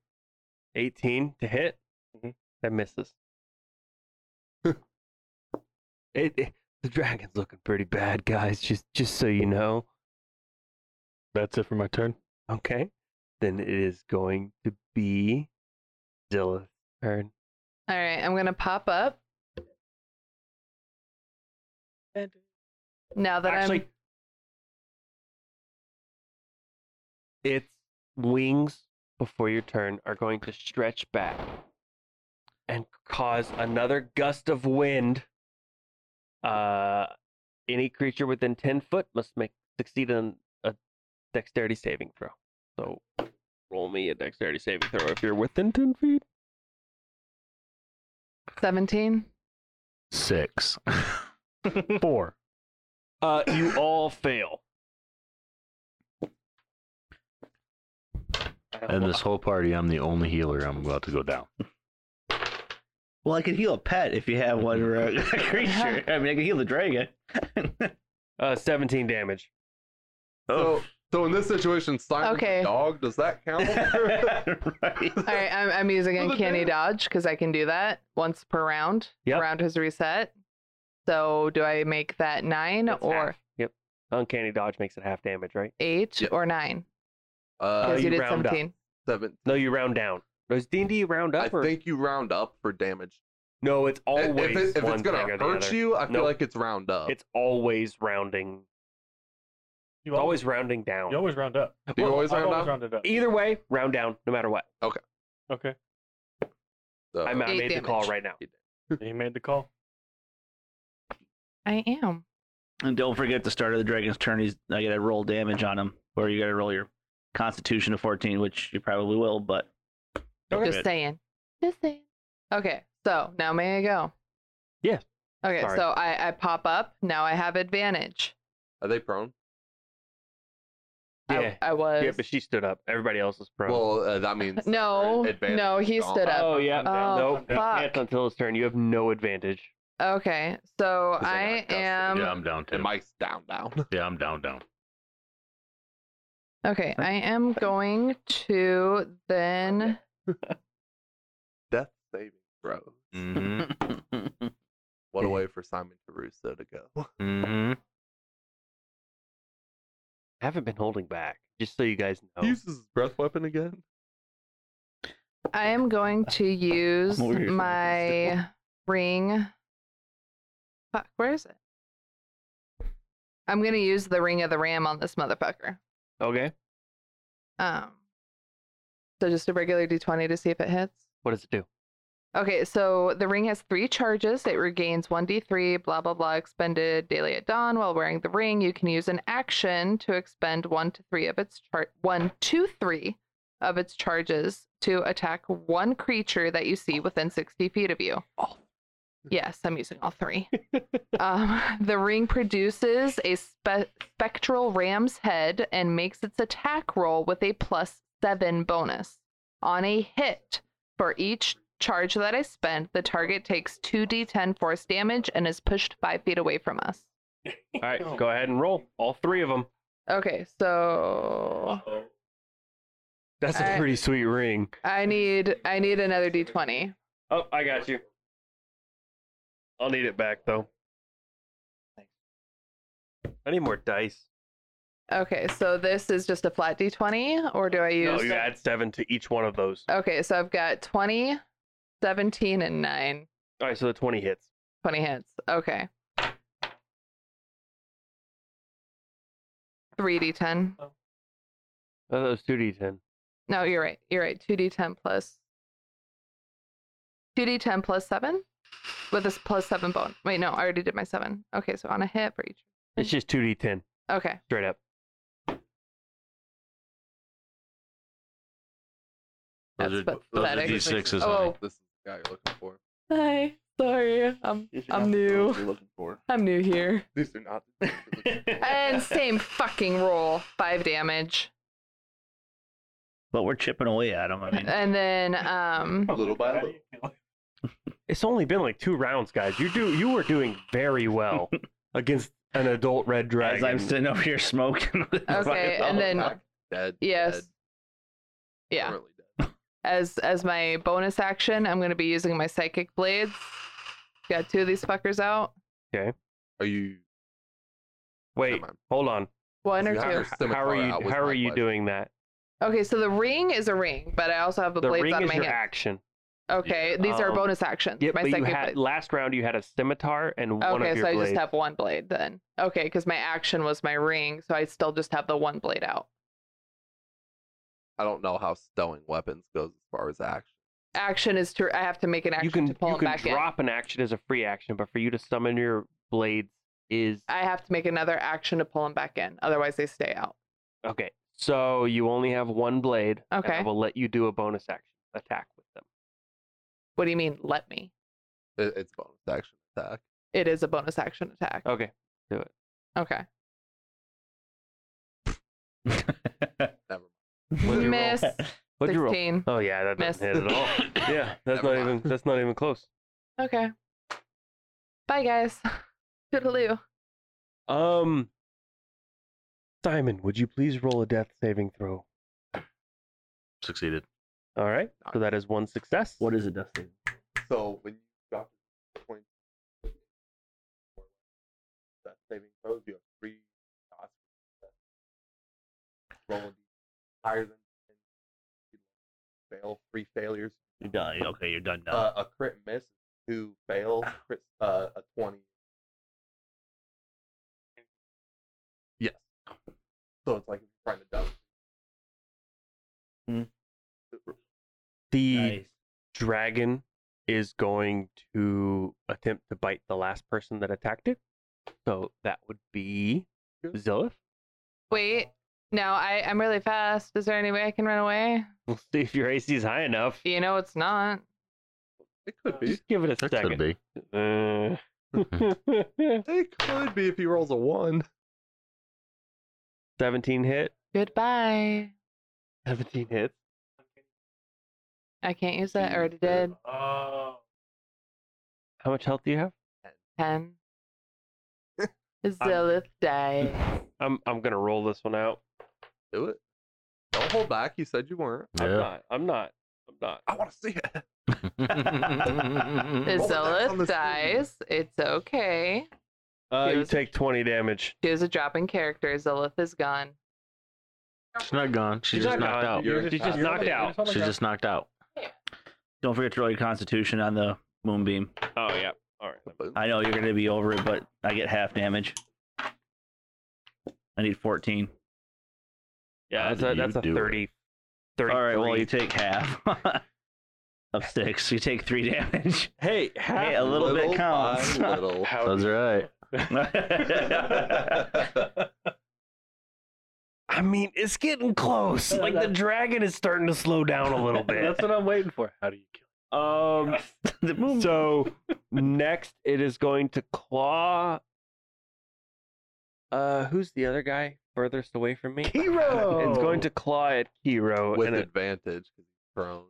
S2: 18 to hit. Mm-hmm.
S5: Mhm.
S2: That misses. it, it- the dragon's looking pretty bad, guys. Just just so you know.
S5: That's it for my turn.
S2: Okay. Then it is going to be Zillith's turn.
S3: All right, I'm gonna pop up. Now that
S2: Actually,
S3: I'm
S2: its wings before your turn are going to stretch back and cause another gust of wind. Uh, any creature within ten foot must make succeed on a dexterity saving throw. So roll me a dexterity saving throw if you're within ten feet.
S3: 17,
S6: Six.
S5: Four.
S2: Uh, you all fail.
S6: and this whole party, I'm the only healer. I'm about to go down.
S4: Well, I could heal a pet if you have one or a creature. I mean, I could heal the dragon.
S2: Uh, seventeen damage.
S1: So, So in this situation, Simon
S3: Okay.
S1: the dog, does that count?
S4: right.
S3: All right, I'm, I'm using
S1: Well, the
S3: uncanny
S1: damage-
S3: dodge because I can do that once per round.
S2: Yep.
S3: Round has reset. So do I make that nine
S2: That's
S3: or
S2: half. Yep. Uncanny dodge makes it half damage, right?
S3: eight
S1: Yep.
S3: or nine?
S1: uh,
S3: Because
S2: you
S3: you did
S2: round up.
S3: 17.
S1: seven.
S2: No, you round down. Does D and D round
S1: I
S2: up or
S1: think you round up for damage.
S2: no? It's
S1: If- if
S2: always
S1: it- if
S2: one
S1: it's gonna
S2: thing or the
S1: hurt
S2: other.
S1: you, I feel
S2: Nope.
S1: like it's round up.
S2: It's always rounding.
S5: You
S2: It's always rounding down.
S5: you always round up.
S1: Do you always
S5: I've
S1: round up?
S5: rounded up.
S2: Either way, round down, no matter what.
S5: Okay,
S1: So-
S2: I ma- I
S3: Eight
S2: made the call
S3: damage.
S2: right now.
S5: you made the call.
S3: I am.
S4: And don't forget the start of the dragon's turn. He's I gotta roll damage on him, or you gotta roll your Constitution of 14, which you probably will. But don't
S3: Just
S4: forget.
S3: saying. Just saying. Okay, so now may I go?
S2: Yeah.
S3: Okay,
S2: Sorry.
S3: so I, I pop up. Now I have advantage.
S1: Are they prone?
S3: I-
S2: Yeah.
S3: I, was.
S2: Yeah, but she stood up. Everybody else is prone.
S1: Well, uh, that means
S3: no,
S1: their advantage
S3: no, he
S1: is gone.
S3: stood up.
S2: oh yeah.
S3: down,
S2: no,
S3: I'm down.
S2: That's until his turn. You have no advantage.
S3: Okay, so
S1: they got
S3: I
S1: custody.
S3: am.
S6: yeah, I'm down too.
S1: And Mike's down, down.
S6: Yeah, I'm down, down.
S3: Okay, I am going to then.
S1: Death saving throw.
S6: Mm-hmm.
S4: Mm.
S1: What a way for Simon Caruso to
S2: Oh.
S1: go.
S6: mm-hmm.
S2: I haven't been holding back. Just so you guys know.
S1: He uses his breath weapon again.
S3: I am going to use
S4: over here thinking
S3: my ring. Fuck, where is it? I'm gonna use the ring of the ram on this motherfucker.
S2: Okay.
S3: Um, so just a regular d20 to see if it hits.
S2: What does it do?
S3: Okay, so the ring has three charges. It regains 1d3, blah, blah, blah, expended daily at dawn. While wearing the ring, you can use an action to expend one to three of its char- one to three of its charges to attack one creature that you see within 60 feet of you. Yes, I'm using all three. um, the ring produces a spe- spectral ram's head and makes its attack roll with a plus seven bonus. On a hit, for each charge that I spend, the target takes 2d10 force damage and is pushed 5 feet away from us.
S2: All right, go ahead and roll. All three of them.
S3: Okay, so
S2: That's
S3: All
S2: a
S3: right.
S2: pretty sweet ring.
S3: I need I need another d20.
S2: Oh, I got you. I'll need it back though. I need more dice.
S3: Okay, so this is just a flat d20 or do I
S2: No,
S3: use
S2: you add seven to each one of those.
S3: Okay, so I've got 20, 17 and 9.
S2: All right, so the twenty hits.
S3: 20 hits. Okay. 3d10.
S2: Oh, that was two d ten.
S3: No, you're right. You're right. 2d10 plus 2d10 plus 7 with this plus 7 bone. Wait, no, I already did my 7. Okay, so on a hit for each.
S2: It's just two d ten,
S3: Okay.
S2: straight up.
S6: Those
S3: That's
S6: are- those are
S3: pathetic.
S6: D6s, honey.
S3: Oh,
S1: This is the guy you're looking for.
S3: hi. Sorry. I'm I'm new.
S7: You're looking for.
S3: I'm new here.
S1: These are not.
S3: And same fucking roll. 5 damage.
S4: But we're chipping away at him. I mean,
S3: And then um
S1: little by little.
S2: It's only been like two rounds, guys. You do you were doing very well against an adult red dragon.
S4: as I'm sitting over here smoking.
S3: okay, and then
S1: Dead.
S3: yes.
S1: Dead.
S3: Yeah.
S1: Really dead.
S3: As as my bonus action, I'm going to be using my psychic blades. Got two of these fuckers out.
S1: Are you?
S2: Wait,
S1: Never mind.
S2: hold on.
S3: One or
S1: You have your
S3: two.
S2: How
S1: scimitar
S2: are
S1: out
S2: you
S1: was
S2: how
S1: my
S2: are you
S1: question.
S2: doing that?
S3: Okay, so the ring is a ring, but I also have the,
S2: The
S3: blades
S2: ring
S3: on
S2: is
S3: my
S2: your
S3: hand.
S2: action.
S3: Okay, these are
S2: Um,
S3: bonus actions.
S2: Yeah,
S3: my
S2: but you
S3: second
S2: had,
S3: blade.
S2: last round you had a scimitar and one
S3: okay,
S2: of your
S3: so I
S2: blades.
S3: just have one blade then. Okay, because my action was my ring, so I still just have the one blade out.
S1: I don't know how stowing weapons goes as far as action.
S3: Action is to I have to make an action
S2: you can
S3: to pull
S2: you
S3: it
S2: can
S3: back
S2: drop an action as a free action, but for you to summon your blades is
S3: in. I have to make another action to pull them back in. Otherwise, they stay out.
S2: okay. So you only have one blade. and I
S3: Okay.
S2: will let you do a bonus action attack with them.
S3: What do you mean? Let me.
S1: It, it's bonus action attack.
S3: It is a bonus action attack.
S2: Okay.
S3: Okay.
S1: Never mind.
S2: What'd you roll?
S3: Miss
S2: What'd you roll?
S3: sixteen.
S2: Oh yeah, that doesn't
S3: Miss.
S2: hit at all. yeah, that's
S1: Never
S2: not
S1: mind.
S2: even that's not even close.
S3: Okay. Bye guys. Toodaloo.
S2: Um Simon, would you please roll a death saving throw?
S6: Succeeded.
S2: All right. So that is one success.
S4: What is a death saving?
S1: So when you drop the point, that saving throws you have three shots. Roll a d- higher than fail, three failures.
S4: You die. Okay, you're done now.
S1: Uh, a crit miss, two fail, crit, uh, a twenty. Yes. So it's like trying to duck.
S2: The
S4: Nice.
S2: dragon is going to attempt to bite the last person that attacked it. So that would be Zillith.
S3: Wait. No, I, I'm really fast. Is there any way I can run away?
S2: We'll see if your AC is high enough.
S3: You know it's not.
S1: It could be.
S2: Just give it a
S6: That
S2: second.
S6: could be.
S2: Uh,
S1: It could be if he rolls a one.
S2: 17 hit.
S3: Goodbye.
S2: 17 hits.
S3: I can't use that. I already did.
S7: Oh.
S2: How much health do you have?
S3: Ten. Zillith die.
S2: I'm I'm gonna roll this one out.
S1: Do it. Don't hold back. You said you weren't.
S2: I'm
S6: Yeah.
S2: not. I'm not. I'm not.
S1: I want to see it.
S3: If
S1: Roll the dice on
S3: Zillith
S1: this roll.
S3: dies, it's okay.
S2: Uh, you
S3: Yes.
S2: take 20 damage.
S3: She was a drop in character. Zillith is gone.
S6: She's not gone. She's, just knocked out.
S1: You're
S2: She's
S1: just
S2: just knocked out.
S6: She's just knocked out.
S4: Don't forget to roll your constitution on the moonbeam.
S2: Oh yeah. All right.
S4: I know you're going to be over it, but I get half damage. I need 14.
S2: Yeah,
S6: How
S2: that's a,
S6: do you
S2: that's a
S6: do it?
S2: 30. 30
S4: All right, well, you take half of six. You take three damage.
S2: hey, half
S4: Hey, a little, bit
S1: by
S4: counts.
S1: little.
S2: How-
S6: That's right.
S2: I mean, it's getting close.
S5: Yeah,
S2: Like the
S5: that-
S2: dragon is starting to slow down a little bit.
S5: That's what I'm waiting for. How do you kill?
S2: um so next it is going to claw uh who's the other guy furthest away from me?
S5: Hero.
S2: It's going to claw at Hero
S1: With
S2: and it,
S1: advantage, 'cause he's prone.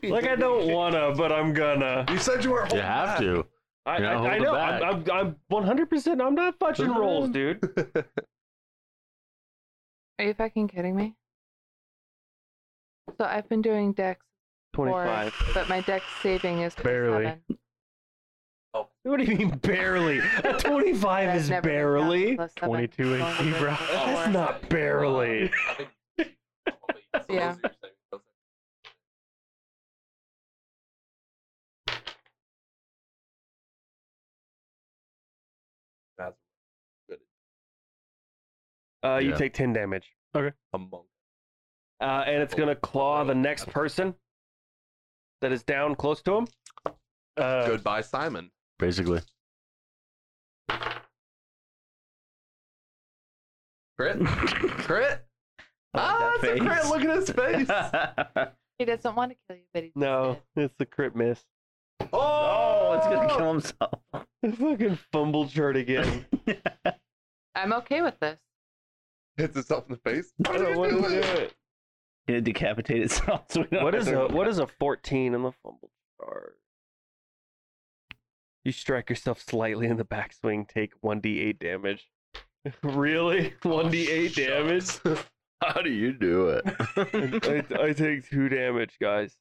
S2: like I don't wanna, but I'm gonna.
S1: You said you weren't holding
S6: You have to.
S2: I,
S6: You're not
S2: I, I
S6: holding
S2: know.
S6: back.
S2: I'm, I'm, I'm 100%. I'm not fudging rolls, dude.
S1: back.
S3: Are you fucking kidding me? So I've been doing dex four,
S2: 25.
S3: but my dex saving is
S5: Barely.
S3: seven.
S2: What do you mean barely? A 25
S3: I've
S2: is
S3: never been down
S2: barely.
S3: plus seven.
S5: 22
S3: I've
S5: AC,
S3: only been
S5: bro.
S3: down
S1: Oh
S3: plus
S2: That's
S3: four.
S2: not barely.
S3: Yeah.
S2: Uh, you
S6: Yeah.
S2: take 10 damage.
S1: A monk.
S2: Uh, and it's going to claw the next person that is down close to him.
S5: Uh,
S1: Goodbye, Simon.
S6: Basically.
S1: Crit. Crit.
S4: I
S1: Ah, it's
S4: like that
S1: a crit.
S4: face.
S1: Look at his face.
S3: He doesn't want to kill you, but he
S2: No, it's the crit miss.
S1: oh,
S4: oh, it's going to
S1: him.
S4: kill himself.
S2: Fucking fumble chart again.
S3: I'm okay with this.
S1: Hits itself in the face.
S2: I don't know what to do it.
S4: Gonna decapitate itself. So we don't
S2: What
S4: have
S2: is
S4: to-
S2: a what is a 14 on the fumble chart? You strike yourself slightly in the backswing, take 1d8 damage. really? 1d8 damage?
S1: damage.
S6: How do you do it?
S2: I, I take two damage, guys.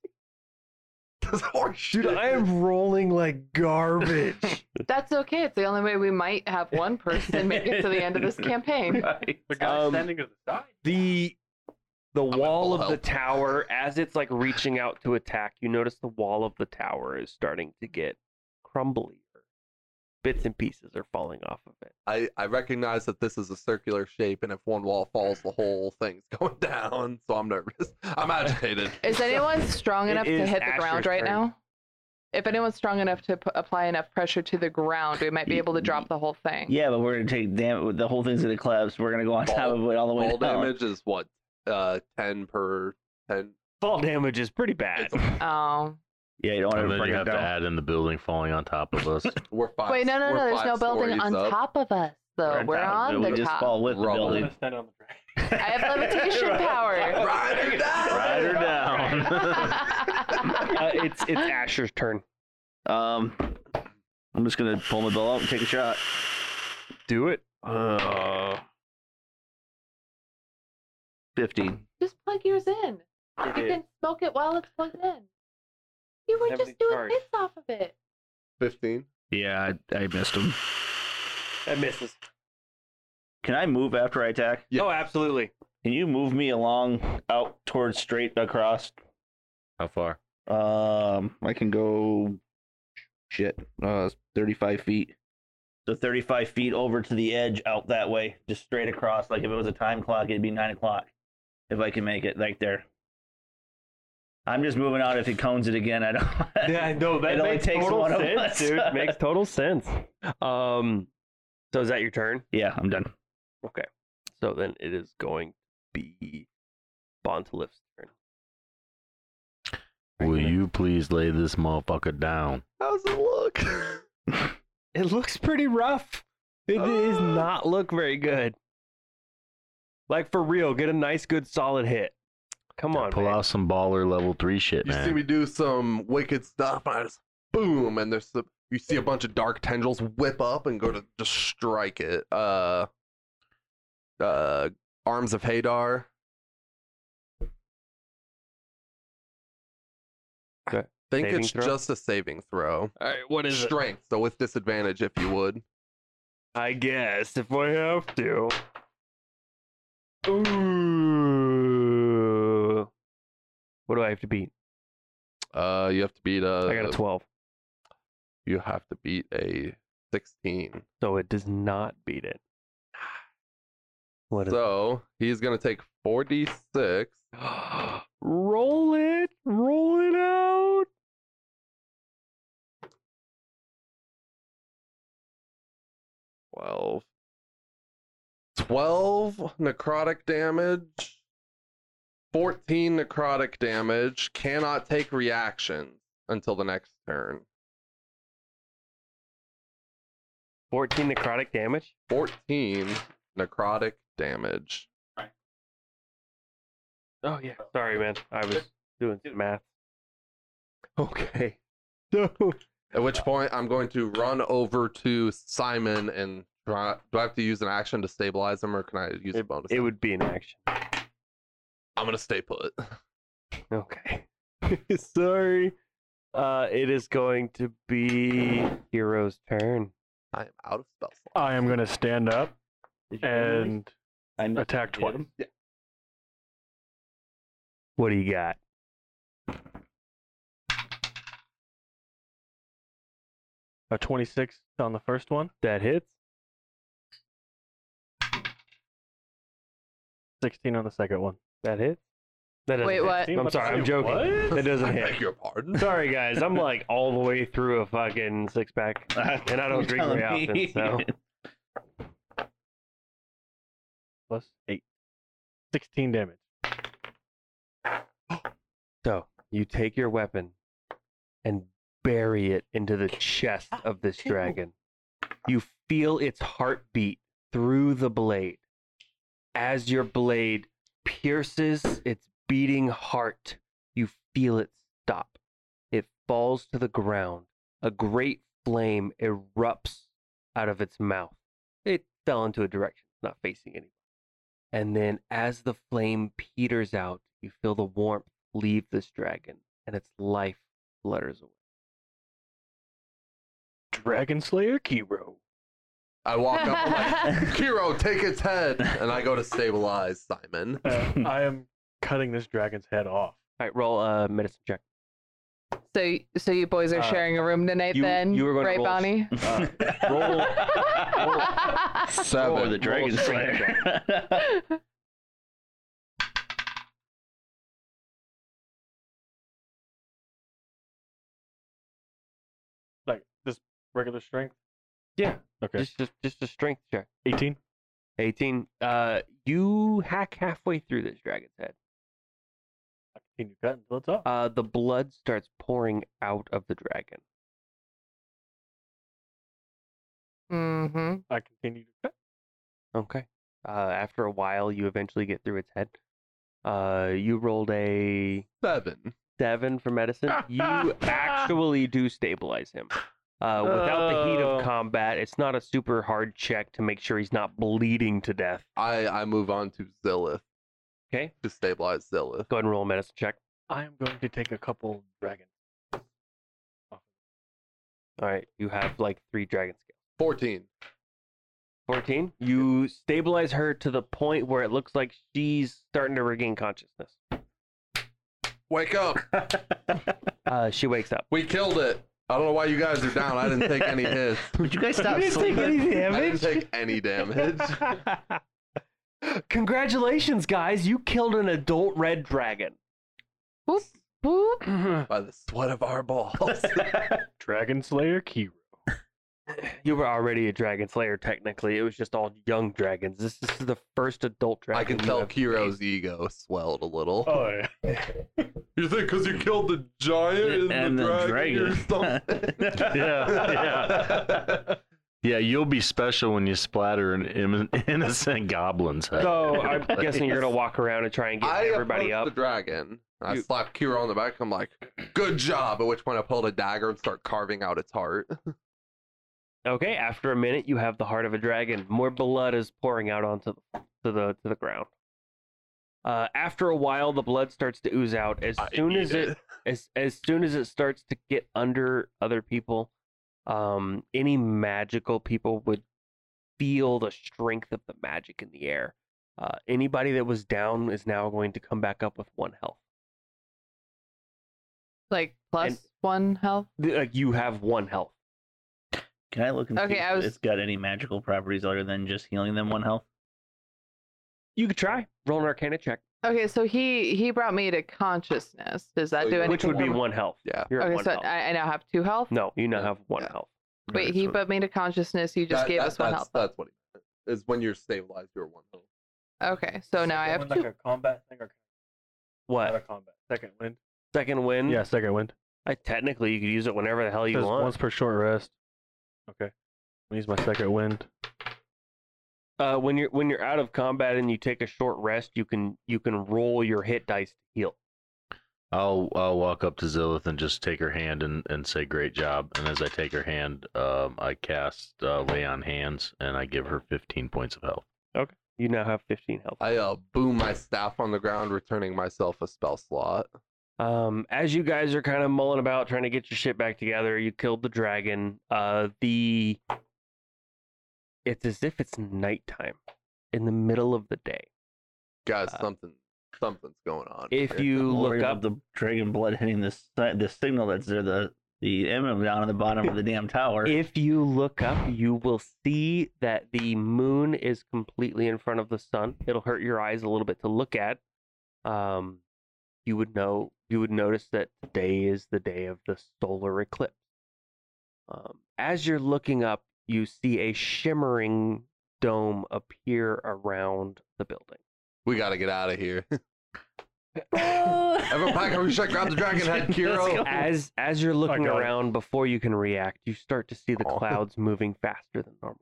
S1: That's horseshit.
S2: Dude, I am rolling like garbage.
S3: That's okay. It's the only way we might have one person make it to the end of this campaign.
S4: Right.
S7: The guy
S2: Um,
S7: standing at the side.
S2: the the wall
S1: full
S2: of the
S1: health.
S2: tower, as it's like reaching out to attack, you notice the wall of the tower is starting to get crumbly. Bits and pieces are falling off of it.
S1: I, I recognize that this is a circular shape, and if one wall falls, the whole thing's going down. So I'm nervous. I'm agitated.
S3: Is anyone strong
S2: It
S3: enough to
S2: is
S3: hit the
S2: Asher's
S3: ground right
S2: turn.
S3: now? If anyone's strong enough to p- apply enough pressure to the ground, we might be
S4: Y-
S3: able to
S4: y-
S3: drop the whole thing.
S4: Yeah, but we're gonna take damn. The whole thing's gonna collapse. We're gonna go on top of it all the way
S1: Fall
S4: down.
S1: damage is what? Uh, ten per ten.
S2: Fall damage is pretty bad.
S4: uh,
S3: Oh.
S4: Yeah, you don't want
S6: and
S4: to
S6: then
S4: bring
S6: you
S4: it
S6: have to
S4: down.
S6: add in the building falling on top of us.
S1: We're five.
S3: Wait, no, no,
S1: we're
S3: no. There's
S1: five
S3: no building
S1: stories
S3: on
S1: up.
S3: top of us, though. We're
S4: We're on top of it.
S3: on
S4: we
S3: the
S4: just
S3: top.
S4: fall with the
S1: Rubble.
S4: building.
S7: Gonna stand on the dragon.
S3: I have levitation
S4: Right.
S3: power.
S1: Ride or die!
S6: Ride her down.
S2: Uh, it's it's Asher's turn.
S4: Um, I'm just gonna pull my bill out and take a shot.
S2: Do it.
S4: Uh, Fifteen.
S3: Just plug yours in. You can smoke it while it's plugged in. You were
S7: Heavily
S3: just doing
S7: charged.
S3: hits off of it.
S1: 15.
S4: Yeah, I, I missed him.
S5: I misses.
S4: Can I move after I attack?
S1: Yeah.
S2: Oh, absolutely.
S4: Can you move me along out towards straight across?
S6: How far?
S4: Um, I can go. Shit, uh, thirty-five feet. So thirty-five feet over to the edge, out that way, just straight across. Like if it was a time clock, it'd be nine o'clock. If I can make it, like there. I'm just moving out. If he cones it again, I don't.
S2: no,
S4: that It only makes takes total one of sense, us.
S2: dude. Makes total sense. Um, so is that your turn?
S4: yeah, I'm done.
S2: So then it is going to be Bontalif's turn.
S6: Will you please lay this motherfucker down?
S2: How's it look? it looks pretty rough. It does not look very good. Like for real, get a nice, good, solid hit. Come on,
S6: Pull
S2: man.
S6: out some baller level three shit,
S1: You
S6: man.
S1: see me do some wicked stuff, and I just boom, and there's the, you see a bunch of dark tendrils whip up and go to just strike it. Uh, uh, arms of Hadar. I
S2: Okay.
S1: think
S2: Saving
S1: it's
S2: throw?
S1: just a saving throw.
S2: All right, what is it?
S1: Strength, so with disadvantage, if you would.
S2: I guess if I have to. Ooh. What do I have to beat?
S1: Uh, you have to beat a.
S2: I got a 12.
S1: You have to beat a sixteen.
S2: So it does not beat it. What is
S1: So he's gonna take forty six.
S2: roll it, roll it out.
S1: Twelve. Twelve necrotic damage. Fourteen necrotic damage. Cannot take reactions until the next turn.
S2: 14 necrotic damage.
S1: Fourteen necrotic damage.
S2: Oh yeah. Sorry, man. I was doing some math. Okay. So
S1: At which point I'm going to run over to Simon and try, do I have to use an action to stabilize him or can I use a bonus?
S2: it would be an action.
S1: I'm gonna stay put.
S2: Okay. Sorry. Uh, it is going to be Hero's turn.
S1: I am out of spell slots.
S5: I am gonna stand up and
S4: I missed
S5: attack
S4: you, dude.
S5: twice.
S2: What do you got?
S5: A twenty-six on the first one.
S2: That hits.
S5: Sixteen on the second one.
S2: That hits. That doesn't
S3: Wait,
S2: hit.
S3: what?
S2: I'm sorry, I'm joking. That doesn't
S1: I
S2: hit.
S1: beg your pardon.
S2: Sorry, guys. I'm like all the way through a fucking six pack, and I
S4: You're
S2: don't drink very
S4: telling me.
S2: often. So
S5: Plus eight. Sixteen damage.
S2: So you take your weapon and bury it into the chest of this dragon. You feel its heartbeat through the blade as your blade pierces its beating heart. You feel it stop. It falls to the ground. A great flame erupts out of its mouth. It fell into a direction, not facing anyone. And then, as the flame peters out, you feel the warmth leave this dragon, and its life flutters away.
S5: Dragon Slayer Kiro.
S1: I walk up I'm like, Kiro, take its head, and I go to stabilize Simon.
S5: Uh, I am cutting this dragon's head off.
S2: All right, roll a medicine check.
S3: So, so you boys are
S2: Uh,
S3: sharing a room tonight,
S2: you-
S3: then,
S2: you were gonna
S3: right,
S2: roll-
S3: Bonnie?
S2: Roll.
S4: Or the
S1: Seven.
S4: dragon slayer.
S5: Like just regular strength.
S2: yeah,
S5: Okay.
S2: just, just just a strength check.
S5: Eighteen.
S2: Eighteen. Uh, you hack halfway through this dragon's head.
S5: I continue cutting until it's off.
S2: Uh, the blood starts pouring out of the dragon.
S3: mm-hmm.
S5: I continue to cut.
S2: Okay. Uh, after a while, you eventually get through its head. Uh, you rolled a
S1: Seven.
S2: seven for medicine. You actually do stabilize him. Uh, without the heat
S5: Oh.
S2: of combat, it's not a super hard check to make sure he's not bleeding to death.
S1: I I move on to Zillith
S2: Okay,
S1: to stabilize Zillith.
S2: go ahead and roll a medicine check.
S5: I am going to take a couple dragons.
S2: All right, you have like three dragon scales.
S1: Fourteen.
S2: 14. You stabilize her to the point where it looks like she's starting to regain consciousness.
S1: Wake up!
S2: Uh, she wakes up.
S1: We killed it. I don't know why you guys are down. I didn't take any hits.
S4: Would you guys stop?
S2: take
S4: sleeping?
S2: any
S1: I didn't take any damage.
S2: Congratulations, guys. You killed an adult red dragon.
S3: Whoop, whoop.
S1: By the sweat of our balls.
S5: Dragon Slayer Kiro.
S2: You were already a dragon slayer, technically. It was just all young dragons. This, this is the first adult dragon.
S1: I can
S2: you
S1: tell
S2: have
S1: Kiro's ego swelled a little.
S5: Oh yeah.
S1: You think because you killed the giant
S4: And the dragon.
S1: yeah.
S6: Yeah, you'll be special when you splatter an im- innocent goblin's head.
S2: So I'm guessing you're gonna walk around and try and get
S1: I
S2: everybody
S1: approached
S2: up.
S1: the dragon. I
S2: You-
S1: slapped Kiro on the back. I'm like, "Good job!" At which point I pulled a dagger and start carving out its heart.
S2: Okay, after a minute, you have the heart of a dragon. More blood is pouring out onto the, to the to the ground. Uh, after a while, the blood starts to ooze out. As
S6: I
S2: soon
S6: need
S2: as it, as as soon as it starts to get under other people, um, any magical people would feel the strength of the magic in the air. Uh, anybody that was down is now going to come back up with one health.
S3: Like plus
S2: And-
S3: one health.
S2: Th- Like you have one health.
S4: Can I look and
S3: Okay,
S4: see
S3: I
S4: if
S3: was-
S4: it's got any magical properties other than just healing them one health?
S2: You could try roll an Arcana check,
S3: Okay, so he he brought me to consciousness. Does that
S1: Oh,
S3: do
S1: yeah.
S3: anything?
S2: which would be
S3: for me?
S2: one health.
S1: Yeah.
S2: You're at
S3: Okay,
S2: one
S3: so
S2: health.
S3: I, I now have two health.
S2: No, you now
S1: Yeah.
S2: have one
S1: Yeah.
S2: health.
S3: Wait, he put me to consciousness. You just
S1: That-
S3: gave
S1: that-
S3: us one
S1: that's,
S3: health.
S1: That's what he meant. Is when you're stabilized, you're one health.
S3: Okay, so now I have
S5: like
S3: two.
S5: a combat thing or
S2: What?
S5: not a combat. Second wind.
S2: Second wind?
S5: Yeah, second wind.
S2: I, technically, you could use it whenever the hell Hmm? you
S5: Says
S2: want.
S5: Once per short rest. Okay. I use my second wind.
S2: Uh, when you're when you're out of combat and you take a short rest, you can you can roll your hit dice to heal.
S6: I'll I'll walk up to Zillith and just take her hand and, and say great job. And as I take her hand, um, I cast uh, lay on hands and I give her 15 points of health.
S2: You now have 15 health.
S1: I uh, boom my staff on the ground, returning myself a spell slot.
S2: Um, as you guys are kind of mulling about trying to get your shit back together, you killed the dragon. Uh, the it's as if it's nighttime in the middle of the day.
S1: Guys,
S2: Uh,
S1: something, something's going on.
S2: If
S1: here.
S2: you
S4: Glory
S2: look
S4: of
S2: up,
S4: the dragon blood hitting the si- the signal that's there, the the emblem down at the bottom of the damn tower.
S2: If you look up, you will see that the moon is completely in front of the sun. It'll hurt your eyes a little bit to look at. Um, you would know. You would notice that today is the day of the solar eclipse. Um, as you're looking up, you see a shimmering dome appear around the building.
S1: we got to get out of here. Everyone, pack up your shit. Grab the dragon head,
S4: Let's go.
S1: Kiro.
S2: As as you're looking
S5: Oh, got it. Oh.
S2: around before you can react, you start to see the
S1: Aw.
S2: clouds moving faster than normal.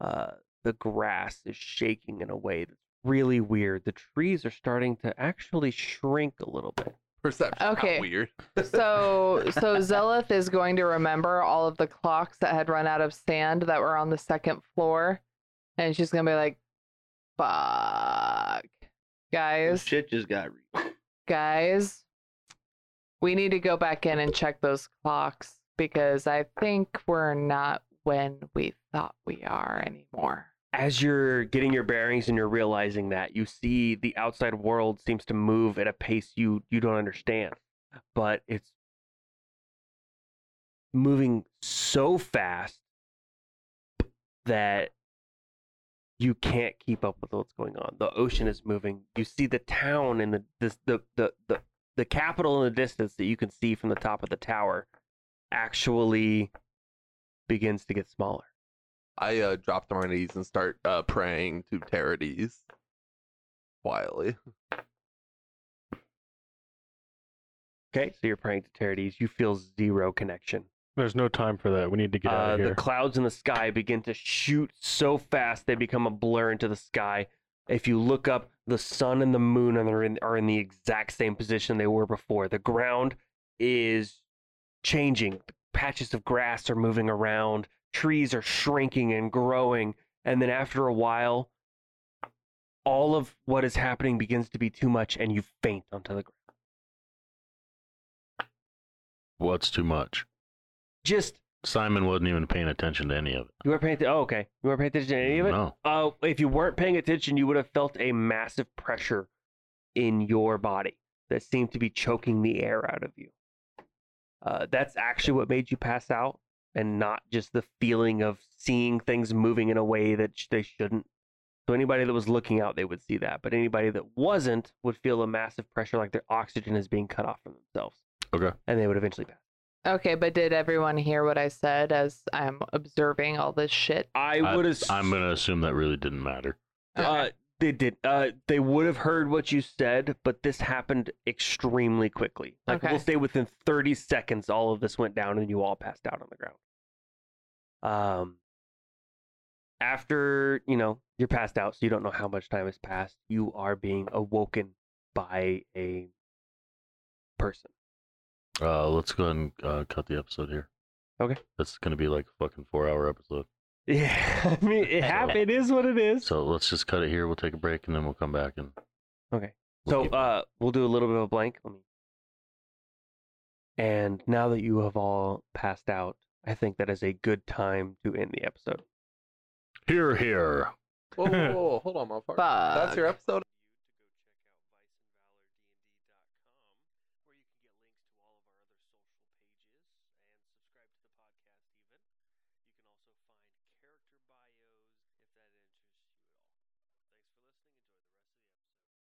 S2: Uh, the grass is shaking in a way that's really weird. The trees are starting to actually shrink a little bit.
S1: Perception.
S3: Okay.
S1: Weird.
S3: So so Zelith is going to remember all of the clocks that had run out of sand that were on the second floor, and she's gonna be like, "Fuck,
S4: This
S3: guys,
S4: shit just got. Re-
S3: guys, we need to go back in and check those clocks because I think we're not when we thought we are anymore."
S2: As you're getting your bearings and you're realizing that, you see the outside world seems to move at a pace you you don't understand, but it's moving so fast that you can't keep up with what's going on. The ocean is moving. You see the town and the this, the the the the capital in the distance that you can see from the top of the tower actually begins to get smaller.
S1: I uh, drop to my knees and start uh, praying to Terades quietly.
S2: Okay, so you're praying to Terades. You feel zero connection.
S5: There's no time for that. We need to get out
S2: Uh,
S5: of
S2: the
S5: here.
S2: clouds in the sky begin to shoot so fast they become a blur into the sky. If you look up, the sun and the moon are in, are in the exact same position they were before. The ground is changing. The patches of grass are moving around, trees are shrinking and growing, and then after a while, all of what is happening begins to be too much, and you faint onto the ground.
S6: What's too much?
S2: Just
S6: Simon wasn't even paying attention to any of it.
S2: you were paying. atten- oh, okay. You were paying attention to any of it.
S6: No.
S2: Uh, if you weren't paying attention, you would have felt a massive pressure in your body that seemed to be choking the air out of you. Uh, that's actually what made you pass out, and not just the feeling of seeing things moving in a way that sh- they shouldn't. So anybody that was looking out, they would see that, but anybody that wasn't would feel a massive pressure, like their oxygen is being cut off from themselves,
S6: Okay.
S2: and they would eventually pass.
S3: Okay, but did everyone hear what I said as I'm observing all this shit?
S2: I
S6: I-
S2: would. ass-
S6: I'm gonna assume that really didn't matter.
S2: Uh, they did. Uh, they would have heard what you said, but this happened extremely quickly. Like
S3: Okay.
S2: we'll say within 30 seconds, all of this went down and you all passed out on the ground. Um, after you know you're passed out, so you don't know how much time has passed. You are being awoken by a person.
S6: Uh, let's go ahead and uh, cut the episode here.
S2: Okay.
S6: That's gonna be like a fucking four hour episode.
S2: Yeah, I mean it happened. It is what it is.
S6: So let's just cut it here. We'll take a break and then we'll come back and
S2: Okay.
S6: we'll
S2: So
S6: keep-
S2: uh, we'll do a little bit of a blank. Let me. And now that you have all passed out, I think that is a good time to end the episode.
S6: here, here.
S1: Whoa, whoa, whoa, hold on, motherfucker. That's your episode